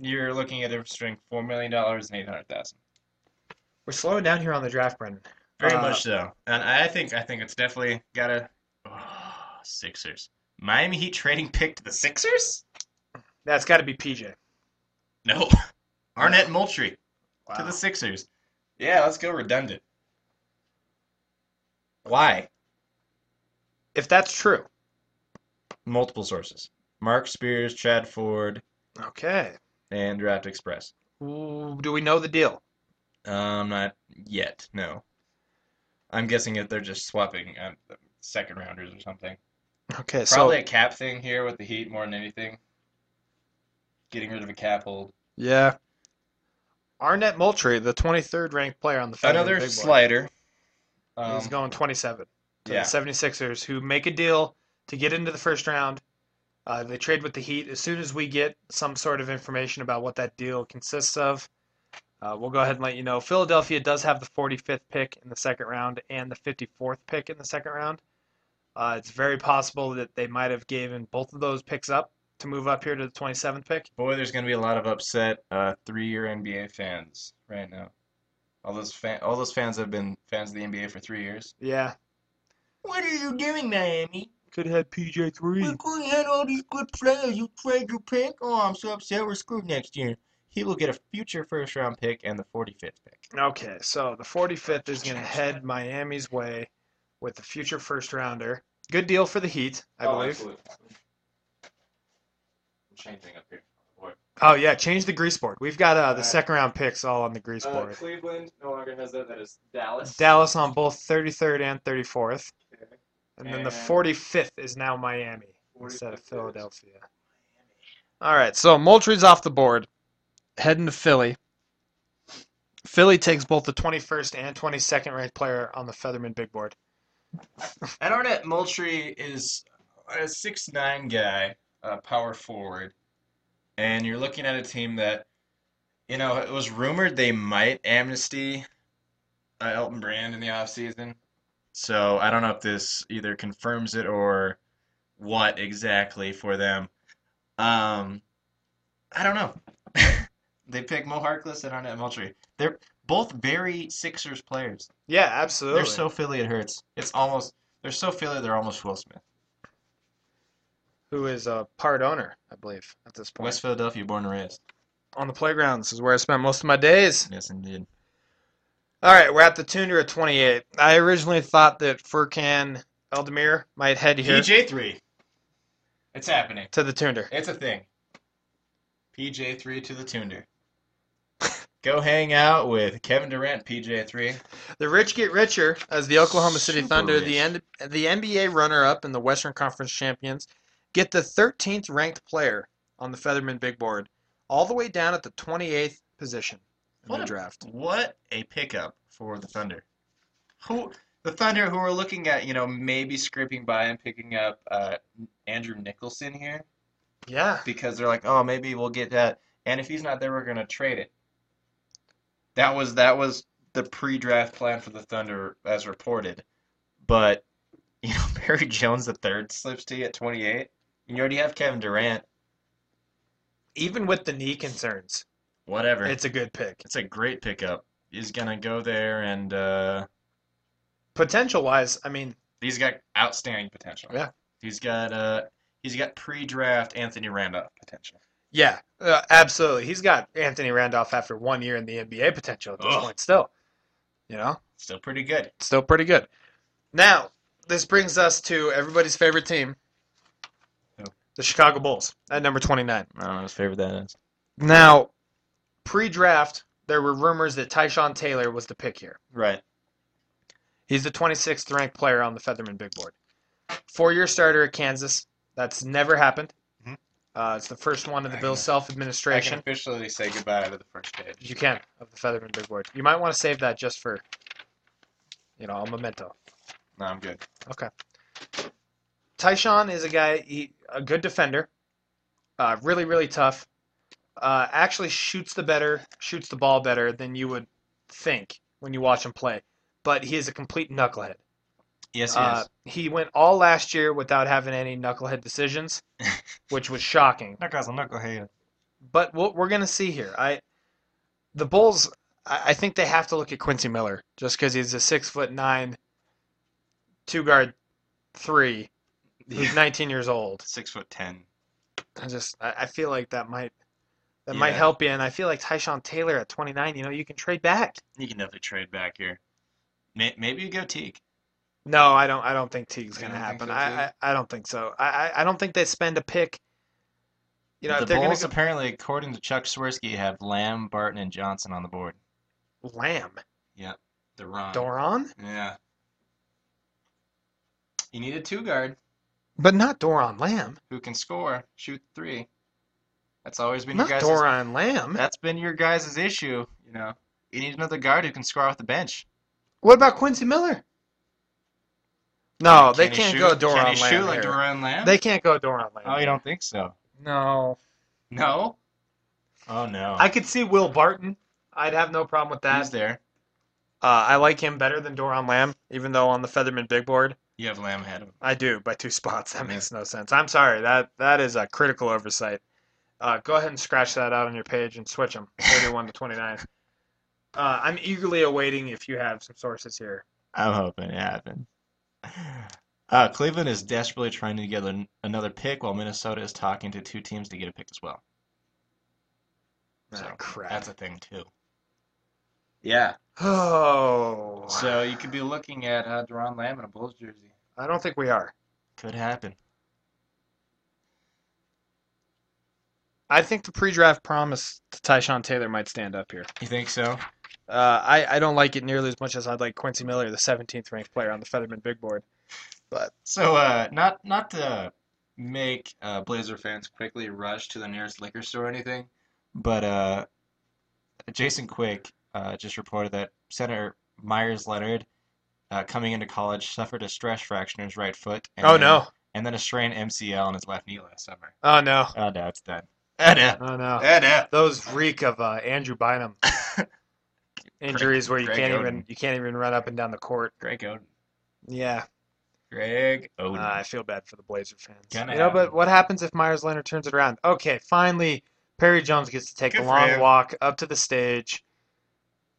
Speaker 2: you're looking at a difference between four million dollars and eight hundred thousand.
Speaker 3: We're slowing down here on the draft, Brendan.
Speaker 2: Very
Speaker 3: Uh,
Speaker 2: much so. And I think I think it's definitely gotta oh, Sixers. Miami Heat trading pick to the Sixers?
Speaker 3: That's got to be PJ.
Speaker 2: No. Arnett Moultrie to the Sixers. Yeah, let's go redundant. Why?
Speaker 3: If that's true.
Speaker 2: Multiple sources. Mark Spears, Chad Ford,
Speaker 3: Okay.
Speaker 2: and Draft Express.
Speaker 3: Ooh, do we know the deal?
Speaker 2: Um, not yet, no. I'm guessing that they're just swapping uh, second rounders or something.
Speaker 3: Okay, so
Speaker 2: Probably a cap thing here with the Heat more than anything. Getting rid of a cap hold.
Speaker 3: Yeah. Arnett Moultrie, the 23rd ranked player on the Federer
Speaker 2: Another
Speaker 3: Big Board.
Speaker 2: slider.
Speaker 3: He's
Speaker 2: Um,
Speaker 3: going 27 to
Speaker 2: yeah.
Speaker 3: the 76ers, who make a deal to get into the first round Uh, they trade with the Heat. As soon as we get some sort of information about what that deal consists of, uh, we'll go ahead and let you know. Philadelphia does have the 45th pick in the second round and the 54th pick in the second round. Uh, it's very possible that they might have given both of those picks up to move up here to the 27th pick.
Speaker 2: Boy, there's gonna be a lot of upset uh, three-year NBA fans right now. All those fan, all those fans have been fans of the NBA for three years.
Speaker 3: Yeah,
Speaker 2: What are you doing, Miami?
Speaker 3: could have had PJ three.
Speaker 2: could you had all these good players. You trade your pick. Oh, I'm so upset. We're screwed next year. He will get a future first-round pick and the 45th pick.
Speaker 3: Okay, so the 45th is going to head Miami's way with the future first rounder. Good deal for the Heat,
Speaker 2: Oh,
Speaker 3: I believe.
Speaker 2: Changing up here.
Speaker 3: Oh yeah, change the grease board. We've got uh, the
Speaker 2: Alright.
Speaker 3: second round picks all on the grease board.
Speaker 2: Uh, Cleveland no longer has that. That is Dallas.
Speaker 3: Dallas on both 33rd and 34th,
Speaker 2: Okay.
Speaker 3: and then the
Speaker 2: And-
Speaker 3: 45th is now Miami instead
Speaker 2: 45th
Speaker 3: of
Speaker 2: is-
Speaker 3: Philadelphia. All right, so Moultrie's off the board, heading to Philly. Philly takes both the 21st and 22nd ranked player on the Featherman big board.
Speaker 2: And Arnett Moultrie is a six nine guy, uh, power forward, and you're looking at a team that, you know, it was rumored they might amnesty uh, Elton Brand in the offseason. So I don't know if this either confirms it or what exactly for them. Um, I don't know. they pick Mo Harkless and Arnett Moultrie. They're both very Sixers players.
Speaker 3: Yeah, absolutely.
Speaker 2: They're so Philly it hurts. It's almost they're so Philly they're almost Will Smith.
Speaker 3: Who is a part owner, I believe, at this point.
Speaker 2: West Philadelphia, born and raised.
Speaker 3: On the playgrounds is where I spent most of my days.
Speaker 2: Yes, indeed.
Speaker 3: All right, we're at the tuner at 28. I originally thought that Furkan Eldemir might head here
Speaker 2: PJ three. It's happening.
Speaker 3: to the tuner.
Speaker 2: It's a thing. PJ three to the Tunder. Go hang out with Kevin Durant. PJ three.
Speaker 3: The rich get richer as the Oklahoma City
Speaker 2: Super
Speaker 3: Thunder,
Speaker 2: rich.
Speaker 3: the N- the NBA runner-up and the Western Conference champions, get the 13th ranked player on the Featherman Big Board, all the way down at the 28th position in
Speaker 2: What
Speaker 3: the
Speaker 2: a-
Speaker 3: draft.
Speaker 2: What a pickup for the Thunder. Who the Thunder who are looking at you know maybe scraping by and picking up uh, Andrew Nicholson here.
Speaker 3: Yeah,
Speaker 2: because they're like, oh, maybe we'll get that. And if he's not there, we're gonna trade it. That was that was the pre-draft plan for the Thunder as reported. But you know, Barry Jones the third slips to you at 28, and you already have Kevin Durant.
Speaker 3: even with the knee concerns,
Speaker 2: Whatever. It's
Speaker 3: it's a good pick.
Speaker 2: it's a great pickup. He's gonna go there, and uh,
Speaker 3: Potential-wise, I mean,
Speaker 2: he's got outstanding potential.
Speaker 3: Yeah.
Speaker 2: He's got uh, he's got pre-draft Anthony Randolph potential.
Speaker 3: yeah, uh, absolutely. He's got Anthony Randolph after one year in the NBA potential at this
Speaker 2: Ugh.
Speaker 3: point still. You know?
Speaker 2: Still pretty good.
Speaker 3: still pretty good. Now, this brings us to everybody's favorite team,
Speaker 2: Who?
Speaker 3: the Chicago Bulls, at number 29.
Speaker 2: I don't know his favorite that is.
Speaker 3: Now, pre draft, there were rumors that Tyshawn Taylor was the pick here.
Speaker 2: Right.
Speaker 3: He's the 26th ranked player on the Featherman Big Board. Four year starter at Kansas. That's never happened.
Speaker 2: Mhm.
Speaker 3: Uh, it's the first one of the
Speaker 2: I
Speaker 3: Bills
Speaker 2: can-
Speaker 3: self
Speaker 2: I can
Speaker 3: administration.
Speaker 2: officially say goodbye to the first page.
Speaker 3: You can, of the Featherman Big Board. You might want to save that just for, you know, a memento.
Speaker 2: No, I'm good.
Speaker 3: Tyshawn is a guy, he, a good defender, uh, really, really tough. Uh, actually, shoots the better, shoots the ball better than you would think when you watch him play. But he is a complete knucklehead.
Speaker 2: Yes,
Speaker 3: Uh, he went all last year without having any knucklehead decisions, which was shocking.
Speaker 2: Knuckles, knucklehead.
Speaker 3: But what we're gonna see here, I, the Bulls, I, I think they have to look at Quincy Miller just because he's a six foot nine, two guard, three, who's 19 years old.
Speaker 2: Six foot ten.
Speaker 3: I just I, I feel like that might that might
Speaker 2: Yeah.
Speaker 3: help you, and I feel like Tyshawn Taylor at 29, you know, you can trade back.
Speaker 2: You can definitely trade back here. May- Maybe you go Teague.
Speaker 3: No, I don't. I don't think Teague's
Speaker 2: You
Speaker 3: gonna
Speaker 2: don't think
Speaker 3: happen.
Speaker 2: so,
Speaker 3: I, I I don't think so. I I, I don't think they spend a pick. You know,
Speaker 2: the
Speaker 3: if they're
Speaker 2: Bulls
Speaker 3: gonna
Speaker 2: apparently, according to Chuck Swirsky, have Lamb, Barton, and Johnson on the board.
Speaker 3: go Lamb,
Speaker 2: The Ron.
Speaker 3: Doron,
Speaker 2: Yeah. You need a two guard
Speaker 3: but not Doron Lamb,
Speaker 2: who can score, shoot three. That's always been
Speaker 3: not
Speaker 2: your guys'
Speaker 3: Doron Lamb.
Speaker 2: That's been your guys' issue, you know. You need another guard who can score off the bench.
Speaker 3: What about Quincy Miller? No, they
Speaker 2: Can he
Speaker 3: can't
Speaker 2: shoot?
Speaker 3: go Doron
Speaker 2: Can he
Speaker 3: Lamb.
Speaker 2: shoot like
Speaker 3: here.
Speaker 2: Doron Lamb?
Speaker 3: They can't go Doron Lamb.
Speaker 2: Oh, you don't think so?
Speaker 3: No.
Speaker 2: No. Oh no.
Speaker 3: I could see Will Barton. I'd have no problem with that.
Speaker 2: He's there.
Speaker 3: Uh, I like him better than Doron Lamb, even though on the Featherman big board,
Speaker 2: You have Lamb ahead of him.
Speaker 3: I do by two spots. That
Speaker 2: Yeah.
Speaker 3: makes no sense. I'm sorry. That that is a critical oversight. Uh, go ahead and scratch that out on your page and switch them 31 to 29. Uh, I'm eagerly awaiting if you have some sources here.
Speaker 2: I'm hoping it happens. Uh, Cleveland is desperately trying to get an- another pick, while Minnesota is talking to two teams to get a pick as well. So,
Speaker 3: Ah, crap.
Speaker 2: That's a thing too.
Speaker 15: Yeah.
Speaker 3: Oh.
Speaker 2: So you could be looking at uh, Deron Lamb in a Bulls jersey.
Speaker 3: I don't think we are.
Speaker 2: Could happen.
Speaker 3: I think the pre-draft promise to Tyshawn Taylor might stand up here.
Speaker 2: You think so?
Speaker 3: Uh, I, I don't like it nearly as much as I'd like Quincy Miller, the 17th ranked player on the Fetterman big board.
Speaker 2: So, uh, not not to make uh, Blazer fans quickly rush to the nearest liquor store or anything, but uh, Jason Quick uh, just reported that Senator Myers Leonard, uh, coming into college, suffered a stress fracture in his right foot and
Speaker 3: Oh
Speaker 2: then,
Speaker 3: no!
Speaker 2: and then a strained MCL in his left knee last summer.
Speaker 3: Oh no!
Speaker 2: Oh no, it's done. Oh no.
Speaker 3: Oh no!
Speaker 2: Oh no.
Speaker 3: Those reek of uh, Andrew Bynum injuries where you
Speaker 2: Greg
Speaker 3: can't
Speaker 2: Oden.
Speaker 3: even you can't even run up and down the court.
Speaker 2: Greg Oden.
Speaker 3: Yeah,
Speaker 2: Greg
Speaker 3: uh,
Speaker 2: Oden.
Speaker 3: I feel bad for the Blazer fans.
Speaker 2: Gonna
Speaker 3: you know, but
Speaker 2: happen.
Speaker 3: what happens if Myers Leonard turns it around? Okay, finally Perry Jones gets to take
Speaker 2: Good
Speaker 3: the
Speaker 2: for
Speaker 3: long
Speaker 2: him.
Speaker 3: walk up to the stage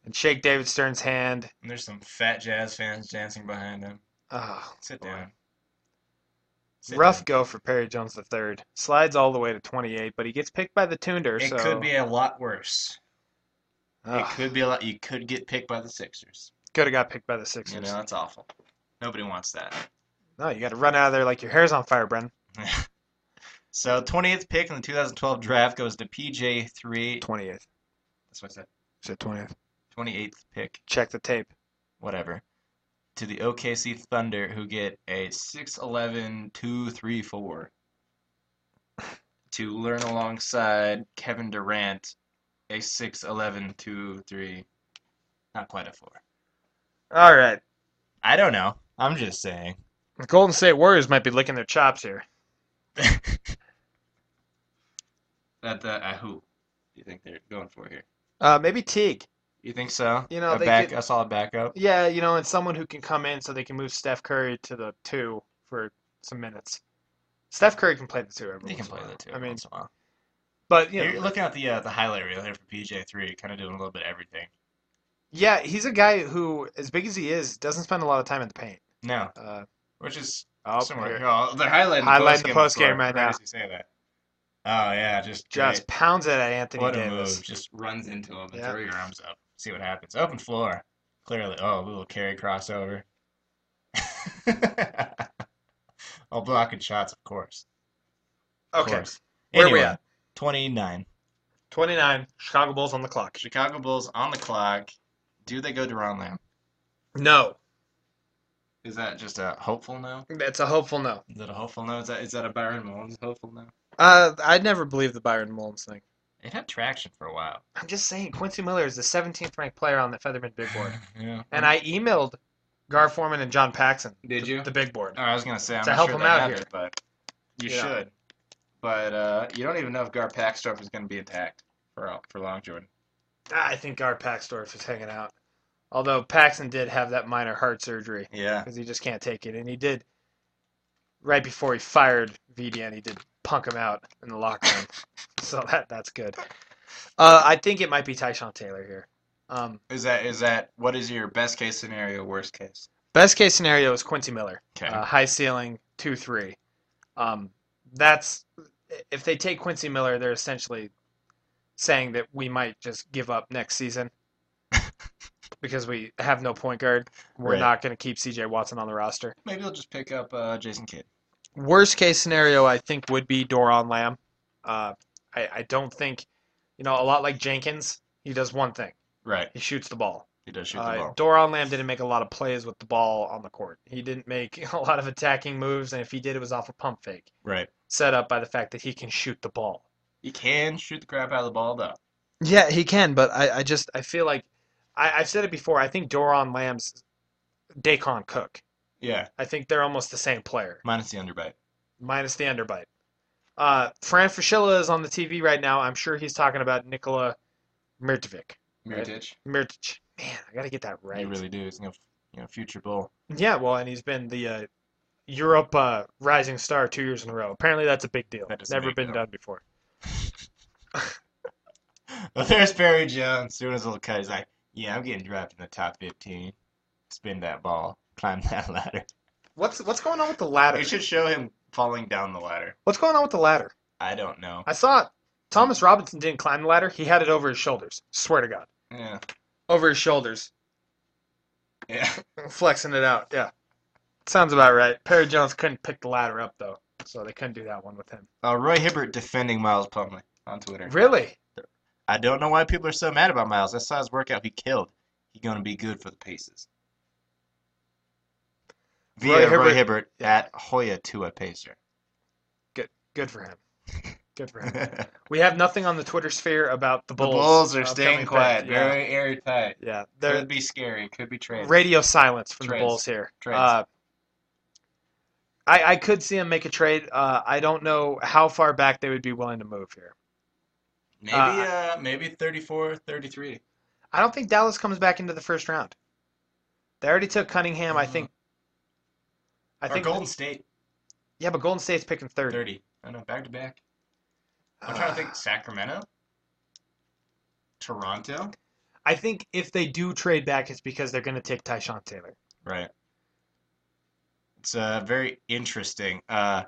Speaker 3: and shake David Stern's hand.
Speaker 2: And there's some fat jazz fans dancing behind him.
Speaker 3: Oh,
Speaker 2: Sit
Speaker 3: boy.
Speaker 2: down. Sit
Speaker 3: Rough
Speaker 2: down.
Speaker 3: go for Perry Jones III. Slides all the way to 28, but he gets picked by the Thunder,
Speaker 2: It
Speaker 3: so
Speaker 2: could be a lot worse. It
Speaker 3: Ugh,
Speaker 2: could be a lot. You could get picked by the Sixers.
Speaker 3: could have got picked by the
Speaker 2: You
Speaker 3: Sixers.
Speaker 2: know that's awful. Nobody wants that.
Speaker 3: No, you got to run out of there like your hair's on fire, Brendan.
Speaker 2: So 20th pick in the 2012 draft goes to PJ three.
Speaker 3: 28th.
Speaker 2: That's what I said.
Speaker 3: Is it 20th?
Speaker 2: 28th pick,
Speaker 3: Check the tape.
Speaker 2: whatever. To the OKC Thunder, who get a 6'11", 234 to learn alongside Kevin Durant, a 6'11", 2'3", not quite a four.
Speaker 3: All right.
Speaker 2: I don't know. I'm just saying.
Speaker 3: The Golden State Warriors might be licking their chops here.
Speaker 2: That the uh, who do you think they're going for here?
Speaker 3: Uh, maybe Teague.
Speaker 2: You think so?
Speaker 3: You know,
Speaker 2: a
Speaker 3: they
Speaker 2: back,
Speaker 3: could-
Speaker 2: a solid backup.
Speaker 3: Yeah, you know, and someone who can come in so they can move Steph Curry to the two for some minutes. Steph Curry can play the two every
Speaker 2: They can play
Speaker 3: once in a while.
Speaker 2: that too.
Speaker 3: I mean,
Speaker 2: once in a while.
Speaker 3: but you know,
Speaker 2: You're looking at the uh, the highlight reel here for PJ three, kind of doing a little bit of everything.
Speaker 3: yeah, he's a guy who, as big as he is, doesn't spend a lot of time in the paint.
Speaker 2: No,
Speaker 3: Uh,
Speaker 2: which is
Speaker 3: oh,
Speaker 2: somewhere.
Speaker 3: here-
Speaker 2: Oh, they're highlighting the
Speaker 3: Highlighting the
Speaker 2: postgame
Speaker 3: postgame
Speaker 2: score
Speaker 3: right now.
Speaker 2: As you say that. Oh yeah, just
Speaker 3: just pounds it at Anthony
Speaker 2: great. What a
Speaker 3: Davis.
Speaker 2: move! Just runs into him and
Speaker 3: Yeah.
Speaker 2: throw your arms up. See what happens. Open floor. Clearly, oh, little carry crossover. All blocking shots, of course. Of
Speaker 3: Okay,
Speaker 2: course.
Speaker 3: Where we
Speaker 2: Anyway,
Speaker 3: at?
Speaker 2: 29.
Speaker 3: 29, Chicago Bulls on the clock.
Speaker 2: Chicago Bulls on the clock. Do they go to Ron Lamb?
Speaker 3: No,
Speaker 2: Is that just a hopeful no?
Speaker 3: that's a hopeful no.
Speaker 2: Is that a hopeful no? Is that is that a Byron Mullins hopeful no?
Speaker 3: Uh, I'd never believe the Byron Mullins thing.
Speaker 2: It had traction for a while.
Speaker 3: I'm just saying, Quincy Miller is the 17th ranked player on the Featherman Big Board.
Speaker 2: Yeah.
Speaker 3: And I emailed Gar Forman and John Paxson,
Speaker 2: Mm. Did you?
Speaker 3: the Big Board.
Speaker 2: Oh, I was gonna say I'm
Speaker 3: To
Speaker 2: not
Speaker 3: help
Speaker 2: sure
Speaker 3: him
Speaker 2: that
Speaker 3: out
Speaker 2: happened,
Speaker 3: here.
Speaker 2: but you
Speaker 3: Yeah.
Speaker 2: should. But uh, you don't even know if Gar Paxdorf is gonna be attacked for for long Jordan.
Speaker 3: I think Gar Paxdorf is hanging out. Although Paxson did have that minor heart surgery
Speaker 2: Yeah.
Speaker 3: because he just can't take it. And he did, right before he fired VDN, he did punk him out in the locker room. so that that's good. Uh, I think it might be Tyshawn Taylor here. Um,
Speaker 2: Is that is that what is your best case scenario, worst case?
Speaker 3: best case scenario is Quincy Miller.
Speaker 2: Okay.
Speaker 3: uh, high ceiling, two three. Um, that's if they take Quincy Miller, they're essentially saying that we might just give up next season because we have no point guard. We're
Speaker 2: Right.
Speaker 3: not going to keep C.J. Watson on the roster.
Speaker 2: Maybe they'll just pick up uh, Jason Kidd.
Speaker 3: Worst case scenario, I think, would be Doron Lamb. Uh, I, I don't think, you know, a lot like Jenkins, he does one thing:
Speaker 2: Right.
Speaker 3: he shoots the ball.
Speaker 2: He does shoot the
Speaker 3: Uh,
Speaker 2: ball.
Speaker 3: Doron Lamb didn't make a lot of plays with the ball on the court. He didn't make a lot of attacking moves, and if he did, it was off a pump fake.
Speaker 2: Right.
Speaker 3: set up by the fact that he can shoot the ball.
Speaker 2: He can shoot the crap out of the ball though.
Speaker 3: Yeah, he can, but I, I just I feel like I, I've said it before. I think Doron Lamb's Dacon Cook.
Speaker 2: Yeah,
Speaker 3: I think they're almost the same player,
Speaker 2: minus the underbite.
Speaker 3: minus the underbite. Uh, Fran Fraschilla is on the TV right now. I'm sure he's talking about Nikola Mirtovic.
Speaker 2: Miritich.
Speaker 3: Mirtic. Man, I gotta get that right.
Speaker 2: You really do. He's gonna, you know, future bull.
Speaker 3: Yeah, well, and he's been the uh, Europe uh, Rising Star two years in a row. Apparently, that's a big deal.
Speaker 2: That is a
Speaker 3: Never
Speaker 2: big
Speaker 3: been
Speaker 2: deal.
Speaker 3: done before.
Speaker 2: Well, there's Barry Jones doing his little cut. He's like, yeah, I'm getting drafted in the top 15. Spin that ball, climb that ladder.
Speaker 3: What's what's going on with the ladder?
Speaker 2: They should show him falling down the ladder.
Speaker 3: What's going on with the ladder?
Speaker 2: I don't know.
Speaker 3: I saw Thomas Robinson didn't climb the ladder. He had it over his shoulders. Swear to God,
Speaker 2: Yeah,
Speaker 3: over his shoulders,
Speaker 2: yeah.
Speaker 3: flexing it out. Yeah, sounds about right. Perry Jones couldn't pick the ladder up though, so they couldn't do that one with him.
Speaker 2: Uh, Roy Hibbert defending Miles Plumley on Twitter.
Speaker 3: Really?
Speaker 2: I don't know why people are so mad about Miles. I saw his workout. He killed. He gonna be good for the Paces.
Speaker 3: Roy
Speaker 2: Via Roy
Speaker 3: Hibbert-
Speaker 2: Hibbert at Hoya Tua Pacer.
Speaker 3: Good for him. Good for him.
Speaker 2: the
Speaker 3: We have nothing on the Twitter sphere about the Bulls.
Speaker 2: Bulls are
Speaker 3: upcoming
Speaker 2: staying
Speaker 3: pick.
Speaker 2: quiet.
Speaker 3: Yeah,
Speaker 2: Very airtight.
Speaker 3: yeah. They're
Speaker 2: Could be scary. Could be traded.
Speaker 3: radio silence from
Speaker 2: Trades.
Speaker 3: the Bulls here.
Speaker 2: Trades.
Speaker 3: Uh, I, I could see him make a trade. Uh, I don't know how far back they would be willing to move here.
Speaker 2: Maybe uh, maybe 34, 33.
Speaker 3: I don't think Dallas comes back into the first round. They already took Cunningham. I
Speaker 2: Mhm.
Speaker 3: think. I
Speaker 2: or
Speaker 3: think.
Speaker 2: Golden State
Speaker 3: Yeah, but Golden State's picking third.
Speaker 2: 30. I know, back to back. I'm trying to think Sacramento? Toronto?
Speaker 3: I think if they do trade back, it's because they're going to take Tyshawn Taylor.
Speaker 2: Right. It's uh, very interesting uh,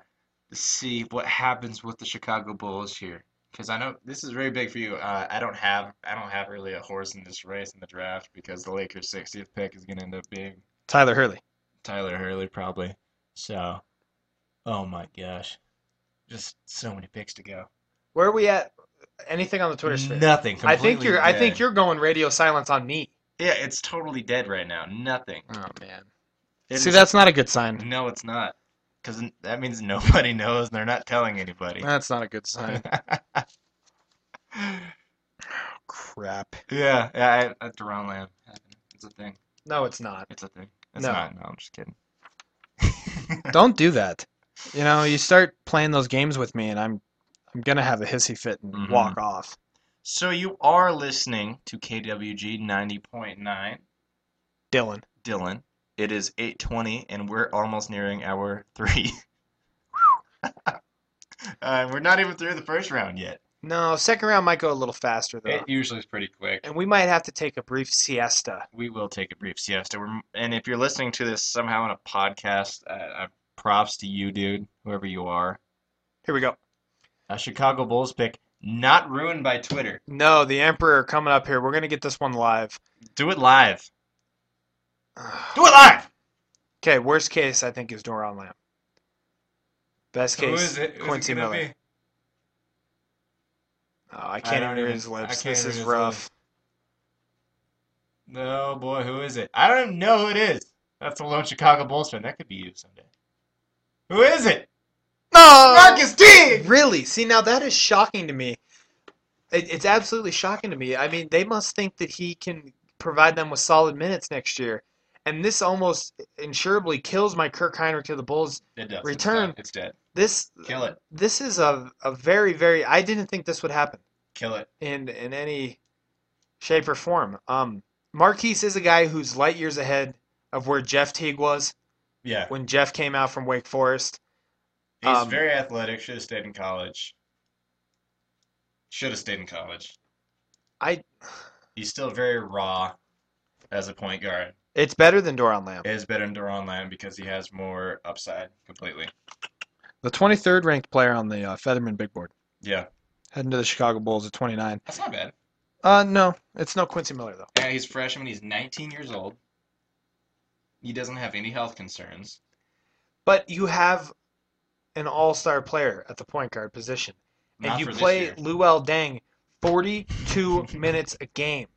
Speaker 2: to see what happens with the Chicago Bulls here. Because I know this is very big for you. Uh, I don't have I don't have really a horse in this race in the draft because the Lakers' 60th pick is going to end up being
Speaker 3: Tyler Hurley.
Speaker 2: Tyler Hurley probably. So, oh my gosh, just so many picks to go.
Speaker 3: Where are we at? Anything on the Twitter sphere?
Speaker 2: Nothing.
Speaker 3: I think
Speaker 2: completely
Speaker 3: you're. I think
Speaker 2: dead.
Speaker 3: you're going radio silence on me.
Speaker 2: Yeah, it's totally dead right now. Nothing.
Speaker 3: Oh man.
Speaker 2: It
Speaker 3: See,
Speaker 2: is-
Speaker 3: that's not a good sign.
Speaker 2: No, it's not. Because that means nobody knows. and They're not telling anybody.
Speaker 3: That's not a good sign.
Speaker 2: Oh,
Speaker 3: Crap.
Speaker 2: Yeah, yeah. I, I, Deron Lamb. It's a thing.
Speaker 3: No, it's not.
Speaker 2: It's a thing. It's
Speaker 3: No.
Speaker 2: not. No, I'm just kidding.
Speaker 3: Don't do that. You know, you start playing those games with me, and I'm, I'm gonna have a hissy fit and
Speaker 2: Mhm.
Speaker 3: walk off.
Speaker 2: So you are listening to KWG 90.9.
Speaker 3: Dylan,
Speaker 2: Dylan. It is 8:20 and we're almost nearing hour 3. Uh, we're not even through the first round yet.
Speaker 3: no, second round might go a little faster though,
Speaker 2: usually is pretty quick.
Speaker 3: and we might have to take a brief siesta.
Speaker 2: We will take a brief siesta. We're, and if you're listening to this somehow on a podcast, uh, uh, props to you, dude, whoever you are.
Speaker 3: Here we go.
Speaker 2: A Chicago Bulls pick not ruined by Twitter.
Speaker 3: No, the Emperor coming up here. We're gonna get this one live.
Speaker 2: Do it live. Do it live.
Speaker 3: Okay, worst case I think is Doron Lamb. Best case, Quincy Miller. Oh, I can't
Speaker 2: don't
Speaker 3: even read
Speaker 2: even-
Speaker 3: his
Speaker 2: I
Speaker 3: lips.
Speaker 2: can't
Speaker 3: This
Speaker 2: read
Speaker 3: is
Speaker 2: his
Speaker 3: rough.
Speaker 2: No, boy, who is it? I don't even know who it is. That's a lone Chicago Bulls fan. That could be you someday. Who is it?
Speaker 3: No,
Speaker 2: Marcus Teague!
Speaker 3: Really? See, now that is shocking to me. It, it's absolutely shocking to me. I mean, they must think that he can provide them with solid minutes next year. And this almost insurably kills my Kirk Heinrich to the Bulls.
Speaker 2: It does.
Speaker 3: Return.
Speaker 2: It's dead.
Speaker 3: This
Speaker 2: Kill it.
Speaker 3: this is a, a very, very I didn't think this would happen
Speaker 2: Kill it.
Speaker 3: in in any shape or form. Um Marquise is a guy who's light years ahead of where Jeff Teague was
Speaker 2: Yeah.
Speaker 3: when Jeff came out from Wake Forest.
Speaker 2: He's
Speaker 3: Um,
Speaker 2: very athletic. Should have stayed in college. Should have stayed in college.
Speaker 3: I
Speaker 2: He's still very raw as a point guard.
Speaker 3: it's better than Doron Lamb.
Speaker 2: It is better than Deron Lamb because he has more upside completely.
Speaker 3: The 23rd ranked player on the uh, Featherman Big Board.
Speaker 2: Yeah.
Speaker 3: Heading to the Chicago Bulls at 29.
Speaker 2: That's not bad.
Speaker 3: Uh, no, it's no Quincy Miller, though.
Speaker 2: Yeah, he's freshman. He's 19 years old. He doesn't have any health concerns.
Speaker 3: But you have an all star player at the point guard position. And
Speaker 2: Not
Speaker 3: you
Speaker 2: for this
Speaker 3: play
Speaker 2: year.
Speaker 3: Luol Deng 42 minutes a game.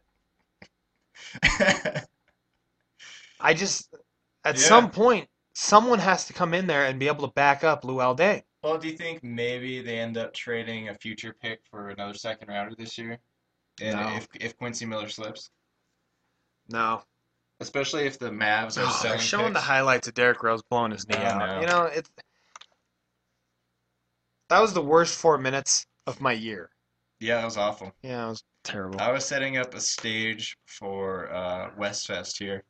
Speaker 3: I just, at
Speaker 2: Yeah.
Speaker 3: some point, someone has to come in there and be able to back up Luol Deng.
Speaker 2: Well, do you think maybe they end up trading a future pick for another second rounder this year? And
Speaker 3: No.
Speaker 2: if if Quincy Miller slips,
Speaker 3: No.
Speaker 2: especially if the Mavs are
Speaker 16: Oh,
Speaker 2: selling
Speaker 16: they're showing the
Speaker 2: picks.
Speaker 16: highlights of Derrick Rose blowing his knee
Speaker 2: I
Speaker 16: out.
Speaker 2: know.
Speaker 3: You know, it. That was the worst four minutes of my year.
Speaker 2: Yeah, that was awful.
Speaker 3: Yeah, it was terrible.
Speaker 2: I was setting up a stage for uh, Westfest here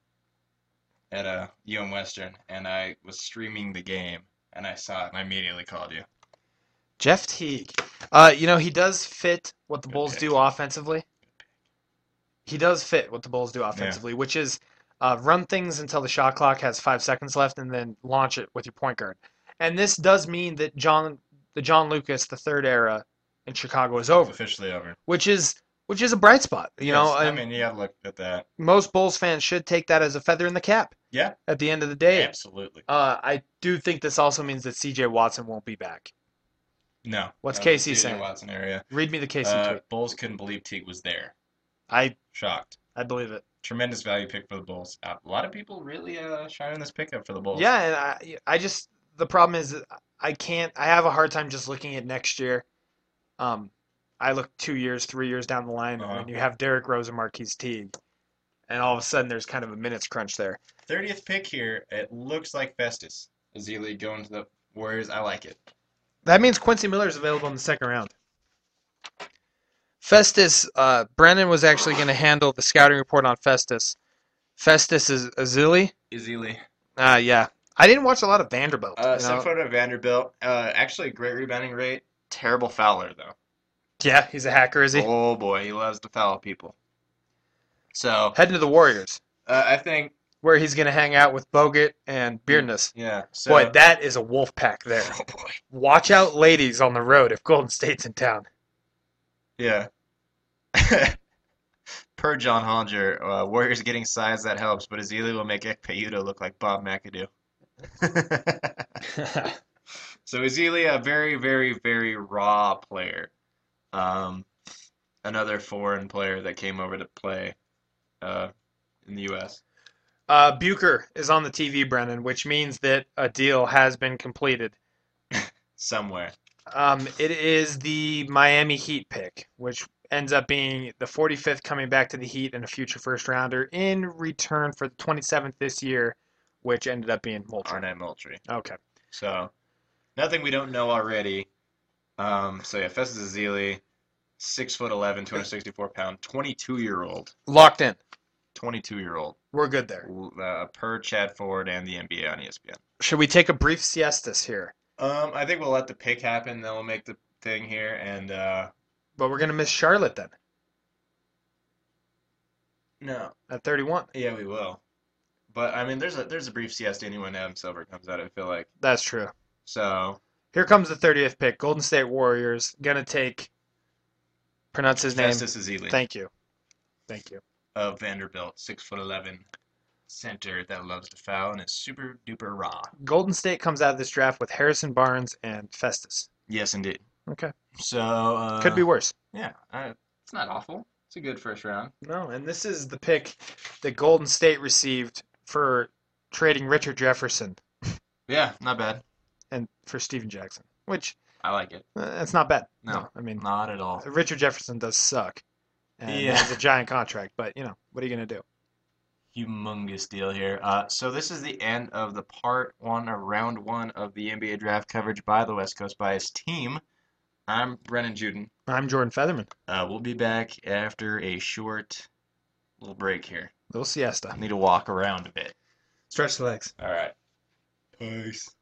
Speaker 2: at uh, UM Western, and I was streaming the game, and I saw it, and I immediately called you.
Speaker 3: Jeff Teague. Uh, you know, he does fit what the
Speaker 2: Good
Speaker 3: Bulls
Speaker 2: pick.
Speaker 3: do offensively. He does fit what the Bulls do offensively, which is uh, run things until the shot clock has five seconds left and then launch it with your point guard. And this does mean that John, the John Lucas, the third era in Chicago is
Speaker 2: It's
Speaker 3: over,
Speaker 2: officially over.
Speaker 3: which is which is a bright spot. You know,
Speaker 2: Yes, I
Speaker 3: and
Speaker 2: mean, you gotta look at that.
Speaker 3: most Bulls fans should take that as a feather in the cap.
Speaker 2: Yeah.
Speaker 3: At the end of the day,
Speaker 2: Absolutely.
Speaker 3: uh, I do think this also means that C.J. Watson won't be back.
Speaker 2: No.
Speaker 3: What's
Speaker 2: that was
Speaker 3: KC
Speaker 2: the
Speaker 3: saying?
Speaker 2: Watson area.
Speaker 3: Read me the Casey
Speaker 2: Uh,
Speaker 3: tweet.
Speaker 2: Bulls couldn't believe Teague was there.
Speaker 3: I
Speaker 2: Shocked.
Speaker 3: I believe it.
Speaker 2: Tremendous value pick for the Bulls. Uh, A lot of people really uh, shining this pickup for the Bulls.
Speaker 3: Yeah, and I I just the problem is that I can't I have a hard time just looking at next year. Um, I look two years, three years down the line, and
Speaker 2: Uh-huh.
Speaker 3: then you have Derrick Rose and Marquise Teague, and all of a sudden there's kind of a minutes crunch there.
Speaker 2: Thirtieth pick here. It looks like Festus is either going to the Warriors. I like it.
Speaker 3: That means Quincy Miller is available in the second round. Festus, uh, Brennan was actually going to handle the scouting report on Festus. Festus is Azili.
Speaker 2: Easily.
Speaker 3: Uh, yeah, I didn't watch a lot of Vanderbilt.
Speaker 2: Uh,
Speaker 3: you
Speaker 2: some
Speaker 3: know?
Speaker 2: photo of Vanderbilt. Uh, actually, a great rebounding rate. Terrible fouler though.
Speaker 3: Yeah, he's a hacker, is he?
Speaker 2: Oh boy, he loves to foul people. So
Speaker 3: Heading to the Warriors.
Speaker 2: uh, I think
Speaker 3: where he's going to hang out with Bogut and Beardness.
Speaker 2: yeah. So
Speaker 3: Boy, that is a wolf pack there.
Speaker 2: Oh, boy.
Speaker 3: Watch out, ladies, on the road if Golden State's in town.
Speaker 2: Yeah. Per John Hollinger, uh, Warriors getting size that helps, but Azili will make Ekpayuta look like Bob McAdoo. So Azili, a very, very, very raw player. Um, another foreign player that came over to play uh, in the U.S.
Speaker 3: Uh, Bucher is on the TV, Brennan, which means that a deal has been completed.
Speaker 2: somewhere.
Speaker 3: Um, it is the Miami Heat pick, which ends up being the 45th coming back to the Heat and a future first rounder in return for the 27th this year, which ended up being Moultrie.
Speaker 2: Arnett Moultrie.
Speaker 3: Okay.
Speaker 2: So, nothing we don't know already. Um, so yeah, Festus Azili, six foot 11, 264 pound, 22 year old,
Speaker 3: Locked in.
Speaker 2: 22 year old,
Speaker 3: We're good there.
Speaker 2: uh, per Chad Ford and the NBA on E ESPN.
Speaker 3: Should we take a brief siestas here?
Speaker 2: Um, I think we'll let the pick happen, then we'll make the thing here, and uh,
Speaker 3: But we're going to miss Charlotte then
Speaker 2: no,
Speaker 3: at 31.
Speaker 2: yeah, we will. But I mean, there's a there's a brief siesta anyway when Adam Silver comes out. I feel like
Speaker 3: That's true.
Speaker 2: so.
Speaker 3: Here comes the 30th pick. Golden State Warriors. Gonna take. Pronounce his name.
Speaker 2: Festus Ezeli
Speaker 3: Thank you. Thank you.
Speaker 2: of Vanderbilt, six foot 11, center that loves to foul and is super duper raw.
Speaker 3: Golden State comes out of this draft with Harrison Barnes and Festus.
Speaker 2: Yes, indeed.
Speaker 3: Okay.
Speaker 2: So uh,
Speaker 3: Could be worse.
Speaker 2: Yeah, uh, it's not awful. It's a good first round.
Speaker 3: No, and this is the pick that Golden State received for trading Richard Jefferson
Speaker 2: Yeah, not bad.
Speaker 3: and for Steven Jackson, which
Speaker 2: I like it.
Speaker 3: uh, that's not bad.
Speaker 2: No.
Speaker 3: I mean
Speaker 2: Not at all.
Speaker 3: Richard Jefferson does suck. And
Speaker 2: Yeah.
Speaker 3: has a giant contract, but you know what are you gonna do?
Speaker 2: Humongous deal here. Uh, so this is the end of the part one or round one of the NBA draft coverage by the West Coast Bias team. I'm Brennan Juden.
Speaker 3: I'm Jordan Featherman.
Speaker 2: Uh, we'll be back after a short little break here.
Speaker 3: Little siesta.
Speaker 2: I need to walk around a bit.
Speaker 3: Stretch the legs.
Speaker 2: All right. Peace.